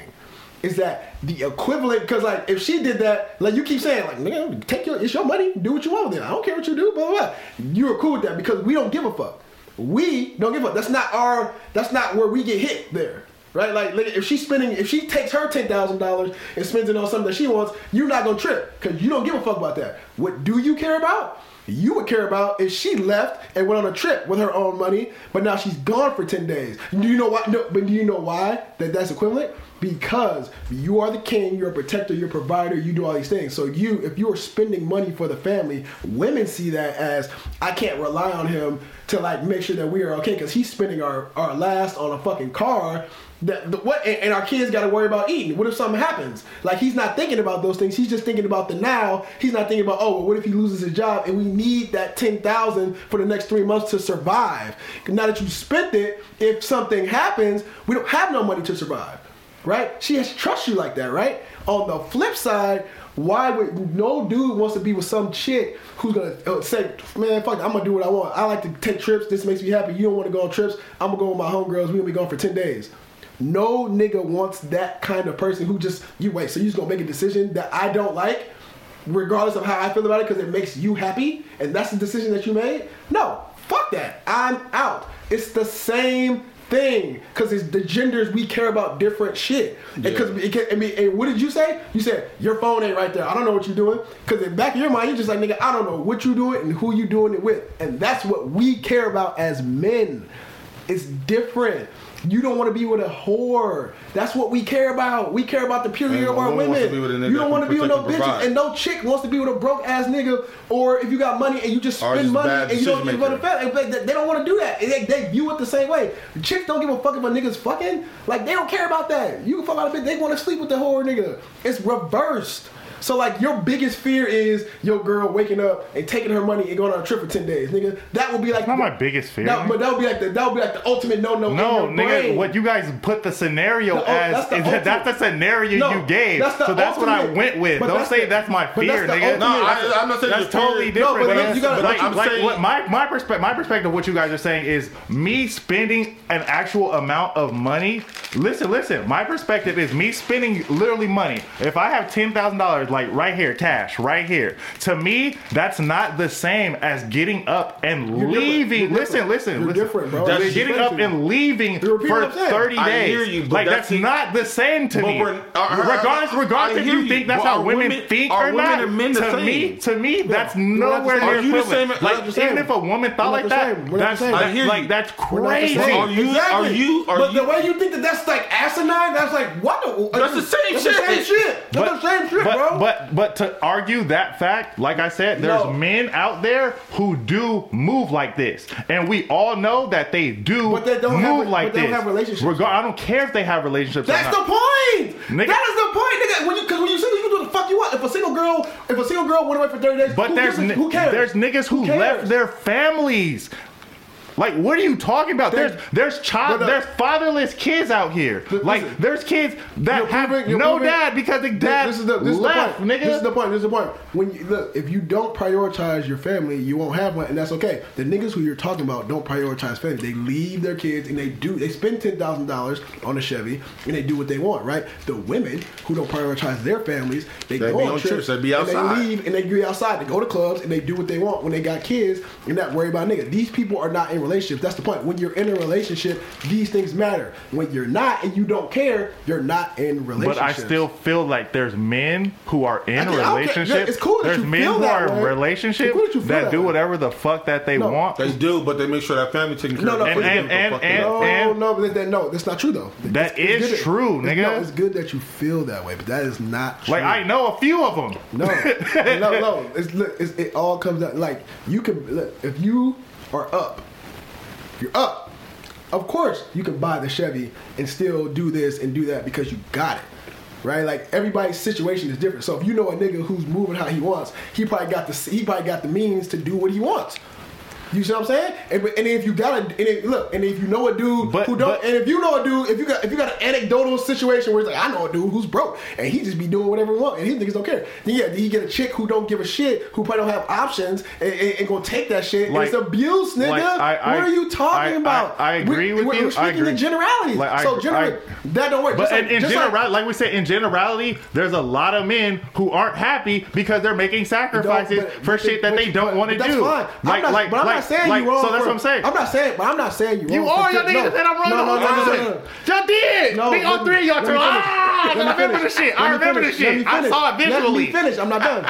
[SPEAKER 3] is that the equivalent because like if she did that like you keep saying like nigga take your it's your money do what you want with it I don't care what you do blah blah, blah. you're cool with that because we don't give a fuck we don't give a fuck that's not our that's not where we get hit there right like nigga, if she's spending if she takes her ten thousand dollars and spends it on something that she wants you're not gonna trip because you don't give a fuck about that what do you care about you would care about if she left and went on a trip with her own money, but now she's gone for ten days. Do you know why? No, but do you know why that that's equivalent? Because you are the king, you're a protector, you're a provider, you do all these things. So you, if you are spending money for the family, women see that as I can't rely on him to like make sure that we are okay because he's spending our our last on a fucking car. That the, what and, and our kids got to worry about eating. What if something happens? Like he's not thinking about those things. He's just thinking about the now. He's not thinking about oh, well, what if he loses his job and we need that ten thousand for the next three months to survive. Now that you spent it, if something happens, we don't have no money to survive, right? She has to trust you like that, right? On the flip side. Why would no dude wants to be with some chick who's gonna uh, say, "Man, fuck, it, I'm gonna do what I want. I like to take trips. This makes me happy. You don't want to go on trips. I'm gonna go with my homegirls. We gonna be gone for ten days." No nigga wants that kind of person who just you wait. So you just gonna make a decision that I don't like, regardless of how I feel about it, because it makes you happy, and that's the decision that you made. No, fuck that. I'm out. It's the same thing because it's the genders we care about different shit. Because I mean, and what did you say? You said your phone ain't right there. I don't know what you're doing. Because in back of your mind, you're just like nigga, I don't know what you doing and who you doing it with, and that's what we care about as men. It's different. You don't want to be with a whore. That's what we care about. We care about the purity
[SPEAKER 5] And
[SPEAKER 3] of
[SPEAKER 5] a
[SPEAKER 3] our
[SPEAKER 5] woman wants
[SPEAKER 3] women.
[SPEAKER 5] to be with a nigga
[SPEAKER 4] that
[SPEAKER 3] You don't
[SPEAKER 4] can
[SPEAKER 3] want to be with no
[SPEAKER 4] protect and
[SPEAKER 3] bitches.
[SPEAKER 4] provide.
[SPEAKER 3] And no chick wants to be with a broke ass nigga. Or if you got money and you just
[SPEAKER 4] Or
[SPEAKER 3] spend
[SPEAKER 4] just
[SPEAKER 3] money
[SPEAKER 4] bad
[SPEAKER 3] and you don't
[SPEAKER 4] decision
[SPEAKER 3] give a
[SPEAKER 4] maker.
[SPEAKER 3] fuck. In fact, They they don't want to do that. And They, they view it the same way. Chicks don't give a fuck if a nigga's fucking. Like they don't care about that. You can fuck out of bed. They want to sleep with the whore nigga. It's reversed. So like your biggest fear is your girl waking up and taking her money and going on a trip for ten days, nigga. That would be like
[SPEAKER 2] Not my biggest fear.
[SPEAKER 3] That- but that would be like the that would be like the ultimate no no.
[SPEAKER 2] No, nigga, what you guys put the scenario
[SPEAKER 3] No, oh,
[SPEAKER 2] as
[SPEAKER 3] that's the
[SPEAKER 2] is that, that's
[SPEAKER 3] ultimate-
[SPEAKER 2] the scenario
[SPEAKER 3] No,
[SPEAKER 2] you gave.
[SPEAKER 3] that's the
[SPEAKER 2] so that's what I
[SPEAKER 3] ultimate-
[SPEAKER 2] went with.
[SPEAKER 3] but
[SPEAKER 2] Don't
[SPEAKER 3] that's
[SPEAKER 2] say
[SPEAKER 3] the-
[SPEAKER 2] that's my
[SPEAKER 3] but that's
[SPEAKER 2] fear,
[SPEAKER 3] the
[SPEAKER 2] nigga.
[SPEAKER 3] ultimate- No,
[SPEAKER 5] I- I'm not saying
[SPEAKER 2] that's
[SPEAKER 5] your fear-
[SPEAKER 2] totally
[SPEAKER 5] No,
[SPEAKER 2] different.
[SPEAKER 3] but
[SPEAKER 2] nigga.
[SPEAKER 3] that's- you gotta-
[SPEAKER 2] like,
[SPEAKER 5] I'm
[SPEAKER 2] like
[SPEAKER 5] saying-
[SPEAKER 2] what my my perspective my perspective what you guys are saying is me spending an actual amount of money. Listen, listen. My perspective is me spending literally money. If I have ten thousand dollars, like right here, cash, right here. To me, that's not the same as getting up and
[SPEAKER 3] different. You're
[SPEAKER 2] leaving.
[SPEAKER 3] different.
[SPEAKER 2] Listen, listen,
[SPEAKER 3] You're
[SPEAKER 2] listen.
[SPEAKER 3] different, bro.
[SPEAKER 2] That's
[SPEAKER 3] That's
[SPEAKER 2] getting up
[SPEAKER 3] expensive.
[SPEAKER 2] and leaving
[SPEAKER 3] You're repeating
[SPEAKER 2] for
[SPEAKER 3] what I'm saying.
[SPEAKER 2] thirty
[SPEAKER 5] I
[SPEAKER 2] days.
[SPEAKER 5] hear you, but
[SPEAKER 2] like that's,
[SPEAKER 5] that's the-
[SPEAKER 2] not the same to
[SPEAKER 5] But
[SPEAKER 2] me.
[SPEAKER 3] uh,
[SPEAKER 5] we're- I- I-
[SPEAKER 2] regardless,
[SPEAKER 5] I- I
[SPEAKER 2] regardless if
[SPEAKER 5] hear
[SPEAKER 2] you,
[SPEAKER 5] you,
[SPEAKER 2] think that's
[SPEAKER 5] but
[SPEAKER 2] how
[SPEAKER 5] are
[SPEAKER 2] women,
[SPEAKER 5] women-
[SPEAKER 2] think
[SPEAKER 5] are
[SPEAKER 2] or
[SPEAKER 5] women
[SPEAKER 2] not.
[SPEAKER 5] and men the
[SPEAKER 2] to
[SPEAKER 5] same?
[SPEAKER 2] me, to me, that's
[SPEAKER 3] not the
[SPEAKER 2] nowhere
[SPEAKER 3] same.
[SPEAKER 2] near
[SPEAKER 5] Are you the
[SPEAKER 2] equivalent.
[SPEAKER 5] same-
[SPEAKER 2] Like
[SPEAKER 5] not the
[SPEAKER 2] even
[SPEAKER 5] same.
[SPEAKER 2] if a woman thought
[SPEAKER 3] We're
[SPEAKER 2] like
[SPEAKER 3] not the same.
[SPEAKER 2] that,
[SPEAKER 3] We're not the
[SPEAKER 2] that's
[SPEAKER 3] same.
[SPEAKER 5] I
[SPEAKER 2] that,
[SPEAKER 5] hear you.
[SPEAKER 2] like that's
[SPEAKER 3] We're not the
[SPEAKER 2] crazy.
[SPEAKER 3] same.
[SPEAKER 5] Are you-
[SPEAKER 3] Exactly.
[SPEAKER 5] are you- are
[SPEAKER 3] but
[SPEAKER 5] you-
[SPEAKER 3] the way you think that that's like asinine, that's like what? The,
[SPEAKER 5] That's the same
[SPEAKER 3] that's The
[SPEAKER 5] shit.
[SPEAKER 3] same shit. That's
[SPEAKER 2] But,
[SPEAKER 3] the same shit,
[SPEAKER 2] but,
[SPEAKER 3] bro.
[SPEAKER 2] but but to argue that fact, like I said, there's
[SPEAKER 3] No.
[SPEAKER 2] men out there who do move like this, and we all know that they do
[SPEAKER 3] But they don't
[SPEAKER 2] move
[SPEAKER 3] have-
[SPEAKER 2] like
[SPEAKER 3] but they
[SPEAKER 2] this.
[SPEAKER 3] don't have relationships.
[SPEAKER 2] Regar- I don't care if they have relationships. or
[SPEAKER 3] That's
[SPEAKER 2] not.
[SPEAKER 3] the point.
[SPEAKER 2] Nigga-
[SPEAKER 3] That is the point, nigga. When you because when you single, you can do the fuck you want. If a single girl, if a single girl went away for thirty days,
[SPEAKER 2] But
[SPEAKER 3] who
[SPEAKER 2] there's
[SPEAKER 3] gives a-
[SPEAKER 2] ni-
[SPEAKER 3] who cares?
[SPEAKER 2] there's niggas who
[SPEAKER 3] cares?
[SPEAKER 2] left their families. Like, what are you talking about?
[SPEAKER 3] They-
[SPEAKER 2] there's there's child,
[SPEAKER 3] No, no.
[SPEAKER 2] there's fatherless kids out here.
[SPEAKER 3] But
[SPEAKER 2] like,
[SPEAKER 3] listen.
[SPEAKER 2] there's kids that
[SPEAKER 3] You're
[SPEAKER 2] have
[SPEAKER 3] proving- you're
[SPEAKER 2] no
[SPEAKER 3] proving-
[SPEAKER 2] dad because the dad
[SPEAKER 3] This is the, this
[SPEAKER 2] left,
[SPEAKER 3] is the point.
[SPEAKER 2] nigga.
[SPEAKER 3] This is the point. This is the point. When you, look, if you don't prioritize your family, you won't have one, and that's okay. The niggas who you're talking about don't prioritize family. They leave their kids and they do. They spend ten thousand dollars on a Chevy and they do what they want, right? The women who don't prioritize their families, they,
[SPEAKER 4] They
[SPEAKER 3] go
[SPEAKER 4] be
[SPEAKER 3] on
[SPEAKER 4] on
[SPEAKER 3] trips,
[SPEAKER 4] trips, they be outside.
[SPEAKER 3] and they leave and they be outside. They go to clubs and they do what they want when they got kids and not worry about niggas. These people are not in relationships. That's the point. When you're in a relationship, these things matter. When you're not and you don't care, you're not in relationships.
[SPEAKER 2] But I still feel like there's men who are in
[SPEAKER 3] I get- I don't care.
[SPEAKER 2] relationships.
[SPEAKER 3] It's cool that
[SPEAKER 2] there's
[SPEAKER 3] you
[SPEAKER 2] men
[SPEAKER 3] feel
[SPEAKER 2] who
[SPEAKER 3] that
[SPEAKER 2] are
[SPEAKER 3] way.
[SPEAKER 2] in
[SPEAKER 3] It's
[SPEAKER 2] relationships
[SPEAKER 3] cool that you
[SPEAKER 2] that,
[SPEAKER 3] feel that
[SPEAKER 2] do
[SPEAKER 3] way.
[SPEAKER 2] whatever the fuck that they
[SPEAKER 3] No.
[SPEAKER 2] want.
[SPEAKER 4] They do, but they make sure that family taken care
[SPEAKER 3] No,
[SPEAKER 4] of.
[SPEAKER 3] no,
[SPEAKER 4] They
[SPEAKER 3] forget-
[SPEAKER 4] give a
[SPEAKER 2] and-
[SPEAKER 4] fuck
[SPEAKER 2] and-
[SPEAKER 4] about
[SPEAKER 3] No,
[SPEAKER 4] that.
[SPEAKER 3] no, but that, no, that's not true though.
[SPEAKER 2] That
[SPEAKER 3] it's
[SPEAKER 2] is
[SPEAKER 3] good
[SPEAKER 2] true,
[SPEAKER 3] it's-
[SPEAKER 2] nigga.
[SPEAKER 3] no, it's good that you feel that way, but that is not true.
[SPEAKER 2] like I know a few of them.
[SPEAKER 3] no, no, no. It's, look, it's, it all comes down. Like you can look if you are up, if you're up. Of course, you can buy the Chevy and still do this and do that because you got it. Right, like everybody's situation is different. So if you know a nigga who's moving how he wants, he probably got the he probably got the means to do what he wants. You see what I'm saying? And, and if you got a and if, look, and if you know a dude
[SPEAKER 2] But-
[SPEAKER 3] who don't,
[SPEAKER 2] but-
[SPEAKER 3] and if you know a dude, if you got if you got an anecdotal situation where it's like I know a dude who's broke and he just be doing whatever he want and he niggas don't care. Then yeah, then you get a chick who don't give a shit, who probably don't have options and, and, and gonna take that shit.
[SPEAKER 2] Like-
[SPEAKER 3] and it's abuse, nigga.
[SPEAKER 2] like, I- I-
[SPEAKER 3] what are you talking
[SPEAKER 2] I- I-
[SPEAKER 3] about?
[SPEAKER 2] I agree
[SPEAKER 3] We-
[SPEAKER 2] with
[SPEAKER 3] we're,
[SPEAKER 2] you.
[SPEAKER 3] We're
[SPEAKER 2] I
[SPEAKER 3] speaking
[SPEAKER 2] agree.
[SPEAKER 3] in generalities.
[SPEAKER 2] Like, I
[SPEAKER 3] so
[SPEAKER 2] agree.
[SPEAKER 3] general,
[SPEAKER 2] I-
[SPEAKER 3] that don't work.
[SPEAKER 2] But
[SPEAKER 3] Just like-
[SPEAKER 2] in, in
[SPEAKER 3] just
[SPEAKER 2] general,
[SPEAKER 3] like-
[SPEAKER 2] like, we said, in generality, there's a lot of men who aren't happy because they're making sacrifices
[SPEAKER 3] Don't- but-
[SPEAKER 2] for
[SPEAKER 3] but-
[SPEAKER 2] shit that
[SPEAKER 3] but-
[SPEAKER 2] they don't
[SPEAKER 3] but-
[SPEAKER 2] want to
[SPEAKER 3] but that's
[SPEAKER 2] do.
[SPEAKER 3] Fine.
[SPEAKER 2] Like,
[SPEAKER 3] I'm not,
[SPEAKER 2] like,
[SPEAKER 3] but I'm
[SPEAKER 2] like,
[SPEAKER 3] not saying
[SPEAKER 2] like,
[SPEAKER 3] you wrong.
[SPEAKER 2] So that's
[SPEAKER 3] for-
[SPEAKER 2] what I'm saying.
[SPEAKER 3] I'm not saying, but I'm not saying you wrong.
[SPEAKER 2] you
[SPEAKER 3] for
[SPEAKER 2] are y'all
[SPEAKER 3] feel-
[SPEAKER 2] niggas
[SPEAKER 3] no.
[SPEAKER 2] said I'm wrong.
[SPEAKER 3] No,
[SPEAKER 2] the
[SPEAKER 3] no,
[SPEAKER 2] whole
[SPEAKER 3] no, no, no,
[SPEAKER 2] time.
[SPEAKER 3] no, no.
[SPEAKER 2] Y'all did.
[SPEAKER 3] No,
[SPEAKER 2] Nigga,
[SPEAKER 3] let
[SPEAKER 2] all
[SPEAKER 3] me-
[SPEAKER 2] three of y'all
[SPEAKER 3] let
[SPEAKER 2] turned.
[SPEAKER 3] me finish.
[SPEAKER 2] Ah,
[SPEAKER 3] Let me
[SPEAKER 2] I remember the
[SPEAKER 3] finish.
[SPEAKER 2] shit.
[SPEAKER 3] Let
[SPEAKER 2] I
[SPEAKER 3] me
[SPEAKER 2] remember the
[SPEAKER 3] finish. Let
[SPEAKER 2] shit.
[SPEAKER 3] me
[SPEAKER 2] I
[SPEAKER 3] finish.
[SPEAKER 2] saw it visually.
[SPEAKER 3] Let me finish. I'm not done.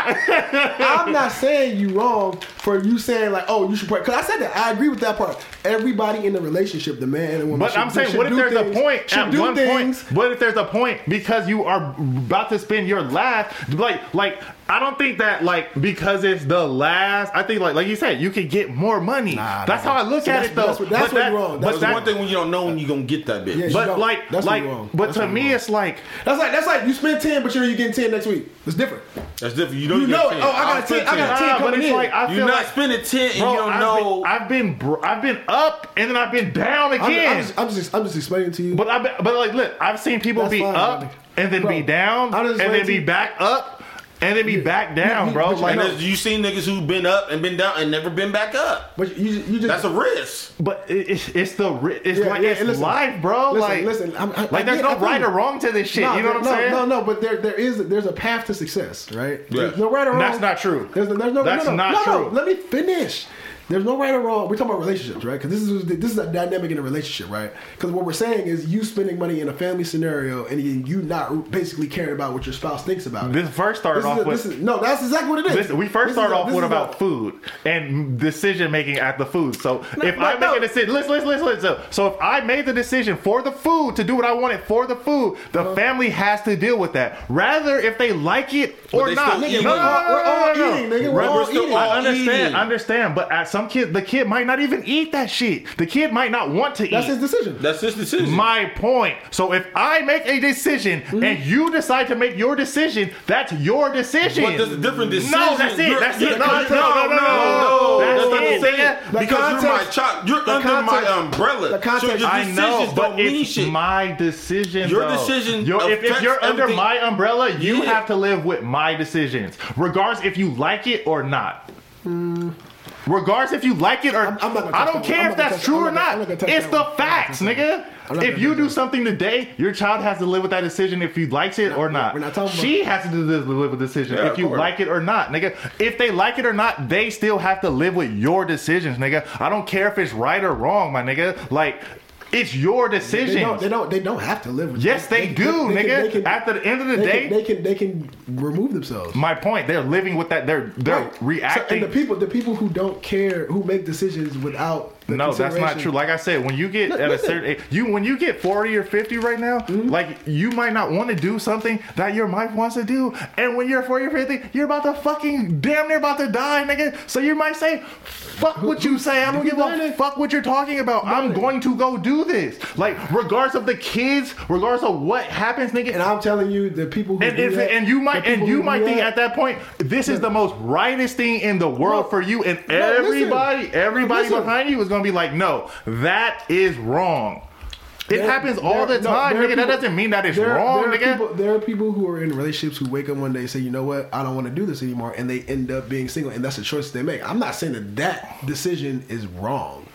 [SPEAKER 3] I'm not saying you wrong for you saying like, oh, you should pray. Because I said that. I agree with that part. Everybody in the relationship, the man and the woman,
[SPEAKER 2] But
[SPEAKER 3] should,
[SPEAKER 2] I'm saying,
[SPEAKER 3] should
[SPEAKER 2] what if
[SPEAKER 3] do
[SPEAKER 2] there's
[SPEAKER 3] things-
[SPEAKER 2] a point
[SPEAKER 3] should
[SPEAKER 2] at
[SPEAKER 3] do
[SPEAKER 2] one
[SPEAKER 3] things,
[SPEAKER 2] point? What if there's a point because you are about to spend your last? Like, like I don't think that like because it's the last. I think like like you said, you can get more money.
[SPEAKER 3] Nah,
[SPEAKER 2] that's
[SPEAKER 3] nah.
[SPEAKER 2] how I look
[SPEAKER 3] See,
[SPEAKER 2] at
[SPEAKER 3] that's-
[SPEAKER 2] it though.
[SPEAKER 3] that's what- that's
[SPEAKER 2] but
[SPEAKER 3] what
[SPEAKER 2] that-
[SPEAKER 3] you're wrong.
[SPEAKER 2] but
[SPEAKER 3] That's
[SPEAKER 2] that-
[SPEAKER 4] One thing when you don't know when you gonna get that bitch.
[SPEAKER 3] Yeah, you
[SPEAKER 2] But
[SPEAKER 3] don't.
[SPEAKER 2] like,
[SPEAKER 3] That's what
[SPEAKER 2] like,
[SPEAKER 3] you're wrong.
[SPEAKER 2] but
[SPEAKER 3] That's
[SPEAKER 2] to
[SPEAKER 3] what you're
[SPEAKER 2] me,
[SPEAKER 3] wrong.
[SPEAKER 2] it's like
[SPEAKER 3] That's like that's like you spend ten, but you know you're getting ten next week. It's different.
[SPEAKER 4] That's different. You know
[SPEAKER 3] You
[SPEAKER 4] you're
[SPEAKER 3] know it.
[SPEAKER 4] ten.
[SPEAKER 3] Oh, I
[SPEAKER 4] I'll
[SPEAKER 3] got a ten. I
[SPEAKER 4] spend
[SPEAKER 3] got a ten
[SPEAKER 2] Nah, ah, but
[SPEAKER 3] coming
[SPEAKER 2] it's
[SPEAKER 3] in.
[SPEAKER 2] like I
[SPEAKER 4] You're
[SPEAKER 2] feel
[SPEAKER 4] not
[SPEAKER 2] like.
[SPEAKER 4] spending ten and
[SPEAKER 2] Bro,
[SPEAKER 4] you don't
[SPEAKER 2] I've
[SPEAKER 4] know.
[SPEAKER 2] Been, I've been bro, I've been up and then I've been down
[SPEAKER 3] I'm,
[SPEAKER 2] again.
[SPEAKER 3] I'm, just, I'm just I'm just explaining to you.
[SPEAKER 2] But I be- but like look, I've seen people
[SPEAKER 3] That's
[SPEAKER 2] be
[SPEAKER 3] fine,
[SPEAKER 2] up
[SPEAKER 3] Bobby.
[SPEAKER 2] and then
[SPEAKER 3] Bro,
[SPEAKER 2] be down
[SPEAKER 3] I'll
[SPEAKER 2] and
[SPEAKER 3] just
[SPEAKER 2] then
[SPEAKER 3] explain
[SPEAKER 2] be
[SPEAKER 3] to you.
[SPEAKER 2] back up and then be back down,
[SPEAKER 3] you-
[SPEAKER 2] bro.
[SPEAKER 3] but you
[SPEAKER 2] like
[SPEAKER 4] And
[SPEAKER 3] know-
[SPEAKER 4] there's- you seen niggas who've been up and been down and never been back up.
[SPEAKER 3] but you you just
[SPEAKER 4] That's a risk.
[SPEAKER 2] but it, it's it's the ri- it's
[SPEAKER 3] Yeah,
[SPEAKER 2] like
[SPEAKER 3] yeah,
[SPEAKER 2] it's
[SPEAKER 3] and listen.
[SPEAKER 2] life, bro.
[SPEAKER 3] Listen,
[SPEAKER 2] like
[SPEAKER 3] listen, I'm- I- I
[SPEAKER 2] like there's
[SPEAKER 3] get- I
[SPEAKER 2] no
[SPEAKER 3] feel
[SPEAKER 2] right
[SPEAKER 3] you.
[SPEAKER 2] or wrong to this shit.
[SPEAKER 3] No,
[SPEAKER 2] you know what I'm
[SPEAKER 3] no,
[SPEAKER 2] saying?
[SPEAKER 3] No, no, but there there is there's a path to success, right? There's no right or wrong.
[SPEAKER 2] That's not true.
[SPEAKER 3] There's no, there's no
[SPEAKER 2] That's
[SPEAKER 3] no, no,
[SPEAKER 2] not
[SPEAKER 3] no, No,
[SPEAKER 2] true.
[SPEAKER 3] let me finish. There's no right or wrong. We're talking about relationships, right? Because this is this is a dynamic in a relationship, right? Because what we're saying is you spending money in a family scenario and you- you not basically caring about what your spouse thinks about it.
[SPEAKER 2] This first started
[SPEAKER 3] This is
[SPEAKER 2] off
[SPEAKER 3] a-
[SPEAKER 2] with
[SPEAKER 3] this is- no. That's exactly what it is.
[SPEAKER 2] This, we first
[SPEAKER 3] This
[SPEAKER 2] start
[SPEAKER 3] is a-
[SPEAKER 2] off
[SPEAKER 3] this
[SPEAKER 2] with
[SPEAKER 3] is a-
[SPEAKER 2] about food and decision making at the food. So if
[SPEAKER 3] no,
[SPEAKER 2] I make
[SPEAKER 3] no.
[SPEAKER 2] a decision, listen, listen, listen, listen. So if I made the decision for the food to do what I wanted for the food, the
[SPEAKER 3] Uh-huh.
[SPEAKER 2] family has to deal with that. Rather, if they like it or
[SPEAKER 4] they
[SPEAKER 2] not,
[SPEAKER 4] still eating.
[SPEAKER 2] No,
[SPEAKER 4] We're
[SPEAKER 2] no,
[SPEAKER 4] all-
[SPEAKER 2] no, no,
[SPEAKER 3] we're
[SPEAKER 2] no,
[SPEAKER 3] all
[SPEAKER 2] no.
[SPEAKER 3] eating, nigga. We're
[SPEAKER 2] Rather-
[SPEAKER 3] all eating.
[SPEAKER 2] I understand,
[SPEAKER 4] eating.
[SPEAKER 2] I understand. But at some kid, the kid might not even eat that shit. The kid might not want to
[SPEAKER 3] That's
[SPEAKER 2] eat.
[SPEAKER 3] his decision.
[SPEAKER 4] That's his decision.
[SPEAKER 2] My point. So if I make a decision and you decide to make your decision, that's your decision.
[SPEAKER 4] But there's a different decision.
[SPEAKER 2] No, that's it.
[SPEAKER 4] You're-
[SPEAKER 2] That's
[SPEAKER 4] you're-
[SPEAKER 2] it. No, no,
[SPEAKER 4] you're-
[SPEAKER 2] no, no, no, no.
[SPEAKER 4] That's
[SPEAKER 2] That's
[SPEAKER 4] what I'm
[SPEAKER 2] it.
[SPEAKER 4] saying.
[SPEAKER 2] The
[SPEAKER 4] Because you're my
[SPEAKER 3] context-
[SPEAKER 4] child. You're
[SPEAKER 3] the
[SPEAKER 4] under
[SPEAKER 3] context-
[SPEAKER 4] my umbrella.
[SPEAKER 3] the context-
[SPEAKER 4] So your
[SPEAKER 2] I
[SPEAKER 4] decisions
[SPEAKER 2] know,
[SPEAKER 4] don't
[SPEAKER 2] but
[SPEAKER 4] mean
[SPEAKER 2] it's
[SPEAKER 4] shit.
[SPEAKER 2] my decision.
[SPEAKER 4] Your
[SPEAKER 2] though.
[SPEAKER 4] decision
[SPEAKER 2] Your- if, if
[SPEAKER 4] affects
[SPEAKER 2] you're under
[SPEAKER 4] everything.
[SPEAKER 2] my umbrella, you
[SPEAKER 4] Yeah.
[SPEAKER 2] have to live with my decisions, regards if you like it or not.
[SPEAKER 4] Hmm.
[SPEAKER 2] Regards if you like it or
[SPEAKER 3] I'm- I'm not gonna
[SPEAKER 2] I
[SPEAKER 3] touch
[SPEAKER 2] don't
[SPEAKER 3] that
[SPEAKER 2] care
[SPEAKER 3] one.
[SPEAKER 2] if
[SPEAKER 3] I'm not
[SPEAKER 2] that's
[SPEAKER 3] gonna
[SPEAKER 2] true or
[SPEAKER 3] touch- I'm
[SPEAKER 2] not.
[SPEAKER 3] not gonna touch
[SPEAKER 2] It's
[SPEAKER 3] that
[SPEAKER 2] the
[SPEAKER 3] one. I'm not gonna
[SPEAKER 2] facts,
[SPEAKER 3] touch that
[SPEAKER 2] nigga.
[SPEAKER 3] I'm not
[SPEAKER 2] If
[SPEAKER 3] gonna
[SPEAKER 2] you
[SPEAKER 3] touch
[SPEAKER 2] do
[SPEAKER 3] that.
[SPEAKER 2] something today, your child has to live with that decision if you likes it or not.
[SPEAKER 3] we're not talking about-
[SPEAKER 2] she has to do this, live with the decision
[SPEAKER 4] Yeah,
[SPEAKER 2] if
[SPEAKER 4] of
[SPEAKER 2] you
[SPEAKER 4] course.
[SPEAKER 2] like it or not, nigga. If they like it or not, they still have to live with your decisions, nigga. I don't care if it's right or wrong, my nigga. Like it's your
[SPEAKER 3] They
[SPEAKER 2] decision.
[SPEAKER 3] don't. They don't. They don't have to live with.
[SPEAKER 2] Yes,
[SPEAKER 3] it.
[SPEAKER 2] they, do,
[SPEAKER 3] they
[SPEAKER 2] nigga.
[SPEAKER 3] they can-
[SPEAKER 2] At the end of the
[SPEAKER 3] they
[SPEAKER 2] day,
[SPEAKER 3] can, they can they can remove themselves.
[SPEAKER 2] my point, they're living with that. They're they're
[SPEAKER 3] Right. So,
[SPEAKER 2] reacting.
[SPEAKER 3] and the people, the people who don't care, who make decisions without the
[SPEAKER 2] no, that's not
[SPEAKER 3] consideration-
[SPEAKER 2] true. Like I said, when you get
[SPEAKER 3] Look, Mm-hmm.
[SPEAKER 2] at
[SPEAKER 3] listen.
[SPEAKER 2] a certain age, you when you get forty or fifty right now, like you might not want to do something that your wife wants to do, and when you're forty or fifty, you're about to fucking damn near about to die, nigga. So you might say, "Fuck what you say. I don't give a fuck what you're talking about. I'm going to go do this." Like, regardless of the kids, regardless of what happens, nigga.
[SPEAKER 3] and I'm telling you, the people who
[SPEAKER 2] And,
[SPEAKER 3] do
[SPEAKER 2] if,
[SPEAKER 3] that-
[SPEAKER 2] and you might
[SPEAKER 3] the people
[SPEAKER 2] and you
[SPEAKER 3] who
[SPEAKER 2] might
[SPEAKER 3] do
[SPEAKER 2] think at that point this is the most rightest thing in the world
[SPEAKER 3] No.
[SPEAKER 2] for you and
[SPEAKER 3] No, listen.
[SPEAKER 2] everybody everybody
[SPEAKER 3] Listen.
[SPEAKER 2] behind you is gonna gonna be like, no, that is wrong. It
[SPEAKER 3] There-
[SPEAKER 2] happens all
[SPEAKER 3] there-
[SPEAKER 2] the
[SPEAKER 3] no,
[SPEAKER 2] time,
[SPEAKER 3] there are
[SPEAKER 2] nigga. that
[SPEAKER 3] people-
[SPEAKER 2] doesn't mean that it's
[SPEAKER 3] there-
[SPEAKER 2] wrong,
[SPEAKER 3] there are
[SPEAKER 2] nigga.
[SPEAKER 3] People, there are people who are in relationships who wake up one day and say, you know what, I don't want to do this anymore, and they end up being single, and that's a choice they make. I'm not saying that that decision is wrong.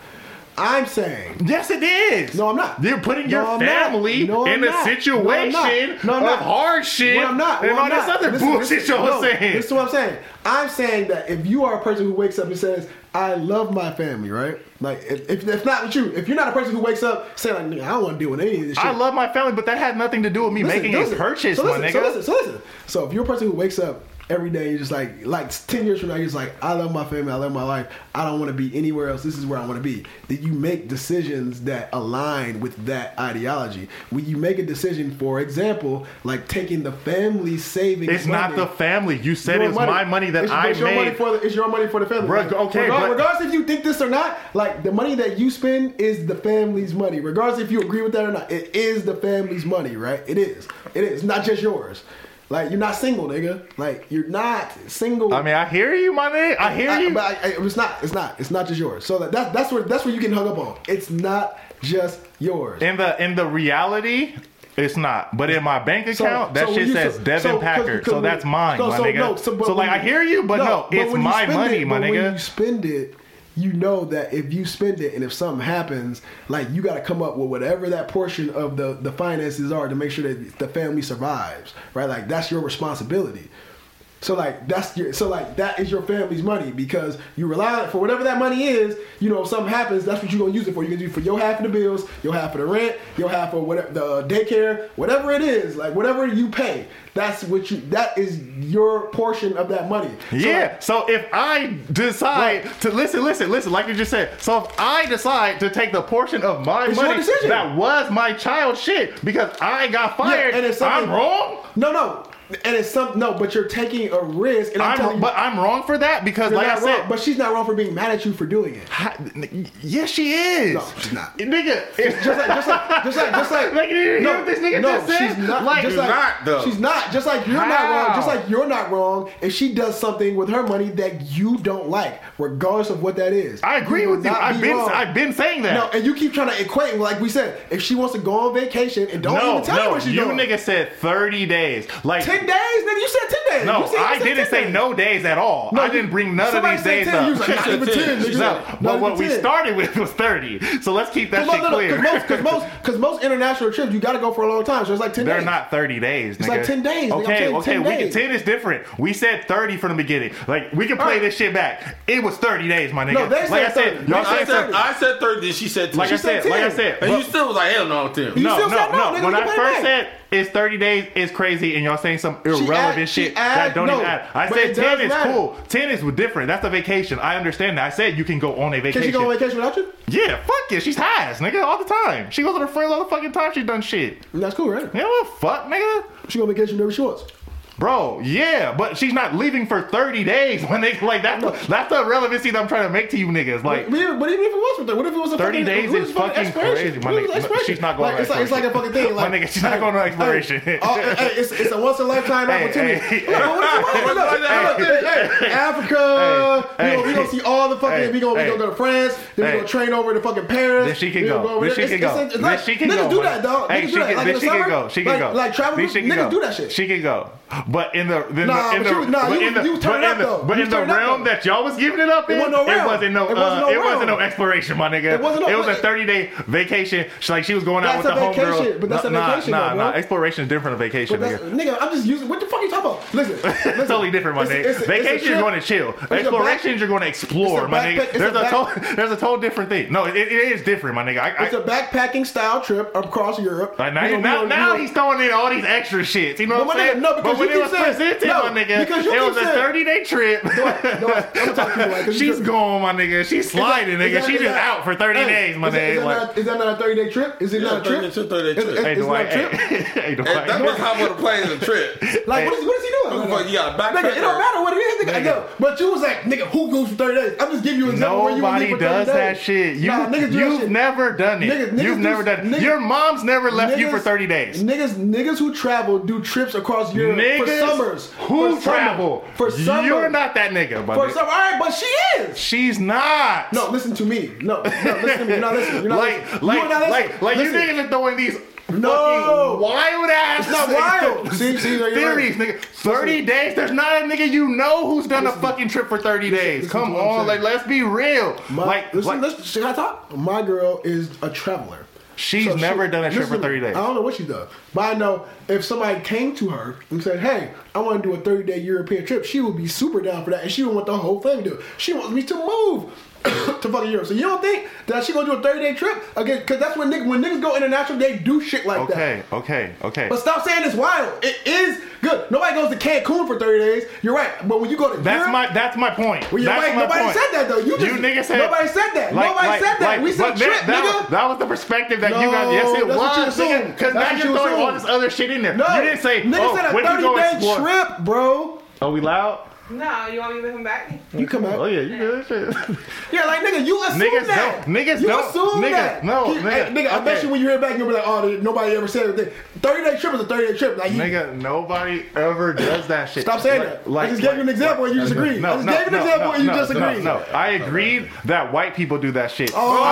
[SPEAKER 3] I'm saying.
[SPEAKER 2] Yes, it is.
[SPEAKER 3] No, I'm not.
[SPEAKER 2] You're putting
[SPEAKER 3] No,
[SPEAKER 2] your
[SPEAKER 3] I'm not.
[SPEAKER 2] family
[SPEAKER 3] No, I'm
[SPEAKER 2] in a
[SPEAKER 3] not.
[SPEAKER 2] situation
[SPEAKER 3] No, I'm not. No, I'm
[SPEAKER 2] of
[SPEAKER 3] not.
[SPEAKER 2] hardship
[SPEAKER 3] Well, I'm not.
[SPEAKER 2] and
[SPEAKER 3] Well,
[SPEAKER 2] all
[SPEAKER 3] I'm
[SPEAKER 2] this
[SPEAKER 3] not.
[SPEAKER 2] other
[SPEAKER 3] Listen,
[SPEAKER 2] bullshit
[SPEAKER 3] listen,
[SPEAKER 2] y'all
[SPEAKER 3] no,
[SPEAKER 2] saying.
[SPEAKER 3] This is what I'm saying. I'm saying that if you are a person who wakes up and says, "I love my family," right? Like, if, if that's not you, if you're not a person who wakes up saying, like, "Nigga, "I don't want to deal with any of this shit,"
[SPEAKER 2] I love my family, but that had nothing to do with me
[SPEAKER 3] Listen,
[SPEAKER 2] making
[SPEAKER 3] listen.
[SPEAKER 2] a purchase,
[SPEAKER 3] so
[SPEAKER 2] my
[SPEAKER 3] listen,
[SPEAKER 2] nigga.
[SPEAKER 3] So listen, so listen. So if you're a person who wakes up every day, you're just like, like ten years from now, you're just like, I love my family, I love my life, I don't want to be anywhere else. This is where I want to be. That you make decisions that align with that ideology. When you make a decision, for example, like taking the family savings,
[SPEAKER 2] It's not
[SPEAKER 3] money-
[SPEAKER 2] the family. You said
[SPEAKER 3] your
[SPEAKER 2] it was my money that
[SPEAKER 3] It's-
[SPEAKER 2] I
[SPEAKER 3] it's your Money
[SPEAKER 2] made.
[SPEAKER 3] for the, it's your money for the family.
[SPEAKER 2] Reg-
[SPEAKER 3] Like,
[SPEAKER 2] okay,
[SPEAKER 3] regar-
[SPEAKER 2] but-
[SPEAKER 3] regardless if you think this or not, like the money that you spend is the family's money. Regardless if you agree with that or not, it is the family's money, right? It is. It is not just yours. Like you're not single, nigga. Like you're not single.
[SPEAKER 2] I mean, I hear you, my nigga. I hear you.
[SPEAKER 3] but I, I- it's not. It's not. It's not just yours. So that, that's that's where that's where you getting hung up on. It's not just yours.
[SPEAKER 2] in the in the reality, it's not. But in my bank
[SPEAKER 3] So-
[SPEAKER 2] account, that
[SPEAKER 3] so when
[SPEAKER 2] shit
[SPEAKER 3] you-
[SPEAKER 2] says
[SPEAKER 3] so-
[SPEAKER 2] Devin
[SPEAKER 3] so- 'cause-
[SPEAKER 2] Packer.
[SPEAKER 3] 'cause
[SPEAKER 2] so
[SPEAKER 3] when-
[SPEAKER 2] that's mine,
[SPEAKER 3] no,
[SPEAKER 2] my
[SPEAKER 3] so,
[SPEAKER 2] nigga.
[SPEAKER 3] no,
[SPEAKER 2] so
[SPEAKER 3] but when
[SPEAKER 2] like, I hear you, but no,
[SPEAKER 3] but
[SPEAKER 2] it's
[SPEAKER 3] when you
[SPEAKER 2] my
[SPEAKER 3] spend
[SPEAKER 2] money,
[SPEAKER 3] it-
[SPEAKER 2] my
[SPEAKER 3] but When you
[SPEAKER 2] nigga.
[SPEAKER 3] spend it, you know that if you spend it and if something happens, like you got to come up with whatever that portion of the the finances are to make sure that the family survives, right? Like that's your responsibility. So like that's your so like that is your family's money because you rely on for whatever that money is, you know, if something happens, that's what you're gonna use it for. You're gonna do it for your half of the bills, your half of the rent, your half of whatever the daycare, whatever it is, like whatever you pay, that's what you that is your portion of that money. So,
[SPEAKER 2] yeah.
[SPEAKER 3] like,
[SPEAKER 2] so if I decide to listen, listen, listen, like you just said. So if I decide to take the portion of my
[SPEAKER 3] It's your
[SPEAKER 2] money
[SPEAKER 3] decision.
[SPEAKER 2] that was my child shit because I got fired,
[SPEAKER 3] and
[SPEAKER 2] and
[SPEAKER 3] if
[SPEAKER 2] if
[SPEAKER 3] something-
[SPEAKER 2] I'm wrong.
[SPEAKER 3] no no and it's some no, but you're taking a risk and I'm, telling
[SPEAKER 2] I'm,
[SPEAKER 3] you,
[SPEAKER 2] but I'm wrong for that because,
[SPEAKER 3] you're
[SPEAKER 2] like
[SPEAKER 3] not
[SPEAKER 2] I said,
[SPEAKER 3] wrong, but she's not wrong for being mad at you for doing it.
[SPEAKER 2] How- n- Yes, she is.
[SPEAKER 3] No, she's not.
[SPEAKER 2] Nigga, it's
[SPEAKER 3] just like, just like, just like, just like,
[SPEAKER 2] Like, you hear
[SPEAKER 3] no,
[SPEAKER 2] what this nigga
[SPEAKER 3] no,
[SPEAKER 2] just said?
[SPEAKER 3] she's not.
[SPEAKER 2] Like,
[SPEAKER 3] just like,
[SPEAKER 4] not, though.
[SPEAKER 3] She's not. Just like you're not wrong.
[SPEAKER 2] How?
[SPEAKER 3] Just like you're not wrong. If she does something with her money that you don't like, regardless of what that is,
[SPEAKER 2] I agree
[SPEAKER 3] will
[SPEAKER 2] with you.
[SPEAKER 3] not
[SPEAKER 2] I've
[SPEAKER 3] be
[SPEAKER 2] been
[SPEAKER 3] wrong.
[SPEAKER 2] I've been saying that.
[SPEAKER 3] No, and you keep trying to equate. Like we said, if she wants to go on vacation and don't
[SPEAKER 2] no,
[SPEAKER 3] even tell
[SPEAKER 2] no,
[SPEAKER 3] you what she's
[SPEAKER 2] you
[SPEAKER 3] doing,
[SPEAKER 2] nigga said 30 days. Like
[SPEAKER 3] ten days, nigga. You said ten days.
[SPEAKER 2] No,
[SPEAKER 3] You said- you
[SPEAKER 2] I
[SPEAKER 3] said
[SPEAKER 2] didn't
[SPEAKER 3] 10
[SPEAKER 2] say
[SPEAKER 3] days.
[SPEAKER 2] no days at all.
[SPEAKER 3] No,
[SPEAKER 2] I
[SPEAKER 3] you-
[SPEAKER 2] didn't bring none of
[SPEAKER 3] somebody
[SPEAKER 2] these
[SPEAKER 3] said
[SPEAKER 2] days
[SPEAKER 3] 10,
[SPEAKER 2] up.
[SPEAKER 3] you was like, not even 10, nigga.
[SPEAKER 2] No,
[SPEAKER 3] Not
[SPEAKER 2] but
[SPEAKER 3] even
[SPEAKER 2] what we
[SPEAKER 3] 10.
[SPEAKER 2] started with was 30. So let's keep that
[SPEAKER 3] Cause
[SPEAKER 2] shit
[SPEAKER 3] most,
[SPEAKER 2] clear.
[SPEAKER 3] because most, because most international trips, you got to go for a long time. So it's like ten.
[SPEAKER 2] They're
[SPEAKER 3] days.
[SPEAKER 2] not 30 days, nigga.
[SPEAKER 3] like 10 days, nigga. I'm
[SPEAKER 2] Okay,
[SPEAKER 3] saying
[SPEAKER 2] okay.
[SPEAKER 3] 10
[SPEAKER 2] we can,
[SPEAKER 3] days.
[SPEAKER 2] 10 is different. We said 30 from the beginning. Like, we can play
[SPEAKER 3] Alright.
[SPEAKER 2] this shit back. It was 30 days, my nigga.
[SPEAKER 3] No, they
[SPEAKER 2] like I
[SPEAKER 3] said
[SPEAKER 2] said,
[SPEAKER 3] 30.
[SPEAKER 2] y'all said
[SPEAKER 4] I
[SPEAKER 3] They
[SPEAKER 4] said
[SPEAKER 2] 30.
[SPEAKER 4] I said thirty. She said
[SPEAKER 2] Like I
[SPEAKER 4] twenty.
[SPEAKER 2] said,
[SPEAKER 3] said
[SPEAKER 2] like I
[SPEAKER 3] 10.
[SPEAKER 2] said.
[SPEAKER 4] and
[SPEAKER 2] but-
[SPEAKER 4] you still was like hell no, Tim.
[SPEAKER 3] You
[SPEAKER 2] no,
[SPEAKER 3] still
[SPEAKER 2] no,
[SPEAKER 3] said no,
[SPEAKER 2] no.
[SPEAKER 3] nigga,
[SPEAKER 2] When
[SPEAKER 3] you
[SPEAKER 2] I
[SPEAKER 3] played
[SPEAKER 2] first
[SPEAKER 3] back.
[SPEAKER 2] said it's 30 days is crazy, and y'all saying some
[SPEAKER 3] add-
[SPEAKER 2] irrelevant
[SPEAKER 3] she
[SPEAKER 2] shit
[SPEAKER 3] add-
[SPEAKER 2] that don't
[SPEAKER 3] no,
[SPEAKER 2] even add. I
[SPEAKER 3] but it
[SPEAKER 2] said
[SPEAKER 3] does
[SPEAKER 2] 10 is
[SPEAKER 3] matter.
[SPEAKER 2] cool. 10 is different. That's a vacation. I understand that. I said you can go on a
[SPEAKER 3] Can
[SPEAKER 2] vacation.
[SPEAKER 3] she go on vacation without you?
[SPEAKER 2] yeah, fuck it. She's high, nigga, all the time. She goes on her friends all the fucking time. She done shit.
[SPEAKER 3] That's cool, right?
[SPEAKER 2] You know what? Fuck, nigga.
[SPEAKER 3] She go on vacation whenever she wants.
[SPEAKER 2] Bro, yeah, but she's not leaving for 30 days when they like that's the, that's the relevancy that I'm trying to make to you niggas. Like
[SPEAKER 3] But even, but even if it was with that, what if it was a
[SPEAKER 2] 30
[SPEAKER 3] fucking,
[SPEAKER 2] days
[SPEAKER 3] what if
[SPEAKER 2] is
[SPEAKER 3] it was
[SPEAKER 2] fucking
[SPEAKER 3] expiration?
[SPEAKER 2] crazy, my
[SPEAKER 3] What if it
[SPEAKER 2] nigga.
[SPEAKER 3] was expiration?
[SPEAKER 2] She's not going
[SPEAKER 3] like,
[SPEAKER 2] on
[SPEAKER 3] it's like, it's like a fucking thing.
[SPEAKER 2] My
[SPEAKER 3] Like,
[SPEAKER 2] nigga, she's not going on exploration.
[SPEAKER 3] Hey, oh, hey, it's, it's a once in a lifetime
[SPEAKER 2] Hey,
[SPEAKER 3] opportunity.
[SPEAKER 2] hey,
[SPEAKER 3] Look,
[SPEAKER 2] hey.
[SPEAKER 3] what's the- look, look,
[SPEAKER 2] Hey,
[SPEAKER 3] look, look, hey, Africa.
[SPEAKER 2] hey,
[SPEAKER 3] we, gonna, we gonna see all the fucking.
[SPEAKER 2] hey,
[SPEAKER 3] we gonna we
[SPEAKER 2] hey.
[SPEAKER 3] gonna go to France. Then
[SPEAKER 2] Hey.
[SPEAKER 3] we gonna train over to fucking Paris.
[SPEAKER 2] Then she can
[SPEAKER 3] we
[SPEAKER 2] go.
[SPEAKER 3] gonna over
[SPEAKER 2] Then
[SPEAKER 3] there.
[SPEAKER 2] she can
[SPEAKER 3] It's-
[SPEAKER 2] go.
[SPEAKER 3] it's- it's
[SPEAKER 2] Then
[SPEAKER 3] like-
[SPEAKER 2] she can go.
[SPEAKER 3] Niggas do
[SPEAKER 2] my-
[SPEAKER 3] that, dog.
[SPEAKER 2] Hey,
[SPEAKER 3] Niggas
[SPEAKER 2] she
[SPEAKER 3] do
[SPEAKER 2] can-
[SPEAKER 3] that. Like in
[SPEAKER 2] then
[SPEAKER 3] the
[SPEAKER 2] she can
[SPEAKER 3] summer,
[SPEAKER 2] go. She can
[SPEAKER 3] like-
[SPEAKER 2] go.
[SPEAKER 3] Like travel.
[SPEAKER 2] Then
[SPEAKER 3] group-
[SPEAKER 2] she can
[SPEAKER 3] Niggas
[SPEAKER 2] go.
[SPEAKER 3] do that shit.
[SPEAKER 2] She can go. But in the then
[SPEAKER 3] Nah,
[SPEAKER 2] the, in
[SPEAKER 3] but
[SPEAKER 2] the,
[SPEAKER 3] you- nah,
[SPEAKER 2] but
[SPEAKER 3] you
[SPEAKER 2] in
[SPEAKER 3] was-
[SPEAKER 2] the,
[SPEAKER 3] you was turning
[SPEAKER 2] but in
[SPEAKER 3] up,
[SPEAKER 2] the-
[SPEAKER 3] though.
[SPEAKER 2] But
[SPEAKER 3] You
[SPEAKER 2] in
[SPEAKER 3] was
[SPEAKER 2] the
[SPEAKER 3] turning up,
[SPEAKER 2] realm
[SPEAKER 3] though.
[SPEAKER 2] that y'all was giving it up in,
[SPEAKER 3] wasn't no
[SPEAKER 2] it
[SPEAKER 3] realm.
[SPEAKER 2] wasn't no
[SPEAKER 3] It wasn't
[SPEAKER 2] uh,
[SPEAKER 3] no
[SPEAKER 2] it wasn't no
[SPEAKER 3] realm.
[SPEAKER 2] exploration, my nigga.
[SPEAKER 3] It wasn't no-
[SPEAKER 2] it was a
[SPEAKER 3] it-
[SPEAKER 2] 30 day vacation. She like she was going out
[SPEAKER 3] That's
[SPEAKER 2] with the
[SPEAKER 3] a vacation,
[SPEAKER 2] homegirl.
[SPEAKER 3] but that's a
[SPEAKER 2] Nah,
[SPEAKER 3] vacation,
[SPEAKER 2] Nah,
[SPEAKER 3] though, bro.
[SPEAKER 2] nah, exploration is different than vacation,
[SPEAKER 3] But that's,
[SPEAKER 2] nigga.
[SPEAKER 3] nigga, I'm just using. What the fuck are you talking about? Listen, listen
[SPEAKER 2] It's totally different, my
[SPEAKER 3] It's a-
[SPEAKER 2] nigga.
[SPEAKER 3] it's a- it's a
[SPEAKER 2] Vacations, you're
[SPEAKER 3] trip.
[SPEAKER 2] going to chill.
[SPEAKER 3] a back-
[SPEAKER 2] Explorations, you're going to explore, my
[SPEAKER 3] backpack-
[SPEAKER 2] nigga.
[SPEAKER 3] it's a
[SPEAKER 2] There's a,
[SPEAKER 3] back-
[SPEAKER 2] total, there's a total different thing. No, it, it is different, my nigga. I,
[SPEAKER 3] It's
[SPEAKER 2] I,
[SPEAKER 3] a backpacking style trip across Europe.
[SPEAKER 2] like, now,
[SPEAKER 3] We
[SPEAKER 2] you-
[SPEAKER 3] gonna- we
[SPEAKER 2] now,
[SPEAKER 3] gonna-
[SPEAKER 2] now
[SPEAKER 3] we gonna-
[SPEAKER 2] he's throwing in all these extra shits. You know
[SPEAKER 3] But
[SPEAKER 2] what
[SPEAKER 3] my
[SPEAKER 2] I'm
[SPEAKER 3] nigga,
[SPEAKER 2] saying?
[SPEAKER 3] no, because
[SPEAKER 2] but when it
[SPEAKER 3] you keep
[SPEAKER 2] was
[SPEAKER 3] saying-
[SPEAKER 2] presented,
[SPEAKER 3] no,
[SPEAKER 2] my nigga,
[SPEAKER 3] because you
[SPEAKER 2] it was
[SPEAKER 3] keep
[SPEAKER 2] a
[SPEAKER 3] saying-
[SPEAKER 2] 30 day trip.
[SPEAKER 3] No, I'm talking to you, like, 'cause you
[SPEAKER 2] She's
[SPEAKER 3] just-
[SPEAKER 2] gone, my nigga. She's sliding,
[SPEAKER 3] Is
[SPEAKER 2] nigga.
[SPEAKER 3] that-
[SPEAKER 2] She's
[SPEAKER 3] is
[SPEAKER 2] just
[SPEAKER 3] that-
[SPEAKER 2] out for 30
[SPEAKER 3] hey,
[SPEAKER 2] days, my
[SPEAKER 3] is that-
[SPEAKER 2] nigga.
[SPEAKER 3] Is, that
[SPEAKER 2] Like,
[SPEAKER 3] not- is that not a 30 day trip? Is it
[SPEAKER 4] Yeah,
[SPEAKER 3] not a
[SPEAKER 4] 30
[SPEAKER 3] trip?
[SPEAKER 4] to 30
[SPEAKER 3] Is-
[SPEAKER 4] trip.
[SPEAKER 3] is-
[SPEAKER 2] Hey,
[SPEAKER 3] is it not
[SPEAKER 2] Dwight.
[SPEAKER 3] a trip?
[SPEAKER 2] Hey, hey,
[SPEAKER 4] Hey, that bitch
[SPEAKER 2] Dwight.
[SPEAKER 4] hop on a plane is a trip.
[SPEAKER 3] Like, what is, what is he doing?
[SPEAKER 4] Who the fuck, you got a backpack
[SPEAKER 3] Nigga, it don't
[SPEAKER 4] or-
[SPEAKER 3] matter what it is, nigga.
[SPEAKER 2] Nigga.
[SPEAKER 3] Yo, but you was like, nigga, who goes for 30 days? I'm just giving you an example where you would leave
[SPEAKER 2] Nobody
[SPEAKER 3] for 30
[SPEAKER 2] does that
[SPEAKER 3] days.
[SPEAKER 2] shit. You,
[SPEAKER 3] nah, niggas do that
[SPEAKER 2] you've
[SPEAKER 3] shit.
[SPEAKER 2] never done it.
[SPEAKER 3] Niggas- niggas
[SPEAKER 2] you've
[SPEAKER 3] do-
[SPEAKER 2] never done it.
[SPEAKER 3] niggas-
[SPEAKER 2] Your mom's never left you for
[SPEAKER 3] Niggas-
[SPEAKER 2] 30 days.
[SPEAKER 3] Niggas, niggas who travel do trips across Europe for
[SPEAKER 2] is
[SPEAKER 3] Summers.
[SPEAKER 2] who
[SPEAKER 3] For Summer.
[SPEAKER 2] travel.
[SPEAKER 3] For Summer.
[SPEAKER 2] You're not that nigga, my
[SPEAKER 3] For
[SPEAKER 2] nigga.
[SPEAKER 3] some, all right, but she is.
[SPEAKER 2] She's not.
[SPEAKER 3] No, listen to me. No, no, listen to me. You're not listening. You're not
[SPEAKER 2] like,
[SPEAKER 3] listening.
[SPEAKER 2] like,
[SPEAKER 3] You're not listening.
[SPEAKER 2] like, like, you
[SPEAKER 3] Listen.
[SPEAKER 2] niggas are throwing these
[SPEAKER 3] No.
[SPEAKER 2] fucking wild ass
[SPEAKER 3] It's not wild. See, see, there you are.
[SPEAKER 2] theories, nigga. Thirty days. There's not a nigga you know who's done a fucking trip for thirty days.
[SPEAKER 3] listen
[SPEAKER 2] Come
[SPEAKER 3] to what I'm
[SPEAKER 2] on, like,
[SPEAKER 3] saying.
[SPEAKER 2] let's be real.
[SPEAKER 3] My,
[SPEAKER 2] like,
[SPEAKER 3] listen,
[SPEAKER 2] like,
[SPEAKER 3] listen, should I talk? My girl is a traveler.
[SPEAKER 2] she's
[SPEAKER 3] So she-
[SPEAKER 2] never done a trip
[SPEAKER 3] listen
[SPEAKER 2] for
[SPEAKER 3] to me.
[SPEAKER 2] thirty days.
[SPEAKER 3] I don't know what she does, but I know if somebody came to her and said, "Hey, I want to do a thirty day European trip," she would be super down for that, and she would want the whole family to do it. She wants me to move to fucking Europe. So you don't think that she gonna do a thirty day trip again? Because that's when niggas, when niggas go international, they do shit like that.
[SPEAKER 2] Okay, okay, okay.
[SPEAKER 3] But stop saying it's wild. It is good. Nobody goes to Cancun for thirty days. You're right. But when you go to
[SPEAKER 2] That's
[SPEAKER 3] Europe,
[SPEAKER 2] my that's my point.
[SPEAKER 3] Well, you're
[SPEAKER 2] that's
[SPEAKER 3] right.
[SPEAKER 2] my
[SPEAKER 3] Nobody
[SPEAKER 2] point.
[SPEAKER 3] said that, though. You just-
[SPEAKER 2] niggas said
[SPEAKER 3] nobody said that. Nobody said that. We said
[SPEAKER 2] but there-
[SPEAKER 3] trip,
[SPEAKER 2] that
[SPEAKER 3] nigga.
[SPEAKER 2] Was, that was the perspective that you
[SPEAKER 3] No,
[SPEAKER 2] got. Yes, it
[SPEAKER 3] that's what you
[SPEAKER 2] was, nigga.
[SPEAKER 3] assumed.
[SPEAKER 2] Because
[SPEAKER 3] That's
[SPEAKER 2] now
[SPEAKER 3] what
[SPEAKER 2] you're
[SPEAKER 3] you
[SPEAKER 2] throwing all
[SPEAKER 3] assumed.
[SPEAKER 2] this other shit in there.
[SPEAKER 3] No,
[SPEAKER 2] you didn't say.
[SPEAKER 3] Niggas
[SPEAKER 2] oh,
[SPEAKER 3] said a
[SPEAKER 2] when you go
[SPEAKER 3] thirty day
[SPEAKER 2] explore-
[SPEAKER 3] trip, bro.
[SPEAKER 2] Are we loud?
[SPEAKER 6] No, you want me to come back?
[SPEAKER 3] You come
[SPEAKER 2] Oh
[SPEAKER 3] out.
[SPEAKER 2] yeah, you good? Shit.
[SPEAKER 3] Yeah, like nigga, you assume
[SPEAKER 2] Niggas
[SPEAKER 3] that.
[SPEAKER 2] don't- niggas
[SPEAKER 3] you
[SPEAKER 2] don't-
[SPEAKER 3] assume
[SPEAKER 2] nigga,
[SPEAKER 3] that.
[SPEAKER 2] no,
[SPEAKER 3] He-
[SPEAKER 2] nigga,
[SPEAKER 3] hey, nigga, I
[SPEAKER 2] okay.
[SPEAKER 3] bet you when you hear back, you'll be like, oh, nobody ever said anything. Thirty day trip is a thirty day trip. Like, you,
[SPEAKER 2] Nigga, nobody ever does that shit.
[SPEAKER 3] stop saying
[SPEAKER 2] Like-
[SPEAKER 3] that.
[SPEAKER 2] like-
[SPEAKER 3] I just gave you an
[SPEAKER 2] like-
[SPEAKER 3] example and you disagreed. I
[SPEAKER 2] No,
[SPEAKER 3] just
[SPEAKER 2] no,
[SPEAKER 3] gave you an
[SPEAKER 2] no,
[SPEAKER 3] example
[SPEAKER 2] no,
[SPEAKER 3] and you
[SPEAKER 2] no,
[SPEAKER 3] just
[SPEAKER 2] no,
[SPEAKER 3] agreed.
[SPEAKER 2] No, I agreed that white people do that shit.
[SPEAKER 3] Oh,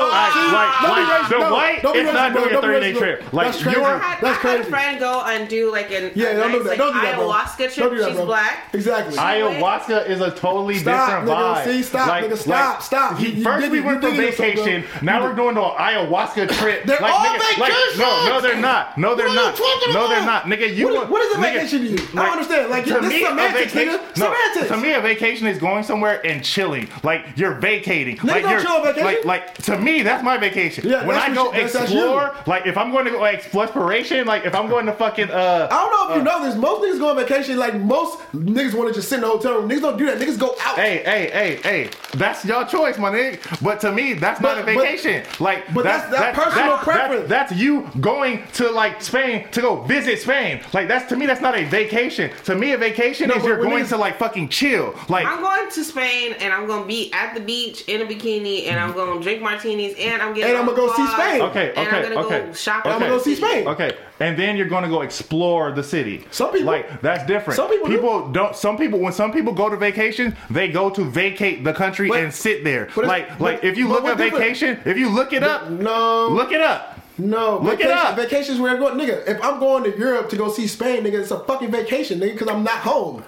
[SPEAKER 2] I'm saying, I-
[SPEAKER 3] see,
[SPEAKER 2] I- like, like,
[SPEAKER 3] don't be
[SPEAKER 2] the
[SPEAKER 3] racist, no,
[SPEAKER 2] white
[SPEAKER 3] don't be
[SPEAKER 2] is not
[SPEAKER 3] racist, bro,
[SPEAKER 2] doing a
[SPEAKER 3] don't be
[SPEAKER 2] 30 day
[SPEAKER 3] racist.
[SPEAKER 2] trip.
[SPEAKER 3] That's
[SPEAKER 2] Like,
[SPEAKER 3] crazy.
[SPEAKER 2] you're
[SPEAKER 6] I had,
[SPEAKER 3] That's
[SPEAKER 6] I had a
[SPEAKER 3] crazy.
[SPEAKER 6] friend go and do like an
[SPEAKER 3] Yeah,
[SPEAKER 6] a
[SPEAKER 3] don't do
[SPEAKER 6] nice,
[SPEAKER 3] that.
[SPEAKER 6] like,
[SPEAKER 3] don't do that, bro.
[SPEAKER 6] ayahuasca trip.
[SPEAKER 3] Don't do that,
[SPEAKER 6] She's
[SPEAKER 3] bro.
[SPEAKER 6] black.
[SPEAKER 3] Exactly.
[SPEAKER 2] Ayahuasca is a totally
[SPEAKER 3] Stop,
[SPEAKER 2] different
[SPEAKER 3] nigga.
[SPEAKER 2] vibe.
[SPEAKER 3] See, stop, nigga. Stop, stop.
[SPEAKER 2] he-
[SPEAKER 3] You- you
[SPEAKER 2] first
[SPEAKER 3] did
[SPEAKER 2] we
[SPEAKER 3] it.
[SPEAKER 2] went
[SPEAKER 3] You
[SPEAKER 2] for
[SPEAKER 3] did it yourself,
[SPEAKER 2] vacation.
[SPEAKER 3] bro.
[SPEAKER 2] Now
[SPEAKER 3] You
[SPEAKER 2] we're
[SPEAKER 3] did-
[SPEAKER 2] going to an ayahuasca trip.
[SPEAKER 3] They're
[SPEAKER 2] like,
[SPEAKER 3] all
[SPEAKER 2] nigga, like, no, no, they're not. No, they're
[SPEAKER 3] What are you
[SPEAKER 2] not.
[SPEAKER 3] talking
[SPEAKER 2] no, they're
[SPEAKER 3] about?
[SPEAKER 2] not, nigga. You
[SPEAKER 3] What-
[SPEAKER 2] want-
[SPEAKER 3] what is a
[SPEAKER 2] nigga,
[SPEAKER 3] vacation to you? I don't understand. Like,
[SPEAKER 2] to
[SPEAKER 3] this
[SPEAKER 2] me,
[SPEAKER 3] is
[SPEAKER 2] a
[SPEAKER 3] semantics,
[SPEAKER 2] vacation-
[SPEAKER 3] nigga.
[SPEAKER 2] No,
[SPEAKER 3] Semantics.
[SPEAKER 2] To me, a vacation is going somewhere and chilling. Like you're vacating. like
[SPEAKER 3] don't
[SPEAKER 2] you're
[SPEAKER 3] chill on vacation.
[SPEAKER 2] like like to me, that's my vacation.
[SPEAKER 3] Yeah,
[SPEAKER 2] when
[SPEAKER 3] that's
[SPEAKER 2] I
[SPEAKER 3] what
[SPEAKER 2] go
[SPEAKER 3] you- that's- that's you.
[SPEAKER 2] explore, like if I'm going to go exploration, like if I'm going to fucking uh.
[SPEAKER 3] I don't know if you know this. Most niggas go on vacation. Like most niggas want to just sit in the hotel room. Niggas don't do that. Niggas go out.
[SPEAKER 2] Hey, hey, hey, hey! That's your choice, my nigga. But to me, that's not a
[SPEAKER 3] But- but-
[SPEAKER 2] vacation. like,
[SPEAKER 3] but that's- that personal
[SPEAKER 2] that's-
[SPEAKER 3] preference.
[SPEAKER 2] That's, that's you going to like Spain to go visit Spain. Like, that's to me, that's not a vacation. To me, a vacation
[SPEAKER 3] No,
[SPEAKER 2] is
[SPEAKER 3] but
[SPEAKER 2] you're
[SPEAKER 3] when
[SPEAKER 2] going
[SPEAKER 3] it's-
[SPEAKER 2] to like fucking chill. Like,
[SPEAKER 6] I'm going to Spain and I'm going to be at the beach in a bikini and I'm going to drink martinis and I'm getting
[SPEAKER 3] And I'ma
[SPEAKER 6] on
[SPEAKER 3] go
[SPEAKER 6] the
[SPEAKER 3] see
[SPEAKER 6] quad,
[SPEAKER 3] Spain.
[SPEAKER 2] Okay,
[SPEAKER 6] and
[SPEAKER 2] okay,
[SPEAKER 6] I'm gonna
[SPEAKER 2] okay,
[SPEAKER 6] go shopping.
[SPEAKER 2] okay.
[SPEAKER 3] I'm gonna go see Spain.
[SPEAKER 2] Okay, and then you're going to go explore the city.
[SPEAKER 3] Some people-
[SPEAKER 2] like that's different.
[SPEAKER 3] some people do.
[SPEAKER 2] do. not Some people when some people go to vacation, they go to vacate the country
[SPEAKER 3] But-
[SPEAKER 2] and sit there.
[SPEAKER 3] but it's-
[SPEAKER 2] like like
[SPEAKER 3] but-
[SPEAKER 2] if you
[SPEAKER 3] but
[SPEAKER 2] look
[SPEAKER 3] what
[SPEAKER 2] at
[SPEAKER 3] different-
[SPEAKER 2] vacation, if you look it up,
[SPEAKER 3] No.
[SPEAKER 2] look it up.
[SPEAKER 3] No,
[SPEAKER 2] Look it
[SPEAKER 3] vacation,
[SPEAKER 2] up.
[SPEAKER 3] Vacations where I'm going, nigga. If I'm going to Europe to go see Spain, nigga, it's a fucking vacation, nigga, because I'm not home.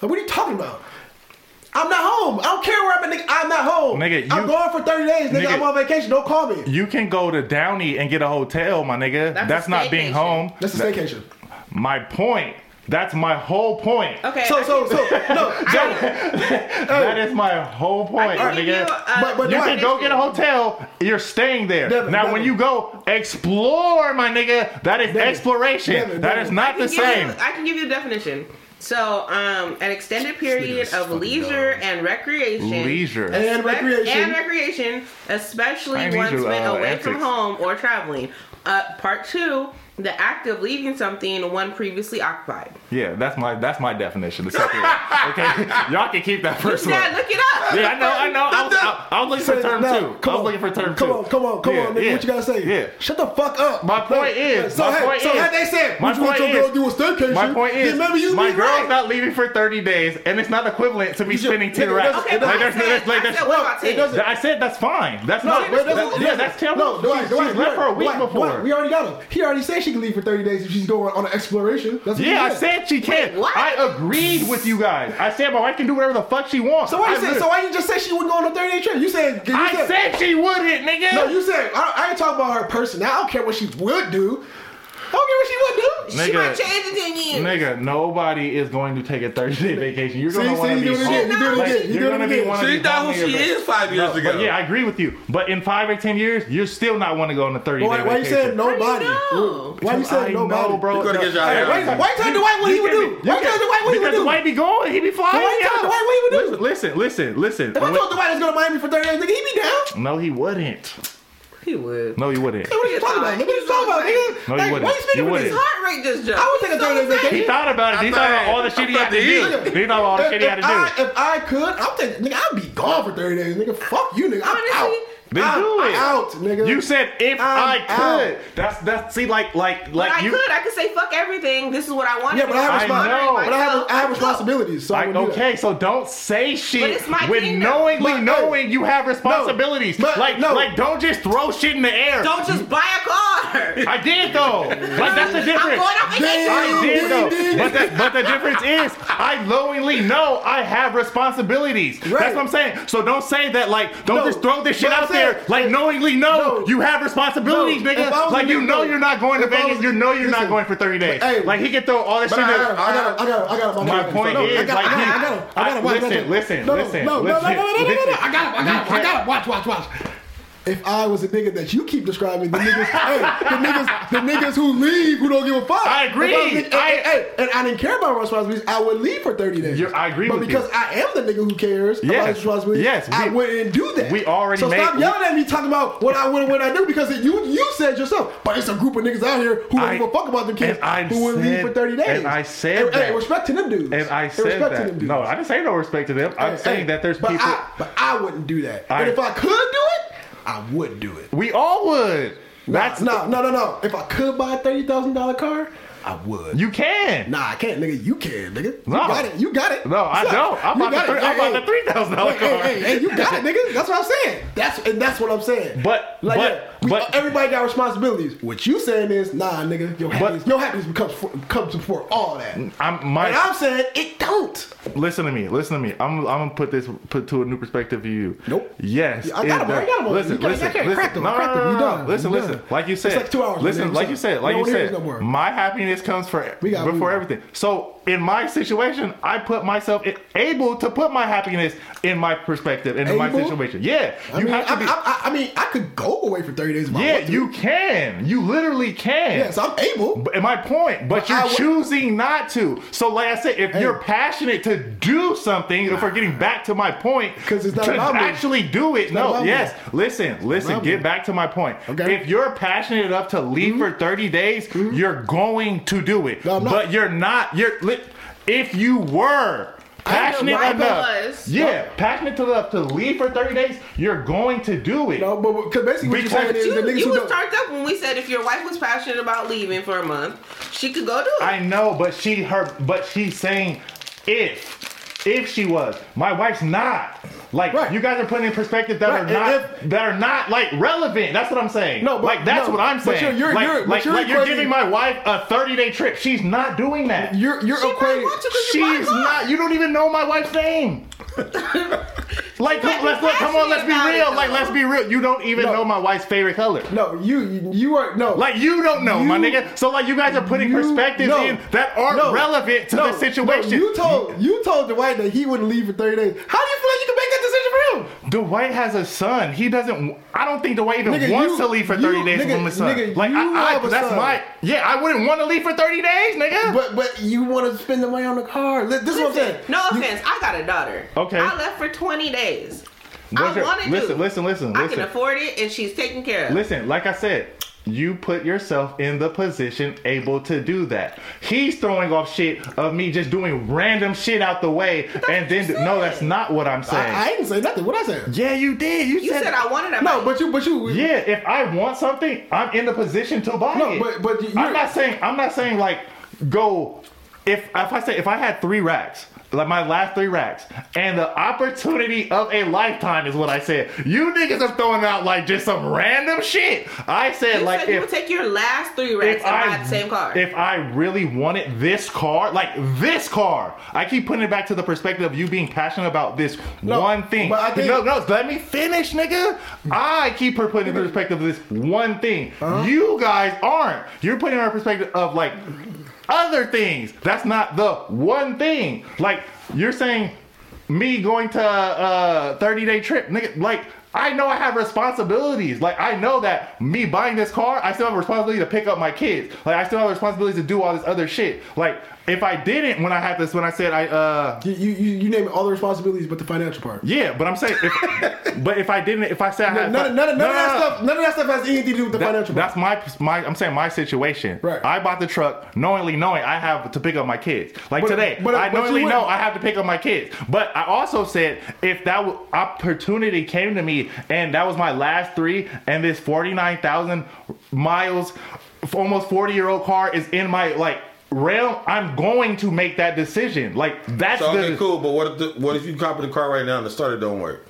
[SPEAKER 3] Like, what are you talking about? I'm not home. I don't care where I'm at, nigga. I'm not home.
[SPEAKER 2] Nigga, you-
[SPEAKER 3] I'm going for 30 days, nigga.
[SPEAKER 2] Nigga-
[SPEAKER 3] I'm on vacation. Don't call me.
[SPEAKER 2] You can go to Downey and get a hotel, my nigga.
[SPEAKER 6] That's a
[SPEAKER 2] That's, not being
[SPEAKER 6] staycation.
[SPEAKER 2] home.
[SPEAKER 3] That's a staycation.
[SPEAKER 2] My point. That's my whole point.
[SPEAKER 6] Okay.
[SPEAKER 3] So,
[SPEAKER 6] I
[SPEAKER 3] so,
[SPEAKER 6] can-
[SPEAKER 3] so, no.
[SPEAKER 2] That is my whole point,
[SPEAKER 6] I can give you,
[SPEAKER 2] nigga.
[SPEAKER 6] uh,
[SPEAKER 3] But- but
[SPEAKER 2] You
[SPEAKER 3] Right.
[SPEAKER 2] can go get a hotel. You're staying there.
[SPEAKER 3] Devin,
[SPEAKER 2] now,
[SPEAKER 3] Devin.
[SPEAKER 2] when you go explore, my nigga, that is
[SPEAKER 3] Devin.
[SPEAKER 2] exploration.
[SPEAKER 3] Devin,
[SPEAKER 2] That
[SPEAKER 3] Devin.
[SPEAKER 2] is
[SPEAKER 6] I
[SPEAKER 2] not
[SPEAKER 6] can
[SPEAKER 2] the
[SPEAKER 6] give you-
[SPEAKER 2] same.
[SPEAKER 6] I can give you a definition. So, um, an extended period of leisure and recreation.
[SPEAKER 2] Leisure.
[SPEAKER 3] And
[SPEAKER 6] Rec-
[SPEAKER 3] recreation.
[SPEAKER 6] And recreation, especially
[SPEAKER 2] I need
[SPEAKER 6] one
[SPEAKER 2] to,
[SPEAKER 6] spent
[SPEAKER 2] uh,
[SPEAKER 6] away from
[SPEAKER 2] antics.
[SPEAKER 6] home or traveling. Uh, part two, the act of leaving something one previously occupied.
[SPEAKER 2] Yeah, that's my that's my definition. The second one. Okay, y'all can keep that first one.
[SPEAKER 6] Dad,
[SPEAKER 2] Yeah,
[SPEAKER 6] look it up.
[SPEAKER 2] I know, I know. I was, I, I was looking for term
[SPEAKER 3] No,
[SPEAKER 2] two.
[SPEAKER 3] come
[SPEAKER 2] I was
[SPEAKER 3] on.
[SPEAKER 2] looking for term
[SPEAKER 3] Come
[SPEAKER 2] two.
[SPEAKER 3] on, come on, come
[SPEAKER 2] Yeah,
[SPEAKER 3] on, nigga.
[SPEAKER 2] yeah.
[SPEAKER 3] What you gotta say?
[SPEAKER 2] Yeah.
[SPEAKER 3] Shut the fuck up.
[SPEAKER 2] My point
[SPEAKER 3] Like,
[SPEAKER 2] is,
[SPEAKER 3] so,
[SPEAKER 2] my
[SPEAKER 3] hey,
[SPEAKER 2] point
[SPEAKER 3] so
[SPEAKER 2] is,
[SPEAKER 3] had they said,
[SPEAKER 2] my
[SPEAKER 3] "Would you want
[SPEAKER 2] point
[SPEAKER 3] your girl
[SPEAKER 2] is-
[SPEAKER 3] to do a staycation?"
[SPEAKER 2] my point
[SPEAKER 3] then
[SPEAKER 2] is,
[SPEAKER 3] maybe you
[SPEAKER 2] my
[SPEAKER 3] be
[SPEAKER 2] girl's
[SPEAKER 3] right.
[SPEAKER 2] not leaving for 30 days, and it's not equivalent to me
[SPEAKER 3] You should-
[SPEAKER 2] spending 10
[SPEAKER 3] nigga, it
[SPEAKER 2] racks.
[SPEAKER 3] doesn't-
[SPEAKER 6] Okay, but
[SPEAKER 2] Like,
[SPEAKER 6] I
[SPEAKER 2] there's-
[SPEAKER 6] said,
[SPEAKER 2] there's- like,
[SPEAKER 6] I
[SPEAKER 2] there's-
[SPEAKER 6] said, what about
[SPEAKER 3] it
[SPEAKER 6] ten?
[SPEAKER 3] doesn't-
[SPEAKER 2] I said that's fine. That's
[SPEAKER 3] No,
[SPEAKER 2] not.
[SPEAKER 3] but it doesn't-
[SPEAKER 2] that-
[SPEAKER 3] it
[SPEAKER 2] yeah,
[SPEAKER 3] doesn't-
[SPEAKER 2] that's terrible.
[SPEAKER 3] No, Dwight,
[SPEAKER 2] she's,
[SPEAKER 3] Dwight,
[SPEAKER 2] she's left for a week
[SPEAKER 3] Dwight,
[SPEAKER 2] before.
[SPEAKER 3] Dwight, we already got him. He already said she can leave for 30 days if she's going on an exploration. That's what
[SPEAKER 2] yeah, I
[SPEAKER 3] he
[SPEAKER 2] said she can't.
[SPEAKER 6] what?
[SPEAKER 2] I agreed with you guys. I said my wife can do whatever the fuck she wants.
[SPEAKER 3] So why
[SPEAKER 2] I
[SPEAKER 3] you said?
[SPEAKER 2] literally-
[SPEAKER 3] So why you just say she wouldn't go on a 30 day trip? You said. You
[SPEAKER 2] I said she wouldn't, nigga.
[SPEAKER 3] No, you said. I, I ain't talking about her person. I don't care what she would do. I don't care what she would do.
[SPEAKER 6] She might
[SPEAKER 2] Nigga.
[SPEAKER 6] change it in you.
[SPEAKER 2] Nigga, nobody is going to take a 30 day vacation. You're
[SPEAKER 3] See,
[SPEAKER 2] gonna
[SPEAKER 3] see,
[SPEAKER 2] want to
[SPEAKER 3] you
[SPEAKER 2] be
[SPEAKER 3] doing it
[SPEAKER 2] home.
[SPEAKER 3] again. You doing it
[SPEAKER 2] Like,
[SPEAKER 3] again. You
[SPEAKER 2] You're
[SPEAKER 3] doing it
[SPEAKER 2] gonna be
[SPEAKER 3] again.
[SPEAKER 2] one of
[SPEAKER 5] She
[SPEAKER 2] these
[SPEAKER 5] thought who
[SPEAKER 2] home
[SPEAKER 5] she
[SPEAKER 2] niggas.
[SPEAKER 5] is five years
[SPEAKER 2] No,
[SPEAKER 5] ago.
[SPEAKER 2] but yeah, I agree with you. But in five or ten years, you're still not want to go on a 30 day
[SPEAKER 3] Why,
[SPEAKER 2] vacation.
[SPEAKER 3] why you saying nobody?
[SPEAKER 6] know?
[SPEAKER 3] Why you
[SPEAKER 2] I
[SPEAKER 3] saying nobody,
[SPEAKER 2] know, bro.
[SPEAKER 5] You gotta get your
[SPEAKER 3] Hey,
[SPEAKER 5] hair
[SPEAKER 3] why,
[SPEAKER 5] done.
[SPEAKER 3] why you telling Dwight what he would do? Why you telling Dwight what he would
[SPEAKER 2] Because
[SPEAKER 3] do?
[SPEAKER 2] Dwight be going, he be flying.
[SPEAKER 3] Why you telling
[SPEAKER 2] out.
[SPEAKER 3] Dwight what he would do?
[SPEAKER 2] Listen, listen, listen.
[SPEAKER 3] If I told Dwight I was going to Miami for 30 days, nigga, he'd be down.
[SPEAKER 2] no, he wouldn't.
[SPEAKER 6] He would.
[SPEAKER 2] No, he wouldn't.
[SPEAKER 3] What are you talking about? nigga? What are you talking about, nigga?
[SPEAKER 2] No, you
[SPEAKER 3] like, why
[SPEAKER 2] wouldn't.
[SPEAKER 3] you speaking
[SPEAKER 2] You
[SPEAKER 3] with
[SPEAKER 6] His
[SPEAKER 3] this?
[SPEAKER 2] wouldn't.
[SPEAKER 6] heart rate just dropped.
[SPEAKER 3] I would take a 30 day vacation.
[SPEAKER 2] He thought about it. He
[SPEAKER 5] I
[SPEAKER 2] thought about
[SPEAKER 5] thought-
[SPEAKER 2] all the shit he
[SPEAKER 5] I
[SPEAKER 2] had
[SPEAKER 5] thought
[SPEAKER 2] to
[SPEAKER 5] he-
[SPEAKER 2] do. He thought about all the shit he had to do.
[SPEAKER 3] I, if I could, I'm thinking, nigga, I'd be gone for 30 days, nigga. Fuck you, nigga. I'm
[SPEAKER 6] Honestly,
[SPEAKER 3] out.
[SPEAKER 2] Then
[SPEAKER 3] I'm
[SPEAKER 2] do it.
[SPEAKER 3] out, nigga.
[SPEAKER 2] You said if i
[SPEAKER 3] I'm
[SPEAKER 2] could.
[SPEAKER 3] out.
[SPEAKER 2] That's that's see like like
[SPEAKER 6] But
[SPEAKER 2] like
[SPEAKER 6] I
[SPEAKER 2] you.
[SPEAKER 6] could. I could say fuck everything. This is what I want.
[SPEAKER 3] Yeah, but I have,
[SPEAKER 2] I
[SPEAKER 3] respons-
[SPEAKER 2] know.
[SPEAKER 3] but I have,
[SPEAKER 6] Myself.
[SPEAKER 3] I have responsibilities. So I
[SPEAKER 2] Like
[SPEAKER 3] wouldn't do that.
[SPEAKER 2] okay, so don't say shit
[SPEAKER 6] it's my
[SPEAKER 2] with
[SPEAKER 6] kingdom.
[SPEAKER 2] knowingly
[SPEAKER 3] But, hey,
[SPEAKER 2] knowing you have responsibilities.
[SPEAKER 3] but,
[SPEAKER 2] like
[SPEAKER 3] no.
[SPEAKER 2] like don't just throw shit in the air.
[SPEAKER 6] Don't just buy a car.
[SPEAKER 2] I did though. Like that's the
[SPEAKER 6] I'm going
[SPEAKER 2] difference.
[SPEAKER 6] on vacation.
[SPEAKER 2] I
[SPEAKER 3] Damn,
[SPEAKER 2] did though.
[SPEAKER 3] ding, ding.
[SPEAKER 2] But the, but the difference is, I knowingly know I have responsibilities. That's
[SPEAKER 3] Right.
[SPEAKER 2] what I'm saying. So don't say that like, don't
[SPEAKER 3] No,
[SPEAKER 2] just throw this shit
[SPEAKER 3] but I'm
[SPEAKER 2] out there.
[SPEAKER 3] saying-
[SPEAKER 2] Like knowingly know
[SPEAKER 3] No.
[SPEAKER 2] you have responsibilities,
[SPEAKER 3] No,
[SPEAKER 2] nigga.
[SPEAKER 3] if I was a
[SPEAKER 2] Like you
[SPEAKER 3] nigga,
[SPEAKER 2] know
[SPEAKER 3] no.
[SPEAKER 2] you're not going to
[SPEAKER 3] If I
[SPEAKER 2] Vegas.
[SPEAKER 3] was-
[SPEAKER 2] You know you're not
[SPEAKER 3] listen.
[SPEAKER 2] going for 30 days.
[SPEAKER 3] Hey.
[SPEAKER 2] like he can throw all this shit.
[SPEAKER 3] But I
[SPEAKER 2] in-
[SPEAKER 3] got, I got, I got, I got.
[SPEAKER 2] My point
[SPEAKER 3] no,
[SPEAKER 2] is,
[SPEAKER 3] I got,
[SPEAKER 2] like,
[SPEAKER 3] I got,
[SPEAKER 2] you-
[SPEAKER 3] I got, I got.
[SPEAKER 2] I-
[SPEAKER 3] Watch, watch,
[SPEAKER 2] listen,
[SPEAKER 3] watch.
[SPEAKER 2] listen,
[SPEAKER 3] no, no,
[SPEAKER 2] listen,
[SPEAKER 3] no, no, no, no, no, no, no,
[SPEAKER 2] listen.
[SPEAKER 3] no. I got him, I got him, I got him. Watch, watch, watch. If I was a nigga that you keep describing, the niggas, hey, the niggas, the niggas who leave who don't give a fuck.
[SPEAKER 2] I agree.
[SPEAKER 3] If was a nigga-
[SPEAKER 2] I-
[SPEAKER 3] hey, hey, and I didn't care about my responsibilities. I would leave for thirty days.
[SPEAKER 2] You're- I agree
[SPEAKER 3] But
[SPEAKER 2] with you.
[SPEAKER 3] because I am the nigga who cares
[SPEAKER 2] Yes.
[SPEAKER 3] about his responsibilities,
[SPEAKER 2] Yes,
[SPEAKER 3] I
[SPEAKER 2] we-
[SPEAKER 3] wouldn't do that.
[SPEAKER 2] we already
[SPEAKER 3] So
[SPEAKER 2] made-
[SPEAKER 3] stop yelling at me talking about what I would and what I do because it, you you said yourself. But it's a group of niggas out here who don't
[SPEAKER 2] I-
[SPEAKER 3] give a fuck about them kids
[SPEAKER 2] and I
[SPEAKER 3] who wouldn't leave
[SPEAKER 2] said-
[SPEAKER 3] for thirty days.
[SPEAKER 2] and I said
[SPEAKER 3] And-
[SPEAKER 2] that.
[SPEAKER 3] and respect to them dudes.
[SPEAKER 2] And I said
[SPEAKER 3] respect to
[SPEAKER 2] that.
[SPEAKER 3] them dudes.
[SPEAKER 2] No, I didn't say no respect to them. I'm
[SPEAKER 3] Hey,
[SPEAKER 2] saying
[SPEAKER 3] hey,
[SPEAKER 2] that there's
[SPEAKER 3] but
[SPEAKER 2] people.
[SPEAKER 3] I, but I wouldn't do that.
[SPEAKER 2] I-
[SPEAKER 3] and if I could do it, I would do it.
[SPEAKER 2] we all would.
[SPEAKER 3] That's no, no, no, no. If I could buy a thirty thousand dollar car, I would.
[SPEAKER 2] You can.
[SPEAKER 3] Nah, I can't, nigga. You can, nigga. You
[SPEAKER 2] No.
[SPEAKER 3] got it. You got it.
[SPEAKER 2] No, I
[SPEAKER 3] Suck.
[SPEAKER 2] don't. I
[SPEAKER 3] You
[SPEAKER 2] bought the
[SPEAKER 3] got
[SPEAKER 2] three-
[SPEAKER 3] it.
[SPEAKER 2] I
[SPEAKER 3] Hey,
[SPEAKER 2] bought
[SPEAKER 3] hey.
[SPEAKER 2] the $3,000
[SPEAKER 3] Hey,
[SPEAKER 2] car.
[SPEAKER 3] Hey, hey, hey, you got it, nigga. That's what I'm saying. That's and that's what I'm saying.
[SPEAKER 2] But-
[SPEAKER 3] like,
[SPEAKER 2] but-
[SPEAKER 3] yeah, we,
[SPEAKER 2] but-
[SPEAKER 3] everybody got responsibilities. What you saying is, nah, nigga. Your happiness, your happiness becomes for, comes before all that. And
[SPEAKER 2] I'm my.
[SPEAKER 3] I'm saying it don't.
[SPEAKER 2] Listen to me. Listen to me. I'm, I'm gonna put this put to a new perspective for you.
[SPEAKER 3] Nope.
[SPEAKER 2] Yes.
[SPEAKER 3] I got him,
[SPEAKER 2] it
[SPEAKER 3] I got him.
[SPEAKER 2] does. Listen.
[SPEAKER 3] You can't-
[SPEAKER 2] listen.
[SPEAKER 3] I can't
[SPEAKER 2] listen.
[SPEAKER 3] crack them.
[SPEAKER 2] No,
[SPEAKER 3] Crack them.
[SPEAKER 2] no,
[SPEAKER 3] You
[SPEAKER 2] no, no,
[SPEAKER 3] done.
[SPEAKER 2] Listen.
[SPEAKER 3] You
[SPEAKER 2] listen.
[SPEAKER 3] done.
[SPEAKER 2] Like you
[SPEAKER 3] It's
[SPEAKER 2] said.
[SPEAKER 3] like two hours,
[SPEAKER 2] Listen.
[SPEAKER 3] man.
[SPEAKER 2] Like
[SPEAKER 3] We
[SPEAKER 2] you
[SPEAKER 3] suck.
[SPEAKER 2] said. Like
[SPEAKER 3] We
[SPEAKER 2] you
[SPEAKER 3] don't wanna hear
[SPEAKER 2] said.
[SPEAKER 3] this no more.
[SPEAKER 2] My happiness comes for
[SPEAKER 3] We gotta
[SPEAKER 2] before
[SPEAKER 3] move.
[SPEAKER 2] everything. So in my situation, I put myself in, able to put my happiness in my perspective and in my
[SPEAKER 3] Able?
[SPEAKER 2] situation. Yeah.
[SPEAKER 3] I
[SPEAKER 2] you
[SPEAKER 3] mean,
[SPEAKER 2] have to
[SPEAKER 3] I,
[SPEAKER 2] be.
[SPEAKER 3] I, I, I mean, I could go away for thirty days. If I
[SPEAKER 2] yeah.
[SPEAKER 3] want to.
[SPEAKER 2] You can. You literally can.
[SPEAKER 3] Yes, I'm able.
[SPEAKER 2] But- And my point, but,
[SPEAKER 3] But
[SPEAKER 2] you're
[SPEAKER 3] I would-
[SPEAKER 2] choosing not to. So, like I said, if
[SPEAKER 3] Hey.
[SPEAKER 2] you're passionate to do something, if we're getting back to my point,
[SPEAKER 3] 'Cause it's not
[SPEAKER 2] to
[SPEAKER 3] about me.
[SPEAKER 2] actually do it.
[SPEAKER 3] not
[SPEAKER 2] No,
[SPEAKER 3] about
[SPEAKER 2] yes. Listen, listen.
[SPEAKER 3] about
[SPEAKER 2] Get
[SPEAKER 3] me.
[SPEAKER 2] back to my point.
[SPEAKER 3] Okay. Mm-hmm.
[SPEAKER 2] If you're passionate enough to leave for 30 days, you're going to do it.
[SPEAKER 3] No, I'm not.
[SPEAKER 2] but you're not. You're li- if you were. Passionate
[SPEAKER 6] why I
[SPEAKER 2] enough,
[SPEAKER 6] was.
[SPEAKER 2] yeah. Passionate enough to leave for thirty days, you're going to do it.
[SPEAKER 3] No, but because basically what
[SPEAKER 2] Because
[SPEAKER 3] you're saying is
[SPEAKER 6] You,
[SPEAKER 3] the niggas
[SPEAKER 6] you
[SPEAKER 3] who
[SPEAKER 6] was
[SPEAKER 3] don't.
[SPEAKER 6] turned up when we said if your wife was passionate about leaving for a month, she could go do it.
[SPEAKER 2] I know, but she her but she's saying if if she was. My wife's not. Like
[SPEAKER 3] Right.
[SPEAKER 2] you guys are putting in perspective that
[SPEAKER 3] Right,
[SPEAKER 2] are
[SPEAKER 3] and
[SPEAKER 2] not
[SPEAKER 3] if-
[SPEAKER 2] that are not like relevant. That's what I'm saying.
[SPEAKER 3] No, but-
[SPEAKER 2] like that's
[SPEAKER 3] no,
[SPEAKER 2] what I'm
[SPEAKER 3] but
[SPEAKER 2] saying.
[SPEAKER 3] you're- you're-
[SPEAKER 2] like
[SPEAKER 3] you're- but
[SPEAKER 2] like,
[SPEAKER 3] you're
[SPEAKER 2] like you're
[SPEAKER 3] equating-
[SPEAKER 2] giving my wife a 30 day trip. She's not doing that.
[SPEAKER 3] You're you're
[SPEAKER 6] She might
[SPEAKER 3] equating.
[SPEAKER 6] want to 'cause you bought a
[SPEAKER 2] She's
[SPEAKER 6] car.
[SPEAKER 2] not. You don't even know my wife's name. like,
[SPEAKER 6] might
[SPEAKER 2] come,
[SPEAKER 6] be
[SPEAKER 2] let's look, come on. Let's be
[SPEAKER 6] passionate
[SPEAKER 2] real.
[SPEAKER 6] about it,
[SPEAKER 2] Like,
[SPEAKER 6] though.
[SPEAKER 2] let's be real. You don't even
[SPEAKER 3] No.
[SPEAKER 2] know my wife's favorite color.
[SPEAKER 3] No, you you are no.
[SPEAKER 2] Like you don't know, my
[SPEAKER 3] You-
[SPEAKER 2] nigga. So like you guys are putting
[SPEAKER 3] you-
[SPEAKER 2] perspectives
[SPEAKER 3] no.
[SPEAKER 2] in that aren't
[SPEAKER 3] No.
[SPEAKER 2] relevant to
[SPEAKER 3] No,
[SPEAKER 2] the situation.
[SPEAKER 3] no, you told you told Dwight that he wouldn't leave for thirty days. How do you feel like you can make that decision for him?
[SPEAKER 2] Dwight has a son. He doesn't. I don't think Dwight even
[SPEAKER 3] Nigga,
[SPEAKER 2] wants
[SPEAKER 3] you-
[SPEAKER 2] to leave for thirty
[SPEAKER 3] you-
[SPEAKER 2] days
[SPEAKER 3] nigga,
[SPEAKER 2] from his son.
[SPEAKER 3] nigga,
[SPEAKER 2] like
[SPEAKER 3] you
[SPEAKER 2] I, I
[SPEAKER 3] have a
[SPEAKER 2] that's
[SPEAKER 3] son.
[SPEAKER 2] my. Yeah, I wouldn't want to leave for thirty days, nigga.
[SPEAKER 3] But but you want to spend the money on the car. Li- This is what I'm saying.
[SPEAKER 6] No
[SPEAKER 3] You-
[SPEAKER 6] offense, I got a daughter.
[SPEAKER 2] Okay.
[SPEAKER 6] I left for 20 days.
[SPEAKER 2] What's
[SPEAKER 6] I
[SPEAKER 2] your-
[SPEAKER 6] want to
[SPEAKER 2] listen,
[SPEAKER 6] do.
[SPEAKER 2] listen, listen,
[SPEAKER 6] I
[SPEAKER 2] listen.
[SPEAKER 6] can afford it, and she's taken care of.
[SPEAKER 2] Listen, like I said, you put yourself in the position able to do that. He's throwing off shit of me just doing random shit out the way, and then no, that's not what I'm saying.
[SPEAKER 3] I, I didn't say nothing. What I said?
[SPEAKER 2] yeah, you did. You,
[SPEAKER 6] You said I wanted a
[SPEAKER 3] No,
[SPEAKER 6] bike.
[SPEAKER 3] but you but you
[SPEAKER 2] Yeah, if I want something, I'm in the position to buy
[SPEAKER 3] No,
[SPEAKER 2] it.
[SPEAKER 3] but- but you-
[SPEAKER 2] I'm not saying I'm not saying like go. If if I say if I had three racks, like my last three racks, and the opportunity of a lifetime is what I said. You niggas are throwing out like just some random shit. I said
[SPEAKER 6] you
[SPEAKER 2] like
[SPEAKER 6] said you would
[SPEAKER 2] if.
[SPEAKER 6] take your last three racks
[SPEAKER 2] If
[SPEAKER 6] and
[SPEAKER 2] I,
[SPEAKER 6] buy the same car.
[SPEAKER 2] if I really wanted this car, like this car, I keep putting it back to the perspective of you being passionate about this
[SPEAKER 3] No,
[SPEAKER 2] one thing.
[SPEAKER 3] but I think-
[SPEAKER 2] no, no, let me finish, nigga. I keep her putting in the perspective of this one thing. You guys aren't. You're putting her in perspective of like other things. That's not the one thing. Like you're saying, me going to a 30 day trip, nigga. Like I know I have responsibilities. Like I know that me buying this car, I still have a responsibility to pick up my kids. Like I still have a responsibility to do all this other shit. Like If I didn't, when I had this, when I said I, uh,
[SPEAKER 3] You, you, you you name all the responsibilities but the financial part.
[SPEAKER 2] yeah, but I'm saying, if, but if I didn't, if I said I
[SPEAKER 3] None,
[SPEAKER 2] had,
[SPEAKER 3] none, none, none of
[SPEAKER 2] No, no,
[SPEAKER 3] that
[SPEAKER 2] no.
[SPEAKER 3] stuff. None of that stuff has anything to do with the
[SPEAKER 2] That-
[SPEAKER 3] financial part.
[SPEAKER 2] that's my my. I'm saying my situation.
[SPEAKER 3] Right.
[SPEAKER 2] I bought the truck knowingly, knowing I have to pick up my kids. Like
[SPEAKER 3] But-
[SPEAKER 2] today,
[SPEAKER 3] but-
[SPEAKER 2] I
[SPEAKER 3] but you
[SPEAKER 2] knowingly
[SPEAKER 3] wouldn't-
[SPEAKER 2] know I have to pick up my kids. But I also said if that w- opportunity came to me, and that was my last three, and this forty nine thousand miles, f- almost forty year old car is in my like realm. I'm going to make that decision. Like that's
[SPEAKER 5] So okay,
[SPEAKER 2] the
[SPEAKER 5] cool. But what if the, what if you copy the car right now and the starter don't work?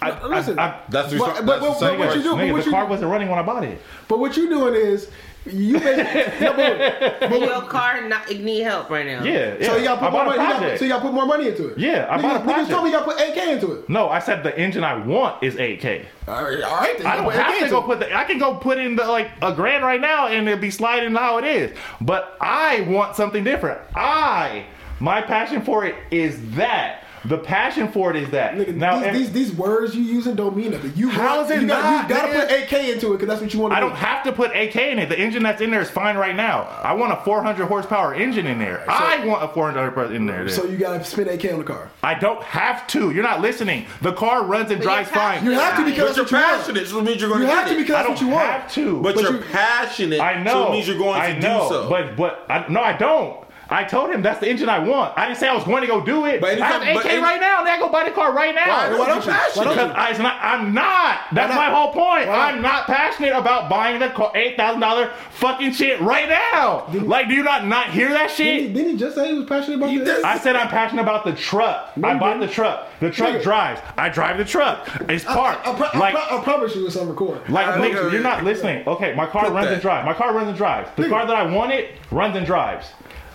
[SPEAKER 2] I, I-
[SPEAKER 3] Listen,
[SPEAKER 2] I-
[SPEAKER 5] That's the
[SPEAKER 3] But-
[SPEAKER 5] resp-
[SPEAKER 3] but- but-
[SPEAKER 5] that's the same
[SPEAKER 3] but what you
[SPEAKER 5] question.
[SPEAKER 3] do-
[SPEAKER 2] nigga,
[SPEAKER 3] what
[SPEAKER 2] the car
[SPEAKER 3] do-
[SPEAKER 2] wasn't running when I bought it.
[SPEAKER 3] But what you're doing is you basically. no, but- but
[SPEAKER 6] Your car not, it need help right now.
[SPEAKER 2] Yeah, yeah.
[SPEAKER 3] So you gotta
[SPEAKER 2] I
[SPEAKER 3] put
[SPEAKER 2] bought
[SPEAKER 3] more
[SPEAKER 2] a
[SPEAKER 3] money. You gotta,
[SPEAKER 2] project.
[SPEAKER 3] so you gotta put more money into it.
[SPEAKER 2] Yeah, I
[SPEAKER 3] Nigga,
[SPEAKER 2] bought a
[SPEAKER 3] niggas told me
[SPEAKER 2] project.
[SPEAKER 3] you gotta put 8K into it.
[SPEAKER 2] No, I said the engine I want is 8K.
[SPEAKER 3] All right, all right. Then
[SPEAKER 2] I
[SPEAKER 3] you
[SPEAKER 2] don't
[SPEAKER 3] put 8K
[SPEAKER 2] have to
[SPEAKER 3] into
[SPEAKER 2] go
[SPEAKER 3] it.
[SPEAKER 2] put the. I can go put in the, like a grand right now, and it'll be sliding how it is. But I want something different. I my passion for it is that. The passion for it is that.
[SPEAKER 3] Nigga,
[SPEAKER 2] now, if-
[SPEAKER 3] these, these these words you using don't mean nothing. You
[SPEAKER 2] How
[SPEAKER 3] want-
[SPEAKER 2] is it
[SPEAKER 3] you gotta,
[SPEAKER 2] not,
[SPEAKER 3] You gotta
[SPEAKER 2] nigga?
[SPEAKER 3] put 8K into it because that's what you want. to
[SPEAKER 2] I
[SPEAKER 3] do.
[SPEAKER 2] don't have to put AK in it. The engine that's in there is fine right now. I want a 400 horsepower engine in there. I want a 400 horsepower in there.
[SPEAKER 3] So you gotta spend 8K on the car.
[SPEAKER 2] I don't have to. You're not listening. The car runs and
[SPEAKER 6] But you
[SPEAKER 2] drives
[SPEAKER 6] have
[SPEAKER 2] fine.
[SPEAKER 3] You have to because
[SPEAKER 5] But
[SPEAKER 3] that's
[SPEAKER 5] you're
[SPEAKER 3] what you want.
[SPEAKER 5] passionate, so it means you're going
[SPEAKER 3] You
[SPEAKER 5] to
[SPEAKER 3] have
[SPEAKER 5] get
[SPEAKER 3] to
[SPEAKER 5] it.
[SPEAKER 3] because
[SPEAKER 2] I
[SPEAKER 3] that's
[SPEAKER 2] don't
[SPEAKER 3] what you want.
[SPEAKER 2] have to.
[SPEAKER 5] But,
[SPEAKER 3] but
[SPEAKER 5] you're
[SPEAKER 3] you-
[SPEAKER 5] passionate,
[SPEAKER 2] I know.
[SPEAKER 5] so it means you're going
[SPEAKER 2] I
[SPEAKER 5] to
[SPEAKER 2] know,
[SPEAKER 5] do so.
[SPEAKER 2] But but I, no, I don't. I told him that's the engine I want. I didn't say I was going to go do it.
[SPEAKER 5] But anytime-
[SPEAKER 2] I have
[SPEAKER 5] but
[SPEAKER 2] AK
[SPEAKER 5] any-
[SPEAKER 2] right now. Now I go buy the car right now.
[SPEAKER 5] Why don't you? Why don't
[SPEAKER 2] Because
[SPEAKER 5] you?
[SPEAKER 2] I, it's not, I'm not. That's
[SPEAKER 3] not?
[SPEAKER 2] my whole point.
[SPEAKER 3] Why not?
[SPEAKER 2] I'm not passionate about buying the car, eight thousand dollar fucking shit right now. Like, do you not not hear that
[SPEAKER 3] Didn't he,
[SPEAKER 2] shit?
[SPEAKER 3] didn't he just say he was passionate about
[SPEAKER 5] You
[SPEAKER 3] this?
[SPEAKER 5] just-
[SPEAKER 2] I said I'm passionate about the truck. I
[SPEAKER 3] you
[SPEAKER 2] bought
[SPEAKER 3] didn't.
[SPEAKER 2] the truck. The truck
[SPEAKER 3] Nigga.
[SPEAKER 2] drives. I drive the truck. It's
[SPEAKER 3] I,
[SPEAKER 2] parked.
[SPEAKER 3] I, I, pro-
[SPEAKER 2] like
[SPEAKER 3] I, pro- I promise you it's on record.
[SPEAKER 2] like,
[SPEAKER 5] I don't
[SPEAKER 2] nigga,
[SPEAKER 5] know.
[SPEAKER 2] you're not listening. Okay, my car
[SPEAKER 5] Clip
[SPEAKER 2] runs
[SPEAKER 5] that.
[SPEAKER 2] and drives. My car runs and drives. The car that I wanted runs and drives.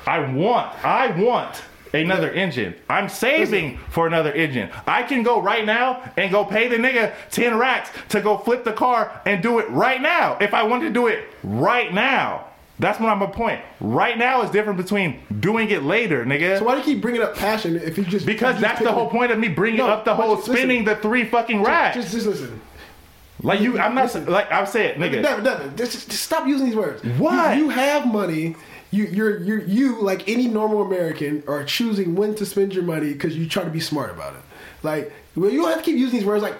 [SPEAKER 2] I want, I want another engine. I'm saving for another engine. I can go right now and go pay the nigga 10 racks to go flip the car and do it right now. If I want to do it right now. That's what I'm a point. Right now is different between doing it later, nigga.
[SPEAKER 3] so why do you keep bringing up passion if you just
[SPEAKER 2] because
[SPEAKER 3] you just
[SPEAKER 2] that's the
[SPEAKER 3] pick-
[SPEAKER 2] whole point of me bringing
[SPEAKER 3] No,
[SPEAKER 2] up the
[SPEAKER 3] but
[SPEAKER 2] whole
[SPEAKER 3] just listen.
[SPEAKER 2] spinning the three fucking racks.
[SPEAKER 3] Just just listen.
[SPEAKER 2] like you, I'm not like I've said, nigga.
[SPEAKER 3] Devin, Devin, just, just stop using these words.
[SPEAKER 2] Why?
[SPEAKER 3] You, you have money. You, you're, you're, you, like any normal American, are choosing when to spend your money because you try to be smart about it. Like, well, you don't have to keep using these words like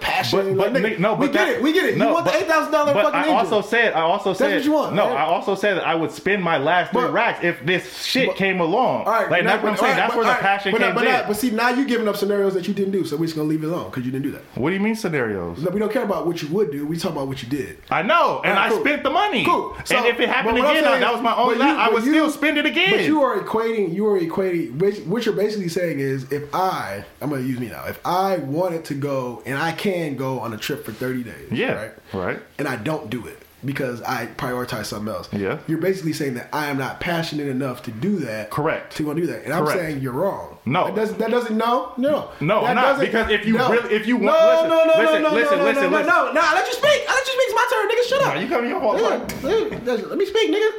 [SPEAKER 2] But,
[SPEAKER 3] passion.
[SPEAKER 2] but
[SPEAKER 3] like,
[SPEAKER 2] Nick, no, but
[SPEAKER 3] we get
[SPEAKER 2] that-
[SPEAKER 3] it. We get it.
[SPEAKER 2] no,
[SPEAKER 3] you want the
[SPEAKER 2] but-
[SPEAKER 3] eight thousand dollar
[SPEAKER 2] but
[SPEAKER 3] fucking
[SPEAKER 2] I
[SPEAKER 3] engine.
[SPEAKER 2] also said, I also said,
[SPEAKER 3] what you want,
[SPEAKER 2] no,
[SPEAKER 3] right?
[SPEAKER 2] I also said that I would spend my last three
[SPEAKER 3] But-
[SPEAKER 2] racks if this shit
[SPEAKER 3] but-
[SPEAKER 2] came along.
[SPEAKER 3] all right,
[SPEAKER 2] like
[SPEAKER 3] now-
[SPEAKER 2] that's what I'm
[SPEAKER 3] all
[SPEAKER 2] saying.
[SPEAKER 3] right,
[SPEAKER 2] that's
[SPEAKER 3] but-
[SPEAKER 2] where the
[SPEAKER 3] all right,
[SPEAKER 2] passion
[SPEAKER 3] but, now-
[SPEAKER 2] came
[SPEAKER 3] but, now-
[SPEAKER 2] in.
[SPEAKER 3] but see, now you're giving up scenarios that you didn't do, so we're just gonna leave it alone because you didn't do that.
[SPEAKER 2] What do you mean scenarios?
[SPEAKER 3] No, we don't care about what you would do. We talk about what you did.
[SPEAKER 2] I know, and
[SPEAKER 3] All right,
[SPEAKER 2] I
[SPEAKER 3] cool.
[SPEAKER 2] spent the money.
[SPEAKER 3] Cool. So-
[SPEAKER 2] and if it happened
[SPEAKER 3] but what I'm
[SPEAKER 2] again,
[SPEAKER 3] saying
[SPEAKER 2] that
[SPEAKER 3] is-
[SPEAKER 2] was my own.
[SPEAKER 3] but
[SPEAKER 2] la-
[SPEAKER 3] you-
[SPEAKER 2] I
[SPEAKER 3] but
[SPEAKER 2] would
[SPEAKER 3] you-
[SPEAKER 2] still spend it again.
[SPEAKER 3] But you are equating. You are equating. Which, what you're basically saying is, if I, I'm going to use me now. If I wanted to go and I can go on a trip for 30 days,
[SPEAKER 2] Yeah,
[SPEAKER 3] right,
[SPEAKER 2] right.
[SPEAKER 3] and I don't do it because I prioritize something else.
[SPEAKER 2] Yeah.
[SPEAKER 3] you're basically saying that I am not passionate enough to do that.
[SPEAKER 2] Correct.
[SPEAKER 3] To want to do that, and I'm
[SPEAKER 2] Correct.
[SPEAKER 3] saying you're wrong.
[SPEAKER 2] No.
[SPEAKER 3] that doesn't. That doesn't no, no,
[SPEAKER 2] No,
[SPEAKER 3] that
[SPEAKER 2] not,
[SPEAKER 3] doesn't-
[SPEAKER 2] because if you really- if you
[SPEAKER 3] no,
[SPEAKER 2] want- listen,
[SPEAKER 3] no, no,
[SPEAKER 2] listen,
[SPEAKER 3] no, no,
[SPEAKER 2] listen,
[SPEAKER 3] no,
[SPEAKER 2] listen,
[SPEAKER 3] no, no,
[SPEAKER 2] listen.
[SPEAKER 3] no, no, I let you speak. I let you speak. It's my turn, nigga. Shut up.
[SPEAKER 2] Nah, you come here all
[SPEAKER 3] Yeah,
[SPEAKER 2] fucked.
[SPEAKER 3] yeah, that's- Let me speak, nigga.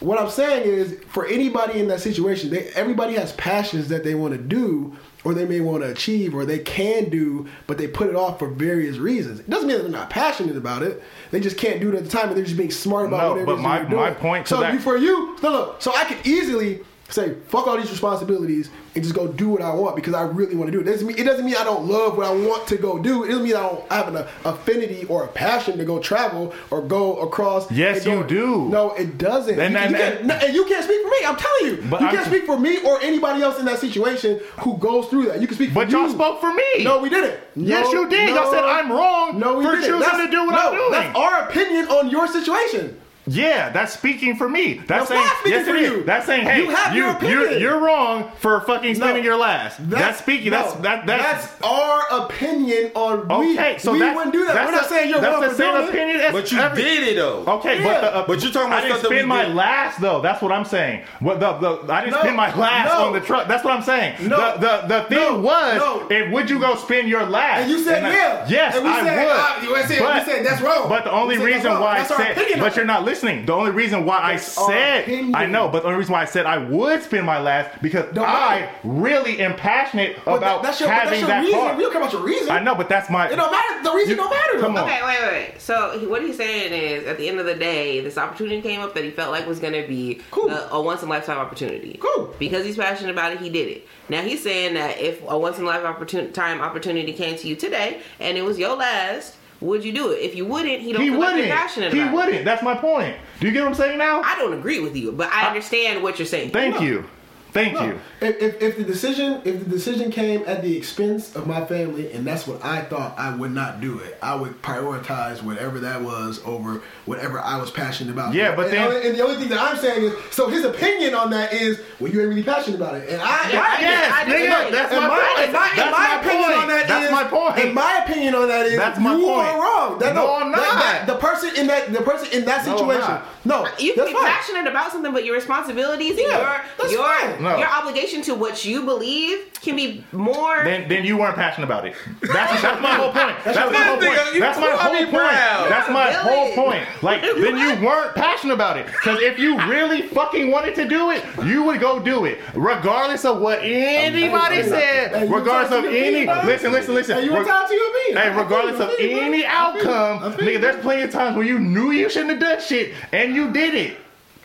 [SPEAKER 3] What I'm saying is, for anybody in that situation, they everybody has passions that they want to do, or they may want to achieve, or they can do, but they put it off for various reasons. It doesn't mean that they're not passionate about it; they just can't do it at the time, and they're just being smart about
[SPEAKER 2] No,
[SPEAKER 3] whatever
[SPEAKER 2] but
[SPEAKER 3] it is
[SPEAKER 2] my-
[SPEAKER 3] they're doing.
[SPEAKER 2] my point to
[SPEAKER 3] So
[SPEAKER 2] that-
[SPEAKER 3] you, for you, no, look. So I could easily say, "Fuck all these responsibilities" and just go do what I want because I really want to do it. It doesn't mean, it doesn't mean I don't love what I want to go do. It doesn't mean I don't have an uh, affinity or a passion to go travel or go across.
[SPEAKER 2] Yes,
[SPEAKER 3] and go-
[SPEAKER 2] you do.
[SPEAKER 3] No, it doesn't.
[SPEAKER 2] Then
[SPEAKER 3] you,
[SPEAKER 2] that-
[SPEAKER 3] you can't, no, and you can't speak for me. I'm telling you,
[SPEAKER 2] But
[SPEAKER 3] you
[SPEAKER 2] I'm
[SPEAKER 3] can't
[SPEAKER 2] t-
[SPEAKER 3] speak for me or anybody else in that situation who goes through that. You can speak.
[SPEAKER 2] But
[SPEAKER 3] for
[SPEAKER 2] y'all
[SPEAKER 3] you.
[SPEAKER 2] spoke for me.
[SPEAKER 3] No, we didn't.
[SPEAKER 2] Yes,
[SPEAKER 3] No,
[SPEAKER 2] you did. Y'all
[SPEAKER 3] no,
[SPEAKER 2] said I'm wrong
[SPEAKER 3] no, we
[SPEAKER 2] for
[SPEAKER 3] didn't.
[SPEAKER 2] choosing
[SPEAKER 3] That's-
[SPEAKER 2] to do what
[SPEAKER 3] no,
[SPEAKER 2] I'm doing.
[SPEAKER 3] That's our opinion on your situation.
[SPEAKER 2] Yeah, that's speaking for me. That's
[SPEAKER 3] That's
[SPEAKER 2] saying
[SPEAKER 3] not speaking
[SPEAKER 2] yes, it
[SPEAKER 3] for
[SPEAKER 2] is.
[SPEAKER 3] you.
[SPEAKER 2] That's saying hey,
[SPEAKER 3] You have your opinion.
[SPEAKER 2] are you're wrong for fucking spending your last. That's, speaking.
[SPEAKER 3] no,
[SPEAKER 2] that's that, that's,
[SPEAKER 3] that's our opinion on
[SPEAKER 2] okay.
[SPEAKER 3] we.
[SPEAKER 2] so
[SPEAKER 3] we
[SPEAKER 2] that's,
[SPEAKER 3] wouldn't do that.
[SPEAKER 2] That's
[SPEAKER 3] We're not
[SPEAKER 2] the-
[SPEAKER 3] saying you're
[SPEAKER 2] that's
[SPEAKER 3] wrong
[SPEAKER 2] the
[SPEAKER 3] for
[SPEAKER 2] same
[SPEAKER 3] doing it.
[SPEAKER 2] opinion. As
[SPEAKER 5] But you
[SPEAKER 2] every-
[SPEAKER 5] did it though.
[SPEAKER 2] Okay,
[SPEAKER 3] Yeah.
[SPEAKER 2] but the, uh,
[SPEAKER 5] But you're talking about
[SPEAKER 2] I didn't
[SPEAKER 5] stuff that we
[SPEAKER 2] spend my
[SPEAKER 5] did.
[SPEAKER 2] last though. That's what I'm saying. What the, the I didn't
[SPEAKER 3] No,
[SPEAKER 2] spend my last
[SPEAKER 3] no.
[SPEAKER 2] on the truck. That's what I'm saying.
[SPEAKER 3] No,
[SPEAKER 2] the the, the thing
[SPEAKER 3] no,
[SPEAKER 2] was,
[SPEAKER 3] no.
[SPEAKER 2] if would you go spend your last?
[SPEAKER 3] And you said
[SPEAKER 2] I-
[SPEAKER 3] yeah.
[SPEAKER 2] Yes,
[SPEAKER 3] And we
[SPEAKER 2] I
[SPEAKER 3] said,
[SPEAKER 2] would.
[SPEAKER 3] uh, you said- we
[SPEAKER 2] but
[SPEAKER 3] said that's wrong.
[SPEAKER 2] But the only
[SPEAKER 3] You said that's
[SPEAKER 2] reason
[SPEAKER 3] wrong.
[SPEAKER 2] why
[SPEAKER 3] That's
[SPEAKER 2] I
[SPEAKER 3] our
[SPEAKER 2] said,
[SPEAKER 3] opinion
[SPEAKER 2] but
[SPEAKER 3] of it.
[SPEAKER 2] you're not listening. The only reason why
[SPEAKER 3] That's
[SPEAKER 2] I
[SPEAKER 3] our
[SPEAKER 2] said,
[SPEAKER 3] opinion.
[SPEAKER 2] I know, but the only reason why I said I would spend my last because
[SPEAKER 3] Don't
[SPEAKER 2] I
[SPEAKER 3] matter.
[SPEAKER 2] really am passionate
[SPEAKER 3] But
[SPEAKER 2] about
[SPEAKER 3] that's your, but
[SPEAKER 2] having
[SPEAKER 3] that's your
[SPEAKER 2] that
[SPEAKER 3] reason.
[SPEAKER 2] car.
[SPEAKER 3] We don't care about your reason.
[SPEAKER 2] I know, but that's my.
[SPEAKER 3] It don't matter. The reason
[SPEAKER 2] You-
[SPEAKER 3] don't matter.
[SPEAKER 2] come on.
[SPEAKER 6] Okay, wait, wait, wait. So he- what he's saying is, at the end of the day, this opportunity came up that he felt like was going to be
[SPEAKER 3] Cool.
[SPEAKER 6] a, a once in a lifetime opportunity.
[SPEAKER 3] Cool.
[SPEAKER 6] Because he's passionate about it, he did it. Now he's saying that if a once in a lifetime opportunity came to you today and it was your last, would you do it? If you wouldn't, he don't
[SPEAKER 2] He
[SPEAKER 6] feel like you're
[SPEAKER 2] wouldn't.
[SPEAKER 6] passionate
[SPEAKER 2] He
[SPEAKER 6] about it.
[SPEAKER 2] wouldn't. That's my point. Do you get what I'm saying now?
[SPEAKER 6] I don't agree with you, but I understand what you're saying.
[SPEAKER 2] Thank you. Thank you.
[SPEAKER 3] If, if, if the decision if the decision came at the expense of my family and that's what I thought I would not do it I would prioritize whatever that was over whatever I was passionate about
[SPEAKER 2] Yeah, but
[SPEAKER 3] and,
[SPEAKER 2] then-
[SPEAKER 3] and the only thing that I'm saying is so his opinion on that is well you ain't really passionate about it and I,
[SPEAKER 6] Yeah,
[SPEAKER 3] I-
[SPEAKER 2] Yes,
[SPEAKER 6] I disagree.
[SPEAKER 2] nigga, that's
[SPEAKER 3] and
[SPEAKER 2] my,
[SPEAKER 3] my,
[SPEAKER 2] point.
[SPEAKER 3] and my,
[SPEAKER 2] that's
[SPEAKER 3] and my
[SPEAKER 2] my
[SPEAKER 3] opinion
[SPEAKER 2] point.
[SPEAKER 3] on that
[SPEAKER 2] that's
[SPEAKER 3] is-
[SPEAKER 2] my point.
[SPEAKER 3] And my opinion on that is
[SPEAKER 2] That's my
[SPEAKER 3] you
[SPEAKER 2] point.
[SPEAKER 3] are wrong. That,
[SPEAKER 2] No, I'm
[SPEAKER 3] that- that-
[SPEAKER 2] not.
[SPEAKER 3] the person in that the person in that
[SPEAKER 2] No, I'm
[SPEAKER 3] situation.
[SPEAKER 2] not.
[SPEAKER 3] No,
[SPEAKER 6] You can
[SPEAKER 3] that's
[SPEAKER 6] be
[SPEAKER 3] fine.
[SPEAKER 6] passionate about something, but your responsibilities
[SPEAKER 3] Yeah,
[SPEAKER 6] and
[SPEAKER 3] that's
[SPEAKER 6] your your
[SPEAKER 3] fine.
[SPEAKER 2] No.
[SPEAKER 6] your obligation to what you believe can be more.
[SPEAKER 2] then, then you weren't passionate about it. That's, that's my whole point. That's, my whole
[SPEAKER 5] Nigga,
[SPEAKER 2] point.
[SPEAKER 5] you
[SPEAKER 2] That's my whole
[SPEAKER 5] Kwame
[SPEAKER 2] point.
[SPEAKER 5] Brown.
[SPEAKER 2] That's my whole
[SPEAKER 6] Really?
[SPEAKER 2] point. Like, then you weren't passionate about it. Because if you really fucking wanted to do it, you would go do it. Regardless of what anybody
[SPEAKER 3] Hey,
[SPEAKER 2] said.
[SPEAKER 3] you
[SPEAKER 2] Regardless
[SPEAKER 3] entitled
[SPEAKER 2] of
[SPEAKER 3] to your
[SPEAKER 2] any.
[SPEAKER 3] opinion, bro.
[SPEAKER 2] Listen, listen, listen.
[SPEAKER 3] Hey, you
[SPEAKER 2] Reg-
[SPEAKER 3] entitled to your opinion.
[SPEAKER 2] Hey,
[SPEAKER 3] I feel
[SPEAKER 2] regardless
[SPEAKER 3] you,
[SPEAKER 2] of
[SPEAKER 3] I feel you, bro.
[SPEAKER 2] any
[SPEAKER 3] I feel you.
[SPEAKER 2] outcome,
[SPEAKER 3] I feel you,
[SPEAKER 2] nigga, there's plenty of times where you knew you shouldn't have done shit and you did it.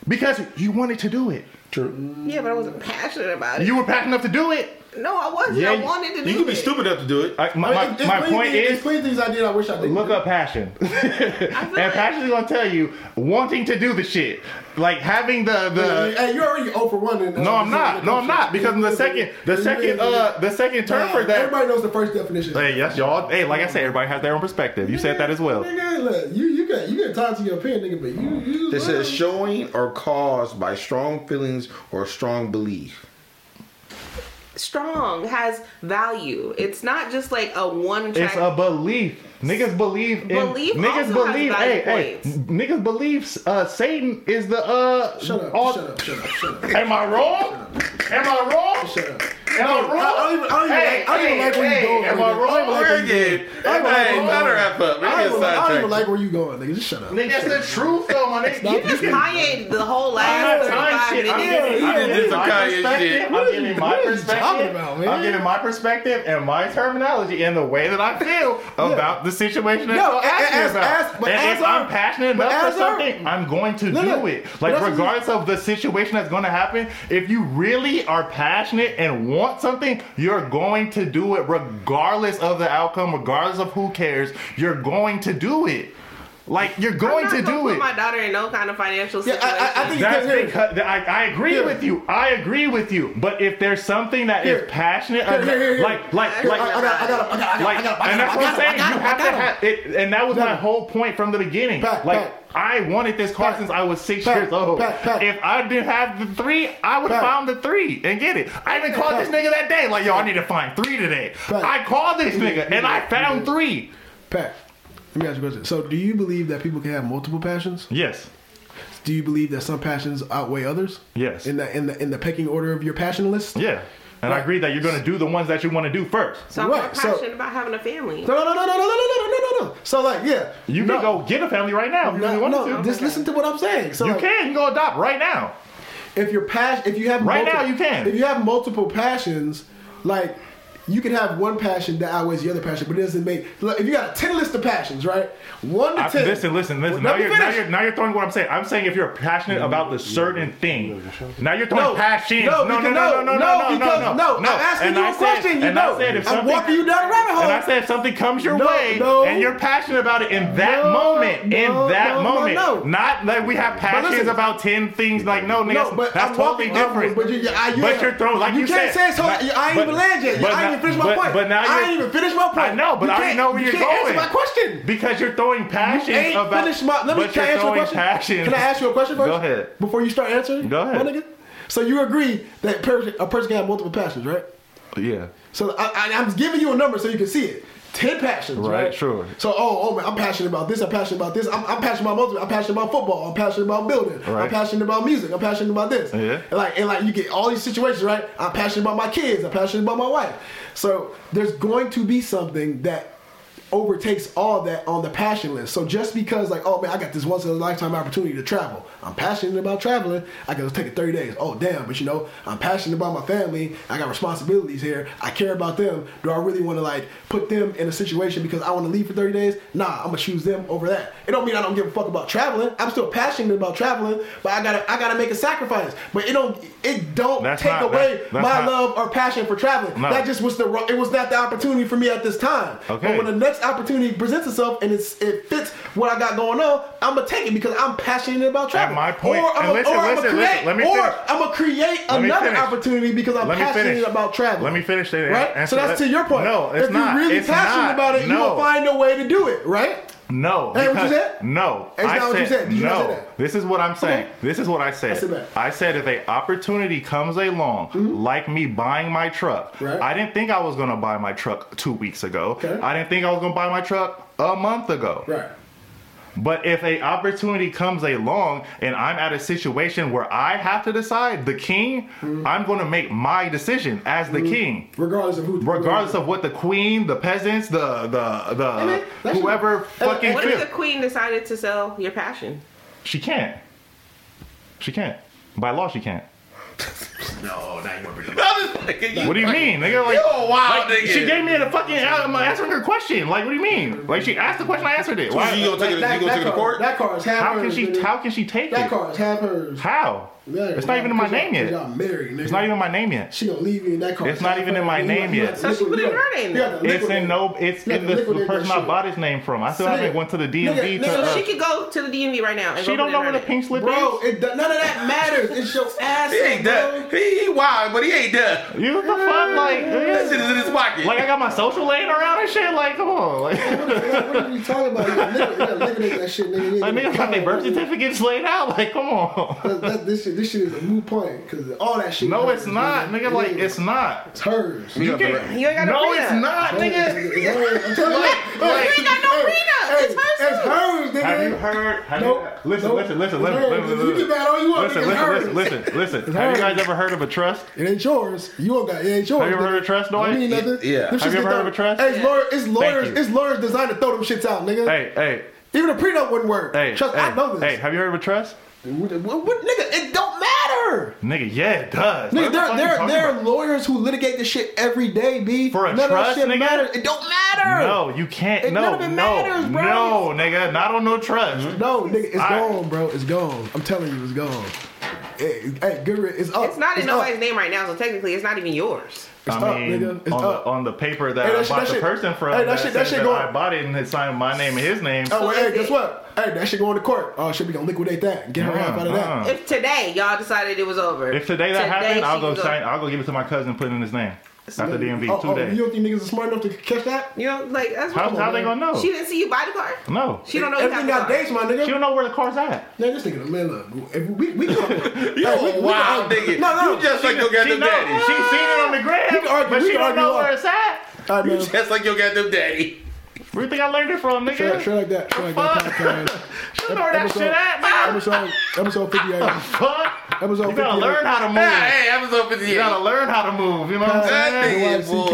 [SPEAKER 2] Because you wanted to do it.
[SPEAKER 6] Yeah, but I wasn't passionate about it.
[SPEAKER 2] You were passionate enough to do it.
[SPEAKER 6] no, I wasn't.
[SPEAKER 2] Yeah,
[SPEAKER 6] I
[SPEAKER 2] you-
[SPEAKER 6] wanted to do
[SPEAKER 5] You could be
[SPEAKER 6] it.
[SPEAKER 5] stupid enough to do it.
[SPEAKER 2] I- my
[SPEAKER 3] I
[SPEAKER 2] my,
[SPEAKER 3] mean, it's
[SPEAKER 2] my
[SPEAKER 3] plenty
[SPEAKER 2] point
[SPEAKER 3] things-
[SPEAKER 2] is,
[SPEAKER 3] it's plenty things I did I wish I did.
[SPEAKER 2] Look up passion. and passion is gonna tell you wanting to do the shit, like having the the.
[SPEAKER 3] Hey, you're already 0 for one. In, uh,
[SPEAKER 2] uh, No, I'm not. No, I'm not. Because the second, the second, uh, the second term for that.
[SPEAKER 3] Everybody knows the first definition.
[SPEAKER 2] Hey, yes, y'all. Hey, like I said, everybody has their own perspective. You said that as well.
[SPEAKER 3] Nigga, look, you you got you got tied to your opinion, nigga, but you you.
[SPEAKER 4] It says showing or caused by strong feelings or strong belief.
[SPEAKER 6] Strong has value. It's not just like a one track.
[SPEAKER 2] It's a belief. Niggas believe in
[SPEAKER 6] Belief
[SPEAKER 2] niggas
[SPEAKER 6] also has
[SPEAKER 2] believe hey
[SPEAKER 6] value
[SPEAKER 2] hey
[SPEAKER 6] points.
[SPEAKER 2] niggas believe uh Satan is the uh
[SPEAKER 3] shut up,
[SPEAKER 2] all-
[SPEAKER 3] shut up, shut up, shut up,
[SPEAKER 2] Am I wrong? Am I wrong?
[SPEAKER 3] shut up.
[SPEAKER 2] Am I wrong?
[SPEAKER 3] I don't even, I don't even,
[SPEAKER 2] Hey,
[SPEAKER 3] like, I don't even
[SPEAKER 2] hey,
[SPEAKER 3] like where
[SPEAKER 2] hey,
[SPEAKER 3] you going.
[SPEAKER 2] Am
[SPEAKER 3] nigga.
[SPEAKER 2] I wrong?
[SPEAKER 3] I don't even like where you
[SPEAKER 5] Again.
[SPEAKER 3] going.
[SPEAKER 5] Hey, let her wrap up. We
[SPEAKER 3] I
[SPEAKER 5] get
[SPEAKER 3] don't even- I don't even
[SPEAKER 5] sidetracked.
[SPEAKER 3] like where you going, nigga. Just shut up.
[SPEAKER 2] Nigga, it's the truth though, my nigga.
[SPEAKER 6] you just Kanye the whole last
[SPEAKER 2] I'm
[SPEAKER 6] 35 minutes.
[SPEAKER 2] giving- I'm
[SPEAKER 5] Yeah,
[SPEAKER 2] giving
[SPEAKER 5] yeah,
[SPEAKER 2] my
[SPEAKER 5] yeah.
[SPEAKER 2] perspective. I'm giving my
[SPEAKER 3] What are you talking
[SPEAKER 2] perspective.
[SPEAKER 3] about,
[SPEAKER 2] I'm
[SPEAKER 3] man?
[SPEAKER 2] giving my perspective and my terminology and the way that I feel about the situation that
[SPEAKER 3] No,
[SPEAKER 2] y'all asked me
[SPEAKER 3] as- as-
[SPEAKER 2] about.
[SPEAKER 3] but
[SPEAKER 2] And
[SPEAKER 3] as
[SPEAKER 2] if I'm
[SPEAKER 3] our-
[SPEAKER 2] passionate
[SPEAKER 3] but
[SPEAKER 2] enough for
[SPEAKER 3] as our-
[SPEAKER 2] something, I'm going to
[SPEAKER 3] No, no,
[SPEAKER 2] do it.
[SPEAKER 3] but
[SPEAKER 2] Like
[SPEAKER 3] that's what-
[SPEAKER 2] regardless of the situation that's going to happen, if you really are passionate and want something, you're going to do it regardless of the outcome, regardless of who cares. You're going to do it. Like you're going
[SPEAKER 6] I'm
[SPEAKER 2] to
[SPEAKER 6] not gonna
[SPEAKER 2] do
[SPEAKER 6] put
[SPEAKER 2] it.
[SPEAKER 6] My daughter in no kind of financial
[SPEAKER 3] Yeah,
[SPEAKER 6] situation.
[SPEAKER 3] I- I- I think-
[SPEAKER 2] That's
[SPEAKER 3] Here, here.
[SPEAKER 2] because I, I agree with you. I agree with you. But if there's something that is
[SPEAKER 3] Here.
[SPEAKER 2] passionate,
[SPEAKER 3] Here, here, here, here.
[SPEAKER 2] like like
[SPEAKER 6] Here,
[SPEAKER 2] like,
[SPEAKER 3] I, I got, I got, I got, I got,
[SPEAKER 2] like,
[SPEAKER 3] I got, I got,
[SPEAKER 2] and that's what I'm saying.
[SPEAKER 3] I got,
[SPEAKER 2] You
[SPEAKER 3] I
[SPEAKER 2] have to
[SPEAKER 3] got, I got.
[SPEAKER 2] have it, and that was my
[SPEAKER 3] Got him.
[SPEAKER 2] whole point from the beginning.
[SPEAKER 3] Pat,
[SPEAKER 2] like
[SPEAKER 3] Pat.
[SPEAKER 2] I wanted this car
[SPEAKER 3] Pat.
[SPEAKER 2] since I was six
[SPEAKER 3] Pat,
[SPEAKER 2] years old.
[SPEAKER 3] Pat, Pat.
[SPEAKER 2] If I didn't have the three, I would have
[SPEAKER 3] Pat.
[SPEAKER 2] found the three and get it. I even called this
[SPEAKER 3] Pat.
[SPEAKER 2] nigga that day. Like yo, I need to find three today.
[SPEAKER 3] Pat.
[SPEAKER 2] I called this nigga and I found three.
[SPEAKER 3] Pat, let me ask you a question. So, do you believe that people can have multiple passions?
[SPEAKER 2] Yes.
[SPEAKER 3] Do you believe that some passions outweigh others?
[SPEAKER 2] Yes.
[SPEAKER 3] In the in the in the pecking order of your passion list?
[SPEAKER 2] Yeah. And I agree that you're going to do the ones that you want to do first.
[SPEAKER 6] so I'm more
[SPEAKER 3] Right, so-
[SPEAKER 6] passionate about having a family.
[SPEAKER 3] No, no, no, no, no, no, no, no, no, no, no, no. So like, yeah,
[SPEAKER 2] You
[SPEAKER 3] no,
[SPEAKER 2] can go get a family right now if you really
[SPEAKER 3] No,
[SPEAKER 2] want
[SPEAKER 3] no,
[SPEAKER 2] to.
[SPEAKER 3] just listen to what I'm saying. So
[SPEAKER 2] you
[SPEAKER 3] like,
[SPEAKER 2] can. You can go adopt right now.
[SPEAKER 3] if you're passion, if you have
[SPEAKER 2] Right
[SPEAKER 3] multi-
[SPEAKER 2] now, you can.
[SPEAKER 3] If you have multiple passions, like you can have one passion that outweighs the other passion, but it doesn't make. Look, if you got a ten list of passions, right? One to
[SPEAKER 2] I,
[SPEAKER 3] ten.
[SPEAKER 2] listen, listen, listen.
[SPEAKER 3] Let
[SPEAKER 2] Now
[SPEAKER 3] me
[SPEAKER 2] you're, now
[SPEAKER 3] finish.
[SPEAKER 2] you're now you're throwing what I'm saying. I'm saying if you're passionate about the certain thing, now you're throwing
[SPEAKER 3] No,
[SPEAKER 2] passions.
[SPEAKER 3] no,
[SPEAKER 2] No, no, no,
[SPEAKER 3] because-
[SPEAKER 2] no, no, no, no, no,
[SPEAKER 3] because-
[SPEAKER 2] no,
[SPEAKER 3] no, I'm asking
[SPEAKER 2] And
[SPEAKER 3] you
[SPEAKER 2] I
[SPEAKER 3] a
[SPEAKER 2] said-
[SPEAKER 3] question, you
[SPEAKER 2] and I
[SPEAKER 3] know.
[SPEAKER 2] said if
[SPEAKER 3] I'm
[SPEAKER 2] something-
[SPEAKER 3] walking you down the rabbit hole.
[SPEAKER 2] And I said if something comes your
[SPEAKER 3] No,
[SPEAKER 2] way
[SPEAKER 3] no.
[SPEAKER 2] and you're passionate about it in that
[SPEAKER 3] No,
[SPEAKER 2] moment,
[SPEAKER 3] no,
[SPEAKER 2] in that
[SPEAKER 3] no, no,
[SPEAKER 2] moment,
[SPEAKER 3] no.
[SPEAKER 2] not like we have passions
[SPEAKER 3] listen-
[SPEAKER 2] about ten things. Like no, nigga,
[SPEAKER 3] No, but
[SPEAKER 2] that's
[SPEAKER 3] I'm
[SPEAKER 2] totally
[SPEAKER 3] walking- I'm-
[SPEAKER 2] different.
[SPEAKER 3] But, you, I, you,
[SPEAKER 2] But you're throwing- like you
[SPEAKER 3] can't
[SPEAKER 2] said,
[SPEAKER 3] say so.
[SPEAKER 2] but-
[SPEAKER 3] I ain't
[SPEAKER 2] but-
[SPEAKER 3] even land yet.
[SPEAKER 2] but
[SPEAKER 3] I
[SPEAKER 2] now-
[SPEAKER 3] ain't even finished my
[SPEAKER 2] but-
[SPEAKER 3] point.
[SPEAKER 2] but now
[SPEAKER 3] I
[SPEAKER 2] you're-
[SPEAKER 3] ain't even finished my point.
[SPEAKER 2] I know, but
[SPEAKER 3] You
[SPEAKER 2] I already
[SPEAKER 3] can't-
[SPEAKER 2] know where
[SPEAKER 3] you
[SPEAKER 2] you're
[SPEAKER 3] can't
[SPEAKER 2] going.
[SPEAKER 3] Answer my question.
[SPEAKER 2] Because you're throwing passions
[SPEAKER 3] You ain't
[SPEAKER 2] about.
[SPEAKER 3] finished my. Let me
[SPEAKER 2] but
[SPEAKER 3] can I
[SPEAKER 2] you're
[SPEAKER 3] answer a
[SPEAKER 2] throwing
[SPEAKER 3] question?
[SPEAKER 2] passions.
[SPEAKER 3] Can I ask you a question first?
[SPEAKER 2] Go ahead.
[SPEAKER 3] Before you start answering,
[SPEAKER 2] Go ahead.
[SPEAKER 3] my nigga. So you agree that per- a person can have multiple passions, right?
[SPEAKER 2] Yeah.
[SPEAKER 3] So I, I, I'm giving you a number so you can see it. Ten passions,
[SPEAKER 2] Right,
[SPEAKER 3] right?
[SPEAKER 2] sure.
[SPEAKER 3] So, oh, oh man, I'm passionate about this. I'm passionate about this. I'm, I'm passionate about multiple. I'm passionate about football. I'm passionate about building.
[SPEAKER 2] Right.
[SPEAKER 3] I'm passionate about music. I'm passionate about this.
[SPEAKER 2] Yeah.
[SPEAKER 3] And like, and like, you get all these situations, right? I'm passionate about my kids. I'm passionate about my wife. So there's going to be something that overtakes all that on the passion list. So just because like, oh man, I got this once in a lifetime opportunity to travel. I'm passionate about traveling. I can take it 30 days. Oh damn, but you know, I'm passionate about my family. I got responsibilities here. I care about them. Do I really want to like put them in a situation because I want to leave for 30 days? Nah, I'm gonna choose them over that. It don't mean I don't give a fuck about traveling. I'm still passionate about traveling, but I gotta I gotta make a sacrifice. But it don't it don't
[SPEAKER 2] That's
[SPEAKER 3] take
[SPEAKER 2] not-
[SPEAKER 3] away
[SPEAKER 2] that- that's
[SPEAKER 3] my
[SPEAKER 2] not-
[SPEAKER 3] love or passion for traveling.
[SPEAKER 2] No.
[SPEAKER 3] That just was the wrong, it was not the opportunity for me at this time.
[SPEAKER 2] Okay.
[SPEAKER 3] But when the next opportunity presents itself and it's, it fits what I got going on, I'm gonna take it because I'm passionate about traveling.
[SPEAKER 2] my point-
[SPEAKER 3] or I'm
[SPEAKER 2] and
[SPEAKER 3] gonna
[SPEAKER 2] listen,
[SPEAKER 3] or I'ma
[SPEAKER 2] listen,
[SPEAKER 3] create,
[SPEAKER 2] listen, let me
[SPEAKER 3] or
[SPEAKER 2] finish.
[SPEAKER 3] I'm gonna create
[SPEAKER 2] Let me
[SPEAKER 3] another
[SPEAKER 2] finish.
[SPEAKER 3] opportunity because I'm
[SPEAKER 2] Let me
[SPEAKER 3] passionate
[SPEAKER 2] finish.
[SPEAKER 3] about traveling.
[SPEAKER 2] Let me finish that
[SPEAKER 3] Right.
[SPEAKER 2] answer.
[SPEAKER 3] so that's
[SPEAKER 2] Let-
[SPEAKER 3] to your point.
[SPEAKER 2] No, it's
[SPEAKER 3] if
[SPEAKER 2] not.
[SPEAKER 3] you're really
[SPEAKER 2] It's
[SPEAKER 3] passionate
[SPEAKER 2] not.
[SPEAKER 3] about it, you
[SPEAKER 2] No.
[SPEAKER 3] will find a way to do it. Right.
[SPEAKER 2] No.
[SPEAKER 3] Hey, what you
[SPEAKER 2] because-
[SPEAKER 3] said?
[SPEAKER 2] No.
[SPEAKER 3] That's
[SPEAKER 2] I
[SPEAKER 3] not what you said. Did you not
[SPEAKER 2] no.
[SPEAKER 3] say that?
[SPEAKER 2] This is what I'm saying.
[SPEAKER 3] Okay.
[SPEAKER 2] This is what I
[SPEAKER 3] I said
[SPEAKER 2] said.
[SPEAKER 3] that.
[SPEAKER 2] I said if a opportunity comes along, like me buying my truck,
[SPEAKER 3] Mm-hmm. Right.
[SPEAKER 2] I didn't think I was gonna buy my truck two weeks ago.
[SPEAKER 3] Okay.
[SPEAKER 2] I didn't think I was gonna buy my truck a month ago.
[SPEAKER 3] Right.
[SPEAKER 2] But if a opportunity comes along and I'm at a situation where I have to decide the king,
[SPEAKER 3] Mm-hmm.
[SPEAKER 2] I'm gonna make my decision as the king
[SPEAKER 3] Regardless of who.
[SPEAKER 2] regardless of what the queen, the peasants, the the the
[SPEAKER 3] I mean, that's-
[SPEAKER 2] whoever
[SPEAKER 3] and-
[SPEAKER 2] fucking
[SPEAKER 6] What if the
[SPEAKER 2] feel-
[SPEAKER 6] queen decided to sell your passion?
[SPEAKER 2] she can't. She can't. By law, she can't. What do you mean, nigga? Like,
[SPEAKER 5] a wild
[SPEAKER 2] like, she
[SPEAKER 5] nigga.
[SPEAKER 2] gave me the fucking. I'm answering her question. Like, what do you mean? Like, she asked the question, I answered it.
[SPEAKER 5] you
[SPEAKER 2] Why?
[SPEAKER 5] gonna take it? You
[SPEAKER 3] that,
[SPEAKER 5] gonna
[SPEAKER 3] that
[SPEAKER 5] take it to
[SPEAKER 3] card-
[SPEAKER 5] court?
[SPEAKER 3] That car is half
[SPEAKER 2] How can
[SPEAKER 3] hers,
[SPEAKER 2] she?
[SPEAKER 3] nigga.
[SPEAKER 2] How can she take
[SPEAKER 3] That
[SPEAKER 2] it?
[SPEAKER 3] car is half hers.
[SPEAKER 2] How?
[SPEAKER 3] Yeah,
[SPEAKER 2] It's not even in my
[SPEAKER 3] 'cause y'all-
[SPEAKER 2] name
[SPEAKER 3] 'cause Y'all
[SPEAKER 2] yet.
[SPEAKER 3] married, nigga.
[SPEAKER 2] It's not even my name yet.
[SPEAKER 3] She gonna leave you in that car.
[SPEAKER 2] It's not even in my name yet.
[SPEAKER 6] So she put it in her name then.
[SPEAKER 2] It's in no. It's
[SPEAKER 3] Yeah,
[SPEAKER 2] in the, the
[SPEAKER 3] liquidate that
[SPEAKER 2] person I
[SPEAKER 3] shit.
[SPEAKER 2] bought his name from. I still
[SPEAKER 3] Nigga,
[SPEAKER 2] haven't went to the DMV.
[SPEAKER 3] nigga,
[SPEAKER 2] to,
[SPEAKER 6] So
[SPEAKER 2] uh,
[SPEAKER 6] she could go to the DMV right now. And
[SPEAKER 2] she
[SPEAKER 6] go
[SPEAKER 2] don't
[SPEAKER 6] put it
[SPEAKER 2] know where
[SPEAKER 6] in her
[SPEAKER 2] the
[SPEAKER 6] name.
[SPEAKER 2] pink slip
[SPEAKER 3] Bro,
[SPEAKER 2] is.
[SPEAKER 3] it, do- none of that matters. It's your ass.
[SPEAKER 5] He ain't done. He, he wild, but he ain't done.
[SPEAKER 2] You the fuck like.
[SPEAKER 5] That shit is in his pocket.
[SPEAKER 2] Like I got my social laying around and shit. Like, come on, like,
[SPEAKER 3] What are you talking about? You gotta liquidate- you gotta liquidate that shit, nigga. You ain't
[SPEAKER 2] like
[SPEAKER 3] even
[SPEAKER 2] niggas got their
[SPEAKER 3] talking
[SPEAKER 2] birth
[SPEAKER 3] about it.
[SPEAKER 2] certificates laid out. Like, come on.
[SPEAKER 3] That, that, this shit, this shit is a moot point because all that shit.
[SPEAKER 2] No,
[SPEAKER 3] hers,
[SPEAKER 2] it's not, nigga.
[SPEAKER 3] It
[SPEAKER 2] Like,
[SPEAKER 3] is.
[SPEAKER 2] it's not.
[SPEAKER 3] It's hers.
[SPEAKER 2] You
[SPEAKER 4] got the
[SPEAKER 2] can't.
[SPEAKER 6] You ain't got
[SPEAKER 2] No,
[SPEAKER 6] a
[SPEAKER 2] it's
[SPEAKER 6] prenup.
[SPEAKER 2] not, nigga.
[SPEAKER 3] It's hers. I'm telling you.
[SPEAKER 2] like-
[SPEAKER 6] You ain't got no
[SPEAKER 3] Hey,
[SPEAKER 6] prenup.
[SPEAKER 3] hey,
[SPEAKER 6] It's hers.
[SPEAKER 3] It's
[SPEAKER 6] too.
[SPEAKER 3] hers, nigga.
[SPEAKER 2] Have you heard? Have
[SPEAKER 3] Nope.
[SPEAKER 2] you, listen,
[SPEAKER 3] Nope.
[SPEAKER 2] listen, listen,
[SPEAKER 3] It's
[SPEAKER 2] listen,
[SPEAKER 3] hers.
[SPEAKER 2] listen, listen,
[SPEAKER 3] You can bet all you want,
[SPEAKER 2] Listen,
[SPEAKER 3] nigga. It's
[SPEAKER 2] listen,
[SPEAKER 3] hers.
[SPEAKER 2] listen, listen, listen. Have you guys
[SPEAKER 3] hers.
[SPEAKER 2] ever heard of a trust?
[SPEAKER 3] It ain't yours. You don't got. It ain't yours.
[SPEAKER 2] Have you ever
[SPEAKER 3] nigga.
[SPEAKER 2] heard of trust,
[SPEAKER 3] Don't
[SPEAKER 2] Dwight?
[SPEAKER 3] mean nothing.
[SPEAKER 10] Yeah.
[SPEAKER 3] Them
[SPEAKER 2] Have
[SPEAKER 3] shits
[SPEAKER 2] you ever
[SPEAKER 3] is
[SPEAKER 2] heard of a
[SPEAKER 3] dumb.
[SPEAKER 2] trust?
[SPEAKER 3] Hey, it's lawyer. It's lawyers.
[SPEAKER 2] you.
[SPEAKER 3] It's lawyers designed to throw them shits out, nigga.
[SPEAKER 2] Hey, hey,
[SPEAKER 3] Even a prenup wouldn't work.
[SPEAKER 2] hey.
[SPEAKER 3] Trust.
[SPEAKER 2] hey,
[SPEAKER 3] I know this.
[SPEAKER 2] Hey, have you heard of a trust?
[SPEAKER 3] What, what- what- nigga? It don't matter.
[SPEAKER 2] Nigga, yeah, it does.
[SPEAKER 3] Nigga,
[SPEAKER 2] What the
[SPEAKER 3] there,
[SPEAKER 2] fuck you
[SPEAKER 3] there,
[SPEAKER 2] talking
[SPEAKER 3] there
[SPEAKER 2] about?
[SPEAKER 3] are lawyers who litigate this shit every day, B.
[SPEAKER 2] For a
[SPEAKER 3] none
[SPEAKER 2] trust,
[SPEAKER 3] of that shit
[SPEAKER 2] nigga?
[SPEAKER 3] matters. It don't matter.
[SPEAKER 2] No, you can't.
[SPEAKER 3] It-
[SPEAKER 2] no,
[SPEAKER 3] none of it
[SPEAKER 2] no,
[SPEAKER 3] matters, bro.
[SPEAKER 2] no, nigga, not on no trust.
[SPEAKER 3] No, nigga, it's
[SPEAKER 2] All right.
[SPEAKER 3] gone, bro. It's gone. I'm telling you, it's gone. Hey, hey good ri- it's up.
[SPEAKER 6] It's not in
[SPEAKER 3] up.
[SPEAKER 6] nobody's name right now, so technically it's not even yours.
[SPEAKER 3] It's
[SPEAKER 2] I
[SPEAKER 3] up,
[SPEAKER 2] mean,
[SPEAKER 3] nigga. It's
[SPEAKER 2] on,
[SPEAKER 3] up.
[SPEAKER 2] The, on the paper that
[SPEAKER 3] Hey, that
[SPEAKER 2] I
[SPEAKER 3] shit-
[SPEAKER 2] bought
[SPEAKER 3] that
[SPEAKER 2] the
[SPEAKER 3] shit-
[SPEAKER 2] person from,
[SPEAKER 3] hey, that
[SPEAKER 2] that,
[SPEAKER 3] shit-
[SPEAKER 2] shit,
[SPEAKER 3] that
[SPEAKER 2] that,
[SPEAKER 3] shit
[SPEAKER 2] that
[SPEAKER 3] going-
[SPEAKER 2] I bought it and it signed my name and his name.
[SPEAKER 3] Oh,
[SPEAKER 6] So
[SPEAKER 3] hey,
[SPEAKER 6] is
[SPEAKER 3] guess
[SPEAKER 6] it-
[SPEAKER 3] what? Hey, that shit going to court. Oh, should we gonna liquidate that? Get her
[SPEAKER 2] Uh,
[SPEAKER 3] half out of that.
[SPEAKER 2] uh.
[SPEAKER 6] If today y'all decided it was over,
[SPEAKER 2] if today that happened, I'll
[SPEAKER 6] she
[SPEAKER 2] go
[SPEAKER 6] can
[SPEAKER 2] sign. I'll go give it to my cousin, and put it in his name at the DMV
[SPEAKER 3] oh, oh,
[SPEAKER 2] today.
[SPEAKER 3] You don't think niggas are smart enough to catch that?
[SPEAKER 6] You know, like that's
[SPEAKER 2] how
[SPEAKER 6] what-
[SPEAKER 2] how they gonna know?
[SPEAKER 6] She didn't see you buy the car.
[SPEAKER 2] no,
[SPEAKER 6] She don't know you
[SPEAKER 3] Everything
[SPEAKER 6] have the
[SPEAKER 3] got
[SPEAKER 6] car.
[SPEAKER 3] dates, my nigga.
[SPEAKER 2] She don't know where the car's at.
[SPEAKER 3] Man, this nigga, man, look. If we, we, can argue.
[SPEAKER 5] You
[SPEAKER 3] Hey, we-
[SPEAKER 5] a
[SPEAKER 3] we can
[SPEAKER 5] wild
[SPEAKER 3] argue.
[SPEAKER 5] nigga.
[SPEAKER 3] No, no.
[SPEAKER 5] You just like your
[SPEAKER 2] She
[SPEAKER 5] goddamn
[SPEAKER 2] know.
[SPEAKER 5] daddy.
[SPEAKER 2] She seen it on the
[SPEAKER 3] We
[SPEAKER 2] gram,
[SPEAKER 3] can argue-
[SPEAKER 2] but
[SPEAKER 3] we
[SPEAKER 2] she
[SPEAKER 3] can
[SPEAKER 2] don't
[SPEAKER 3] argue
[SPEAKER 2] know
[SPEAKER 3] all-
[SPEAKER 2] where it's at.
[SPEAKER 3] All right, man.
[SPEAKER 5] You just like your goddamn daddy.
[SPEAKER 2] Where you think I learned it from, nigga?
[SPEAKER 3] Straight, straight like that. Straight like that
[SPEAKER 2] Fuck.
[SPEAKER 3] podcast.
[SPEAKER 2] She know where that shit at, man.
[SPEAKER 3] Episode, episode 58.
[SPEAKER 2] Fuck.
[SPEAKER 3] Episode
[SPEAKER 2] You gotta
[SPEAKER 3] 58.
[SPEAKER 2] learn how to move.
[SPEAKER 5] Hey, hey, episode
[SPEAKER 2] You
[SPEAKER 5] 58.
[SPEAKER 2] gotta learn how to move. You know what I'm
[SPEAKER 3] Podcast,
[SPEAKER 2] saying?
[SPEAKER 5] That nigga,
[SPEAKER 3] NYCK.
[SPEAKER 5] boy.